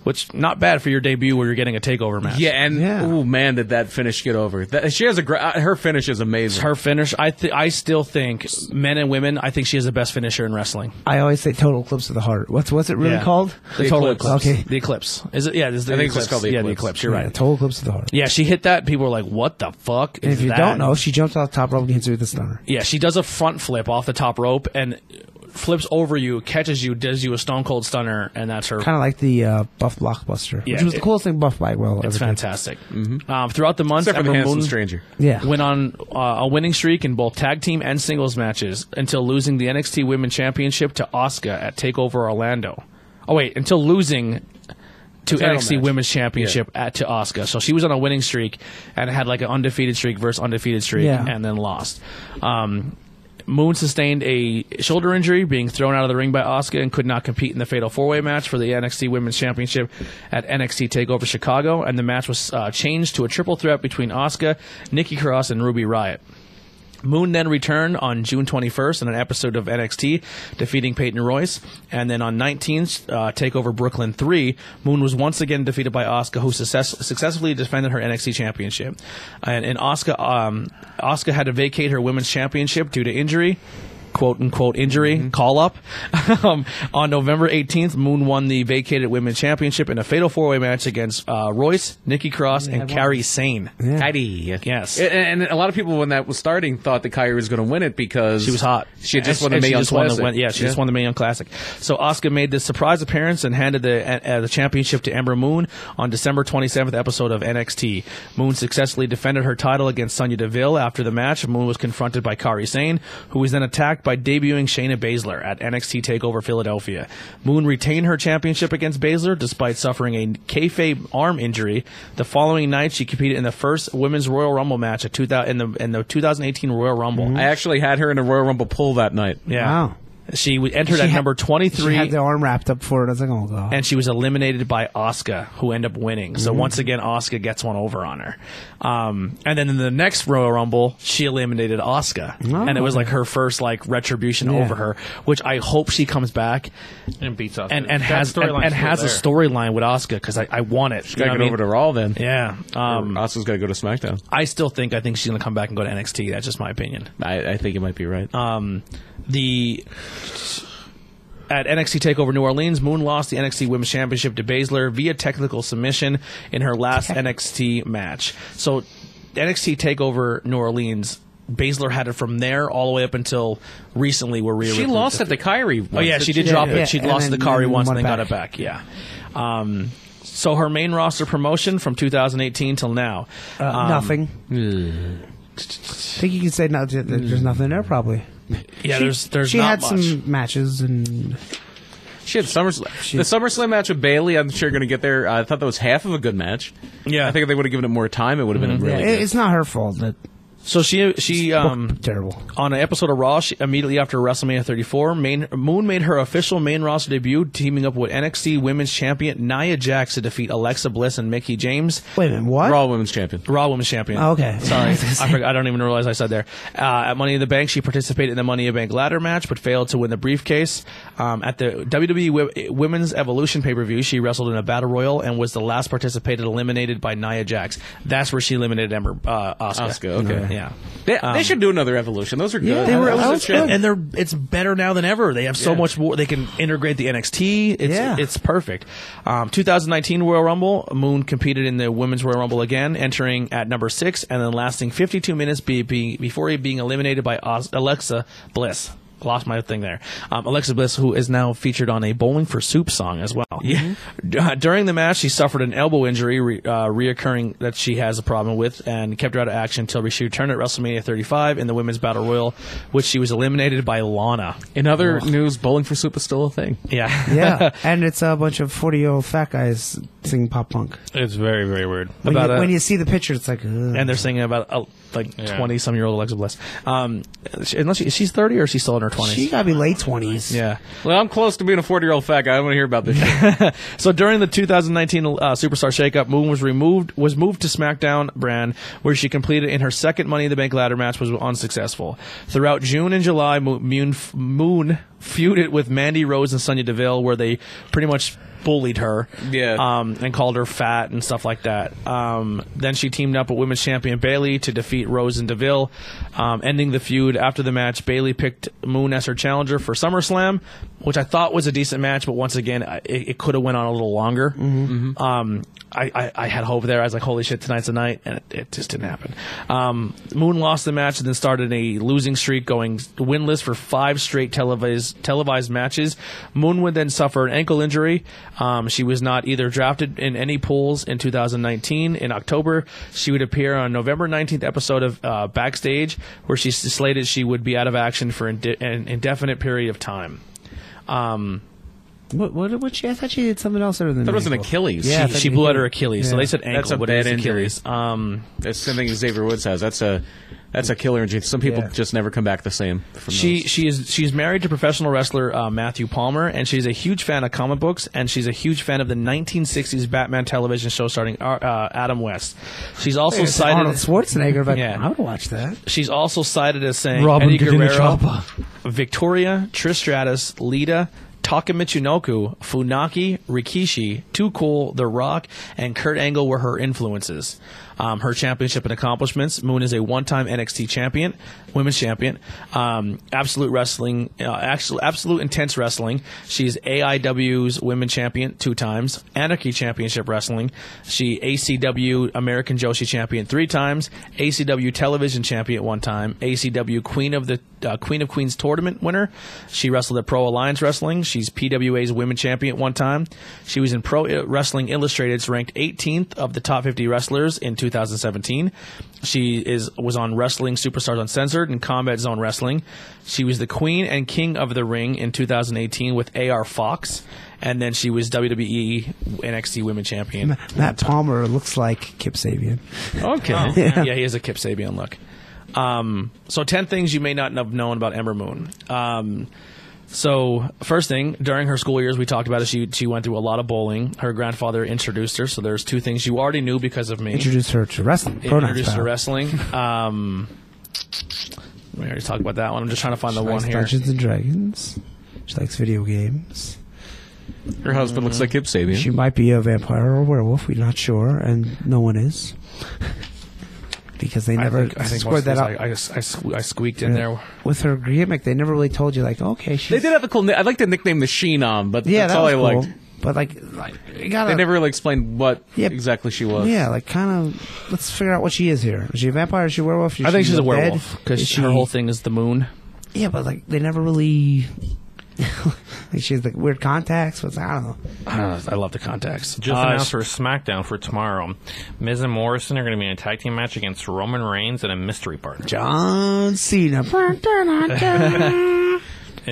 Speaker 2: Which not bad for your debut where you're getting a takeover match.
Speaker 5: yeah, and
Speaker 4: Yeah.
Speaker 5: oh man, did that finish get over? That, she has a gra- uh, her finish is amazing.
Speaker 2: her finish, I th- I still think men and women. I think she is the best finisher in wrestling.
Speaker 4: I always say total eclipse of the heart. What's what's it really
Speaker 2: Yeah.
Speaker 4: called?
Speaker 2: The,
Speaker 5: The
Speaker 2: total
Speaker 5: eclipse.
Speaker 2: eclipse.
Speaker 4: Okay.
Speaker 2: The eclipse. Is it? Yeah, this is the
Speaker 5: I think it's
Speaker 2: eclipse.
Speaker 5: just called the
Speaker 2: yeah, the
Speaker 5: eclipse.
Speaker 2: eclipse. You're
Speaker 4: Yeah,
Speaker 2: right.
Speaker 4: total eclipse of the heart.
Speaker 2: Yeah, she hit that. People were like, "What the fuck?"
Speaker 4: And
Speaker 2: is
Speaker 4: if you
Speaker 2: that?"
Speaker 4: don't know, she jumped off the top rope and hits you with a stunner.
Speaker 2: yeah, she does a front flip off the top rope and flips over you, catches you, does you a stone cold stunner, and that's her.
Speaker 4: Kind of like the uh, Buff Blockbuster,
Speaker 2: Yeah,
Speaker 4: which was
Speaker 2: it-
Speaker 4: the coolest thing Buff Bagwell ever
Speaker 2: it's
Speaker 4: did.
Speaker 2: fantastic. Um, throughout the month,
Speaker 5: Mm-hmm. Except for the
Speaker 2: Ember
Speaker 5: handsome
Speaker 2: Moon
Speaker 5: stranger.
Speaker 4: Yeah.
Speaker 2: went on uh, a winning streak in both tag team and singles matches until losing the NXT Women Championship to Asuka at Takeover Orlando. Oh wait, until losing to
Speaker 5: Title
Speaker 2: NXT
Speaker 5: match.
Speaker 2: Women's Championship at to Asuka. So she was on a winning streak and had like an undefeated streak versus undefeated streak
Speaker 4: Yeah.
Speaker 2: and then lost. Um, Moon sustained a shoulder injury, being thrown out of the ring by Asuka and could not compete in the Fatal Four Way match for the NXT Women's Championship at NXT Takeover Chicago, and the match was uh, changed to a triple threat between Asuka, Nikki Cross, and Ruby Riot. Moon then returned on June 21st in an episode of NXT, defeating Peyton Royce. And then on 19th, uh, Takeover Brooklyn 3, Moon was once again defeated by Asuka, who success- successfully defended her NXT championship. And, and Asuka, um, Asuka had to vacate her women's championship due to injury. "Quote unquote injury call up." um, on November 18th, Moon won the vacated women's championship in a fatal four way match against uh, Royce, Nikki Cross, and Carrie Sane.
Speaker 5: Kyrie.
Speaker 2: Yes.
Speaker 5: A- And a lot of people when that was starting thought that Kyrie was going to win it because
Speaker 2: She was hot.
Speaker 5: She had just
Speaker 2: And-
Speaker 5: won the
Speaker 2: and
Speaker 5: Mae
Speaker 2: she
Speaker 5: Young
Speaker 2: just won the
Speaker 5: Classic.
Speaker 2: win- yeah, she just won the Mae Young Classic. So Oscar made this surprise appearance and handed the uh, the championship to Ember Moon on December 27th episode of NXT. Moon successfully defended her title against Sonya Deville. After the match, Moon was confronted by Kari Sane, who was then attacked by debuting Shayna Baszler at NXT Takeover Philadelphia. Moon retained her championship against Baszler despite suffering a kayfabe arm injury. The following night, she competed in the first women's Royal Rumble match at 2000 in the in the 2018 Royal Rumble.
Speaker 5: I actually had her in a Royal Rumble pull that night.
Speaker 2: Yeah.
Speaker 4: Wow.
Speaker 2: She w- entered
Speaker 4: She
Speaker 2: at
Speaker 4: had-
Speaker 2: number
Speaker 4: She
Speaker 2: 23
Speaker 4: had the arm wrapped up for it. I was like, oh god.
Speaker 2: and she was eliminated by Oscar, who ended up winning.
Speaker 4: Mm-hmm.
Speaker 2: So once again, Oscar gets one over on her. Um, and then in the next Royal Rumble, she eliminated Oscar, and it was like her first like retribution
Speaker 4: Oh. Yeah.
Speaker 2: over her, which I hope she comes back
Speaker 3: And beats us.
Speaker 2: and and has and, and has a storyline with Oscar because I, I want it. You know
Speaker 5: Gotta get
Speaker 2: what I mean?
Speaker 5: over to Raw then.
Speaker 2: yeah. Um,
Speaker 5: Asuka's got to go to SmackDown.
Speaker 2: I still think I think she's gonna come back and go to NXT. That's just my opinion.
Speaker 5: I, I think you might be right.
Speaker 2: um, the at NXT Takeover New Orleans, Moon lost the NXT Women's Championship to Baszler via technical submission in her last NXT match. So NXT Takeover New Orleans, Baszler had it from there all the way up until recently, where Rhea
Speaker 5: she
Speaker 2: Ripley-
Speaker 5: lost at the Kyrie.
Speaker 2: Oh yeah, she did
Speaker 4: Yeah,
Speaker 2: drop
Speaker 4: yeah.
Speaker 2: it. She
Speaker 4: And
Speaker 2: lost
Speaker 4: then-
Speaker 2: the Kari
Speaker 4: then
Speaker 2: once and
Speaker 4: won
Speaker 2: then got
Speaker 4: back.
Speaker 2: it back. Yeah. Um, so her main roster promotion from 2018 till now, um,
Speaker 4: Uh,
Speaker 2: Mm.
Speaker 4: nothing. I think you can say no, th- th- there's nothing there probably.
Speaker 2: Yeah,
Speaker 4: She-
Speaker 2: there's there's
Speaker 4: she
Speaker 2: not
Speaker 4: had
Speaker 2: much.
Speaker 4: some matches and
Speaker 5: Shit, SummerSlam. The SummerSlam match with Bailey, I'm sure going to get there. I thought that was half of a good match.
Speaker 2: Yeah. Mm-hmm.
Speaker 5: I think if they would have given it more time, it would have been really
Speaker 4: It-
Speaker 5: good.
Speaker 4: it's not her fault. That
Speaker 2: So she she um
Speaker 4: terrible. Oh,
Speaker 2: on an episode of Raw she, immediately after WrestleMania 34, main, Moon made her official main roster debut, teaming up with NXT Women's Champion Nia Jax to defeat Alexa Bliss and Mickey James.
Speaker 4: Wait a minute. What?
Speaker 5: Raw Women's Champion.
Speaker 2: Raw Women's Champion.
Speaker 4: Oh, okay.
Speaker 2: Sorry. I, forgot, I don't even realize I said there. Uh, at Money in the Bank, she participated in the Money in the Bank ladder match, but failed to win the briefcase. Um, at the WWE Wo- Women's Evolution pay per view, she wrestled in a battle royal and was the last participant eliminated by Nia Jax. That's where she eliminated Ember uh, Asuka.
Speaker 5: Asuka, okay.
Speaker 2: Yeah. Um,
Speaker 5: They, they should do another Evolution. Those are good.
Speaker 4: they were-
Speaker 5: That was a
Speaker 4: that was
Speaker 5: shit.
Speaker 4: good.
Speaker 2: And they're it's better now than ever. They have so
Speaker 5: Yeah.
Speaker 2: much more. They can integrate the NXT. It's
Speaker 4: Yeah.
Speaker 2: it's perfect. Um, 2019 Royal Rumble. Moon competed in the Women's Royal Rumble again, entering at number six and then lasting 52 minutes be, be, before being eliminated by Os- Alexa Bliss. Lost my thing there. Um, Alexa Bliss, who is now featured on a Bowling for Soup song as well. Yeah. uh, during the match, she suffered an elbow injury, re- uh, reoccurring that she has a problem with, and kept her out of action until she returned at WrestleMania 35 in the Women's Battle Royal, which she was eliminated by Lana.
Speaker 5: In other news, Bowling for Soup is still a thing.
Speaker 2: Yeah.
Speaker 4: Yeah, and it's a bunch of forty-year-old fat guys singing pop punk.
Speaker 3: It's very, very weird.
Speaker 4: When,
Speaker 2: About
Speaker 4: you,
Speaker 2: a-
Speaker 4: when you see the picture, it's like, ugh.
Speaker 2: and they're singing about uh, like
Speaker 3: Yeah.
Speaker 2: twenty some year old Alexa Bliss. Um, she- unless she, she's thirty or she's still in her
Speaker 4: she
Speaker 2: twenties.
Speaker 4: gotta be late twenties.
Speaker 2: Yeah.
Speaker 5: Well, I'm close to being a 40 year old fat guy. I don't want to hear about this shit.
Speaker 2: So during the 2019 uh, Superstar Shakeup, Moon was removed, was moved to SmackDown brand, where she completed in her second Money in the Bank ladder match was unsuccessful. Throughout June and July, Mo- Moon, Moon feuded with Mandy Rose and Sonya Deville, where they pretty much bullied her.
Speaker 5: Yeah.
Speaker 2: Um, and called her fat and stuff like that. Um, then she teamed up with women's champion Bailey to defeat Rose and Deville, um, ending the feud. After the match, Bailey picked Moon as her challenger for SummerSlam, which I thought was a decent match, but once again, I- it, it could have went on a little longer. Um, I, I, I had hope there. I was like, holy shit, tonight's the night, and it, it just didn't happen. Um, Moon lost the match and then started a losing streak, going winless for five straight televised televised matches. Moon would then suffer an ankle injury. Um, she was not either drafted in any pools in 2019. In October, she would appear on November 19th episode of uh, Backstage, where she s- slated she would be out of action for inde- an indefinite period of time. Um,
Speaker 4: What? What? what she, I thought she did something else other than.
Speaker 5: That was an
Speaker 4: ankle.
Speaker 5: Achilles.
Speaker 4: Yeah, I
Speaker 2: she,
Speaker 4: thought
Speaker 2: she
Speaker 4: it-
Speaker 2: blew out her Achilles, so
Speaker 4: yeah.
Speaker 2: they said ankle.
Speaker 5: That's a
Speaker 2: but it was
Speaker 5: bad injury.
Speaker 2: Achilles. Um,
Speaker 5: That's the same thing Xavier Woods has. That's a that's a killer injury. Some people
Speaker 4: Yeah.
Speaker 5: just never come back the same. From
Speaker 2: She
Speaker 5: those.
Speaker 2: she is she's married to professional wrestler uh, Matthew Palmer, and she's a huge fan of comic books, and she's a huge fan of the 1960s Batman television show starring uh, uh, Adam West. She's also
Speaker 4: It's
Speaker 2: cited
Speaker 4: Arnold Schwarzenegger. Like,
Speaker 2: Yeah.
Speaker 4: I would watch that.
Speaker 2: she's also cited as saying
Speaker 4: Robin
Speaker 2: Eddie
Speaker 4: de
Speaker 2: Guerrero,
Speaker 4: Chapa.
Speaker 2: Victoria, Trish Stratus, Lita. Taka Michinoku, Funaki, Rikishi, Too Cool, The Rock, and Kurt Angle were her influences. Um, her championship and accomplishments: Moon is a one-time NXT champion, women's champion, um, absolute wrestling, uh, actual, absolute intense wrestling. She's AIW's women champion two times, Anarchy Championship Wrestling. She ACW American Joshi champion three times, ACW television champion one time, ACW Queen of the uh, Queen of Queens tournament winner. She wrestled at Pro Alliance Wrestling. She's PWA's women champion one time. She was in Pro I- Wrestling Illustrated's ranked 18th of the top 50 wrestlers in 2017. She is was on Wrestling Superstars Uncensored and Combat Zone Wrestling. She was the queen and king of the ring in 2018 with AR Fox. And then she was E WWE NXT Women Champion.
Speaker 4: Matt Palmer looks like Kip Sabian.
Speaker 5: okay.
Speaker 4: Oh.
Speaker 2: yeah. he has a Kip Sabian look. Um, so, 10 things you may not have known about Ember Moon. Um, so, first thing, during her school years, we talked about it. She, she went through a lot of bowling. Her grandfather introduced her. So, there's two things you already knew because of me.
Speaker 4: Introduce her to wrestling. Pronouns
Speaker 2: Introduced her to
Speaker 4: pal.
Speaker 2: wrestling. Um, we already talked about that one. I'm just trying to find the
Speaker 4: She
Speaker 2: one
Speaker 4: likes
Speaker 2: here.
Speaker 4: Dungeons and Dragons. She likes video games.
Speaker 5: her husband looks like Kip Sabian.
Speaker 4: She might be a vampire or a werewolf. We're not sure, and no one is because they
Speaker 2: I
Speaker 4: never
Speaker 2: think, I think most
Speaker 4: scored
Speaker 2: of these
Speaker 4: that
Speaker 2: I,
Speaker 4: out.
Speaker 2: I, I sque- I squeaked in there.
Speaker 4: With her gimmick, they never really told you like, okay, she's
Speaker 5: they did have a cool. ni- I like the nickname the Sheen on, but
Speaker 4: yeah,
Speaker 5: that's
Speaker 4: that
Speaker 5: all
Speaker 4: was
Speaker 5: I
Speaker 4: cool.
Speaker 5: liked.
Speaker 4: But like, like you gotta,
Speaker 5: They never really explained what
Speaker 4: Yeah.
Speaker 5: exactly she was.
Speaker 4: yeah, like kind of. Let's figure out what she is here. Is she a vampire? Is she a werewolf? Is
Speaker 2: I think
Speaker 4: she
Speaker 2: she's a
Speaker 4: dead?
Speaker 2: werewolf
Speaker 4: Is
Speaker 2: because
Speaker 4: she
Speaker 2: her whole thing is the moon.
Speaker 4: Yeah, but like they never really. like she has like weird contacts. What's I don't know.
Speaker 2: Uh, I love the contacts.
Speaker 3: Just
Speaker 2: Uh,
Speaker 3: announced for SmackDown for tomorrow. Miz and Morrison are going to be in a tag team match against Roman Reigns and a mystery partner.
Speaker 4: John Cena.
Speaker 2: Interesting.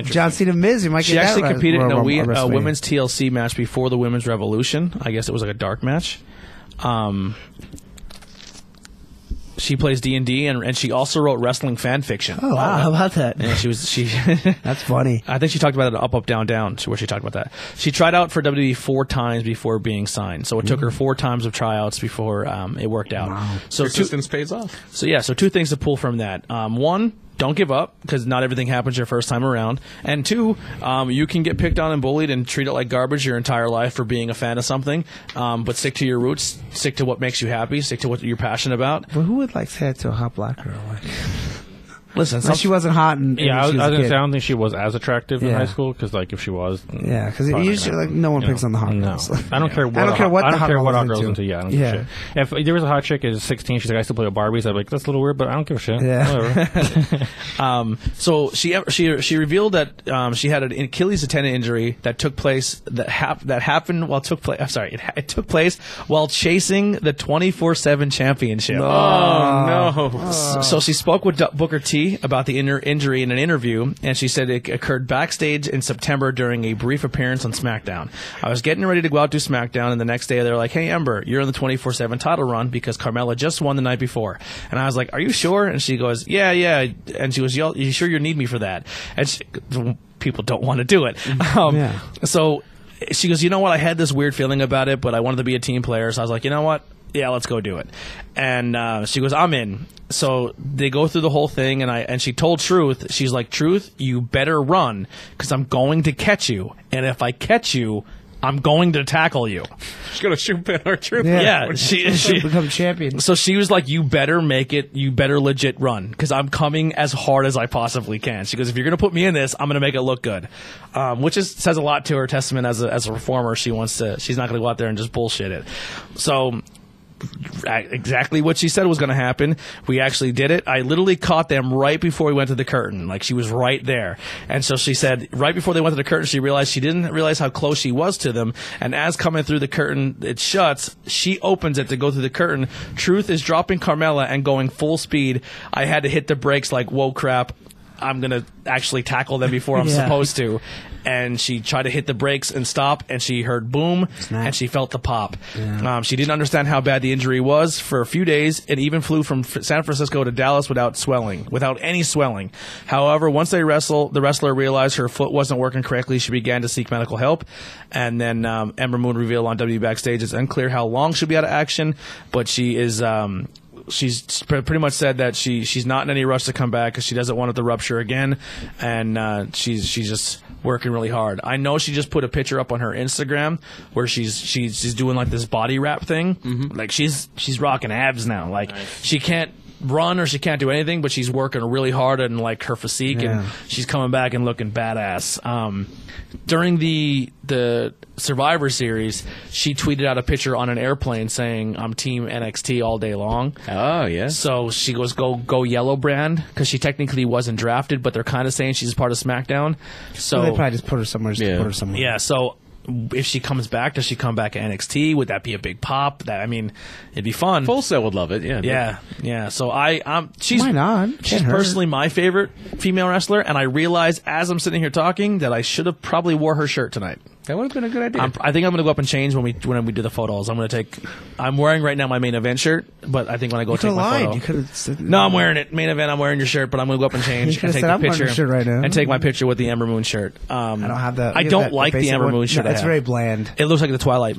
Speaker 4: John Cena Miz. You might
Speaker 2: She
Speaker 4: get
Speaker 2: actually
Speaker 4: that right-
Speaker 2: competed in
Speaker 4: Royal
Speaker 2: a,
Speaker 4: Rumble
Speaker 2: we,
Speaker 4: or
Speaker 2: a
Speaker 4: WrestleMania.
Speaker 2: women's TLC match before the women's revolution. I guess it was like a dark match. Um, she plays D and D, and she also wrote wrestling fan fiction.
Speaker 4: Oh, wow, how about that?
Speaker 2: And she was she.
Speaker 4: That's funny.
Speaker 2: I think she talked about it up, up, down, down, where she talked about that. She tried out for WWE four times before being signed, so it took her
Speaker 4: Mm.
Speaker 2: four times of tryouts before um, it worked out. So two,
Speaker 5: Persistence pays off.
Speaker 2: so yeah, so two things to pull from that. Um, one, don't give up because not everything happens your first time around. And two, um, you can get picked on and bullied and treat it like garbage your entire life for being a fan of something. Um, but stick to your roots, stick to what makes you happy, stick to what you're passionate about.
Speaker 4: But who would like say that to a hot black girl? Like,
Speaker 2: Listen,
Speaker 4: unless she wasn't hot and and
Speaker 3: Yeah, I was,
Speaker 4: she
Speaker 3: I was
Speaker 4: a
Speaker 3: gonna
Speaker 4: kid.
Speaker 3: say I don't think she was as attractive in
Speaker 4: Yeah.
Speaker 3: high school because like if she was,
Speaker 4: Yeah, because
Speaker 3: Probably
Speaker 4: usually
Speaker 3: not.
Speaker 4: like no one
Speaker 3: you know,
Speaker 4: picks on the hot
Speaker 3: no.
Speaker 4: girls.
Speaker 3: I don't care what.
Speaker 4: I don't
Speaker 3: a
Speaker 4: care
Speaker 3: hot-
Speaker 4: what the
Speaker 3: I don't
Speaker 4: hot
Speaker 3: care what
Speaker 4: girl
Speaker 3: hot
Speaker 4: is
Speaker 3: girls
Speaker 4: into.
Speaker 3: into. Yeah, I don't
Speaker 4: Yeah.
Speaker 3: give a shit. If there was a hot chick is 16, she's like I still play with Barbies. I'm like that's a little weird, but I don't give a shit.
Speaker 4: Yeah.
Speaker 3: Whatever.
Speaker 2: Um, so she she she revealed that um, she had an Achilles tendon injury that took place that hap- that happened while took place. I'm sorry, it, ha- it took place while chasing the 24 seven championship.
Speaker 5: Oh, no.
Speaker 2: So she spoke with Du- Booker T about the inner injury in an interview, and she said it occurred backstage in September during a brief appearance on SmackDown. I was getting ready to go out to SmackDown, and the next day they're like, "Hey Ember, you're in the 24/7 title run because Carmella just won the night before." And I was like, "Are you sure?" And she goes, "Yeah, yeah." And she was, "Yell- "You sure you need me for that?" And she, people don't want to do it.
Speaker 5: Mm-hmm.
Speaker 2: Um,
Speaker 4: Yeah.
Speaker 2: So she goes, you know what? I had this weird feeling about it, but I wanted to be a team player, so I was like, you know what? Yeah, let's go do it. And uh, she goes, I'm in. So they go through the whole thing, and I and she told Truth, she's like, Truth, you better run because I'm going to catch you, and if I catch you, I'm going to tackle you.
Speaker 5: She's going to shoot pin our truth.
Speaker 4: Yeah.
Speaker 2: Yeah, she, she
Speaker 4: become champion.
Speaker 2: so she was like, "You better make it. You better legit run because I'm coming as hard as I possibly can." She goes, "If you're gonna put me in this, I'm gonna make it look good," um, which is says a lot to her testament as a as a reformer. She wants to. She's not gonna go out there and just bullshit it. So I- exactly what she said was going to happen. We actually did it. I literally caught them right before we went to the curtain. Like she was right there. And so she said, right before they went to the curtain, she realized she didn't realize how close she was to them. And as coming through the curtain, it shuts. She opens it to go through the curtain. Truth is dropping Carmella and going full speed. I had to hit the brakes like, whoa, crap. I'm gonna actually tackle them before I'm
Speaker 4: Yeah.
Speaker 2: supposed to, and she tried to hit the brakes and stop, and she heard boom,
Speaker 4: Snap.
Speaker 2: and she felt the pop. Um, she didn't understand how bad the injury was for a few days and even flew from F- San Francisco to Dallas without swelling, without any swelling. However, once they wrestle, the wrestler realized her foot wasn't working correctly. She began to seek medical help. And then um, Ember Moon revealed on W Backstage it's unclear how long she'll be out of action, but she is. Um, She's pre- pretty much said that she she's not in any rush to come back because she doesn't want it to rupture again, and uh, she's she's just working really hard. I know she just put a picture up on her Instagram where she's she's she's doing like this body wrap thing. Like she's she's rocking abs now. Like she can't run or she can't do anything, but she's working really hard and like her physique
Speaker 4: Yeah.
Speaker 2: and she's coming back and looking badass. Um, during the the Survivor Series, she tweeted out a picture on an airplane saying, "I'm Team NXT all day long."
Speaker 5: Oh, yeah.
Speaker 2: So she goes, go go yellow brand because she technically wasn't drafted, but they're kind of saying she's part of SmackDown. So
Speaker 4: They probably just put her somewhere. Just to
Speaker 5: Yeah.
Speaker 4: put her somewhere.
Speaker 2: yeah, so if she comes back, does she come back at NXT? Would that be a big pop? That I mean, it'd be fun.
Speaker 5: Full Sail would love it. Yeah.
Speaker 2: yeah, yeah. So I, um, she's
Speaker 4: Why not? Can't
Speaker 2: She's
Speaker 4: hurt.
Speaker 2: personally my favorite female wrestler, and I realize as I'm sitting here talking that I should have probably wore her shirt tonight.
Speaker 5: That would have been a good idea.
Speaker 2: I'm, I think I'm going to go up and change when we when we do the photos. I'm going to take. I'm wearing right now my main event shirt, but I think when I go
Speaker 4: You could
Speaker 2: take
Speaker 4: have
Speaker 2: my
Speaker 4: lied.
Speaker 2: photo,
Speaker 4: You could have.
Speaker 2: no, I'm wearing it. Main event, I'm wearing your shirt, but I'm gonna go up and change
Speaker 4: You
Speaker 2: and
Speaker 4: could've
Speaker 2: take
Speaker 4: said,
Speaker 2: the
Speaker 4: "I'm wearing
Speaker 2: picture
Speaker 4: your shirt right now."
Speaker 2: and take my picture with the Amber Moon shirt. Um,
Speaker 4: I don't have that.
Speaker 2: I
Speaker 4: you have
Speaker 2: don't
Speaker 4: that-
Speaker 2: like the
Speaker 4: basic
Speaker 2: Amber
Speaker 4: one.
Speaker 2: Moon shirt.
Speaker 4: No,
Speaker 2: I
Speaker 4: it's
Speaker 2: have.
Speaker 4: very bland.
Speaker 2: It looks like the Twilight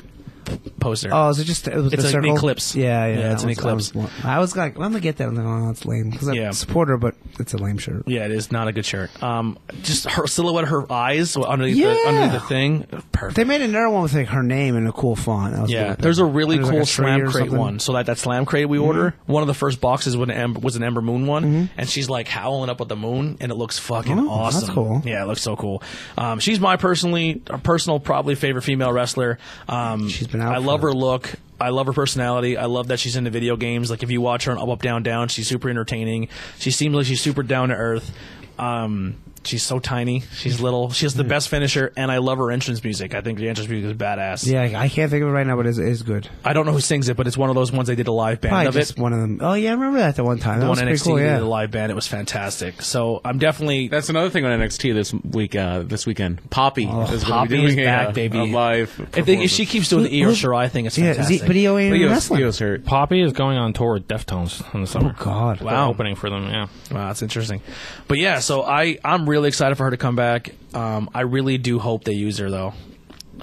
Speaker 2: poster.
Speaker 4: Oh, is it just it was
Speaker 2: It's
Speaker 4: the
Speaker 2: an
Speaker 4: circle?
Speaker 2: eclipse.
Speaker 4: Yeah,
Speaker 2: Yeah,
Speaker 4: yeah.
Speaker 2: it's
Speaker 4: that
Speaker 2: an
Speaker 4: was- that
Speaker 2: eclipse.
Speaker 4: was- I was like, I'm gonna get that. And then, oh, it's lame because I
Speaker 2: Yeah.
Speaker 4: support her, but it's a lame shirt.
Speaker 2: yeah, it is not a good shirt. Um, just her silhouette, her eyes underneath the
Speaker 4: Yeah.
Speaker 2: underneath the thing. Perfect.
Speaker 4: They made another one with like her name and a cool font. That was
Speaker 2: Yeah,
Speaker 4: really
Speaker 2: there's a
Speaker 4: bad.
Speaker 2: really
Speaker 4: There's,
Speaker 2: cool
Speaker 4: like, a tree
Speaker 2: slam
Speaker 4: or
Speaker 2: crate
Speaker 4: something. Mm-hmm.
Speaker 2: one. So that, that slam crate we order, one of the first boxes was an Ember, was an Ember Moon one, and she's like howling up at the moon, and it looks fucking
Speaker 4: Oh, that's
Speaker 2: awesome.
Speaker 4: cool.
Speaker 2: Yeah, it looks so cool. Um, she's my personally uh, personal probably favorite female wrestler. Um,
Speaker 4: She's been out
Speaker 2: I
Speaker 4: for
Speaker 2: love
Speaker 4: it.
Speaker 2: her look. I love her personality. I love that she's into video games. Like if you watch her on Up Up Down Down, she's super entertaining. She seems like she's super down to earth. Um, She's so tiny. She's little. She's the best finisher, and I love her entrance music. I think the entrance music is badass.
Speaker 4: Yeah, I can't think of it right now, but it's, it's good.
Speaker 2: I don't know who sings it, but it's one of those ones they did a live band
Speaker 4: Probably
Speaker 2: of
Speaker 4: just
Speaker 2: it.
Speaker 4: one of them. Oh yeah, I remember that the one time. That
Speaker 2: The one
Speaker 4: was pretty
Speaker 2: NXT
Speaker 4: cool.
Speaker 2: they
Speaker 4: Yeah.
Speaker 2: did a live band. It was fantastic. So I'm definitely
Speaker 5: That's another thing on NXT this week, uh, this weekend. Poppy is going to
Speaker 2: Oh, Poppy
Speaker 5: be
Speaker 2: is
Speaker 5: doing a-
Speaker 2: back,
Speaker 5: a,
Speaker 2: baby.
Speaker 5: live.
Speaker 2: if, they, if she keeps doing the
Speaker 4: Who-
Speaker 2: Io
Speaker 4: who-
Speaker 2: Shirai thing, it's
Speaker 4: yeah,
Speaker 2: fantastic.
Speaker 4: Z- but he only ain't
Speaker 5: Leo's,
Speaker 4: wrestling.
Speaker 5: Leo's hurt.
Speaker 3: Poppy is going on tour with Deftones in the summer.
Speaker 4: Oh, God.
Speaker 3: They're
Speaker 2: Wow.
Speaker 3: opening for them. Yeah,
Speaker 2: Wow, that's interesting. But yeah, so I I'm really excited for her to come back. Um, I really do hope they use her though,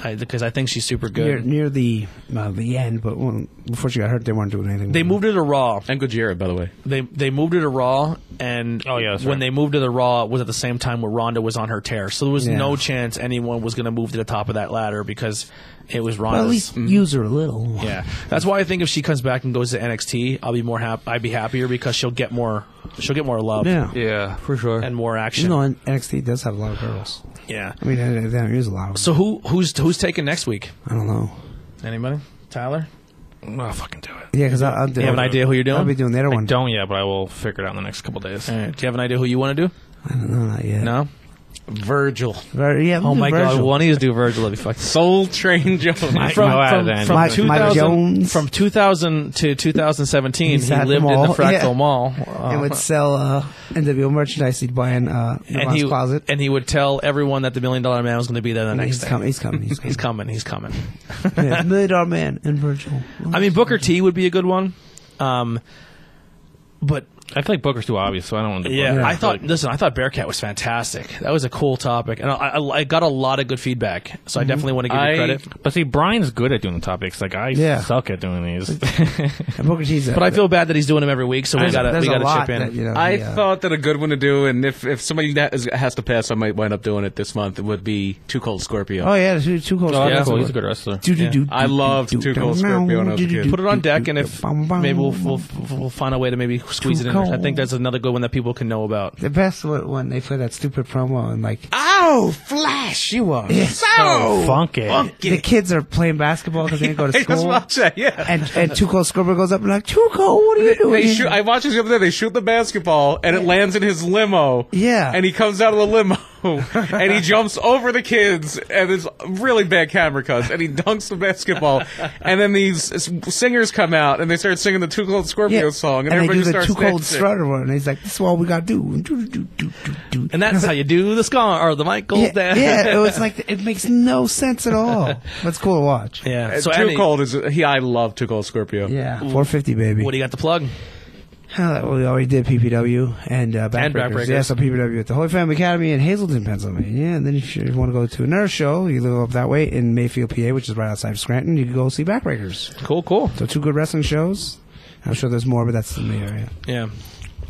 Speaker 2: I, because I think she's super
Speaker 4: Near,
Speaker 2: good.
Speaker 4: near the uh, the end, but well, before she got hurt, they weren't doing anything.
Speaker 2: They moved her to Raw.
Speaker 5: And Gojira, by the way.
Speaker 2: They they moved her to Raw, and
Speaker 3: Oh, yeah, that's
Speaker 2: when
Speaker 3: right.
Speaker 2: they moved her to Raw, it was at the same time where Ronda was on her tear. So there was
Speaker 4: Yeah.
Speaker 2: no chance anyone was going to move to the top of that ladder because it was
Speaker 4: Well,
Speaker 2: Ronda's.
Speaker 4: at least use her a little.
Speaker 2: Mm-hmm. Yeah, that's why I think if she comes back and goes to NXT, I'll be more happy. I'd be happier because she'll get more. She'll get more love.
Speaker 4: Yeah.
Speaker 3: yeah, for sure.
Speaker 2: and more action.
Speaker 4: You know, and NXT does have a lot of girls.
Speaker 2: yeah.
Speaker 4: I mean, they they don't use a lot of them.
Speaker 2: So who who's who's taking next week?
Speaker 4: I don't know.
Speaker 2: Anybody? Tyler?
Speaker 3: I'll oh, fucking do it.
Speaker 4: Yeah, because I'll do
Speaker 2: You have an idea who you're doing?
Speaker 4: I'll be doing the other
Speaker 3: I
Speaker 4: one.
Speaker 3: don't yet, but I will figure it out in the next couple days.
Speaker 2: All right. Do you have an idea who you want to do?
Speaker 4: I don't know, not yet.
Speaker 2: No. Virgil.
Speaker 4: Ver- yeah, we'll
Speaker 2: Oh
Speaker 4: do
Speaker 2: my god!
Speaker 4: Virgil.
Speaker 2: One of these do Virgil. That'd be fucked.
Speaker 5: Soul Train Jones.
Speaker 3: Mike-
Speaker 2: From,
Speaker 3: Mike
Speaker 2: from,
Speaker 3: Adams.
Speaker 2: from
Speaker 4: Mike-
Speaker 2: 2000,
Speaker 4: Mike Jones.
Speaker 2: from 2000 to 2017,
Speaker 4: He's
Speaker 2: he
Speaker 4: at the
Speaker 2: lived in
Speaker 4: mall.
Speaker 2: the Fractal
Speaker 4: Yeah.
Speaker 2: Mall, Uh,
Speaker 4: and would sell uh, NWO merchandise he'd buy in uh,
Speaker 2: and he
Speaker 4: Nirvana's closet.
Speaker 2: and he would tell everyone that the Million Dollar Man was going to be there the next
Speaker 4: he's,
Speaker 2: day.
Speaker 4: coming, he's coming. He's
Speaker 2: He's
Speaker 4: coming.
Speaker 2: coming. He's coming.
Speaker 4: yeah. Million Dollar Man and Virgil.
Speaker 2: I mean, Booker T would be a good one. Um, but
Speaker 3: I feel like Booker's too obvious, so I don't want to. do
Speaker 2: yeah,
Speaker 3: Booker.
Speaker 2: I thought. Listen, I thought Bearcat was fantastic. That was a cool topic, and I, I, I got a lot of good feedback. So
Speaker 4: Mm-hmm.
Speaker 2: I definitely want to give
Speaker 5: I-
Speaker 2: you credit.
Speaker 3: But see, Brian's good at doing the topics. Like I
Speaker 4: Yeah.
Speaker 3: suck at doing these.
Speaker 4: And Booker T's a,
Speaker 2: But I feel bad that he's doing them every week, so we
Speaker 4: there's,
Speaker 2: got to
Speaker 4: there's
Speaker 2: we got
Speaker 4: a
Speaker 2: to
Speaker 4: lot
Speaker 2: chip in.
Speaker 4: That, you know,
Speaker 5: I
Speaker 4: he, uh,
Speaker 5: thought that a good one to do, and if, if somebody that is, has to pass, I might wind up doing it this month, it would be Too Cold Scorpio.
Speaker 4: Oh, yeah, two, two cold
Speaker 3: Oh,
Speaker 2: Yeah.
Speaker 3: that's cool. He's a good wrestler.
Speaker 5: I loved Two Cold Scorpio when I was a kid.
Speaker 2: Put it on deck, and if maybe we'll, we'll we'll find a way to maybe squeeze it in. I think that's another good one that people can know about.
Speaker 4: The best was when they play that stupid promo and like
Speaker 5: Oh, Flash, you are so
Speaker 3: funky.
Speaker 4: the kids are playing basketball because they didn't go to
Speaker 5: I just
Speaker 4: school.
Speaker 5: watched that, yeah.
Speaker 4: And and Two Cold Scorpio goes up and like Two Cold, what are you doing?
Speaker 5: They shoot. I watched this the other day. They shoot the basketball, and it lands in his limo.
Speaker 4: Yeah.
Speaker 5: and he comes out of the limo, and he jumps over the kids, and it's really bad camera cuts, and he dunks the basketball, and then these s- singers come out, and they start singing the Two Cold Scorpio song, and,
Speaker 4: they
Speaker 5: everybody
Speaker 4: do the
Speaker 5: starts
Speaker 4: Two Cold
Speaker 5: dancing.
Speaker 4: Strutter one. And he's like, this is all we got to do. Do, do, do, do, do.
Speaker 2: And that's how you do the scar or the Michael
Speaker 4: yeah,
Speaker 2: dance.
Speaker 4: yeah, it was like it makes no sense at all. That's cool to watch.
Speaker 2: Yeah.
Speaker 5: Uh,
Speaker 2: So
Speaker 5: Too
Speaker 2: Andy,
Speaker 5: Cold is he? I love Too Cold Scorpio.
Speaker 4: Yeah, 450 baby.
Speaker 2: what do you got to plug?
Speaker 4: Well, we already did PPW and uh, Backbreakers.
Speaker 2: And Backbreakers.
Speaker 4: Yeah, so PPW at the Holy Family Academy in Hazleton, Pennsylvania. And then if you want to go to another show, you live up that way in Mayfield, PA, which is right outside of Scranton, you can go see Backbreakers.
Speaker 2: Cool, cool.
Speaker 4: So two good wrestling shows. I'm sure there's more, but that's in the area.
Speaker 2: Yeah.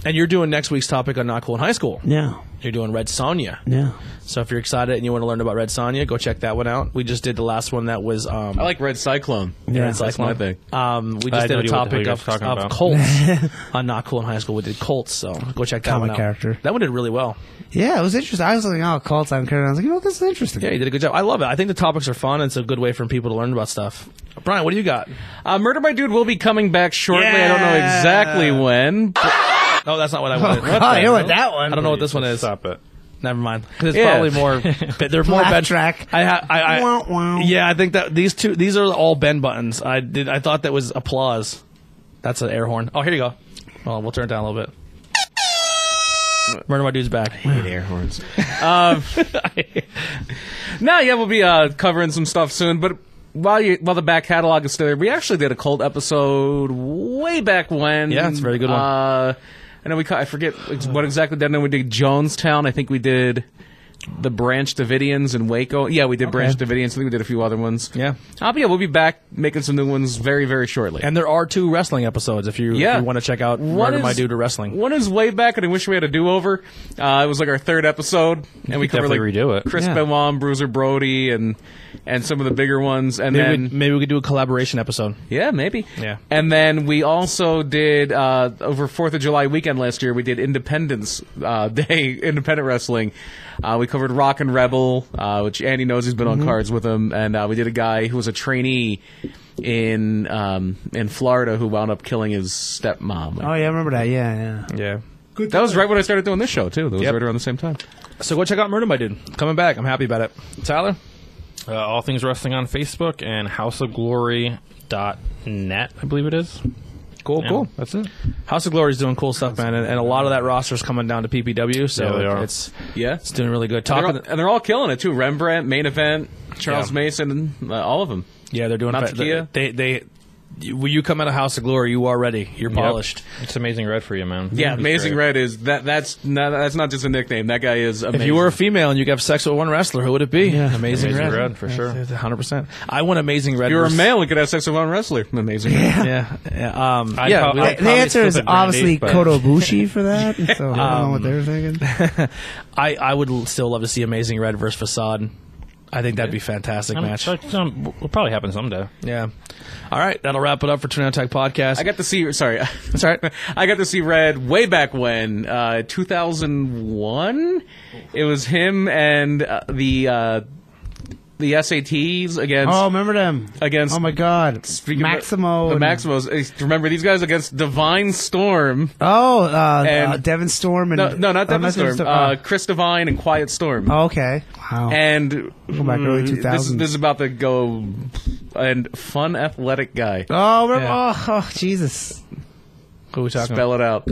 Speaker 2: And you're doing next week's topic on Not Cool in High School.
Speaker 4: Yeah,
Speaker 2: You're doing Red Sonja.
Speaker 4: yeah.
Speaker 2: So if you're excited and you want to learn about Red Sonja, go check that one out. We just did the last one that was um
Speaker 5: I like Red Cyclone.
Speaker 4: Yeah.
Speaker 5: Red Cyclone. That's my thing.
Speaker 2: um we
Speaker 3: I
Speaker 2: just
Speaker 3: had
Speaker 2: did
Speaker 3: no
Speaker 2: a
Speaker 3: idea what the hell
Speaker 2: topic
Speaker 3: you guys
Speaker 2: of,
Speaker 3: were talking
Speaker 2: of
Speaker 3: about.
Speaker 2: Colts on Not Cool in High School. We did Colts, so go check that
Speaker 4: Comic
Speaker 2: one out.
Speaker 4: character.
Speaker 2: That one did really well.
Speaker 4: Yeah, it was interesting. I was like, oh, call time, Karen. I was like, you know, this is interesting.
Speaker 2: Yeah, you did a good job. I love it. I think the topics are fun. And it's a good way for people to learn about stuff. Brian, what do you got?
Speaker 5: Uh, Murder by Dude will be coming back shortly. I don't know
Speaker 2: Yeah.
Speaker 5: exactly when. but-
Speaker 2: Oh, that's not what I wanted.
Speaker 4: God, I know what that one-
Speaker 2: I don't know what this one is.
Speaker 3: Stop it.
Speaker 2: Never mind. 'Cause it's
Speaker 5: Yeah.
Speaker 2: probably more. but they're more
Speaker 4: Laugh
Speaker 2: bend
Speaker 4: track.
Speaker 2: I, ha- I, I
Speaker 4: Wah, wah.
Speaker 2: Yeah, I think that these two, these are all bend buttons. I did. I thought that was applause. That's an air horn. Oh, here you go. Well, we'll turn it down a little bit. Murder my dude's back.
Speaker 5: air horns. um, no, yeah, we'll be uh, covering some stuff soon. But while you, while the back catalog is still there, we actually did a cold episode way back when.
Speaker 2: Yeah, it's a very good one.
Speaker 5: Uh, I know we ca- I forget ex- what exactly that. Then we did Jonestown. I think we did the Branch Davidians in Waco. Yeah, we did Branch Davidians. I think we did a few other ones.
Speaker 2: Yeah.
Speaker 5: Uh, but yeah, we'll be back making some new ones very very shortly.
Speaker 2: And there are two wrestling episodes if you, if
Speaker 5: Yeah.
Speaker 2: you want to check out
Speaker 5: One
Speaker 2: Murder my
Speaker 5: is-
Speaker 2: dude to wrestling.
Speaker 5: One is way back, and I wish we had a do-over. Uh, it was like our third episode, and we
Speaker 3: could
Speaker 5: covered like
Speaker 3: definitely redo it.
Speaker 5: Chris
Speaker 4: Yeah.
Speaker 5: Benoit, and Bruiser Brody, and and some of the bigger ones. And
Speaker 2: Maybe,
Speaker 5: then
Speaker 2: we, maybe we could do a collaboration episode.
Speaker 5: yeah, maybe
Speaker 2: Yeah.
Speaker 5: And then we also did uh, over Fourth of July weekend last year. We did Independence uh, Day, independent wrestling. Uh, we covered Rock and Rebel, uh, which Andy knows he's been
Speaker 2: Mm-hmm.
Speaker 5: on cards with him, and uh, we did a guy who was a trainee in um, in Florida who wound up killing his stepmom.
Speaker 4: Oh yeah, I remember that. Yeah, yeah.
Speaker 2: Yeah.
Speaker 4: Good
Speaker 5: That was right when I started doing this show too. That was
Speaker 2: Yep.
Speaker 5: right around the same time.
Speaker 2: So go check out Murder My Dude. Coming back. I'm happy about it. Tyler?
Speaker 3: Uh, all things wrestling on Facebook and houseofglory.net, I believe it is.
Speaker 2: Cool,
Speaker 3: Yeah,
Speaker 2: cool.
Speaker 3: That's it.
Speaker 2: House of Glory's doing cool stuff, man, and, and a lot of that roster's coming down to PPW, so
Speaker 3: Yeah, they are.
Speaker 2: it's
Speaker 5: Yeah.
Speaker 2: it's doing really good.
Speaker 5: They're all-
Speaker 2: Talking,
Speaker 5: and they're all killing it too. Rembrandt, main event, Charles
Speaker 2: Yeah.
Speaker 5: Mason, uh, all of them.
Speaker 2: yeah, they're doing.
Speaker 5: Not
Speaker 2: fa-
Speaker 5: Takia?
Speaker 2: They they. you- When you come out of House of Glory, you are ready. You're polished.
Speaker 3: It's amazing red for you, man.
Speaker 5: Yeah,
Speaker 3: It's
Speaker 5: Amazing
Speaker 3: great.
Speaker 5: Red is that. That's not, that's not just a nickname. That guy is amazing.
Speaker 2: If you were a female and you could have sex with one wrestler, who would it be? Amazing,
Speaker 3: Amazing
Speaker 2: Red.
Speaker 3: Red, for sure.
Speaker 2: hundred percent. I want Amazing Red.
Speaker 5: If you were a
Speaker 2: versus-
Speaker 5: male, we could have sex with one wrestler. Amazing. Red.
Speaker 2: Yeah, yeah. Um,
Speaker 3: I'd
Speaker 2: yeah
Speaker 3: prob-
Speaker 2: we-
Speaker 3: I'd
Speaker 4: The
Speaker 3: probably
Speaker 4: answer
Speaker 3: slip
Speaker 4: is
Speaker 3: it Brand
Speaker 4: obviously
Speaker 3: Eight, but-
Speaker 4: Kotobushi for that. So I don't know what they're thinking.
Speaker 2: I, I would l- still love to see Amazing Red versus Facade. I think that'd be a fantastic
Speaker 3: I'm-
Speaker 2: match.
Speaker 3: it's, um, Will probably happen someday.
Speaker 2: Yeah. All right, that'll wrap it up for Turn Tech Podcast.
Speaker 5: I got to see. Sorry,
Speaker 2: That's all right.
Speaker 5: I got to see Red way back when, uh, 2001. It was him and uh, the uh, the SATs against.
Speaker 4: Oh, remember them
Speaker 5: Against-
Speaker 4: Oh my God,
Speaker 5: Speaking of-
Speaker 4: Maximo.
Speaker 5: the
Speaker 4: and-
Speaker 5: Maximos. Uh, Remember these guys against Divine Storm?
Speaker 4: Oh, uh,
Speaker 5: And-
Speaker 4: uh, Devin Storm and
Speaker 5: No, no, not
Speaker 4: oh,
Speaker 5: Devin Storm. Uh, Chris Divine and Quiet Storm.
Speaker 4: oh, okay, wow.
Speaker 5: and
Speaker 4: Go back early
Speaker 5: mm, This,
Speaker 4: 2000s.
Speaker 5: this is about to go and fun athletic guy.
Speaker 4: oh, remember,
Speaker 2: Yeah.
Speaker 4: oh, oh, Jesus,
Speaker 2: Who are we talking
Speaker 5: Spell it out.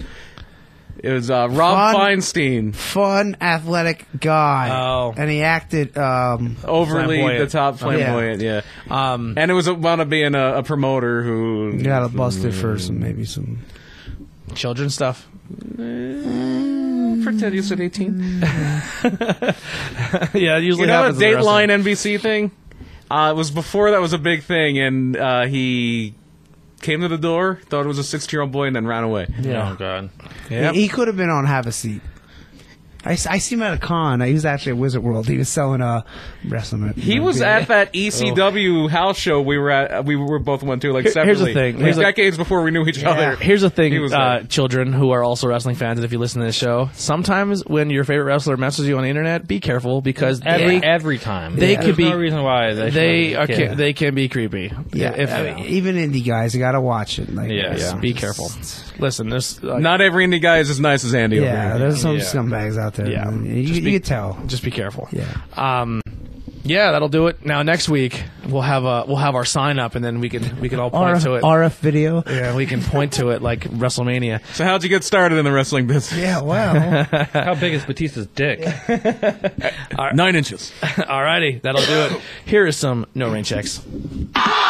Speaker 5: It was uh, Rob
Speaker 4: Fun-
Speaker 5: Feinstein,
Speaker 4: fun athletic guy.
Speaker 2: Oh.
Speaker 4: and he acted. Um,
Speaker 5: overly
Speaker 2: Flamboyant.
Speaker 5: the top flamboyant. Yeah,
Speaker 2: about? Um,
Speaker 5: and it was about being a, a promoter who
Speaker 4: got a busted for some maybe some.
Speaker 2: children stuff.
Speaker 5: pretend you said eighteen.
Speaker 2: yeah, it usually
Speaker 5: You know
Speaker 2: happens.
Speaker 5: that
Speaker 2: in wrestling.
Speaker 5: Dateline NBC thing? Uh, it was before that was a big thing, and uh, he came to the door, thought it was a sixteen-year-old boy, and then ran away.
Speaker 3: Oh, God.
Speaker 2: Yep.
Speaker 4: He, he could have been on Have a Seat. I, s- I see him at a con. He was actually at Wizard World. He was selling a wrestling.
Speaker 5: He was at
Speaker 2: Oh.
Speaker 5: that ECW house show we were at. We were both went to like
Speaker 2: Here- here's the
Speaker 5: separately.
Speaker 2: thing.
Speaker 5: Like,
Speaker 2: Here's the-
Speaker 5: decades before we knew each other.
Speaker 2: Here's the
Speaker 5: He
Speaker 2: thing,
Speaker 5: was
Speaker 2: uh,
Speaker 5: there.
Speaker 2: children who are also wrestling fans, and if you listen to this show, sometimes when your favorite wrestler messes you on the internet, be careful because
Speaker 3: Every,
Speaker 2: they,
Speaker 3: every time.
Speaker 2: They
Speaker 3: There's
Speaker 2: could be-
Speaker 3: no reason why they, should
Speaker 2: they are
Speaker 3: be
Speaker 2: ca-
Speaker 3: kidding.
Speaker 2: they can be creepy.
Speaker 4: Yeah,
Speaker 2: If-
Speaker 4: I mean, even indie guys, you gotta watch it. Like,
Speaker 3: Yeah,
Speaker 4: it's-
Speaker 2: yeah. Be careful. Listen, there's like,
Speaker 5: Not every indie guy is as nice as Andy.
Speaker 4: Yeah,
Speaker 5: over here.
Speaker 4: there's some
Speaker 3: Yeah.
Speaker 4: scumbags out there.
Speaker 2: Yeah.
Speaker 4: Yeah, you,
Speaker 2: Just
Speaker 4: you
Speaker 2: be-
Speaker 4: could tell.
Speaker 2: just be careful.
Speaker 4: Yeah.
Speaker 2: Um, yeah, that'll do it. Now next week we'll have a we'll have our sign up, and then we can we can all point
Speaker 4: RF,
Speaker 2: to it.
Speaker 4: RF video.
Speaker 2: yeah, we can point to it like WrestleMania.
Speaker 5: So how'd you get started in the wrestling business?
Speaker 4: Yeah, wow.
Speaker 3: How big is Batista's dick?
Speaker 5: Nine inches.
Speaker 2: Alrighty, that'll do it. Here is some no rain checks.
Speaker 1: I